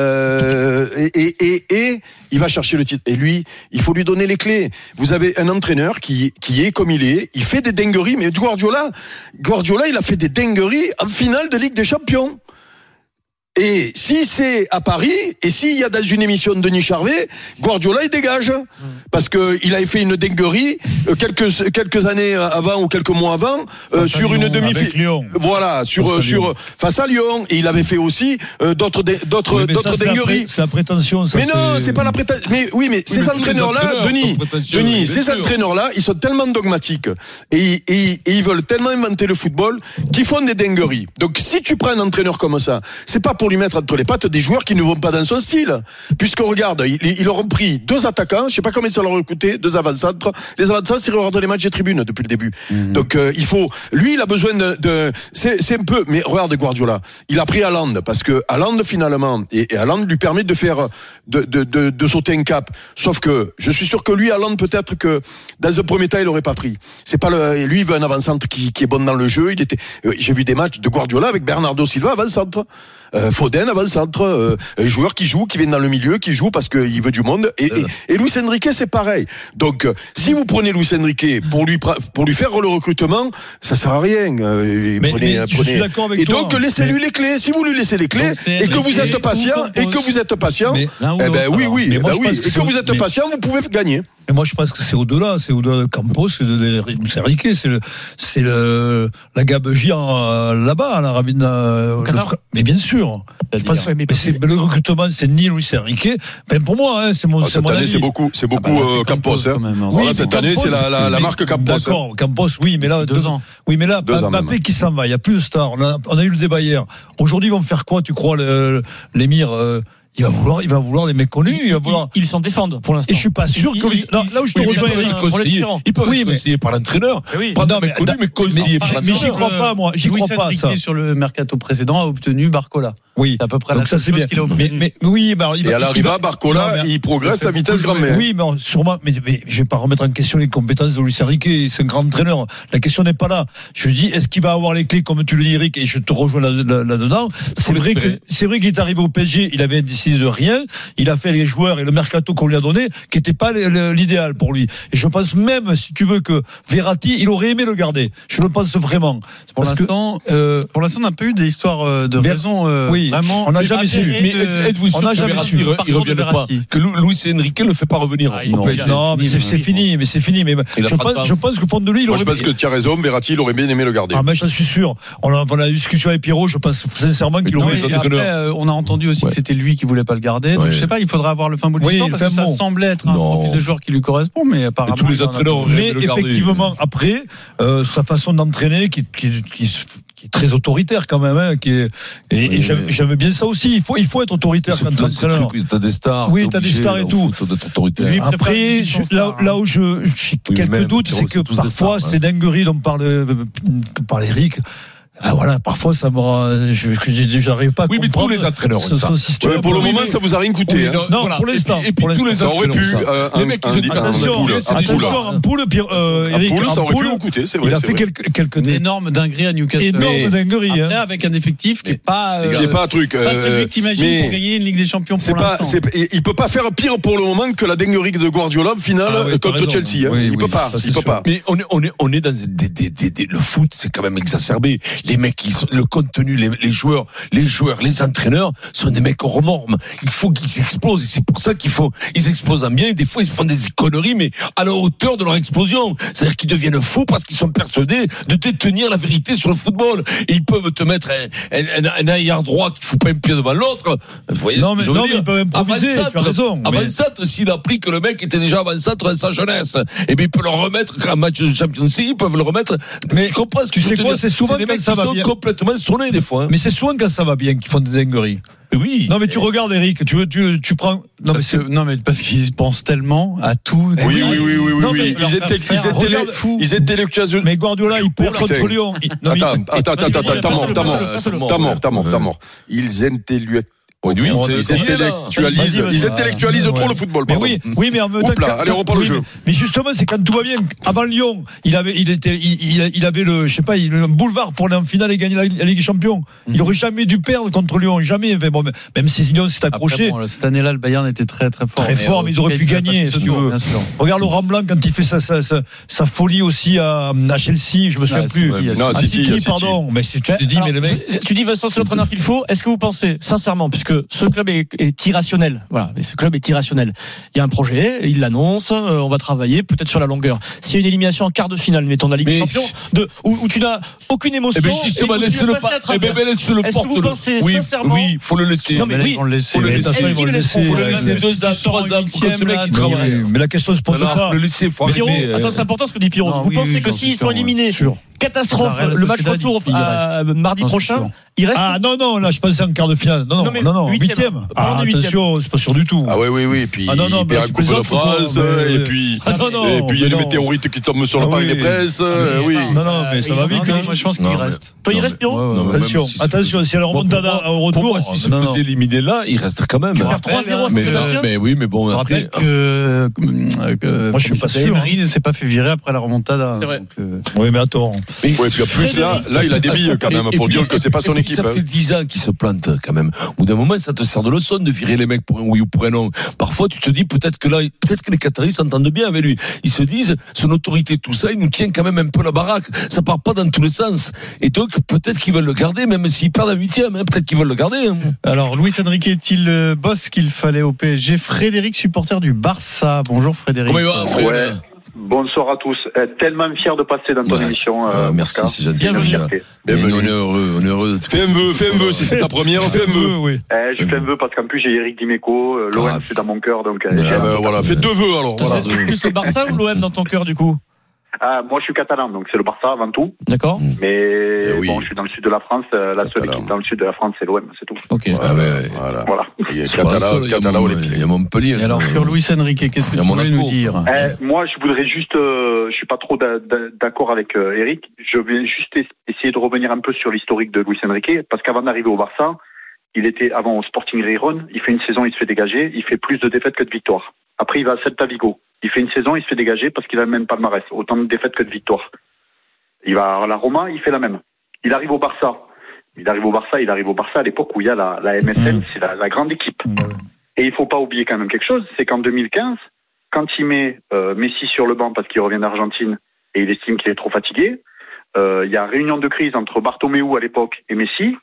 Speaker 12: Euh, et, et, et, et il va chercher le titre. Et lui, il faut lui donner les clés. Vous avez un entraîneur qui, qui est comme il est. Il fait des dingueries, mais Guardiola, Guardiola, il a fait des dingueries en finale de Ligue des Champions. Et si c'est à Paris, et s'il y a dans une émission de Denis Charvet, Guardiola, il dégage.
Speaker 4: Mm.
Speaker 12: Parce que il avait fait une dinguerie euh, quelques, quelques années avant ou quelques mois avant, euh, sur une
Speaker 4: avec Lyon.
Speaker 12: demi-finale. Voilà, sur,
Speaker 4: Face à
Speaker 12: euh, sur,
Speaker 4: Lyon.
Speaker 12: face à Lyon. Et il avait fait aussi euh, d'autres, dé- d'autres,
Speaker 4: Oui, mais ça,
Speaker 12: d'autres
Speaker 4: c'est la pré-
Speaker 12: dingueries.
Speaker 4: C'est la prétention. ça,
Speaker 12: Mais non, c'est pas la prétention. Mais oui, mais
Speaker 4: mais
Speaker 12: ces
Speaker 4: tous les
Speaker 12: entraîneurs-là,
Speaker 4: entraîneurs
Speaker 12: Denis,
Speaker 4: sont prétentieux,
Speaker 12: Denis,
Speaker 4: bien
Speaker 12: ces
Speaker 4: sûr.
Speaker 12: entraîneurs-là, ils sont tellement dogmatiques et, ils- et ils- et ils veulent tellement inventer le football qu'ils font des dingueries. Donc, si tu prends un entraîneur comme ça, c'est pas pour lui mettre entre les pattes des joueurs qui ne vont pas dans son style. Puisqu'on regarde, ils, ils leur ont pris deux attaquants, je sais pas combien ça leur a coûté, deux avant-centres. Les avant-centres, ils regardent les matchs des tribunes depuis le début.
Speaker 4: Mhm.
Speaker 12: Donc, euh, il faut, lui, il a besoin de, de- c'est, c'est un peu, mais regarde Guardiola. Il a pris Haaland parce que Haaland finalement, et, et Haaland lui permet de faire, de, de, de, de sauter un cap. Sauf que, je suis sûr que lui, Haaland, peut-être que, dans un premier temps, il aurait pas pris. C'est pas le, et lui, il veut un avant-centre qui, qui est bon dans le jeu. Il était, euh, j'ai vu des matchs de Guardiola avec Bernardo Silva avant-centre. Euh, Foden avant-centre, euh, un joueur qui joue, qui vient dans le milieu, qui joue parce qu'il veut du monde. Et, et, et Luis Enrique, c'est pareil. Donc, euh, si vous prenez Luis Enrique pour lui, pra- pour lui faire le recrutement, ça sert à rien. Euh, et
Speaker 4: Mais-
Speaker 12: prenez-
Speaker 4: mais je
Speaker 12: prenez-
Speaker 4: suis d'accord avec
Speaker 12: Et
Speaker 4: toi. hein.
Speaker 12: donc, laissez-lui
Speaker 4: Mais-
Speaker 12: les clés. Si vous lui laissez les clés,
Speaker 4: Donc, c'est
Speaker 12: et que
Speaker 4: les
Speaker 12: vous
Speaker 4: clés
Speaker 12: êtes
Speaker 4: ou
Speaker 12: patient, et que
Speaker 4: compose.
Speaker 12: vous êtes patient,
Speaker 4: Mais l'un ou
Speaker 12: eh ben
Speaker 4: l'autre,
Speaker 12: oui,
Speaker 4: alors.
Speaker 12: oui,
Speaker 4: Mais
Speaker 12: eh
Speaker 4: moi,
Speaker 12: ben
Speaker 4: je
Speaker 12: oui.
Speaker 4: pense que
Speaker 12: Et
Speaker 4: c'est-
Speaker 12: que vous êtes
Speaker 4: mais-
Speaker 12: patient, vous pouvez gagner.
Speaker 4: Mais moi, je pense que c'est au-delà, c'est au-delà de Campos, c'est de, de- de- c'est Riquet, c'est le, c'est le, la gabegie en, euh, là-bas, en Arabie, euh, le
Speaker 6: Qatar
Speaker 4: pr- mais bien sûr. Je pense, mais c'est, le recrutement, c'est ni Luis Enrique. Ben, pour moi, hein, c'est mon,
Speaker 12: Ah,
Speaker 4: c'est
Speaker 12: cette
Speaker 4: mon
Speaker 12: année,
Speaker 4: avis.
Speaker 12: c'est beaucoup, c'est beaucoup
Speaker 4: Ah bah là, c'est
Speaker 12: euh, Campos. hein.
Speaker 4: quand même, hein.
Speaker 12: Voilà,
Speaker 4: Oui,
Speaker 12: cette
Speaker 4: Campos,
Speaker 12: année, c'est la, la- la
Speaker 4: mais-
Speaker 12: marque Campos. hein.
Speaker 4: D'accord, Campos, oui, mais là, deux, ans. Oui, mais là,
Speaker 12: Deux ans
Speaker 4: Mbappé
Speaker 12: même.
Speaker 4: qui s'en va, il n'y a plus de stars. On a, on a eu le débat hier. Aujourd'hui, ils vont faire quoi, tu crois, le- l'émir euh, il va vouloir, il va vouloir les mecs connus. Il va vouloir.
Speaker 6: Ils s'en défendent pour l'instant.
Speaker 4: Et je suis pas sûr
Speaker 6: Ils-
Speaker 4: que.
Speaker 6: ils-
Speaker 4: Non, là où je te
Speaker 6: oui, mais
Speaker 4: rejoins,
Speaker 6: ils peuvent
Speaker 4: Eric,
Speaker 6: être
Speaker 4: Ils
Speaker 6: conseillés.
Speaker 4: peuvent
Speaker 6: Ils peuvent
Speaker 4: oui,
Speaker 6: être
Speaker 4: mais,
Speaker 3: Conseillé par l'entraîneur.
Speaker 6: Oui.
Speaker 3: Pas d'un
Speaker 4: Non,
Speaker 3: mec
Speaker 4: mais-
Speaker 3: connu, mais conseillé par
Speaker 4: mais
Speaker 3: l'entraîneur.
Speaker 4: j'y crois pas, moi. J'y
Speaker 7: Luis
Speaker 4: crois pas,
Speaker 7: Enrique,
Speaker 4: ça.
Speaker 7: sur le mercato précédent a obtenu Barcola.
Speaker 4: Oui,
Speaker 7: à peu près
Speaker 4: Donc
Speaker 7: la
Speaker 4: ça
Speaker 7: seule
Speaker 4: c'est
Speaker 7: chose
Speaker 4: bien.
Speaker 7: qu'il a obtenue.
Speaker 4: Mais, mais oui, bah,
Speaker 12: Et à l'arrivée, Barcola, il progresse
Speaker 4: fait
Speaker 12: à vitesse
Speaker 4: beaucoup
Speaker 12: grand-mère.
Speaker 4: jouer. Oui, mais on- sûrement. Mais, mais je vais pas remettre en question les compétences de Luis Enrique. C'est un grand entraîneur. La question n'est pas là. Je dis, est-ce qu'il va avoir les clés comme tu le dis, Eric Et je te rejoins là- là- là-dedans. c'est vrai que c'est vrai qu'il est arrivé au PSG. Il avait décidé de rien. Il a fait les joueurs et le mercato qu'on lui a donné, qui n'était pas le- le- l'idéal pour lui. Et je pense même, si tu veux, que Verratti, il aurait aimé le garder. Je le pense vraiment.
Speaker 7: Pour
Speaker 4: Parce que,
Speaker 7: l'instant,
Speaker 4: euh,
Speaker 7: Pour l'instant, on n'a pas eu des histoires euh, de
Speaker 4: Ver-
Speaker 7: raison. euh,
Speaker 4: oui,
Speaker 7: vraiment.
Speaker 4: on n'a jamais su.
Speaker 7: avérées
Speaker 3: Mais
Speaker 7: de-
Speaker 3: êtes- êtes-vous sûr
Speaker 7: on n'a
Speaker 3: que
Speaker 7: jamais
Speaker 3: Verratti,
Speaker 7: su.
Speaker 3: il re-
Speaker 7: Par
Speaker 3: il
Speaker 7: contre,
Speaker 3: revient
Speaker 7: de
Speaker 3: pas
Speaker 7: Verratti. Ah,
Speaker 3: Que Lu- Luis Enrique ne le fait pas revenir. au
Speaker 4: Non,
Speaker 3: PSG.
Speaker 4: non, mais c'est c'est fini, mais c'est fini. Mais
Speaker 3: Il a
Speaker 4: je
Speaker 3: pas de
Speaker 4: pense,
Speaker 3: temps.
Speaker 4: je pense que Pondelui, il
Speaker 12: Moi,
Speaker 4: aurait.
Speaker 12: je pense que tu as raison, Verratti, il aurait bien aimé le garder.
Speaker 4: Ah, mais je suis sûr. On a, on a eu discussion avec Pierrot, je pense sincèrement qu'il
Speaker 7: Non,
Speaker 4: aurait.
Speaker 7: et après, euh, on a entendu aussi que c'était lui qui voulait pas le garder. Donc,
Speaker 4: Ouais.
Speaker 7: je sais pas, il faudra avoir le fin bout de
Speaker 4: Oui,
Speaker 7: l'histoire
Speaker 4: le
Speaker 7: parce que
Speaker 4: fin
Speaker 7: ça
Speaker 4: mot.
Speaker 7: semblait être un
Speaker 4: Non.
Speaker 7: profil de joueur qui lui correspond, mais apparemment.
Speaker 4: Oh. tous les
Speaker 7: il en a
Speaker 4: entraîneurs
Speaker 7: pas.
Speaker 4: auraient Mais aimé le garder. effectivement, après, euh, sa façon d'entraîner qui, qui, qui, qui est très autoritaire quand même, hein, qui est, et, et j'aime j'aime bien ça aussi. Il faut, il faut être autoritaire
Speaker 3: C'est
Speaker 4: quand
Speaker 3: plus- c'est
Speaker 4: entraîneur.
Speaker 3: plus- T'as des stars.
Speaker 4: Oui,
Speaker 3: t'es
Speaker 4: t'as des
Speaker 3: obligé,
Speaker 4: stars
Speaker 3: là,
Speaker 4: et
Speaker 3: au
Speaker 4: tout.
Speaker 3: foot, d'être autoritaire.
Speaker 4: Lui, Après, je- là, là où je, j'ai
Speaker 3: Oui,
Speaker 4: quelques
Speaker 3: mais
Speaker 4: doutes,
Speaker 3: Pierrot,
Speaker 4: c'est
Speaker 3: c'est
Speaker 4: que
Speaker 3: tous des
Speaker 4: parfois
Speaker 3: stars, hein.
Speaker 4: ces dingueries dont parle, euh, parle Eric. Ah, voilà, parfois ça me rend- je, je, je- j'arrive pas à
Speaker 3: Oui, mais tous
Speaker 4: comprendre
Speaker 3: les entraîneurs
Speaker 4: ce-
Speaker 3: ont ça.
Speaker 4: ce système.
Speaker 12: Ouais, pour le
Speaker 4: Oui,
Speaker 12: moment,
Speaker 4: mais-
Speaker 12: ça vous a rien coûté,
Speaker 4: Oui,
Speaker 12: hein.
Speaker 4: non, non,
Speaker 12: Voilà.
Speaker 4: pour l'instant.
Speaker 12: Et puis- et puis
Speaker 4: pour
Speaker 12: tous les
Speaker 4: l'instant.
Speaker 12: Ça aurait pu, euh,
Speaker 4: Les
Speaker 12: un-
Speaker 4: mecs, ils
Speaker 12: un-
Speaker 4: ont dit,
Speaker 12: un-
Speaker 4: attention,
Speaker 7: hein,
Speaker 12: un poule, un
Speaker 4: attention,
Speaker 12: poule.
Speaker 4: un poule, Pierre- euh,
Speaker 12: Un
Speaker 4: Eric,
Speaker 12: poule, ça
Speaker 4: un
Speaker 12: aurait pu
Speaker 4: poule,
Speaker 12: vous coûter, c'est vrai,
Speaker 4: Il a
Speaker 12: c'est
Speaker 4: fait
Speaker 12: vrai.
Speaker 4: quelques, quelques
Speaker 7: Une énorme dinguerie à Newcastle.
Speaker 4: énormes
Speaker 12: Mais-
Speaker 4: dingueries. hein.
Speaker 7: Après, avec un effectif qui est pas.
Speaker 12: Qui est pas un truc,
Speaker 7: Pas
Speaker 12: euh,
Speaker 7: celui que t'imagines
Speaker 12: mais-
Speaker 7: pour gagner une Ligue des Champions
Speaker 12: C'est
Speaker 7: pour
Speaker 12: pas,
Speaker 7: l'instant.
Speaker 12: c'est, et- il peut pas faire pire pour le moment que la dinguerie de Guardiola en finale
Speaker 3: Ah oui, t'as
Speaker 12: contre
Speaker 3: raison.
Speaker 12: Chelsea. hein.
Speaker 3: Oui,
Speaker 12: il
Speaker 3: oui,
Speaker 12: peut pas,
Speaker 3: ça, c'est
Speaker 12: il peut
Speaker 3: sûr.
Speaker 12: pas.
Speaker 3: Mais on est, on est, on est dans des, des- des- des- le foot, c'est quand même exacerbé. Les mecs, ils sont- le contenu, les, les joueurs, les joueurs, les entraîneurs sont des mecs hors normes. Il faut qu'ils explosent et c'est pour ça qu'il faut, ils explosent en bien. Et des fois, ils font des conneries, mais à la hauteur de leur explosion. C'est-à-dire qu'ils deviennent fous parce qu'ils sont persuadés de détenir la vérité sur le football. Et ils peuvent te mettre un, un, un- un arrière droit qui fout pas un pied devant l'autre. Vous voyez
Speaker 4: Non,
Speaker 3: ce que
Speaker 4: mais-
Speaker 3: je veux
Speaker 4: non, mais
Speaker 3: dire
Speaker 4: ils peuvent improviser,
Speaker 3: Avant-centre,
Speaker 4: tu as raison, mais-
Speaker 3: avant-centre, centre, s'il a appris que le mec était déjà avant-centre dans sa jeunesse, et bien il peut le remettre un match de Champions League, ils peuvent le remettre.
Speaker 4: Mais
Speaker 3: tu comprends ce que
Speaker 4: tu
Speaker 3: je
Speaker 4: sais
Speaker 3: veux te
Speaker 4: quoi,
Speaker 3: dire
Speaker 4: c'est souvent
Speaker 3: des
Speaker 4: quand
Speaker 3: mecs
Speaker 4: ça
Speaker 3: qui
Speaker 4: va
Speaker 3: sont
Speaker 4: bien.
Speaker 3: complètement sonnés des fois. hein.
Speaker 4: Mais c'est souvent quand ça va bien qu'ils font des dingueries.
Speaker 3: Oui.
Speaker 4: Non, mais tu regardes, Eric, tu, veux- tu, tu prends. Non, mais
Speaker 7: Parce
Speaker 4: c'est.
Speaker 7: que- non, mais parce qu'ils pensent tellement à tout.
Speaker 12: Oui, oui, oui, oui, oui.
Speaker 4: Non,
Speaker 12: oui.
Speaker 4: mais
Speaker 12: Ils étaient, ils étaient,
Speaker 4: regarde-
Speaker 12: les- ils étaient les occasionnels.
Speaker 4: Mais Guardiola, il perd
Speaker 12: Putain.
Speaker 4: contre Lyon. Il- non, mais-
Speaker 12: Attends, attends, attends, attends,
Speaker 4: Passe-le,
Speaker 12: t'as mort,
Speaker 4: passe-le,
Speaker 12: t'as mort,
Speaker 4: passe-le,
Speaker 12: t'as
Speaker 4: passe-le.
Speaker 12: mort, t'as mort, t'as mort, t'as mort. Ils intellu-
Speaker 3: oui,
Speaker 12: ils
Speaker 3: c'est- c'est-
Speaker 12: intellectualisent,
Speaker 4: Vas-y, vas-y.
Speaker 12: ils intellectualisent trop le football.
Speaker 4: Mais
Speaker 12: pardon.
Speaker 4: oui, oui, mais en même temps,
Speaker 12: Oups là,
Speaker 4: quand-
Speaker 12: allez, on reprend le
Speaker 4: oui,
Speaker 12: jeu.
Speaker 4: Mais justement, c'est quand tout va bien. Avant Lyon, il avait, il était, il, il- il avait le, je sais pas, il, le boulevard pour aller en finale et gagner la, la Ligue des Champions.
Speaker 12: Mhm.
Speaker 4: Il aurait jamais dû perdre contre Lyon, jamais. Enfin, bon, même si Lyon s'est accroché,
Speaker 7: Après, bon, cette année-là, le euh, Bayern était très très fort.
Speaker 4: Très fort, mais ils auraient pu gagner, si tu veux.
Speaker 7: Bien sûr.
Speaker 4: Regarde Laurent Blanc quand il fait sa, sa, sa, sa folie aussi à, à Chelsea, je me souviens
Speaker 7: Ah,
Speaker 4: plus.
Speaker 7: City,
Speaker 4: à
Speaker 12: Non, City,
Speaker 4: City,
Speaker 12: à City.
Speaker 4: pardon. Mais si tu te dis,
Speaker 6: Alors,
Speaker 4: mais le mec.
Speaker 6: tu, tu dis Vincent, c'est l'entraîneur qu'il faut. Est-ce que vous pensez, sincèrement, puisque ce club est, est irrationnel, voilà, mais ce club est irrationnel. Il y a un projet, il l'annonce, euh, on va travailler, peut-être sur la longueur. S'il y a une élimination en quart de finale, mettons, de la Ligue des
Speaker 3: Mais-
Speaker 6: Champions, de, où, où tu n'as aucune émotion,
Speaker 3: Eh ben
Speaker 6: et
Speaker 3: justement,
Speaker 6: où tu es
Speaker 3: laisse-le
Speaker 6: passé à
Speaker 3: pas. Eh ben,
Speaker 6: travers.
Speaker 3: ben, laisse-le
Speaker 6: Est-ce que vous
Speaker 3: porte-le.
Speaker 6: pensez
Speaker 3: Oui,
Speaker 6: sincèrement
Speaker 3: oui, faut le laisser.
Speaker 6: Non mais
Speaker 3: Mais
Speaker 6: oui,
Speaker 7: Ils vont le laisser.
Speaker 3: Faut le
Speaker 7: mais
Speaker 3: laisser, Eh
Speaker 7: de toute façon,
Speaker 4: ils
Speaker 7: ils
Speaker 4: vont
Speaker 7: vont
Speaker 4: le laisser.
Speaker 3: Faut le
Speaker 4: Ouais,
Speaker 3: laisser
Speaker 4: mais-
Speaker 3: deux ans, trois ans pour que ce mec il
Speaker 4: Non, mais,
Speaker 3: travaille.
Speaker 4: mais la question se pose
Speaker 3: Alors,
Speaker 4: pas.
Speaker 3: le laisser, faut
Speaker 6: Pierrot,
Speaker 3: arrêter, euh,
Speaker 6: attends, c'est important ce que dit Pierrot.
Speaker 7: Non,
Speaker 6: vous
Speaker 7: oui,
Speaker 6: pensez
Speaker 7: oui,
Speaker 6: que
Speaker 7: j'en suis
Speaker 6: s'ils sont
Speaker 7: sûr, ouais.
Speaker 6: éliminés,
Speaker 7: Sûr.
Speaker 6: catastrophe,
Speaker 7: La Real
Speaker 6: le match
Speaker 7: Sociedad,
Speaker 6: retour
Speaker 7: il- il
Speaker 4: euh,
Speaker 6: à mardi
Speaker 7: J'en suis
Speaker 6: prochain,
Speaker 7: sûr.
Speaker 6: il reste
Speaker 4: Ah non, non, là je pensais en quart de finale. Non, non,
Speaker 6: Non, mais
Speaker 4: non, non,
Speaker 6: huitième.
Speaker 4: huitième.
Speaker 6: Parlons
Speaker 4: Ah,
Speaker 6: des huitièmes.
Speaker 4: attention, c'est pas sûr du tout.
Speaker 12: Ah oui, oui, oui. Et puis,
Speaker 4: Ah non, non,
Speaker 12: il
Speaker 4: mais
Speaker 12: perd
Speaker 4: tu
Speaker 12: la Coupe de
Speaker 4: plaisantes ou quoi,
Speaker 12: France,
Speaker 4: mais-
Speaker 12: et puis,
Speaker 4: Ah non, non,
Speaker 12: et puis il y a
Speaker 4: mais
Speaker 12: les
Speaker 4: non.
Speaker 12: météorites qui tombent sur
Speaker 4: Ah
Speaker 12: le parc
Speaker 4: oui.
Speaker 12: des presses, euh, oui.
Speaker 4: Non, non, mais ça va vite. hein.
Speaker 7: Moi, je pense qu'il
Speaker 3: Non, mais-
Speaker 7: reste.
Speaker 6: Toi, il
Speaker 3: Non,
Speaker 6: reste
Speaker 3: mais-
Speaker 6: Pierrot
Speaker 3: Non, mais même
Speaker 4: Attention,
Speaker 3: si-
Speaker 4: attention, si elle
Speaker 3: Bon, pour
Speaker 4: remontada
Speaker 3: moi-
Speaker 4: au
Speaker 3: Pour
Speaker 4: retour.
Speaker 3: moi, s'il se
Speaker 4: non, non.
Speaker 3: faisait éliminer là, il reste quand même.
Speaker 6: Tu
Speaker 3: hein.
Speaker 6: perds 3-0 à
Speaker 3: Mais,
Speaker 6: Saint-Sébastien.
Speaker 3: mais oui, mais bon,
Speaker 7: Je
Speaker 3: après.
Speaker 7: rappelle que.
Speaker 4: euh,
Speaker 7: Moi,
Speaker 4: je suis pas sûr,
Speaker 7: Euh,
Speaker 4: hein.
Speaker 7: Emery ne s'est pas fait virer après la remontada.
Speaker 6: C'est vrai.
Speaker 7: Donc, euh,
Speaker 4: Oui, mais attends.
Speaker 12: Ouais, puis en plus, là, là, il a des billes quand même
Speaker 3: Et- et
Speaker 12: pour
Speaker 3: puis-
Speaker 12: dire que c'est pas
Speaker 3: et
Speaker 12: son
Speaker 3: puis
Speaker 12: équipe.
Speaker 3: Ça
Speaker 12: hein.
Speaker 3: fait 10 ans qu'il se plante quand même. Au bout d'un moment, ça te sert de leçon de virer les mecs pour un oui ou pour un non. Parfois, tu te dis peut-être que là, peut-être que les Qataris s'entendent bien avec lui. Ils se disent, son autorité, tout ça, il nous tient quand même un peu la baraque. Ça part pas dans tous les sens. Et donc, peut-être qu'ils veulent le garder, même s'ils perdent un huitième. hein, peut-être qu'ils veulent le garder. hein.
Speaker 7: Alors, Luis Enrique est-il le boss qu'il fallait au PSG Frédéric, supporter du Barça. Bonjour Frédéric.
Speaker 3: Comment il va, frère
Speaker 9: Ouais. Bonsoir à tous. Euh, tellement fier de passer dans ton
Speaker 3: Ouais.
Speaker 9: émission.
Speaker 3: Ah,
Speaker 9: euh,
Speaker 3: merci,
Speaker 9: Pascal.
Speaker 3: c'est gentil.
Speaker 9: C'est une
Speaker 3: Bienvenue.
Speaker 9: fierté.
Speaker 3: Mais
Speaker 12: Bienvenue.
Speaker 3: on est heureux, on est heureux.
Speaker 12: Fais un vœu, fais un vœu, si c'est ta première, fais un vœu.
Speaker 4: Oui.
Speaker 9: Euh, je fais un vœu parce qu'en plus j'ai Eric Dimeco, euh, l'OM
Speaker 3: Ah. ben
Speaker 9: c'est dans mon cœur donc euh,
Speaker 12: Ah
Speaker 9: j'ai-
Speaker 12: ben, voilà, fais deux vœux alors.
Speaker 6: Toi,
Speaker 12: Voilà.
Speaker 6: c'est plus le Barça ou l'OM dans ton cœur du coup
Speaker 9: <laughs> Ah, moi, je suis catalan, donc c'est le Barça avant tout.
Speaker 6: D'accord.
Speaker 3: Mm.
Speaker 9: Mais
Speaker 3: Eh
Speaker 9: bon, je suis dans le sud de la France. euh, La seule équipe dans le sud de la France, c'est l'OM, c'est tout.
Speaker 3: Ok. Ah,
Speaker 9: Voilà. <laughs> voilà.
Speaker 12: Il y a Catalan, Catalan Olympique.
Speaker 3: Il y a Montpellier.
Speaker 7: alors,
Speaker 12: euh,
Speaker 7: sur Luis Enrique, qu'est-ce que tu voulais nous dire
Speaker 9: Eh, moi, je voudrais juste, euh, je suis pas trop d'a- d'a- d'accord avec euh, Eric. Je vais juste es- essayer de revenir un peu sur l'historique de Luis Enrique, parce qu'avant d'arriver au Barça, il était avant au Sporting Rihon. Il fait une saison, il se fait dégager. Il fait plus de défaites que de victoires. Après, il va à Celta Vigo. Il fait une saison, il se fait dégager parce qu'il a le même palmarès, autant de défaites que de victoires. Il va à la Roma, il fait la même. Il arrive au Barça. Il arrive au Barça, il arrive au Barça à l'époque où il y a la, la
Speaker 12: Mm.
Speaker 9: MSN, c'est la, la grande équipe. Et il faut pas oublier quand même quelque chose, c'est qu'en 2015, quand il met euh, Messi sur le banc parce qu'il revient d'Argentine et il estime qu'il est trop fatigué, euh, il y a réunion de crise entre Bartomeu à l'époque et Messi,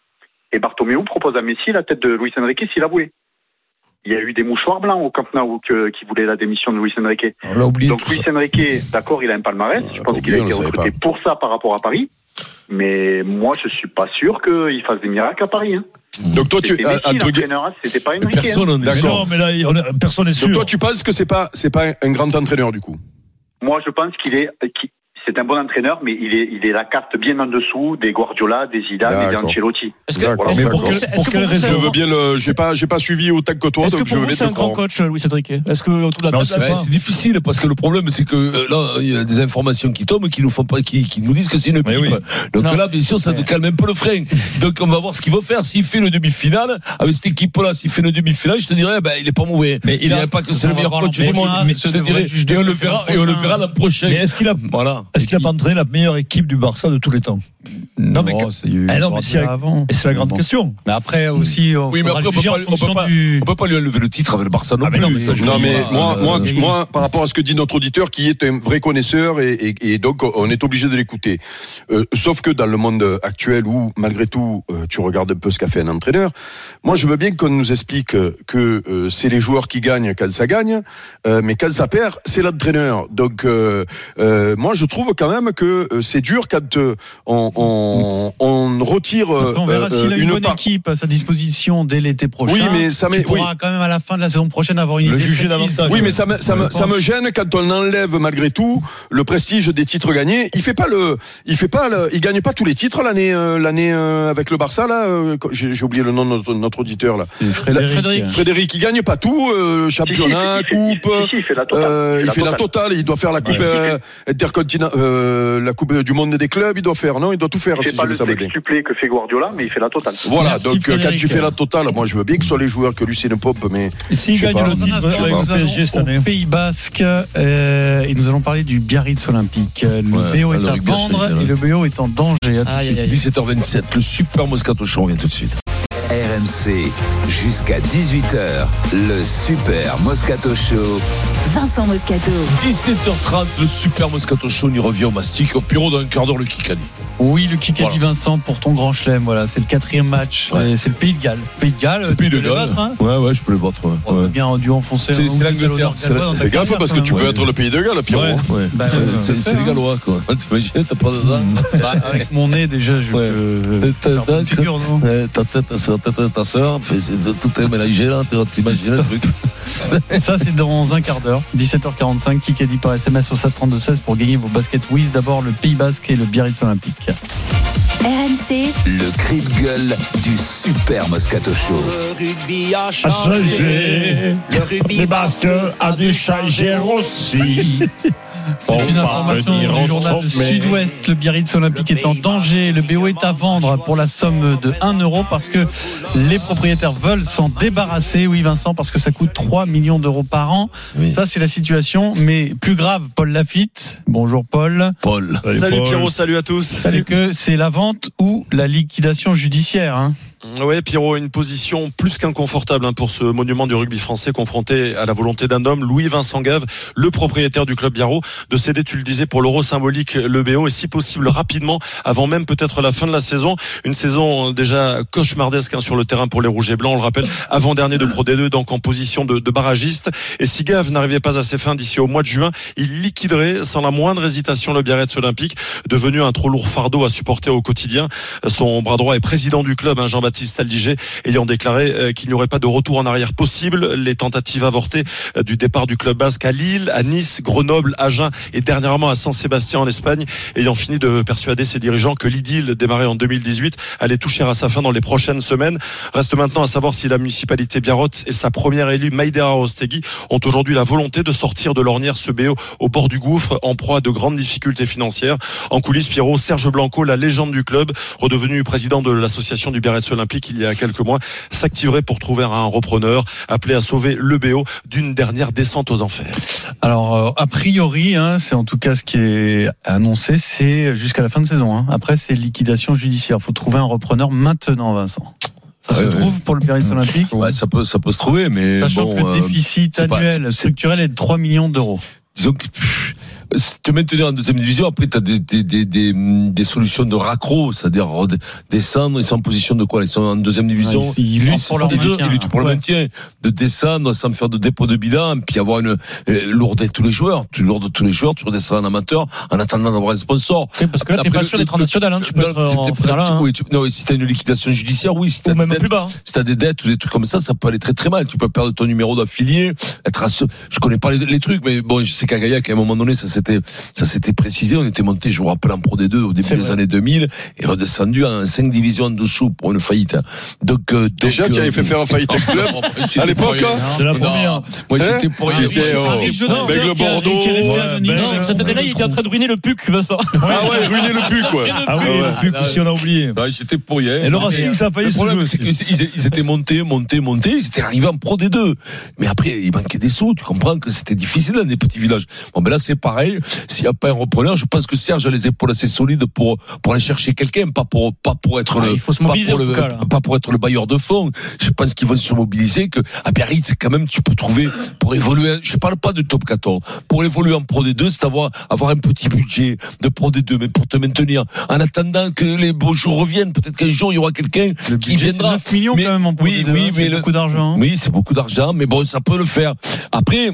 Speaker 9: et Bartomeu propose à Messi la tête de Luis Enrique s'il avouait. Il y a eu des mouchoirs blancs au Camp Nou que- qui voulaient la démission de Luis Enrique. Donc Luis Enrique, d'accord, il a un palmarès, je pense qu'il a
Speaker 12: oublié, on
Speaker 9: été
Speaker 12: le savait
Speaker 9: recruté pour ça par rapport à Paris, mais moi je suis pas sûr qu'il fasse des miracles à Paris. hein.
Speaker 12: Donc toi, tu-
Speaker 9: C'était Messi,
Speaker 12: un- un truc-
Speaker 9: l'entraîneur, hein, c'était pas Enrique. hein.
Speaker 12: D'accord.
Speaker 4: personne
Speaker 12: n'est sûr. Donc toi, tu penses que c'est pas, c'est pas un- un grand entraîneur du coup
Speaker 9: Moi, je pense qu'il est, qu'il- c'est un bon entraîneur, mais il est, il est la carte bien en dessous des Guardiola, des Zidane, et des
Speaker 12: D'accord.
Speaker 9: Ancelotti.
Speaker 12: D'accord.
Speaker 9: Voilà.
Speaker 12: Mais Je veux bien le, j'ai pas, j'ai pas suivi autant que toi,
Speaker 6: Est-ce que
Speaker 12: donc je
Speaker 6: pour
Speaker 12: vais
Speaker 6: vous, c'est
Speaker 12: te
Speaker 6: un grand
Speaker 12: croire.
Speaker 6: coach, Luis Enrique Est-ce que autour de la
Speaker 3: Non,
Speaker 6: table,
Speaker 3: c'est ouais, c'est difficile parce que le problème c'est que euh, là il y a des informations qui tombent qui nous font pas qui, qui nous disent que c'est une pipe. Donc là bien sûr ça nous calme un peu le frein. Donc on va voir ce qu'il veut faire s'il fait le demi-finale avec cette équipe là s'il fait le demi-finale je te dirais ben il est pas mauvais. Mais il
Speaker 4: il a-
Speaker 3: dirait pas que c'est
Speaker 4: on
Speaker 3: le
Speaker 4: va
Speaker 3: meilleur
Speaker 4: voir
Speaker 3: coach
Speaker 4: l'an
Speaker 3: du monde.
Speaker 4: prochain,
Speaker 3: Mais
Speaker 4: ce
Speaker 3: je te
Speaker 4: devrait
Speaker 3: dirai
Speaker 4: juger
Speaker 3: et on le
Speaker 4: la saison
Speaker 3: verra et on le verra l'an prochain.
Speaker 4: Mais est-ce qu'il a,
Speaker 3: voilà.
Speaker 4: est-ce qu'il a pas entraîné la meilleure équipe du Barça de tous les temps Non, mais, Ah non, mais c'est la, c'est la grande question.
Speaker 7: Mais après aussi, on
Speaker 3: Oui, mais après, on peut, pas, on peut pas- on peut pas lui enlever le titre avec le Barça non
Speaker 12: Ah, mais
Speaker 3: plus.
Speaker 12: non, mais,
Speaker 3: ça, je
Speaker 12: non,
Speaker 3: le dis
Speaker 12: mais
Speaker 3: pas,
Speaker 12: moi,
Speaker 3: euh,
Speaker 12: moi, moi, par rapport à ce que dit notre auditeur, qui est un vrai connaisseur, et, et- et donc on est obligé de l'écouter. Euh, sauf que dans le monde actuel où, malgré tout, euh, tu regardes un peu ce qu'a fait un entraîneur, moi je veux bien qu'on nous explique euh, que euh, c'est les joueurs qui gagnent quand ça gagne, euh, mais quand ça perd, c'est l'entraîneur. Donc euh, euh, moi je trouve quand même que euh, c'est dur quand euh, on, on, on retire euh,
Speaker 7: On verra
Speaker 12: euh,
Speaker 7: s'il a une,
Speaker 12: une
Speaker 7: bonne
Speaker 12: part.
Speaker 7: équipe à sa disposition dès l'été prochain.
Speaker 12: Oui, mais ça
Speaker 7: Tu
Speaker 12: m'est-
Speaker 7: pourras
Speaker 12: oui.
Speaker 7: quand même à la fin de la saison prochaine avoir une idée précise.
Speaker 12: Oui, mais ça me, ça, me,
Speaker 7: Je
Speaker 12: ça me
Speaker 7: pense.
Speaker 12: gêne quand on enlève malgré tout le prestige des titres gagnés. Il fait pas le, il fait pas le, il gagne pas tous les titres l'année, euh, l'année euh, avec le Barça là. euh, quand- J'ai j'ai oublié le nom de notre, notre auditeur là.
Speaker 7: Frédéric.
Speaker 12: La- Frédéric. Frédéric, il gagne pas tout, euh, championnat,
Speaker 9: si, il fait-
Speaker 12: coupe.
Speaker 9: si, si, il fait la totale.
Speaker 12: euh,
Speaker 9: Il fait
Speaker 12: il
Speaker 9: la
Speaker 12: fait la totale. Il doit faire la coupe euh, intercontinentale, euh, la coupe du monde des clubs. Il doit faire, non, il doit tout faire.
Speaker 9: Il
Speaker 12: si
Speaker 9: fait pas
Speaker 12: je me
Speaker 9: le
Speaker 12: semble bien.
Speaker 9: sextuplé que fait Guardiola, mais il fait la totale.
Speaker 12: Voilà, donc euh, quand tu fais la totale, moi je veux bien que ce soit les joueurs que lui c'est une pop, mais.
Speaker 7: S'il
Speaker 12: je sais
Speaker 7: gagne
Speaker 12: pas.
Speaker 7: le titre,
Speaker 12: Je sais
Speaker 7: nous
Speaker 12: pas.
Speaker 7: allons au Pays Basque euh, et nous allons parler du Biarritz Olympique. Euh, Le
Speaker 3: Ouais,
Speaker 7: BO est
Speaker 3: le
Speaker 7: à
Speaker 3: rugby,
Speaker 7: vendre
Speaker 3: c'est
Speaker 7: et le BO est en danger. À tout de suite.
Speaker 3: 17h27, le super Moscato Show, on vient tout de suite.
Speaker 2: RMC, jusqu'à 18h, le Super Moscato Show.
Speaker 1: Vincent Moscato.
Speaker 3: 17h30, le super Moscato Show, on y revient au mastic, au bureau d'un quart d'heure, le Kikadi.
Speaker 7: Oui, le Kikadi Vincent pour ton grand chelem. Voilà, c'est le quatrième match. Et C'est le Pays de Galles. Pays de Galles.
Speaker 3: C'est
Speaker 7: tu
Speaker 3: pays de
Speaker 7: peux le
Speaker 3: Galles.
Speaker 7: battre, hein
Speaker 3: Ouais, ouais, je peux le battre. ouais.
Speaker 7: On a bien dû enfoncer.
Speaker 3: C'est- c'est
Speaker 7: un hein, ou deux
Speaker 3: l'Angleterre,
Speaker 7: gallois
Speaker 3: c'est la-
Speaker 7: dans ta
Speaker 12: Fais gaffe
Speaker 7: carrière,
Speaker 12: parce que
Speaker 7: quand
Speaker 12: tu
Speaker 7: même.
Speaker 12: peux être le pays de Galles, Pierrot.
Speaker 7: hein. Ouais, ouais. Bah,
Speaker 3: C'est-
Speaker 7: ouais,
Speaker 3: c'est
Speaker 7: ouais.
Speaker 3: c'est les Gallois, quoi. T'imagines, t'as pas de dents
Speaker 7: Bah, avec mon nez déjà, je euh,
Speaker 3: peux faire bonne figure, non
Speaker 7: Mm.
Speaker 3: Ouais, Ta tête, ta soeur, ta tête, ta soeur, tout est mélangé là, t'es- t'imagines le truc.
Speaker 7: Ça, c'est dans un quart d'heure, 17h45. Kikadi par SMS au 732-16 pour gagner vos baskets Wiz. D'abord, le Pays Basque et le Biarritz Olympique.
Speaker 1: RMC.
Speaker 2: Le cri de gueule du Super Moscato Show.
Speaker 25: rugby a
Speaker 2: A changé.
Speaker 25: Le rugby basque a dû changer aussi.
Speaker 7: C'est une information du journal du Sud-Ouest. Le Biarritz Olympique est en danger. Le BO est à vendre pour la somme de 1 euro parce que les propriétaires veulent s'en débarrasser. Oui, Vincent, parce que ça coûte 3 millions d'euros par an. Ça, c'est la situation. Mais plus grave, Paul Lafitte. Bonjour, Paul.
Speaker 3: Paul.
Speaker 26: Salut Pierrot, salut à tous.
Speaker 7: C'est que c'est la vente ou la liquidation judiciaire. hein.
Speaker 27: Ouais, Pierrot, une position plus qu'inconfortable hein, pour ce monument du rugby français confronté à la volonté d'un homme, Louis-Vincent Gave, le propriétaire du club Biarro, de céder, tu le disais, pour l'euro symbolique le BO et si possible rapidement, avant même peut-être la fin de la saison. Une saison euh, déjà cauchemardesque hein, sur le terrain pour les Rouges et Blancs, on le rappelle, avant-dernier de Pro D2, donc en position de, de barragiste. Et si Gave n'arrivait pas à ses fins d'ici au mois de juin, il liquiderait sans la moindre hésitation le Biarritz Olympique, devenu un trop lourd fardeau à supporter au quotidien. Son bras droit est président du club, hein, Jean-Baptiste.
Speaker 17: Jean-Baptiste Aldiger ayant déclaré euh, qu'il n'y aurait pas de retour en arrière possible. Les tentatives avortées euh, du départ du club basque à Lille, à Nice, Grenoble, Agen et dernièrement à San Sébastien en Espagne, ayant fini de persuader ses dirigeants que l'idylle démarrée en 2018 allait toucher à sa fin dans les prochaines semaines. Reste maintenant à savoir si la municipalité Biarrotz et sa première élue Maïdera Rostegui ont aujourd'hui la volonté de sortir de l'ornière ce BO au bord du gouffre en proie à de grandes difficultés financières. En coulisses, Pierrot, Serge Blanco, la légende du club, redevenu président de l'association du Biarritz Olympique il y a quelques mois, s'activerait pour trouver un repreneur appelé à sauver le BO d'une dernière descente aux enfers.
Speaker 7: Alors, euh, a priori, hein, c'est en tout cas ce qui est annoncé, c'est jusqu'à la fin de saison. hein. Après, c'est liquidation judiciaire. faut trouver un repreneur maintenant, Vincent. Ça se
Speaker 3: Ouais,
Speaker 7: trouve pour le Biarritz Olympique
Speaker 3: Ouais, ça peut, ça peut se trouver, mais
Speaker 7: Sachant
Speaker 3: bon,
Speaker 7: que le
Speaker 3: euh,
Speaker 7: déficit
Speaker 3: c'est pas-
Speaker 7: annuel
Speaker 3: c'est-
Speaker 7: structurel est de 3 millions d'euros.
Speaker 3: disons que, pff, te maintenir en deuxième division, après, tu as des, des, des, des, des solutions de raccro, c'est-à-dire re- descendre, ils sont en position de quoi Ils sont en deuxième division.
Speaker 7: Ouais, ils- ils luttent
Speaker 3: en
Speaker 7: pour leur
Speaker 3: Ligue deux,
Speaker 7: maintien,
Speaker 3: ils luttent pour le
Speaker 7: ouais.
Speaker 3: maintien. De descendre sans faire de dépôt de bilan, puis avoir une euh, lourde tous les joueurs. Tu lourdes tous les joueurs, tu redescends en amateur en attendant d'avoir un sponsor.
Speaker 6: parce que là, t'es
Speaker 3: Après,
Speaker 6: pas
Speaker 3: le-
Speaker 6: sûr d'être en
Speaker 3: le-
Speaker 6: national, hein, tu peux
Speaker 3: non,
Speaker 6: être
Speaker 3: t'es-
Speaker 6: en
Speaker 3: t'es-
Speaker 6: finale, hein.
Speaker 3: oui, tu- non, et si t'as une liquidation judiciaire, oui. Si t'as des, dettes- si t'as des dettes ou des trucs comme ça, ça peut aller très très mal. Tu peux perdre ton numéro d'affilié, être asso- Je connais pas les, les trucs, mais bon, je sais qu'à Gaillac, à un moment donné, ça s'était, ça s'était précisé. On était monté, je vous rappelle, en Pro D2 au début
Speaker 17: C'est
Speaker 3: des
Speaker 17: vrai.
Speaker 3: années 2000 et redescendu en 5 divisions en dessous pour une faillite. hein. Donc, euh,
Speaker 12: Déjà,
Speaker 3: donc,
Speaker 12: tu
Speaker 3: euh,
Speaker 12: avais fait faire un faillite avec le club,
Speaker 3: J'étais
Speaker 12: à l'époque,
Speaker 3: pour rien.
Speaker 12: hein.
Speaker 6: C'est la
Speaker 3: Non,
Speaker 6: première.
Speaker 3: Moi,
Speaker 12: Hein
Speaker 3: j'étais pour rien.
Speaker 12: Ah, j'étais, oh, avec le Bordeaux.
Speaker 6: Non, mais cette année-là, il était en train de ruiner le PUC, Vincent.
Speaker 12: Ah ouais, ruiner le PUC, quoi.
Speaker 6: Ah oui, le PUC, si on a
Speaker 3: oublié. J'étais pour hier.
Speaker 6: Et le Racing, ça a failli
Speaker 3: Le
Speaker 6: se
Speaker 3: problème,
Speaker 6: jouer
Speaker 3: c'est qu'ils ils étaient montés, montés, montés. Ils étaient arrivés en pro des deux. Mais après, il manquait des sous. Tu comprends que c'était difficile dans des petits villages. Bon, ben là, c'est pareil. S'il n'y a pas un repreneur, je pense que Serge a les épaules assez solides pour, pour aller chercher quelqu'un, pas pour, pas pour être
Speaker 6: Ah,
Speaker 3: le,
Speaker 6: il faut se
Speaker 3: pas
Speaker 6: mobiliser,
Speaker 3: pour
Speaker 6: en
Speaker 3: le-
Speaker 6: tout cas, là.
Speaker 3: pas pour être le bailleur de fonds. Je pense qu'ils vont se mobiliser, que à Biarritz, quand même, tu peux trouver, pour évoluer, je parle pas du top 14, pour évoluer en Pro D2, c'est avoir, avoir un petit budget de Pro D2, mais pour te maintenir, en attendant que les beaux jours reviennent, peut-être qu'un jour, il y aura quelqu'un qui
Speaker 7: budget,
Speaker 3: viendra.
Speaker 7: c'est 9 millions quand même en Pro
Speaker 3: oui,
Speaker 7: D2,
Speaker 3: oui,
Speaker 7: hein,
Speaker 3: mais
Speaker 7: c'est
Speaker 3: le-
Speaker 7: beaucoup d'argent.
Speaker 3: Oui, c'est beaucoup d'argent, mais bon, ça peut le faire. Après,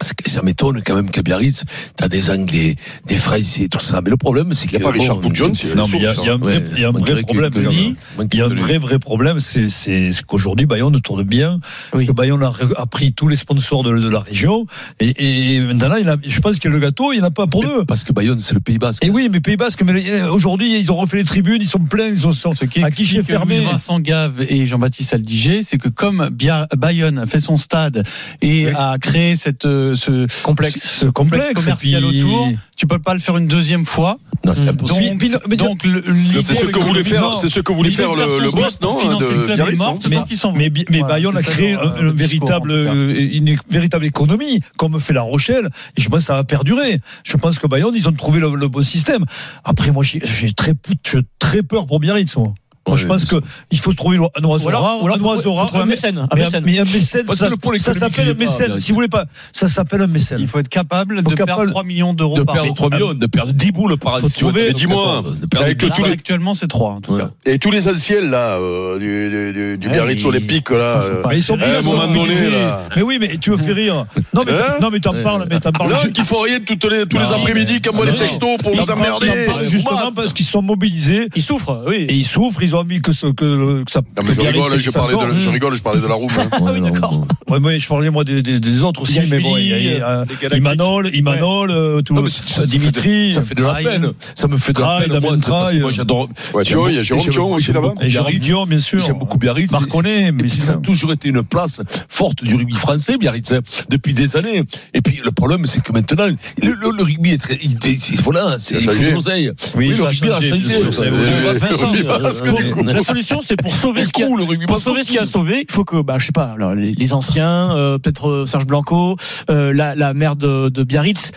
Speaker 3: c'est que ça m'étonne quand même qu'à Biarritz, t'as des Anglais, des Français, tout ça. Mais le problème, c'est qu'il
Speaker 12: Il y a pas Richard Wood Jones, il y a
Speaker 4: Non,
Speaker 12: les
Speaker 4: mais il y a,
Speaker 12: sources,
Speaker 4: il y a un vrai,
Speaker 3: hein.
Speaker 4: il y a un
Speaker 3: Ouais,
Speaker 4: vrai
Speaker 3: malgré que-
Speaker 4: problème,
Speaker 3: que-
Speaker 4: Denis.
Speaker 3: malgré
Speaker 4: Il y a un
Speaker 3: que-
Speaker 4: vrai, vrai problème, c'est c'est ce qu'aujourd'hui Bayonne tourne bien, que Bayonne a, re- a pris tous les sponsors de, de la région, et, et maintenant, il a, je pense qu'il y a le gâteau, il n'y en a pas pour deux.
Speaker 3: Parce que Bayonne, c'est le Pays Basque.
Speaker 4: Et oui, mais Pays Basque, mais euh, aujourd'hui, ils ont refait les tribunes, ils sont pleins, ils ont sorti.
Speaker 7: qui
Speaker 4: À qui j'ai
Speaker 7: explique que
Speaker 4: fermé
Speaker 7: Louis Vincent Gave et Jean-Baptiste Aldiger, c'est que comme Bia- Bayonne a fait son stade et a créé cette, euh, ce
Speaker 4: Complexe.
Speaker 7: ce complexe,
Speaker 4: Complexe,
Speaker 7: commercial
Speaker 4: et puis-
Speaker 7: autour, tu peux pas le faire une deuxième fois.
Speaker 3: Non, c'est
Speaker 4: impossible.
Speaker 7: Donc,
Speaker 4: Puis- puis-
Speaker 7: donc le-
Speaker 12: C'est ce que voulait faire- c'est ce que voulait
Speaker 7: L'idée
Speaker 12: faire
Speaker 7: de
Speaker 12: le- le
Speaker 7: son
Speaker 12: boss, non,
Speaker 7: financer
Speaker 12: de
Speaker 7: le club est
Speaker 12: Biarritz,
Speaker 7: morte,
Speaker 12: hein.
Speaker 7: c'est
Speaker 4: Euh, Mais-
Speaker 7: ça qui s'en va.
Speaker 4: Mais, Bi- mais
Speaker 7: Voilà,
Speaker 4: Bayonne a
Speaker 7: c'est ça
Speaker 4: créé
Speaker 7: leur,
Speaker 4: un-
Speaker 7: euh,
Speaker 4: un
Speaker 7: discours,
Speaker 4: véritable,
Speaker 7: en tout cas.
Speaker 4: euh, une véritable économie, comme fait La Rochelle. Et je pense que ça va perdurer. Je pense que Bayonne, ils ont trouvé le, le bon système. Après, moi, j'ai j'ai très, peu- j'ai très peur pour Biarritz, moi. Moi, je pense que il faut trouver un oiseau
Speaker 6: Ou alors-
Speaker 4: rare,
Speaker 6: ou alors
Speaker 4: un
Speaker 6: faut-
Speaker 4: oiseau
Speaker 6: faut
Speaker 4: rare,
Speaker 6: trouver un
Speaker 4: mais-
Speaker 6: mécène, un
Speaker 4: mais
Speaker 6: mécène.
Speaker 4: Mais un mécène,
Speaker 6: Parce
Speaker 4: ça,
Speaker 6: que le pôle
Speaker 4: ça
Speaker 6: économique,
Speaker 4: s'appelle
Speaker 6: il est
Speaker 4: un
Speaker 6: pas
Speaker 4: mécène.
Speaker 6: bien
Speaker 4: Si vous voulez pas, ça s'appelle un mécène.
Speaker 7: Il faut être capable
Speaker 4: Faut
Speaker 7: de perdre
Speaker 4: capable
Speaker 7: 3 millions d'euros
Speaker 3: de
Speaker 7: par
Speaker 3: perdre
Speaker 7: an.
Speaker 3: 3 millions, de perdre 10 boules par an.
Speaker 7: Faut
Speaker 3: si tu veux,
Speaker 7: trouver-
Speaker 3: de
Speaker 12: Mais dis-moi,
Speaker 3: perdre- de perdre
Speaker 12: avec
Speaker 3: des
Speaker 12: le
Speaker 7: Là,
Speaker 12: tous les-
Speaker 7: Actuellement, c'est 3 en tout cas.
Speaker 12: Et tous les anciens là, euh, du, du, du, du
Speaker 7: Ouais,
Speaker 12: Biarritz
Speaker 7: mais-
Speaker 12: olympique là, euh,
Speaker 4: Mais ils sont
Speaker 12: à
Speaker 4: bien
Speaker 12: un moment donné là.
Speaker 4: Mais oui, mais tu me fais rire. Non, mais
Speaker 12: Hein
Speaker 4: t'en- non, mais t'en parles, mais t'en parles.
Speaker 12: Là,
Speaker 4: Je-
Speaker 12: qui font rien toutes les, tous les après-midi, qui envoient
Speaker 4: Non,
Speaker 12: les textos pour
Speaker 4: Ils
Speaker 12: vous
Speaker 4: en parlent-
Speaker 12: emmerder.
Speaker 4: ils en parlent Justement parce qu'ils sont mobilisés.
Speaker 6: Ils souffrent, oui.
Speaker 4: Et ils souffrent, ils ont envie que, ce, que, le- que ça.
Speaker 12: Non, mais je
Speaker 4: que
Speaker 12: rigole,
Speaker 4: Biarritz,
Speaker 12: je
Speaker 4: ça
Speaker 12: parlais de,
Speaker 4: s'accorde.
Speaker 12: la- je rigole, je parlais de la roue.
Speaker 4: <laughs>
Speaker 12: hein.
Speaker 6: Ah oui, d'accord.
Speaker 4: Ouais, mais je parlais moi des, des- des autres aussi,
Speaker 6: Il y a
Speaker 4: mais bon, il y a,
Speaker 6: Julie,
Speaker 4: il y a,
Speaker 6: euh,
Speaker 4: euh,
Speaker 6: des Galactiques.
Speaker 4: Imanol, Imanol, euh, tout,
Speaker 3: Non, mais ça- ça-
Speaker 4: Dimitri,
Speaker 3: ça fait de la
Speaker 4: Ryan.
Speaker 3: peine. Ça me fait de la
Speaker 4: Traille,
Speaker 3: peine. Moi,
Speaker 4: Damien
Speaker 3: c'est parce que
Speaker 4: Traille.
Speaker 3: moi, j'adore.
Speaker 12: Ouais, tu vois, il y a
Speaker 3: Et
Speaker 12: Jérôme
Speaker 3: j'aime
Speaker 12: Thion aussi
Speaker 3: beaucoup-
Speaker 12: là-bas.
Speaker 3: j'aime
Speaker 4: Et euh, Jérôme
Speaker 3: Biarritz.
Speaker 4: Dion, bien sûr.
Speaker 3: J'aime beaucoup Biarritz.
Speaker 4: Marconnet,
Speaker 3: mais
Speaker 4: mais
Speaker 3: ça a toujours été une place forte du rugby français, Biarritz, hein, depuis des années. Et puis le problème, c'est que maintenant, le, le- le rugby est très. il- il- voilà, c'est
Speaker 12: Il a
Speaker 3: il faut
Speaker 12: changé.
Speaker 3: de l'oseille.
Speaker 4: Oui,
Speaker 3: le
Speaker 4: ça a
Speaker 3: rugby a
Speaker 4: changé,
Speaker 3: changé.
Speaker 4: bien sûr, ça a évolué.
Speaker 3: Vincent,
Speaker 12: Le rugby
Speaker 3: euh,
Speaker 12: basque,
Speaker 3: euh,
Speaker 12: du coup.
Speaker 6: La solution, c'est pour sauver
Speaker 3: C'est
Speaker 6: ce qu'il y a.
Speaker 3: cool, le rugby
Speaker 6: Pour
Speaker 3: basque.
Speaker 6: sauver ce qu'il y a à sauver, il faut que, bah, je sais pas, alors, les, les anciens, euh, peut-être euh, Serge Blanco, euh, la, la mère de, de Biarritz.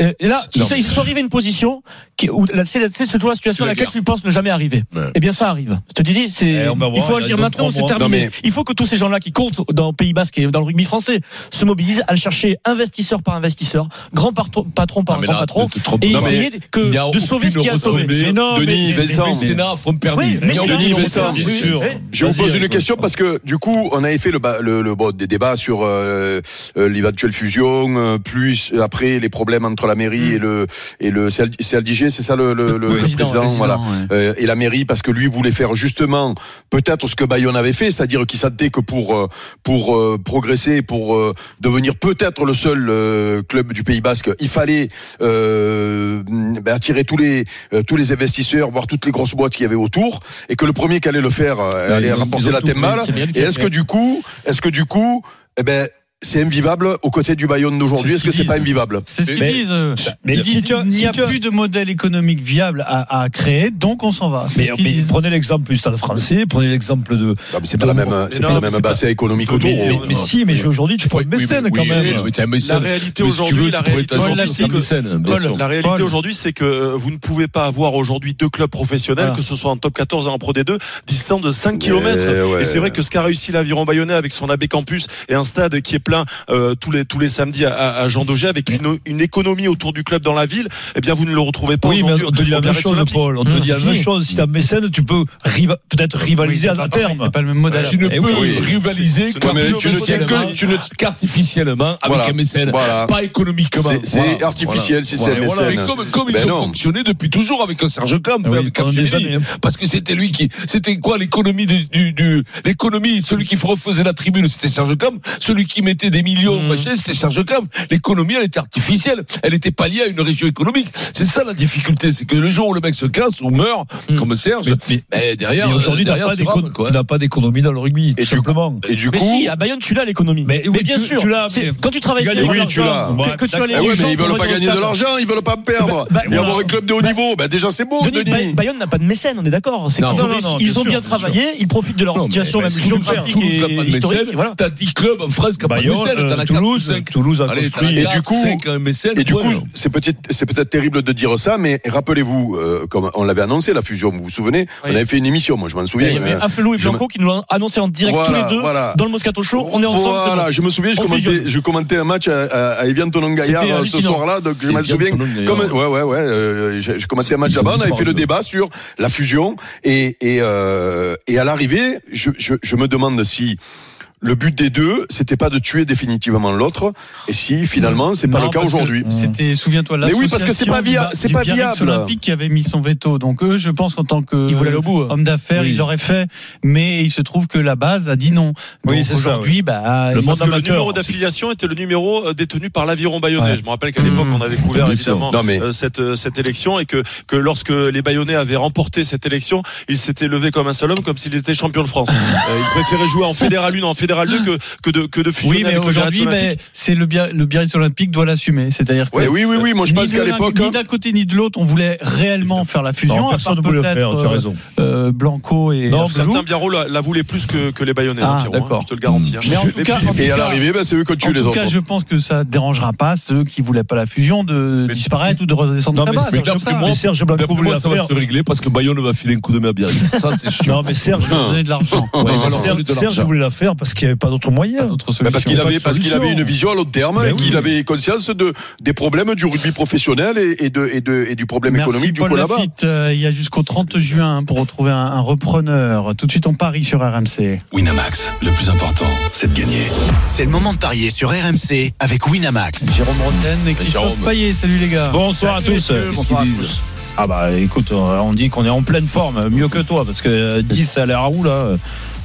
Speaker 6: Euh, et là,
Speaker 3: C'est
Speaker 6: ils,
Speaker 3: énorme.
Speaker 6: ils sont arrivés à une position qui, où là, c'est la- c'est toujours la
Speaker 3: C'est
Speaker 6: situation à
Speaker 3: la
Speaker 6: laquelle
Speaker 3: guerre.
Speaker 6: tu penses ne jamais arriver.
Speaker 3: Ouais.
Speaker 6: Eh bien, ça arrive. Je te dis, c'est,
Speaker 4: Eh, on va voir,
Speaker 6: il faut
Speaker 4: il y a
Speaker 6: agir
Speaker 4: deux,
Speaker 6: maintenant,
Speaker 4: trois
Speaker 6: c'est
Speaker 4: mois.
Speaker 6: terminé.
Speaker 12: Non, mais-
Speaker 6: Il faut que tous ces gens-là qui comptent dans le Pays Basque et dans le rugby français se mobilisent à le chercher investisseur par investisseur, grand parto- patron par
Speaker 3: Non, mais
Speaker 6: grand
Speaker 3: là,
Speaker 6: patron,
Speaker 3: tu te trompes.
Speaker 6: et
Speaker 3: Non, mais
Speaker 6: essayer de, que-
Speaker 3: il y a
Speaker 6: de sauver ce
Speaker 3: aucune
Speaker 6: qu'il y a à sauver.
Speaker 3: retombée.
Speaker 6: C'est-
Speaker 4: non,
Speaker 12: Denis,
Speaker 4: mais-
Speaker 12: Vincent.
Speaker 4: mais-
Speaker 3: Sénat, Front
Speaker 6: Oui,
Speaker 3: Perdu.
Speaker 6: mais
Speaker 3: Il y a
Speaker 6: c'est-
Speaker 3: aucune
Speaker 12: Denis,
Speaker 3: retombée.
Speaker 12: Vincent,
Speaker 3: Bien
Speaker 12: oui,
Speaker 3: sûr.
Speaker 6: oui.
Speaker 12: Je vous
Speaker 4: Vas-y,
Speaker 6: euh,
Speaker 12: pose une
Speaker 4: Eric.
Speaker 12: question parce que du coup, on avait fait le, ba- le, le bon, des débats sur euh, euh, l'éventuelle fusion, euh, plus euh, après les problèmes entre la la mairie et le et le c'est Al- c'est Aldigé, c'est ça le, le- le- le
Speaker 17: Hmm. président,
Speaker 12: président,
Speaker 17: président,
Speaker 12: voilà.
Speaker 17: ouais.
Speaker 12: Euh, et la mairie parce que lui voulait faire justement peut-être ce que Bayonne avait fait, c'est-à-dire qu'il sentait que pour euh, pour euh, progresser, pour euh, devenir peut-être le seul euh, club du Pays Basque, il fallait euh, ben, attirer tous les euh, tous les investisseurs, voir toutes les grosses boîtes qu'il y avait autour, et que le premier qui allait le faire euh,
Speaker 17: Ben,
Speaker 12: allait
Speaker 17: ils- ils
Speaker 12: rapporter
Speaker 17: ont
Speaker 12: la
Speaker 17: tout
Speaker 12: tête
Speaker 17: fait,
Speaker 12: mal.
Speaker 17: c'est bien
Speaker 12: Et
Speaker 17: qu'il
Speaker 12: est-ce que
Speaker 17: y a-
Speaker 12: du coup, est-ce que du coup, eh ben c'est invivable aux côtés du Bayonne d'aujourd'hui.
Speaker 7: C'est
Speaker 12: Est-ce
Speaker 7: ce
Speaker 12: que
Speaker 7: qu'ils
Speaker 12: c'est pas
Speaker 7: disent.
Speaker 12: invivable
Speaker 7: C'est ce qu'ils disent. euh.
Speaker 4: mais
Speaker 7: Il
Speaker 4: si
Speaker 7: dit,
Speaker 4: tu as-
Speaker 7: il n'y
Speaker 4: si
Speaker 7: a
Speaker 4: tu as-
Speaker 7: plus de modèle économique viable à, à créer, donc on s'en va. C'est
Speaker 4: Mais,
Speaker 7: ce qu'ils
Speaker 4: mais
Speaker 7: disent.
Speaker 4: prenez l'exemple du stade français, prenez l'exemple de.
Speaker 12: c'est pas la même- c'est pas la même base économique autour.
Speaker 4: Mais, mais- mais si, mais aujourd'hui, tu prends une mécène quand même.
Speaker 17: La réalité aujourd'hui, la réalité aujourd'hui, c'est que- Paul, la réalité aujourd'hui, c'est que euh, vous ne pouvez pas avoir aujourd'hui deux clubs professionnels,
Speaker 18: Voilà.
Speaker 17: que ce soit en top 14 et en pro D2, distant de 5
Speaker 12: Eh
Speaker 17: km.
Speaker 12: ouais.
Speaker 17: Et c'est vrai que ce qu'a réussi l'Aviron Bayonnais avec son AB Campus et un stade qui est plein euh, tous les tous les samedis à, à- à Jean Daugé avec une, une économie autour du club dans la ville, eh bien vous ne le retrouvez pas
Speaker 4: Oui, mais
Speaker 17: aujourd'hui.
Speaker 4: on te
Speaker 17: au
Speaker 4: dit la même
Speaker 17: Paris
Speaker 4: chose,
Speaker 17: Olympique. Mmh.
Speaker 4: Paul.
Speaker 27: Mmh.
Speaker 4: On te dit la
Speaker 17: Si.
Speaker 4: même chose. Si t'as un mécène, tu peux riva- peut-être rivaliser
Speaker 7: Oui,
Speaker 4: à
Speaker 7: c'est pas
Speaker 4: terme. Ah,
Speaker 7: pareil, c'est pas le même
Speaker 12: Ah,
Speaker 7: modèle.
Speaker 4: Tu ne
Speaker 7: Eh
Speaker 4: peux
Speaker 7: oui, oui.
Speaker 4: rivaliser
Speaker 7: C'est- c'est- mais tu ne tiens que- tu ne-
Speaker 4: qu'artificiellement
Speaker 12: Voilà.
Speaker 4: avec un mécène.
Speaker 12: Voilà.
Speaker 4: Pas économiquement.
Speaker 12: C'est- c'est
Speaker 4: Voilà.
Speaker 12: artificiel, si c'est un
Speaker 4: Et voilà.
Speaker 12: mécène.
Speaker 4: Et comme- Comme
Speaker 12: Ben
Speaker 4: ils
Speaker 12: non.
Speaker 4: ont fonctionné depuis toujours avec le Serge Camp,
Speaker 3: euh,
Speaker 4: avec Capgemini. Parce que c'était lui qui.
Speaker 3: C'était quoi l'économie du, du- du- l'économie celui qui refaisait la tribune c'était Serge Camp celui qui mettait des millions
Speaker 4: Mmh.
Speaker 3: machin c'était Serge Camp l'économie elle était artificielle elle était pas liée à une région économique c'est ça la difficulté c'est que le jour où le mec se casse ou meurt
Speaker 4: Mmh.
Speaker 3: comme Serge ben, derrière
Speaker 4: Et aujourd'hui,
Speaker 3: euh,
Speaker 4: t'as
Speaker 3: derrière,
Speaker 4: pas
Speaker 3: tu
Speaker 4: d'éco-
Speaker 3: rames, quoi.
Speaker 4: tu n'as pas d'économie dans le rugby, tout
Speaker 12: du-
Speaker 4: simplement.
Speaker 12: et du
Speaker 6: mais si,
Speaker 7: ah,
Speaker 6: à Ah, Bayonne, tu l'as l'économie. Mais,
Speaker 4: oui,
Speaker 6: bien
Speaker 4: tu-
Speaker 6: sûr,
Speaker 4: tu l'as,
Speaker 6: c'est-
Speaker 4: mais-
Speaker 6: quand tu travailles
Speaker 4: Gagner
Speaker 6: avec
Speaker 4: de
Speaker 6: les
Speaker 12: Oui,
Speaker 6: gens,
Speaker 12: tu l'as.
Speaker 6: Que, que tu as les
Speaker 12: Eh
Speaker 6: gens
Speaker 12: ouais, mais ils
Speaker 6: pour
Speaker 12: veulent pas
Speaker 6: venir au
Speaker 12: gagner de
Speaker 6: stade.
Speaker 12: l'argent, ils veulent pas perdre.
Speaker 6: Bah, bah,
Speaker 12: Et
Speaker 6: voilà.
Speaker 12: avoir un club de haut niveau, bah, déjà c'est beau,
Speaker 6: Denis, Bay-
Speaker 12: Denis.
Speaker 6: Bayonne n'a pas de mécène, on est d'accord. C'est
Speaker 12: Non.
Speaker 6: qu'ils ont,
Speaker 12: Non, non, non,
Speaker 6: ils
Speaker 12: bien
Speaker 6: ont
Speaker 12: sûr, bien
Speaker 6: bien travaillé, ils profitent de leur
Speaker 3: Non, mais-
Speaker 6: situation
Speaker 3: mais
Speaker 6: même
Speaker 3: si Toulouse
Speaker 6: géographique
Speaker 3: Toulouse n'a pas
Speaker 6: et
Speaker 3: de mécène,
Speaker 6: historique. et Voilà.
Speaker 3: t'as 10 clubs en France qui n'ont pas de
Speaker 4: Bayonne,
Speaker 3: mécène,
Speaker 4: euh,
Speaker 3: t'en as
Speaker 4: Toulouse,
Speaker 3: 4 ou 5.
Speaker 4: Toulouse a
Speaker 3: Allez,
Speaker 4: construit.
Speaker 3: t'en as
Speaker 12: Et du
Speaker 3: quatre,
Speaker 12: coup,
Speaker 3: cinq, un mécène,
Speaker 12: et du
Speaker 3: ouais.
Speaker 12: coup, c'est peut-être, c'est peut-être terrible de dire ça, mais rappelez-vous, euh, comme on l'avait annoncé, la fusion, vous vous souvenez, on avait fait une émission, moi je m'en souviens.
Speaker 6: Il y avait
Speaker 12: euh,
Speaker 6: Affelou Eh, et
Speaker 12: je me-
Speaker 6: Blanco qui nous l'ont annoncé en direct
Speaker 12: Voilà,
Speaker 6: tous les deux
Speaker 12: voilà.
Speaker 6: dans le Moscato Show. On est ensemble. c'est
Speaker 12: Voilà,
Speaker 6: bon.
Speaker 12: je me souviens, je
Speaker 6: On
Speaker 12: commentais,
Speaker 6: fusionne.
Speaker 12: je commentais un match à, à, à Evian Tonon Gaillard
Speaker 6: C'était
Speaker 12: euh, ce
Speaker 6: hallucinant.
Speaker 12: soir-là, donc je
Speaker 17: Evian
Speaker 12: me souviens.
Speaker 17: Tonon Gaillard.
Speaker 12: Comme, ouais, ouais, ouais, euh, je, je commentais un match
Speaker 17: Ils ont
Speaker 12: là-bas, on avait fait
Speaker 17: disparu.
Speaker 12: le débat sur la fusion, et, et, euh, et à l'arrivée, je, je, je me demande si. Le but des deux, c'était pas de tuer définitivement l'autre, et si finalement c'est pas
Speaker 7: Non,
Speaker 12: le cas
Speaker 7: parce que
Speaker 12: aujourd'hui.
Speaker 7: C'était, souviens-toi,
Speaker 12: Mais oui, parce que c'est
Speaker 7: l'association
Speaker 12: pas
Speaker 7: du
Speaker 12: via-
Speaker 7: Ba-
Speaker 12: c'est
Speaker 7: du
Speaker 12: pas
Speaker 7: Biarritz
Speaker 12: viable.
Speaker 7: Olympique qui avait mis son veto. Donc eux, je pense qu'en tant que
Speaker 6: Ils voulaient aller au bout.
Speaker 7: homme d'affaires, ils l'auraient fait. Mais il se trouve que la base a dit non.
Speaker 4: Oui,
Speaker 7: Donc
Speaker 4: c'est ça,
Speaker 7: aujourd'hui,
Speaker 4: oui.
Speaker 7: bah,
Speaker 17: Parce que le numéro d'affiliation était le numéro euh, détenu par l'aviron bayonnais.
Speaker 7: Ouais. Mmh.
Speaker 17: Je me rappelle qu'à l'époque, on avait couvert
Speaker 12: Bien sûr.
Speaker 17: évidemment
Speaker 12: Non, mais-
Speaker 17: euh, cette, euh, cette élection et que, que lorsque les bayonnais avaient remporté cette élection, ils s'étaient levés comme un seul homme, comme s'il était champion de
Speaker 7: <laughs>
Speaker 17: France. Euh, ils préféraient jouer en fédéral 1 en fédéral 2 que, que, de, que de fusionner
Speaker 7: Oui, mais
Speaker 17: avec le
Speaker 7: aujourd'hui,
Speaker 17: Biarritz
Speaker 7: ben,
Speaker 17: Olympique.
Speaker 7: c'est le, Bia- le Biarritz Olympique doit l'assumer. C'est-à-dire que.
Speaker 12: Ouais, oui, oui, oui, moi, je
Speaker 7: ni
Speaker 12: pense
Speaker 7: de
Speaker 12: qu'à
Speaker 7: l'un-
Speaker 12: l'époque- hein.
Speaker 7: Ni d'un côté ni de l'autre, on voulait réellement faire la fusion.
Speaker 4: Non,
Speaker 7: à
Speaker 4: personne
Speaker 7: part
Speaker 4: ne voulait le
Speaker 7: peut-être,
Speaker 4: faire, tu as
Speaker 7: euh,
Speaker 4: raison.
Speaker 7: euh, Blanco et.
Speaker 17: Non,
Speaker 7: Blou.
Speaker 17: certains Biarro la, la voulaient plus que, que les bayonnais. hein,
Speaker 7: Ah,
Speaker 17: Pierrot, hein,
Speaker 7: d'accord.
Speaker 17: je te le garantis. hein.
Speaker 7: Mais en tout cas, en tout
Speaker 12: Et à
Speaker 7: cas-
Speaker 12: l'arrivée, ben, c'est eux qui ont tué
Speaker 7: en
Speaker 12: les
Speaker 7: tout
Speaker 12: autres.
Speaker 7: cas, je pense que ça dérangera pas ceux qui voulaient pas la fusion de disparaître ou de redescendre
Speaker 4: Non,
Speaker 7: très
Speaker 4: mais
Speaker 7: bas.
Speaker 4: c'est-
Speaker 7: C'est comme
Speaker 4: d'après
Speaker 7: ça.
Speaker 4: moi, Mais Serge Blanco
Speaker 3: D'après
Speaker 4: voulait
Speaker 3: moi,
Speaker 4: la
Speaker 3: ça va
Speaker 4: faire.
Speaker 3: se régler parce que Bayonne va filer un coup de main à Biarritz.
Speaker 4: <laughs>
Speaker 3: Ça, c'est sûr. Mmh.
Speaker 4: Non, mais Serge,
Speaker 7: Ils ont donné de l'argent.
Speaker 3: Ouais,
Speaker 4: Ouais,
Speaker 3: voilà.
Speaker 4: Serge,
Speaker 3: De l'argent.
Speaker 4: Serge voulait la faire parce qu'il n'y avait pas d'autre moyen.
Speaker 12: Bah, parce qu'il
Speaker 4: Pas de
Speaker 12: avait parce qu'il
Speaker 4: solution.
Speaker 12: avait une vision à long terme
Speaker 4: Ben
Speaker 12: et qu'il
Speaker 4: oui.
Speaker 12: avait conscience de des problèmes du rugby professionnel et, et de et de et du problème
Speaker 7: Merci
Speaker 12: économique
Speaker 7: Paul
Speaker 12: du coup là-bas.
Speaker 7: Lafitte. Euh, Il y a jusqu'au 30 juin pour retrouver un, un repreneur. Tout de suite, on parie sur RMC.
Speaker 2: Winamax, le plus important, c'est de gagner.
Speaker 19: C'est le moment de parier sur RMC avec Winamax.
Speaker 7: Jérôme Rotten et Christophe Payet. Salut les gars.
Speaker 20: Bonsoir à
Speaker 7: Salut,
Speaker 20: tous.
Speaker 7: messieurs,
Speaker 20: Qu'est-ce
Speaker 7: bonsoir
Speaker 20: qu'ils
Speaker 7: à
Speaker 20: disent
Speaker 7: tous.
Speaker 20: Ah bah écoute, on- on dit qu'on est en pleine forme, mieux que toi, parce que euh, 10 à la roue là, euh,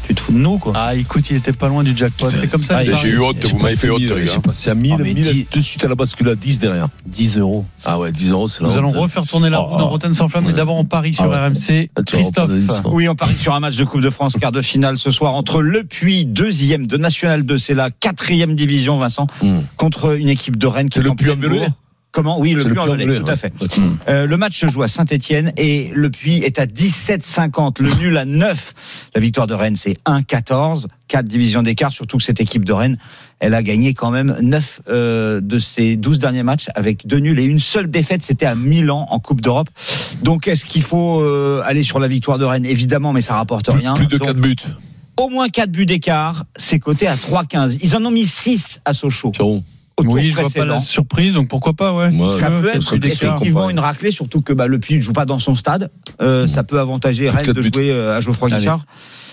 Speaker 20: tu te fous de nous quoi.
Speaker 7: Ah écoute, il était pas loin du jackpot. C'est comme ça.
Speaker 20: Ah,
Speaker 7: les paris.
Speaker 20: j'ai eu
Speaker 7: Je sais pas si-
Speaker 3: haute,
Speaker 20: les gars.
Speaker 3: J'ai passé à 1000,
Speaker 20: Ah, mais
Speaker 3: 1000,
Speaker 20: dix-
Speaker 3: de suite à la bascule à 10 derrière.
Speaker 20: 10 euros.
Speaker 3: Ah ouais, 10 euros, c'est la
Speaker 7: Nous
Speaker 3: honte.
Speaker 7: allons refaire tourner la roue dans Rotten sans flamme, mais d'abord on parie sur RMC.
Speaker 20: Ah,
Speaker 7: Christophe.
Speaker 20: Oui, on parie sur un match de Coupe de France, quart de finale ce soir entre Le Puy, deuxième de National 2, c'est la quatrième division, Vincent, contre une équipe de Rennes qui est en pleine bourre. Comment Oui,
Speaker 18: Hmm.
Speaker 20: le
Speaker 18: C'est
Speaker 20: Puy
Speaker 18: le
Speaker 20: en
Speaker 18: Puy en
Speaker 20: Velay,
Speaker 18: Velay,
Speaker 20: tout
Speaker 18: ouais.
Speaker 20: à fait. Euh, le match se joue à Saint-Etienne et le Puy est à 17,50. Le nul à 9. La victoire de Rennes, c'est 1,14. 4 divisions d'écart, surtout que cette équipe de Rennes, elle a gagné quand même 9 euh, de ses 12 derniers matchs avec deux nuls et une seule défaite, c'était à Milan en Coupe d'Europe. Donc est-ce qu'il faut euh, aller sur la victoire de Rennes Évidemment, mais ça rapporte rien.
Speaker 3: Plus de
Speaker 20: Donc,
Speaker 3: 4 buts.
Speaker 20: au moins 4 buts d'écart, c'est coté à 3,15. Ils en ont mis 6 à Sochaux. Au tour
Speaker 7: Oui, je vois pas
Speaker 20: précédent
Speaker 7: la surprise, donc pourquoi pas, ouais.
Speaker 20: ça peut être effectivement une raclée, surtout que bah, le Puy ne joue pas dans son stade. Euh, Ça peut avantager Rennes de jouer euh, à Geoffroy
Speaker 3: Allez.
Speaker 20: Guichard.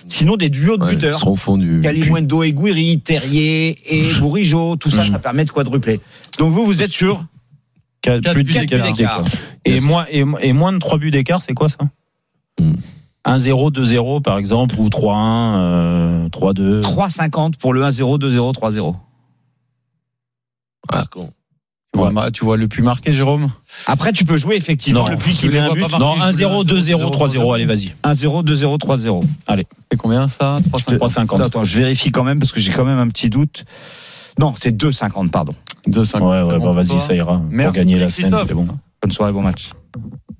Speaker 20: Sinon, des duos de
Speaker 3: Ouais, ils
Speaker 20: buteurs.
Speaker 3: seront au fond du-
Speaker 20: Calimundo et Mmh. Guiri, Terrier et Bourigeau, tout ça, ça permet de quadrupler. Donc vous, vous êtes sûr
Speaker 28: Quatre-
Speaker 20: Quatre
Speaker 28: plus de
Speaker 20: buts
Speaker 28: quatre
Speaker 20: d'écart.
Speaker 28: buts d'écart. Et,
Speaker 20: Yes.
Speaker 28: moins, et, et moins de 3 buts d'écart, c'est quoi ça
Speaker 20: Hmm.
Speaker 28: 1-0, 2-0 par exemple, ou 3-1, euh, 3-2.
Speaker 20: 3,50 pour le 1-0, 2-0, 3-0.
Speaker 3: Ah,
Speaker 7: Tu vois, ma- tu vois le puits marqué, Jérôme
Speaker 20: Après, tu peux jouer effectivement
Speaker 7: Non.
Speaker 20: le puits
Speaker 7: Je
Speaker 20: qui met
Speaker 7: les
Speaker 20: un
Speaker 7: vois
Speaker 20: but.
Speaker 7: pas marquer,
Speaker 20: Non,
Speaker 7: je
Speaker 20: 1-0,
Speaker 7: voulais
Speaker 20: 2-0, 3-0, allez,
Speaker 28: vas-y.
Speaker 20: 1-0, 2-0, 3-0. Allez.
Speaker 7: C'est combien ça
Speaker 20: 3,50. Attends, je vérifie quand même parce que j'ai quand même un petit doute. Non, c'est 2,50, pardon.
Speaker 7: 2,50.
Speaker 28: Ouais, ouais, bah vas-y, ça ira.
Speaker 20: Merci,
Speaker 28: Pour gagner la semaine,
Speaker 20: Christophe.
Speaker 28: c'est bon.
Speaker 20: Bonne soirée, bon match.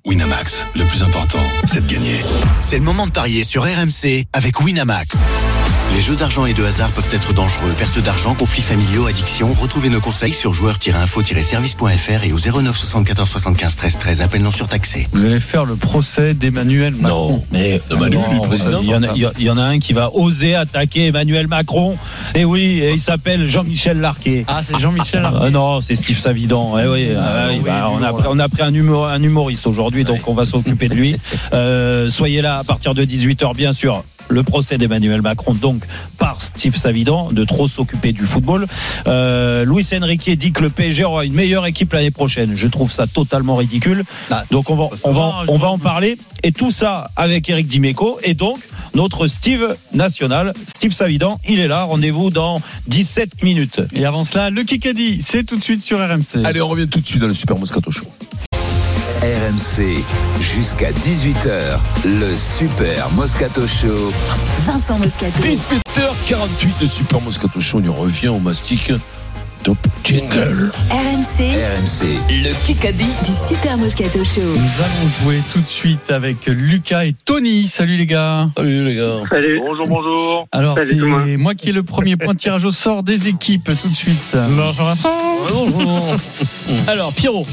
Speaker 8: Winamax, le plus important, c'est de gagner. C'est le moment de parier sur RMC avec Winamax. Les jeux d'argent et de hasard peuvent être dangereux. Perte d'argent, conflits familiaux, addiction. Retrouvez nos conseils sur joueurs-info-service.fr et au 09 74 75 13 13. Appel non surtaxé.
Speaker 7: Vous allez faire le procès d'Emmanuel Macron.
Speaker 28: Non, mais
Speaker 7: Emmanuel,
Speaker 28: non,
Speaker 7: lui, le président.
Speaker 28: Oh, il y en a- il y, a- il y en a un qui va oser attaquer Emmanuel Macron. Et oui, et il s'appelle Jean-Michel Larquet.
Speaker 7: Ah, c'est Jean-Michel
Speaker 28: Larquet. non, c'est Steve Savidan. Eh oui, ah oui, bah, on, a, pris- on a pris un, humo- un humoriste aujourd'hui, donc on va s'occuper de lui. Euh, soyez là à partir de 18h, bien sûr. Le procès d'Emmanuel Macron, donc par Steve Savidan, de trop s'occuper du football. Euh, Luis Enrique dit que le PSG aura une meilleure équipe l'année prochaine. Je trouve ça totalement ridicule. donc on va, on va, on va en parler. Et tout ça avec Eric Dimeco. Et donc, notre Steve national, Steve Savidan, il est là. Rendez-vous dans 17 minutes.
Speaker 7: Et avant cela, le Kikadi, c'est tout de suite sur RMC.
Speaker 3: Allez, on revient tout de suite dans le Super Moscato Show.
Speaker 2: RMC, jusqu'à 18h, le Super Moscato Show.
Speaker 1: Vincent Moscato.
Speaker 3: 17h48, le Super Moscato Show. On y revient au mastic. Top jingle.
Speaker 1: RMC,
Speaker 2: RMC, le Kikadi.
Speaker 1: du Super Moscato Show.
Speaker 7: Nous allons jouer tout de suite avec Lucas et Tony. Salut les gars.
Speaker 3: Salut les gars.
Speaker 10: Bonjour, bonjour.
Speaker 7: Alors
Speaker 10: Salut
Speaker 7: c'est
Speaker 10: tout le monde.
Speaker 7: moi qui ai le premier point de tirage au sort des équipes tout de suite.
Speaker 6: Bonjour Vincent.
Speaker 7: <laughs>
Speaker 6: Alors Pierrot,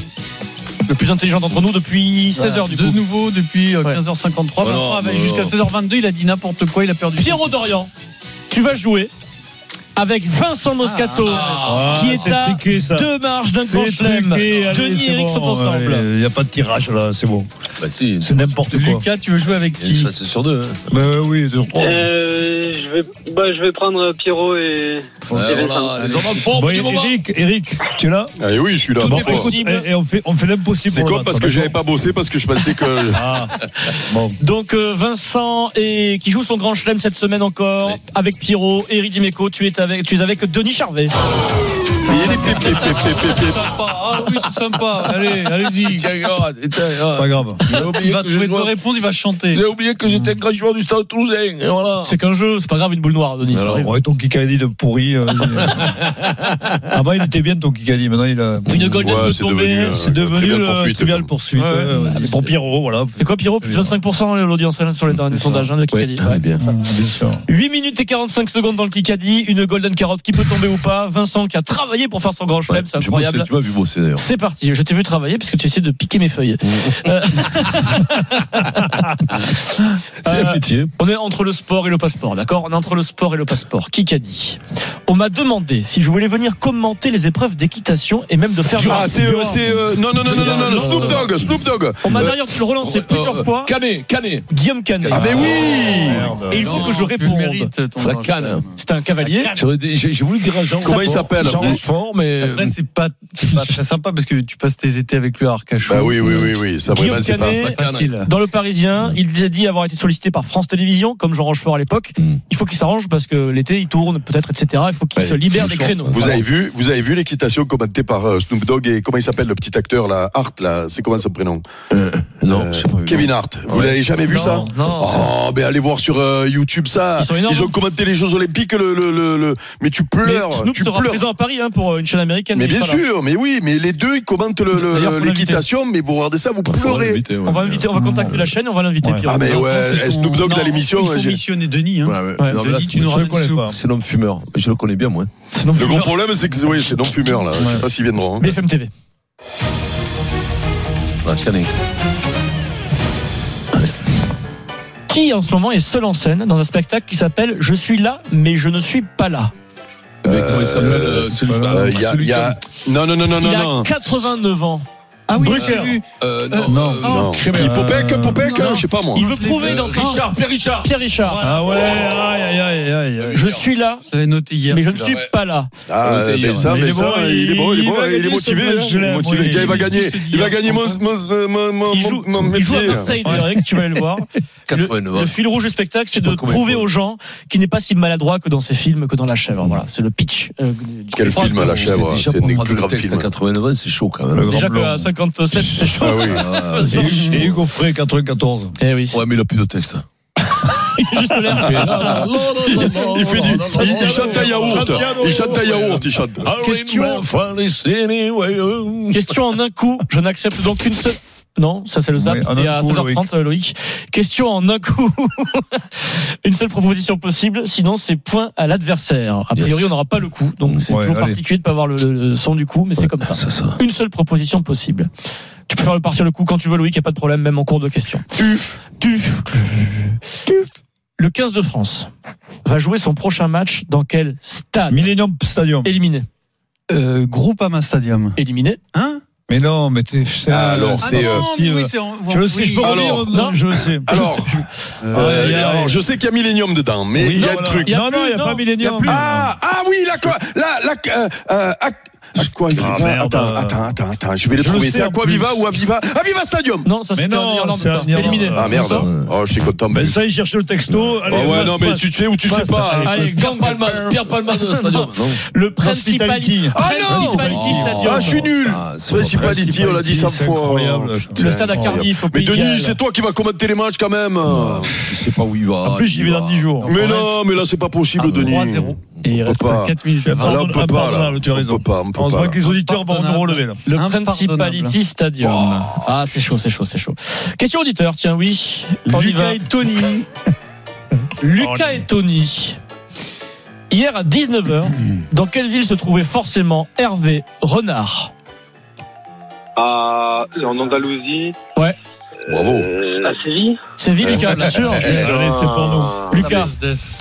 Speaker 6: le plus intelligent d'entre nous depuis 16h du
Speaker 7: de
Speaker 6: coup.
Speaker 7: nouveau depuis euh, 15h53 Vincent avait
Speaker 4: euh,
Speaker 6: bah
Speaker 7: jusqu'à
Speaker 6: non.
Speaker 7: 16h22 il a dit n'importe quoi il a perdu
Speaker 6: Pierrot Dorian, tu vas jouer avec Vincent Moscato,
Speaker 4: Ah,
Speaker 6: qui
Speaker 4: ah,
Speaker 6: est
Speaker 4: c'est
Speaker 6: à
Speaker 4: triqué, ça.
Speaker 6: deux marches d'un
Speaker 4: C'est
Speaker 6: grand chelem.
Speaker 4: truqué, allez,
Speaker 6: Denis
Speaker 4: c'est
Speaker 6: et Eric
Speaker 4: bon,
Speaker 6: sont ensemble.
Speaker 4: allez, Il n'y a pas de tirage là, c'est bon.
Speaker 3: Bah, si,
Speaker 4: C'est n'importe quoi.
Speaker 7: Lucas tu veux jouer avec
Speaker 3: il y a une
Speaker 7: qui
Speaker 3: chance sur deux. hein.
Speaker 4: Bah oui, deux, trois.
Speaker 10: Euh, je, vais, bah, je vais prendre Pierrot et.
Speaker 3: Ouais,
Speaker 10: et Vincent.
Speaker 3: voilà, les enfants de forme,
Speaker 4: Bon,
Speaker 3: du moment.
Speaker 4: Eric, Eric, tu es là
Speaker 12: Ah
Speaker 6: Eh
Speaker 12: oui, je suis là. eh,
Speaker 4: Bon,
Speaker 12: parfois.
Speaker 4: écoute, et, et on fait, on fait l'impossible.
Speaker 12: C'est
Speaker 4: pour le
Speaker 12: con
Speaker 4: match,
Speaker 12: parce que
Speaker 4: d'accord
Speaker 12: j'avais pas bossé parce que je pensais
Speaker 6: <laughs>
Speaker 12: que.
Speaker 3: <laughs>
Speaker 4: Ah, bon.
Speaker 6: Donc euh, Vincent et qui joue son grand chelem cette semaine encore avec Pierrot, Eric Dimeco, tu es avec tu es avec Denis Charvet.
Speaker 7: Sympa. Ah oui c'est sympa allez
Speaker 3: <laughs>
Speaker 7: allez-y
Speaker 3: Tiens, regarde, tiens, regarde.
Speaker 4: Pas grave.
Speaker 3: J'ai oublié
Speaker 7: il va
Speaker 3: que je
Speaker 7: trouver deux
Speaker 3: jouais-
Speaker 7: réponses il va chanter
Speaker 3: J'ai oublié que j'étais un grand joueur du Stade Toulousain. Et voilà.
Speaker 6: C'est qu'un jeu, c'est pas grave une boule noire Denis. ça
Speaker 4: Alors,
Speaker 6: arrive.
Speaker 4: ouais, ton Kikadi de pourri. euh,
Speaker 6: <laughs>
Speaker 4: vas-y. Avant, il était bien ton Kikadi. Maintenant, il a.
Speaker 6: Une golden
Speaker 12: Ouais,
Speaker 6: peut
Speaker 12: c'est
Speaker 6: tomber.
Speaker 12: devenu, euh,
Speaker 4: C'est devenu
Speaker 12: Trivial
Speaker 4: le
Speaker 12: poursuite, hein.
Speaker 4: trivial
Speaker 12: quoi.
Speaker 4: poursuite.
Speaker 6: Ouais,
Speaker 4: ouais,
Speaker 6: euh, ouais,
Speaker 4: ouais.
Speaker 6: mais
Speaker 4: Pour Pierrot, voilà.
Speaker 6: C'est quoi Pierrot Plus 25% l'audience hein, sur les derniers sondages hein, de Kikadi.
Speaker 3: Très bien.
Speaker 4: Bien sûr.
Speaker 6: 8 minutes et 45 secondes dans le Kikadi, une golden carotte qui peut tomber ou pas. Vincent qui a travaillé pour faire son grand
Speaker 3: Ouais,
Speaker 6: chelem, c'est
Speaker 3: j'ai bossé,
Speaker 6: incroyable.
Speaker 3: Tu m'as vu bosser d'ailleurs.
Speaker 6: C'est parti, je t'ai vu travailler parce que tu essaies de piquer
Speaker 3: <laughs>
Speaker 6: mes feuilles. Euh,
Speaker 3: C'est
Speaker 6: Euh,
Speaker 3: un métier.
Speaker 6: On est entre le sport et le passeport, d'accord On est entre le sport et le passeport. Qui qu'a dit On m'a demandé si je voulais venir commenter les épreuves d'équitation et même de faire.
Speaker 12: Ah, c'est. euh, c'est, euh, non, non, non, non, non, non, non, Snoop Dogg, Snoop Dogg.
Speaker 6: On m'a
Speaker 7: bah,
Speaker 12: Euh,
Speaker 6: d'ailleurs relancé plusieurs fois.
Speaker 3: Canet, Canet.
Speaker 6: Guillaume Canet.
Speaker 12: Ah, mais oui
Speaker 6: Et il faut
Speaker 7: Non,
Speaker 6: que
Speaker 7: Ah,
Speaker 6: je
Speaker 7: tu le
Speaker 6: réponde.
Speaker 7: mérites, ton
Speaker 3: La
Speaker 7: grand
Speaker 3: canne.
Speaker 7: chelem.
Speaker 6: C'est un cavalier.
Speaker 3: J'aurais dit- J'ai j'ai voulu dire à Jean.
Speaker 12: Comment il s'appelle
Speaker 3: Jean Rochefort, mais.
Speaker 7: Après, c'est pas, c'est pas très sympa parce que tu passes tes étés avec lui à Arcachon.
Speaker 12: Bah oui, oui, oui, oui, ça
Speaker 6: Guillaume
Speaker 12: vraiment, c'est pas.
Speaker 6: Canet.
Speaker 7: Facile.
Speaker 6: Dans le Parisien, il a dit avoir été sollicité par France Télévisions, comme Jean Rochefort à l'époque.
Speaker 3: Mm.
Speaker 6: Il faut qu'il s'arrange parce que l'été, il tourne, peut-être, etc. Il faut qu'il
Speaker 12: Ouais,
Speaker 6: se libère
Speaker 12: le
Speaker 6: des
Speaker 12: chant.
Speaker 6: créneaux.
Speaker 12: Vous avez vu, vous avez vu l'équitation commentée par euh, Snoop Dogg et comment il s'appelle le petit acteur là, Hart là, c'est comment son prénom
Speaker 3: Non,
Speaker 12: Euh,
Speaker 3: je sais pas.
Speaker 12: Kevin Hart. Vous l'avez jamais vu
Speaker 6: Non,
Speaker 12: ça
Speaker 6: non.
Speaker 12: Oh, mais allez voir sur euh, YouTube ça.
Speaker 6: Ils sont énormes.
Speaker 12: ont commenté les Jeux Olympiques, le, le, le, le- mais tu
Speaker 6: Mais
Speaker 12: pleures,
Speaker 6: Snoop
Speaker 12: tu
Speaker 6: sera
Speaker 12: pleures.
Speaker 6: présent à Paris hein, pour une chaîne américaine.
Speaker 12: Mais
Speaker 6: il
Speaker 12: bien
Speaker 6: sera là.
Speaker 12: sûr, mais oui, mais les deux ils commentent le- le-
Speaker 6: D'ailleurs, faut l'inviter. Bah,
Speaker 12: l'équitation, mais vous regardez ça, vous
Speaker 3: Faut
Speaker 12: pleurez.
Speaker 3: l'inviter, ouais.
Speaker 6: On va inviter, on va contacter la chaîne, on va l'inviter.
Speaker 4: Ouais.
Speaker 6: Pierrot.
Speaker 12: Ah mais
Speaker 7: Vincent,
Speaker 12: Ah. ouais,
Speaker 7: c'est
Speaker 12: Snoop
Speaker 7: son-
Speaker 12: Dogg
Speaker 7: Non,
Speaker 12: dans l'émission.
Speaker 7: Il faut
Speaker 12: j'ai-
Speaker 7: missionner Denis. Hein.
Speaker 3: Ouais, ouais.
Speaker 6: Ouais,
Speaker 3: Non, mais là,
Speaker 7: Denis,
Speaker 3: c'est-
Speaker 7: tu nous
Speaker 3: je
Speaker 7: ramènes
Speaker 3: le connais
Speaker 7: le
Speaker 3: pas.
Speaker 7: soupe.
Speaker 3: C'est l'homme fumeur. Je le connais bien, moi.
Speaker 6: Sinon,
Speaker 12: Le
Speaker 6: je
Speaker 12: gros
Speaker 6: meurs.
Speaker 12: problème, c'est que oui, c'est non fumeur là. Je sais pas s'ils viendront. hein.
Speaker 6: BFM TV.
Speaker 3: Ah, Canet.
Speaker 6: Qui en ce moment est seul en scène dans un spectacle qui s'appelle Je suis là, mais je ne suis pas là.
Speaker 3: Avec, comment il s'appelle, euh, celui-
Speaker 12: Euh,
Speaker 3: ah,
Speaker 12: il y a-
Speaker 3: celui
Speaker 12: il y a-
Speaker 3: qui-
Speaker 12: Non, non, non, non,
Speaker 6: Il
Speaker 12: non,
Speaker 6: a
Speaker 12: non.
Speaker 6: 89 ans.
Speaker 7: Ah oui,
Speaker 3: Drucker.
Speaker 7: j'ai vu.
Speaker 3: Euh, non, non,
Speaker 7: non.
Speaker 3: Crémer.
Speaker 7: Popek, Popek,
Speaker 12: hein,
Speaker 3: non.
Speaker 7: je sais pas, moi.
Speaker 6: Il veut prouver
Speaker 3: Euh,
Speaker 6: dans
Speaker 3: Richard, Pierre Richard.
Speaker 6: Pierre Richard.
Speaker 4: Ah ouais, aïe, aïe, aïe, aïe, aïe.
Speaker 6: Je suis là,
Speaker 7: Je l'avais noté hier.
Speaker 6: mais je ne
Speaker 7: celui-là.
Speaker 6: suis pas là.
Speaker 12: Ah, mais ça, mais ça, il est bon, il est bon, il est motivé, là. il est motivé. Le gars, il va gagner. Eh, Il va gagner mon,
Speaker 3: <laughs>
Speaker 12: mon, mon, mon,
Speaker 6: Il joue,
Speaker 12: mon, mon
Speaker 6: il joue à
Speaker 12: métier.
Speaker 6: Marseille, d'ailleurs, Eric, tu vas aller le voir. Le, le fil rouge du spectacle, c'est de prouver aux gens qu'il n'est pas si maladroit que dans ses films, que dans La Chèvre. Voilà, c'est le pitch. euh, du-
Speaker 12: Quel
Speaker 6: du-
Speaker 12: film à la chèvre, hein,
Speaker 3: Oh, déjà
Speaker 12: c'est
Speaker 3: pour
Speaker 12: le
Speaker 3: prendre
Speaker 12: plus
Speaker 3: le
Speaker 12: grave
Speaker 3: texte
Speaker 12: film.
Speaker 3: à 89, c'est chaud quand même.
Speaker 6: Déjà qu'à 57, c'est chaud.
Speaker 12: Ah oui.
Speaker 4: Et et Hugo Frey, 94.
Speaker 6: Eh oui.
Speaker 3: Ouais, mais il a plus de texte.
Speaker 6: Juste l'air.
Speaker 3: Ah,
Speaker 12: Il fait du, il, il chante à yaourt. Il chante à yaourt, il chante.
Speaker 3: Ah
Speaker 6: Question.
Speaker 3: euh.
Speaker 6: Question en un coup. Je n'accepte donc qu'une seule. Non, ça c'est le zap.
Speaker 4: Oui, en
Speaker 6: et
Speaker 4: un
Speaker 6: à
Speaker 4: coup,
Speaker 6: 16h30, Loïc. Question en un coup. <laughs> Une seule proposition possible, sinon c'est point à l'adversaire. A priori,
Speaker 4: Yes.
Speaker 6: on n'aura pas le coup, donc c'est
Speaker 4: Ouais,
Speaker 6: toujours
Speaker 4: allez.
Speaker 6: particulier de pas avoir le, le son du coup, mais c'est comme ça. Une seule proposition possible. Tu peux faire le partir le coup quand tu veux, Loïc, y a pas de problème, même en cours de question.
Speaker 12: Tuf.
Speaker 6: Tuf. Le 15 de France va jouer son prochain match dans quel stade
Speaker 4: Millennium Stadium.
Speaker 6: Éliminé.
Speaker 7: Euh, Groupama Stadium.
Speaker 6: Éliminé.
Speaker 7: Hein
Speaker 4: Mais non, mais t'es. c'est-
Speaker 12: Alors,
Speaker 4: Ah,
Speaker 12: c'est,
Speaker 4: non,
Speaker 12: euh,
Speaker 4: si,
Speaker 7: oui,
Speaker 4: euh,
Speaker 7: c'est en-
Speaker 4: Je le sais, je peux
Speaker 12: oui.
Speaker 4: revenir,
Speaker 12: Alors,
Speaker 4: euh,
Speaker 6: non.
Speaker 4: Je le sais.
Speaker 12: <laughs>
Speaker 4: <laughs>
Speaker 12: Alors, euh, alors, je sais qu'il y a Millennium dedans, mais il y a le truc.
Speaker 4: Non, non, il n'y a pas Millennium.
Speaker 12: Ah, ah oui, la quoi, la, la, euh, euh, à, à quoi Viva
Speaker 4: Ah, merde.
Speaker 12: attends, attends, attends, attends, je vais le
Speaker 4: Je le
Speaker 12: trouver.
Speaker 4: sais,
Speaker 12: C'est à
Speaker 4: en
Speaker 12: quoi
Speaker 4: plus.
Speaker 12: Viva ou à Viva À Viva Stadium.
Speaker 6: Non, ça
Speaker 4: Mais
Speaker 6: c'était en
Speaker 4: non,
Speaker 6: Irlande,
Speaker 4: c'est
Speaker 6: ça.
Speaker 4: en Irlande.
Speaker 6: Éliminé.
Speaker 12: Ah merde. Oh, je suis content.
Speaker 4: Ben ça, il cherchait le texto. Allez,
Speaker 12: Ah ouais,
Speaker 4: passe,
Speaker 12: non, mais
Speaker 4: passe.
Speaker 12: tu sais ou tu sais
Speaker 4: Passe,
Speaker 12: pas. hein.
Speaker 6: Allez,
Speaker 3: Pierre
Speaker 6: gang
Speaker 3: Palman, Pierre Palman de Stadium.
Speaker 6: Le Principality.
Speaker 12: Ah non
Speaker 6: Principality Stadium.
Speaker 12: Ah, je suis nul.
Speaker 3: Ah, c'est pas
Speaker 12: Principality, on l'a dit 100
Speaker 4: C'est
Speaker 12: fois. Oh,
Speaker 4: incroyable.
Speaker 6: Le stade à Cardiff. au
Speaker 12: Mais
Speaker 6: Pays de Galles.
Speaker 12: Denis, c'est toi qui vas commenter les matchs quand même.
Speaker 3: Je sais pas où il va.
Speaker 4: En plus, j'y vais dans 10 jours.
Speaker 12: Mais non, mais là, c'est pas possible, Denis.
Speaker 7: 3-0.
Speaker 6: Et il
Speaker 12: On peut
Speaker 6: reste
Speaker 12: pas.
Speaker 7: 4 minutes.
Speaker 12: Ah, Là, on peut pas. là.
Speaker 4: Impardonnable, tu as
Speaker 12: On
Speaker 4: raison.
Speaker 12: peut pas. On peut
Speaker 4: On se
Speaker 12: pas.
Speaker 4: voit
Speaker 12: là.
Speaker 4: que les auditeurs vont nous relever là.
Speaker 6: Le
Speaker 7: Impardonnable.
Speaker 6: Principality Stadium.
Speaker 7: Oh.
Speaker 6: Ah, c'est chaud, c'est chaud, c'est chaud. Question auditeur, tiens, oui. On y
Speaker 7: Lucas
Speaker 6: va.
Speaker 7: et Tony.
Speaker 6: <laughs> Lucas
Speaker 4: Oh,
Speaker 6: et Tony. Hier à 19h,
Speaker 4: Mm.
Speaker 6: dans quelle ville se trouvait forcément Hervé Renard
Speaker 9: À, en Andalousie.
Speaker 6: Ouais.
Speaker 12: Bravo.
Speaker 9: Euh, à Séville. Euh,
Speaker 6: C'est ville, Lucas, bien
Speaker 9: <laughs>
Speaker 6: sûr.
Speaker 4: Allez, Eh, c'est pour nous. Ah,
Speaker 6: Lucas,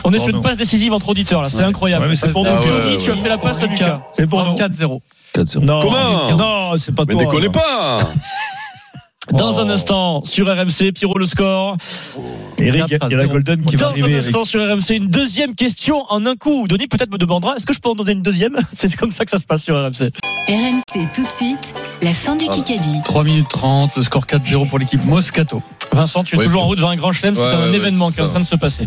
Speaker 6: on est sur
Speaker 4: Pardon.
Speaker 6: une passe décisive entre auditeurs, là, c'est incroyable.
Speaker 4: Ouais, mais c'est pour
Speaker 12: Ah
Speaker 4: nous.
Speaker 12: ouais,
Speaker 4: Tony.
Speaker 6: Tony,
Speaker 12: ouais,
Speaker 6: tu as fait la passe à Lucas.
Speaker 4: C'est pour nous.
Speaker 7: 4-0.
Speaker 3: 4-0.
Speaker 4: Non,
Speaker 12: Comment
Speaker 4: non, c'est pas
Speaker 12: Mais
Speaker 4: toi.
Speaker 12: déconnez
Speaker 4: non.
Speaker 12: pas.
Speaker 6: <laughs> Dans
Speaker 4: Oh.
Speaker 6: un instant, sur RMC, Pierrot le score.
Speaker 4: Eric, il y a la Golden qui va
Speaker 6: Dans un
Speaker 4: arriver. Eric.
Speaker 6: instant sur RMC, une deuxième question en un coup. Denis peut-être me demandera, est-ce que je peux en donner une deuxième <laughs> C'est comme ça que ça se passe sur RMC.
Speaker 10: RMC tout de suite, la fin du Kikadi.
Speaker 7: 3 minutes 30, le score 4-0 pour l'équipe Moscato.
Speaker 6: Vincent, tu es
Speaker 3: Oui,
Speaker 6: toujours
Speaker 3: bon.
Speaker 6: en route vers un grand chelem, c'est
Speaker 3: Ouais,
Speaker 6: un
Speaker 3: ouais, ouais,
Speaker 6: événement
Speaker 3: c'est
Speaker 6: qui est en
Speaker 3: ça.
Speaker 6: train de se passer.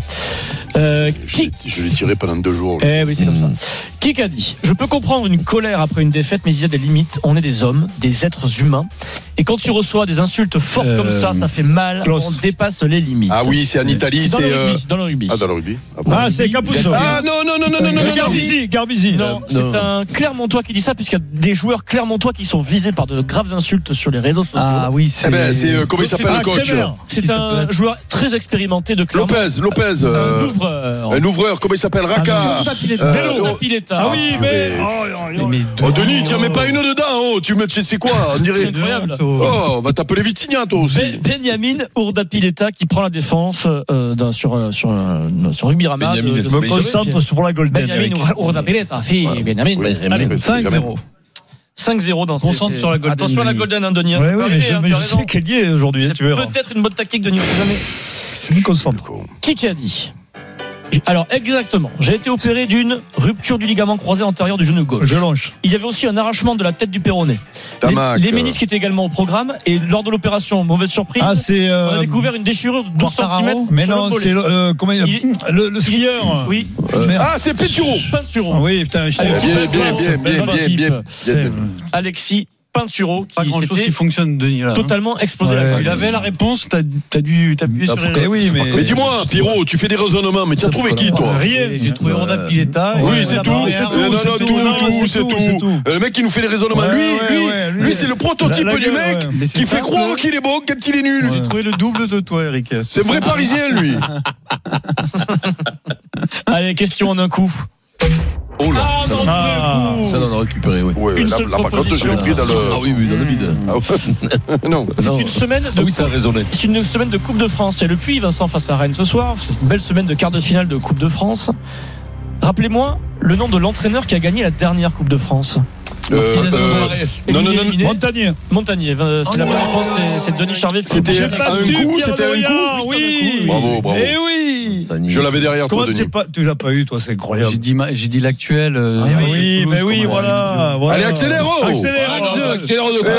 Speaker 6: Euh,
Speaker 12: Je l'ai-
Speaker 6: qui
Speaker 12: Je l'ai tiré pendant deux jours. là.
Speaker 6: eh oui, c'est comme ça. Qui a dit Je peux comprendre une colère après une défaite, mais il y a des limites. On est des hommes, des êtres humains. Et quand tu reçois des insultes fortes
Speaker 7: Euh,
Speaker 6: comme ça, ça fait mal.
Speaker 4: Klaus.
Speaker 6: On dépasse les limites.
Speaker 12: Ah oui, c'est en Italie,
Speaker 6: dans
Speaker 12: c'est.
Speaker 6: le
Speaker 12: euh,
Speaker 6: rugby. Dans le rugby.
Speaker 12: Ah, dans le rugby. Ah bon.
Speaker 4: Ah, c'est Capuzzo.
Speaker 12: Ah non, non, non, non, non, non, non, non.
Speaker 4: Garbizi, Garbizi.
Speaker 6: Non, c'est un Clermontois qui dit ça, puisqu'il y a des joueurs Clermontois qui sont visés par de graves insultes sur les réseaux sociaux.
Speaker 7: Ah oui, c'est.
Speaker 12: Eh ben, c'est. euh, Comment il
Speaker 4: C'est
Speaker 12: s'appelle
Speaker 4: pas
Speaker 12: le coach
Speaker 4: Kremer.
Speaker 6: c'est
Speaker 7: qui
Speaker 6: un
Speaker 7: s'appelle
Speaker 6: joueur très expérimenté de Clermont.
Speaker 12: Lopez, Lopez. euh,
Speaker 6: Un ouvreur.
Speaker 12: Un ouvreur, comment il s'appelle Raka.
Speaker 6: Tapiletta.
Speaker 12: euh,
Speaker 6: Bello
Speaker 12: oh,
Speaker 6: Tapiletta.
Speaker 4: Ah oui,
Speaker 12: Ah,
Speaker 4: mais.
Speaker 12: mais-
Speaker 4: Oh, oh, oh.
Speaker 12: Oh, Denis, tu en mets pas une dedans. Oh, tu me. tu sais quoi On
Speaker 6: C'est
Speaker 12: dirait.
Speaker 6: incroyable.
Speaker 12: Oh, on va t'appeler Vitigna, toi
Speaker 6: Ben-
Speaker 12: aussi.
Speaker 6: Benjamin Ourdapileta qui prend la défense euh, dans- sur, euh, sur, euh, sur Rugby Rama.
Speaker 3: Benjamin,
Speaker 6: de- de-
Speaker 3: c'est
Speaker 4: Je me concentre sur pour la Golden.
Speaker 6: Benjamin
Speaker 4: Eric.
Speaker 6: Our- Ourdapileta. Si,
Speaker 12: Ouais.
Speaker 6: Benjamin.
Speaker 12: Oui,
Speaker 6: Benjamin.
Speaker 12: Benjamin.
Speaker 6: Allez,
Speaker 7: 5-0.
Speaker 6: 5-0 dans ce
Speaker 7: Concentre sur la Golden,
Speaker 6: Attention à la
Speaker 7: Denis.
Speaker 6: Golden, hein, Denis. hein, ça
Speaker 4: Ouais,
Speaker 6: peut
Speaker 4: ouais, mais
Speaker 6: arriver,
Speaker 4: je,
Speaker 6: hein,
Speaker 4: mais
Speaker 6: tu as
Speaker 4: je
Speaker 6: raison.
Speaker 4: sais qu'elle y est aujourd'hui, hein,
Speaker 6: C'est
Speaker 4: tu verras.
Speaker 6: peut-être une bonne tactique, Denis, on sait jamais.
Speaker 4: Je me concentre.
Speaker 6: Qui qui a dit Alors, exactement. J'ai été opéré d'une rupture du ligament croisé antérieur du genou gauche.
Speaker 4: Je lâche.
Speaker 6: Il y avait aussi un arrachement de la tête du péroné. Les,
Speaker 12: Tamac,
Speaker 6: les
Speaker 12: euh.
Speaker 6: ménisques étaient également au programme. Et lors de l'opération, mauvaise surprise,
Speaker 4: Ah, c'est.
Speaker 6: on a
Speaker 4: Euh,
Speaker 6: découvert une déchirure de 12
Speaker 7: Quartararo
Speaker 6: cm.
Speaker 4: mais
Speaker 6: sur
Speaker 4: non,
Speaker 6: le mollet.
Speaker 4: c'est. le- euh, Comment il
Speaker 6: Il-
Speaker 4: Le le skieur.
Speaker 6: Oui,
Speaker 4: Merde.
Speaker 12: Ah, c'est Péturo.
Speaker 4: Ah
Speaker 6: Peinturo.
Speaker 4: oui, putain, je
Speaker 6: Allez,
Speaker 3: Eh,
Speaker 12: Bien,
Speaker 4: t'ai-
Speaker 12: bien,
Speaker 6: Super
Speaker 12: bien,
Speaker 6: classe,
Speaker 12: bien, bien,
Speaker 6: belle
Speaker 12: bien,
Speaker 6: équipe.
Speaker 12: bien, bien.
Speaker 6: Alexis Peinturo
Speaker 7: Pas
Speaker 6: qui
Speaker 7: grand chose qui
Speaker 6: s'était
Speaker 7: fonctionne, Denis. Là, hein.
Speaker 6: totalement explosé
Speaker 4: Ouais.
Speaker 6: la gueule.
Speaker 7: Il avait la réponse, t'as t'as dû t'appuyer
Speaker 12: Ah,
Speaker 7: sur
Speaker 4: Eh
Speaker 7: les.
Speaker 4: oui, mais.
Speaker 12: Mais dis-moi, Pierrot, tu fais des raisonnements, mais t'as trouvé qui, toi
Speaker 4: Rien.
Speaker 7: J'ai trouvé Ronda Pileta.
Speaker 12: Oui,
Speaker 7: Et
Speaker 12: c'est
Speaker 7: la
Speaker 12: tout.
Speaker 7: barrière.
Speaker 12: c'est tout, Non, non,
Speaker 4: c'est
Speaker 12: tout,
Speaker 4: tout, non,
Speaker 12: tout,
Speaker 4: c'est
Speaker 12: c'est
Speaker 4: tout, c'est
Speaker 12: tout.
Speaker 4: tout.
Speaker 12: Euh, Le mec, il nous fait des raisonnements.
Speaker 4: Ouais,
Speaker 12: Lui,
Speaker 4: ouais,
Speaker 12: lui,
Speaker 4: ouais,
Speaker 12: lui,
Speaker 4: lui,
Speaker 12: c'est le prototype
Speaker 4: la- la
Speaker 12: du
Speaker 4: gueule,
Speaker 12: mec
Speaker 4: ouais.
Speaker 7: Mais c'est
Speaker 12: qui fait
Speaker 7: ça,
Speaker 12: croire
Speaker 7: le-
Speaker 12: qu'il est bon quand il est nul.
Speaker 7: J'ai trouvé le double de toi, Eric.
Speaker 12: C'est vrai parisien,
Speaker 7: <laughs>
Speaker 12: lui.
Speaker 6: Allez, question en un coup.
Speaker 3: Oh là,
Speaker 6: Ah,
Speaker 3: ça,
Speaker 6: non,
Speaker 4: Ah.
Speaker 6: deux coups.
Speaker 3: ça, on en a récupéré, oui.
Speaker 12: Ouais,
Speaker 6: Une
Speaker 12: là,
Speaker 6: seule
Speaker 12: là, par contre, je
Speaker 6: proposition.
Speaker 12: l'ai pris dans le.
Speaker 3: <laughs> Ah oui, oui, dans le vide.
Speaker 12: Ah ouais. Non.
Speaker 6: C'est
Speaker 3: Non.
Speaker 6: une semaine de
Speaker 3: Ah oui, ça a résonné.
Speaker 6: C'est une semaine de Coupe de France. Et le Puy, Vincent, face à Rennes ce soir. C'est une belle semaine de quart de finale de Coupe de France. Rappelez-moi le nom de l'entraîneur qui a gagné la dernière Coupe de France.
Speaker 3: Euh,
Speaker 6: Martinez,
Speaker 3: euh,
Speaker 6: Alvarez.
Speaker 3: non, non, non,
Speaker 6: Éliminé, éliminé.
Speaker 4: Montagnier.
Speaker 6: Montagnier. euh, C'est la première France, c'est- c'est Denis Charvet.
Speaker 3: C'était à un coup, c'était à un coup.
Speaker 4: Oui.
Speaker 3: Bravo, bravo.
Speaker 4: Eh oui.
Speaker 3: Je l'avais derrière toi,
Speaker 4: Comment
Speaker 3: Denis.
Speaker 4: t'es pas- tu l'as pas eu, toi, c'est incroyable.
Speaker 7: J'ai dit, ma- j'ai dit l'actuel. euh,
Speaker 4: Ah
Speaker 7: Toulouse,
Speaker 4: oui, mais oui,
Speaker 7: comment- Ah,
Speaker 4: voilà, voilà.
Speaker 7: Allez, accélère, oh
Speaker 4: Accélère,
Speaker 7: Ah,
Speaker 4: deux.
Speaker 29: Accélère de quoi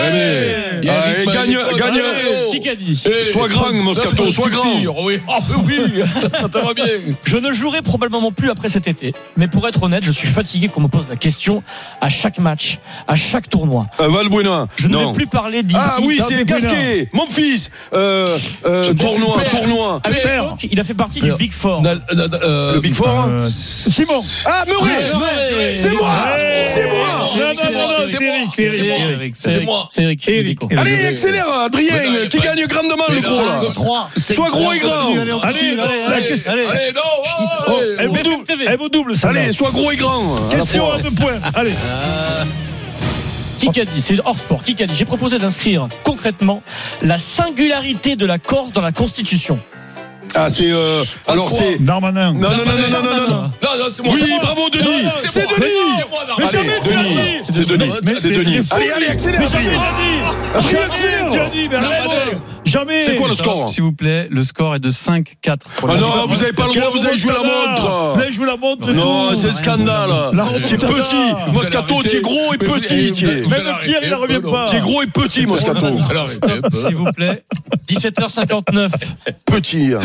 Speaker 3: Allez, allez, gagne, gagne. Sois grand, Moscato, sois grand.
Speaker 29: Oui, Ah, oui, ça te va bien.
Speaker 6: Je ne jouerai probablement plus après cet été. Mais pour être honnête, je suis fatigué qu'on me pose la question à chaque match, à chaque tournoi.
Speaker 12: Ah,
Speaker 3: Euh, Valbuena.
Speaker 6: Je ne
Speaker 3: Non.
Speaker 6: vais plus parler d'Izzi.
Speaker 3: Ah oui, c'est
Speaker 6: Valbuena.
Speaker 3: Gasquet, mon fils. Euh,
Speaker 6: Je
Speaker 3: euh,
Speaker 6: ne vais
Speaker 3: tournoi,
Speaker 6: plus perdre.
Speaker 3: tournoi.
Speaker 6: À l'époque, il a fait partie du Big Four. euh,
Speaker 3: Le Big Four hein
Speaker 4: Simon.
Speaker 3: Ah, Murray
Speaker 6: Murray.
Speaker 3: C'est moi
Speaker 6: Ouais.
Speaker 3: C'est moi
Speaker 6: Non, non, non, non,
Speaker 3: C'est
Speaker 6: c'est
Speaker 3: moi.
Speaker 6: Eric,
Speaker 3: C'est
Speaker 6: Eric,
Speaker 3: moi.
Speaker 6: Eric,
Speaker 3: C'est
Speaker 6: Eric.
Speaker 3: moi
Speaker 6: C'est Eric. Eric.
Speaker 3: Allez, accélère, Adrien, qui gagne grandement le gros là. Sois gros et grand.
Speaker 4: Allez, allez, allez, allez.
Speaker 29: non, allez.
Speaker 4: Elle vaut double,
Speaker 6: Eh,
Speaker 4: elle vaut double, ça.
Speaker 3: Allez, sois gros et grand. à la
Speaker 4: Question
Speaker 3: fois.
Speaker 4: à
Speaker 3: <laughs>
Speaker 4: deux points. Allez.
Speaker 6: Qui a dit C'est hors sport. Qui a dit J'ai proposé d'inscrire concrètement la singularité de la Corse dans la Constitution.
Speaker 3: Ah, c'est. euh, Alors, c'est.
Speaker 4: Darmanin.
Speaker 3: Non, non, non, non, non, non, non, non.
Speaker 29: Non, non, c'est moi.
Speaker 3: Oui,
Speaker 29: c'est moi.
Speaker 3: bravo, Denis.
Speaker 29: Non, non,
Speaker 3: C'est
Speaker 29: moi.
Speaker 3: Denis.
Speaker 29: C'est moi, non.
Speaker 3: Mais
Speaker 29: Allez,
Speaker 3: jamais tu l'as
Speaker 29: Denis.
Speaker 3: dit.
Speaker 29: C'est Denis.
Speaker 3: Mais
Speaker 29: C'est
Speaker 3: t'es-
Speaker 29: Denis.
Speaker 3: t'es fou. Allez, allez, accélère,
Speaker 4: Mais jamais
Speaker 3: Adrien.
Speaker 4: Dani.
Speaker 3: Allez,
Speaker 4: Jamais
Speaker 3: accélère.
Speaker 4: Dani, mais
Speaker 3: Non,
Speaker 4: arrête.
Speaker 3: allez.
Speaker 4: Jamais
Speaker 3: C'est quoi le
Speaker 12: hein
Speaker 3: score
Speaker 7: S'il vous plaît, le score est de 5-4.
Speaker 3: Ah non, vous avez pas le droit, vous avez joué la montre.
Speaker 4: Là, je vous la montre. et
Speaker 3: Non,
Speaker 4: tout.
Speaker 3: c'est le scandale.
Speaker 4: La
Speaker 3: C'est
Speaker 4: remontada.
Speaker 3: petit. Moscato, tu es gros et petit. tu es.
Speaker 4: Même le Pierre, il ne revient pas. hein.
Speaker 3: Tu es gros et petit, Moscato.
Speaker 7: S'il vous plaît.
Speaker 6: 17h59.
Speaker 3: Petit. hein.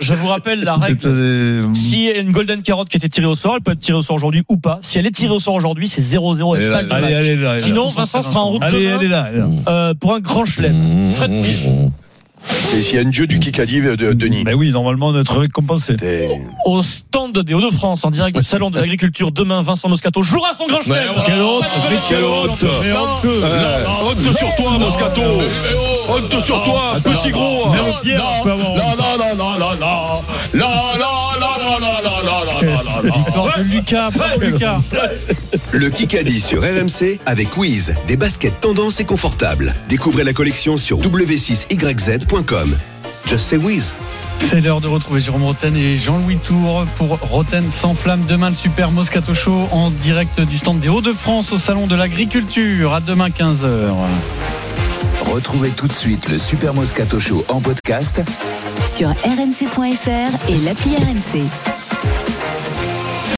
Speaker 6: Je vous rappelle la règle. Si il y a une golden carotte qui était tirée au sort, elle peut être tirée au sort aujourd'hui ou pas. Si elle est tirée au sort aujourd'hui, c'est 0-0
Speaker 4: Elle
Speaker 6: et
Speaker 4: est là,
Speaker 6: pas de
Speaker 4: elle est
Speaker 6: match.
Speaker 4: là, elle est là, elle est là.
Speaker 6: Sinon, Vincent sera en route
Speaker 4: Allez,
Speaker 6: demain,
Speaker 4: elle est là. elle est là.
Speaker 6: euh, pour un grand chelem. Fred Piv,
Speaker 3: Et s'il y a une dieu du Kikadi, euh, de- Denis.
Speaker 4: Ben oui, normalement, on est récompensé.
Speaker 3: T'es-
Speaker 6: au stand des Hauts-de-France, en direct du Salon de l'Agriculture, demain, Vincent Moscato jouera son grand chelem.
Speaker 29: voilà.
Speaker 4: Quelle honte. Mais
Speaker 3: Quelle honte
Speaker 4: Mais honteux.
Speaker 3: Euh, Honte sur toi, Moscato Honte sur toi, petit gros
Speaker 4: Mais le Pierre, on peut avoir honte.
Speaker 7: Victoire de Lucas, bravo Lucas.
Speaker 12: Le Kikadi sur RMC avec Wiz, des baskets tendance et confortables. Découvrez la collection sur w6yz.com. Just say Wiz.
Speaker 7: C'est l'heure de retrouver Jérôme Roten et Jean-Louis Tour pour Roten sans flamme. Demain, le Super Moscato Show en direct du stand des Hauts-de-France au Salon de l'Agriculture. À demain, 15h.
Speaker 2: Retrouvez tout de suite le Super Moscato Show en podcast
Speaker 1: Sur rmc.fr et l'appli RMC.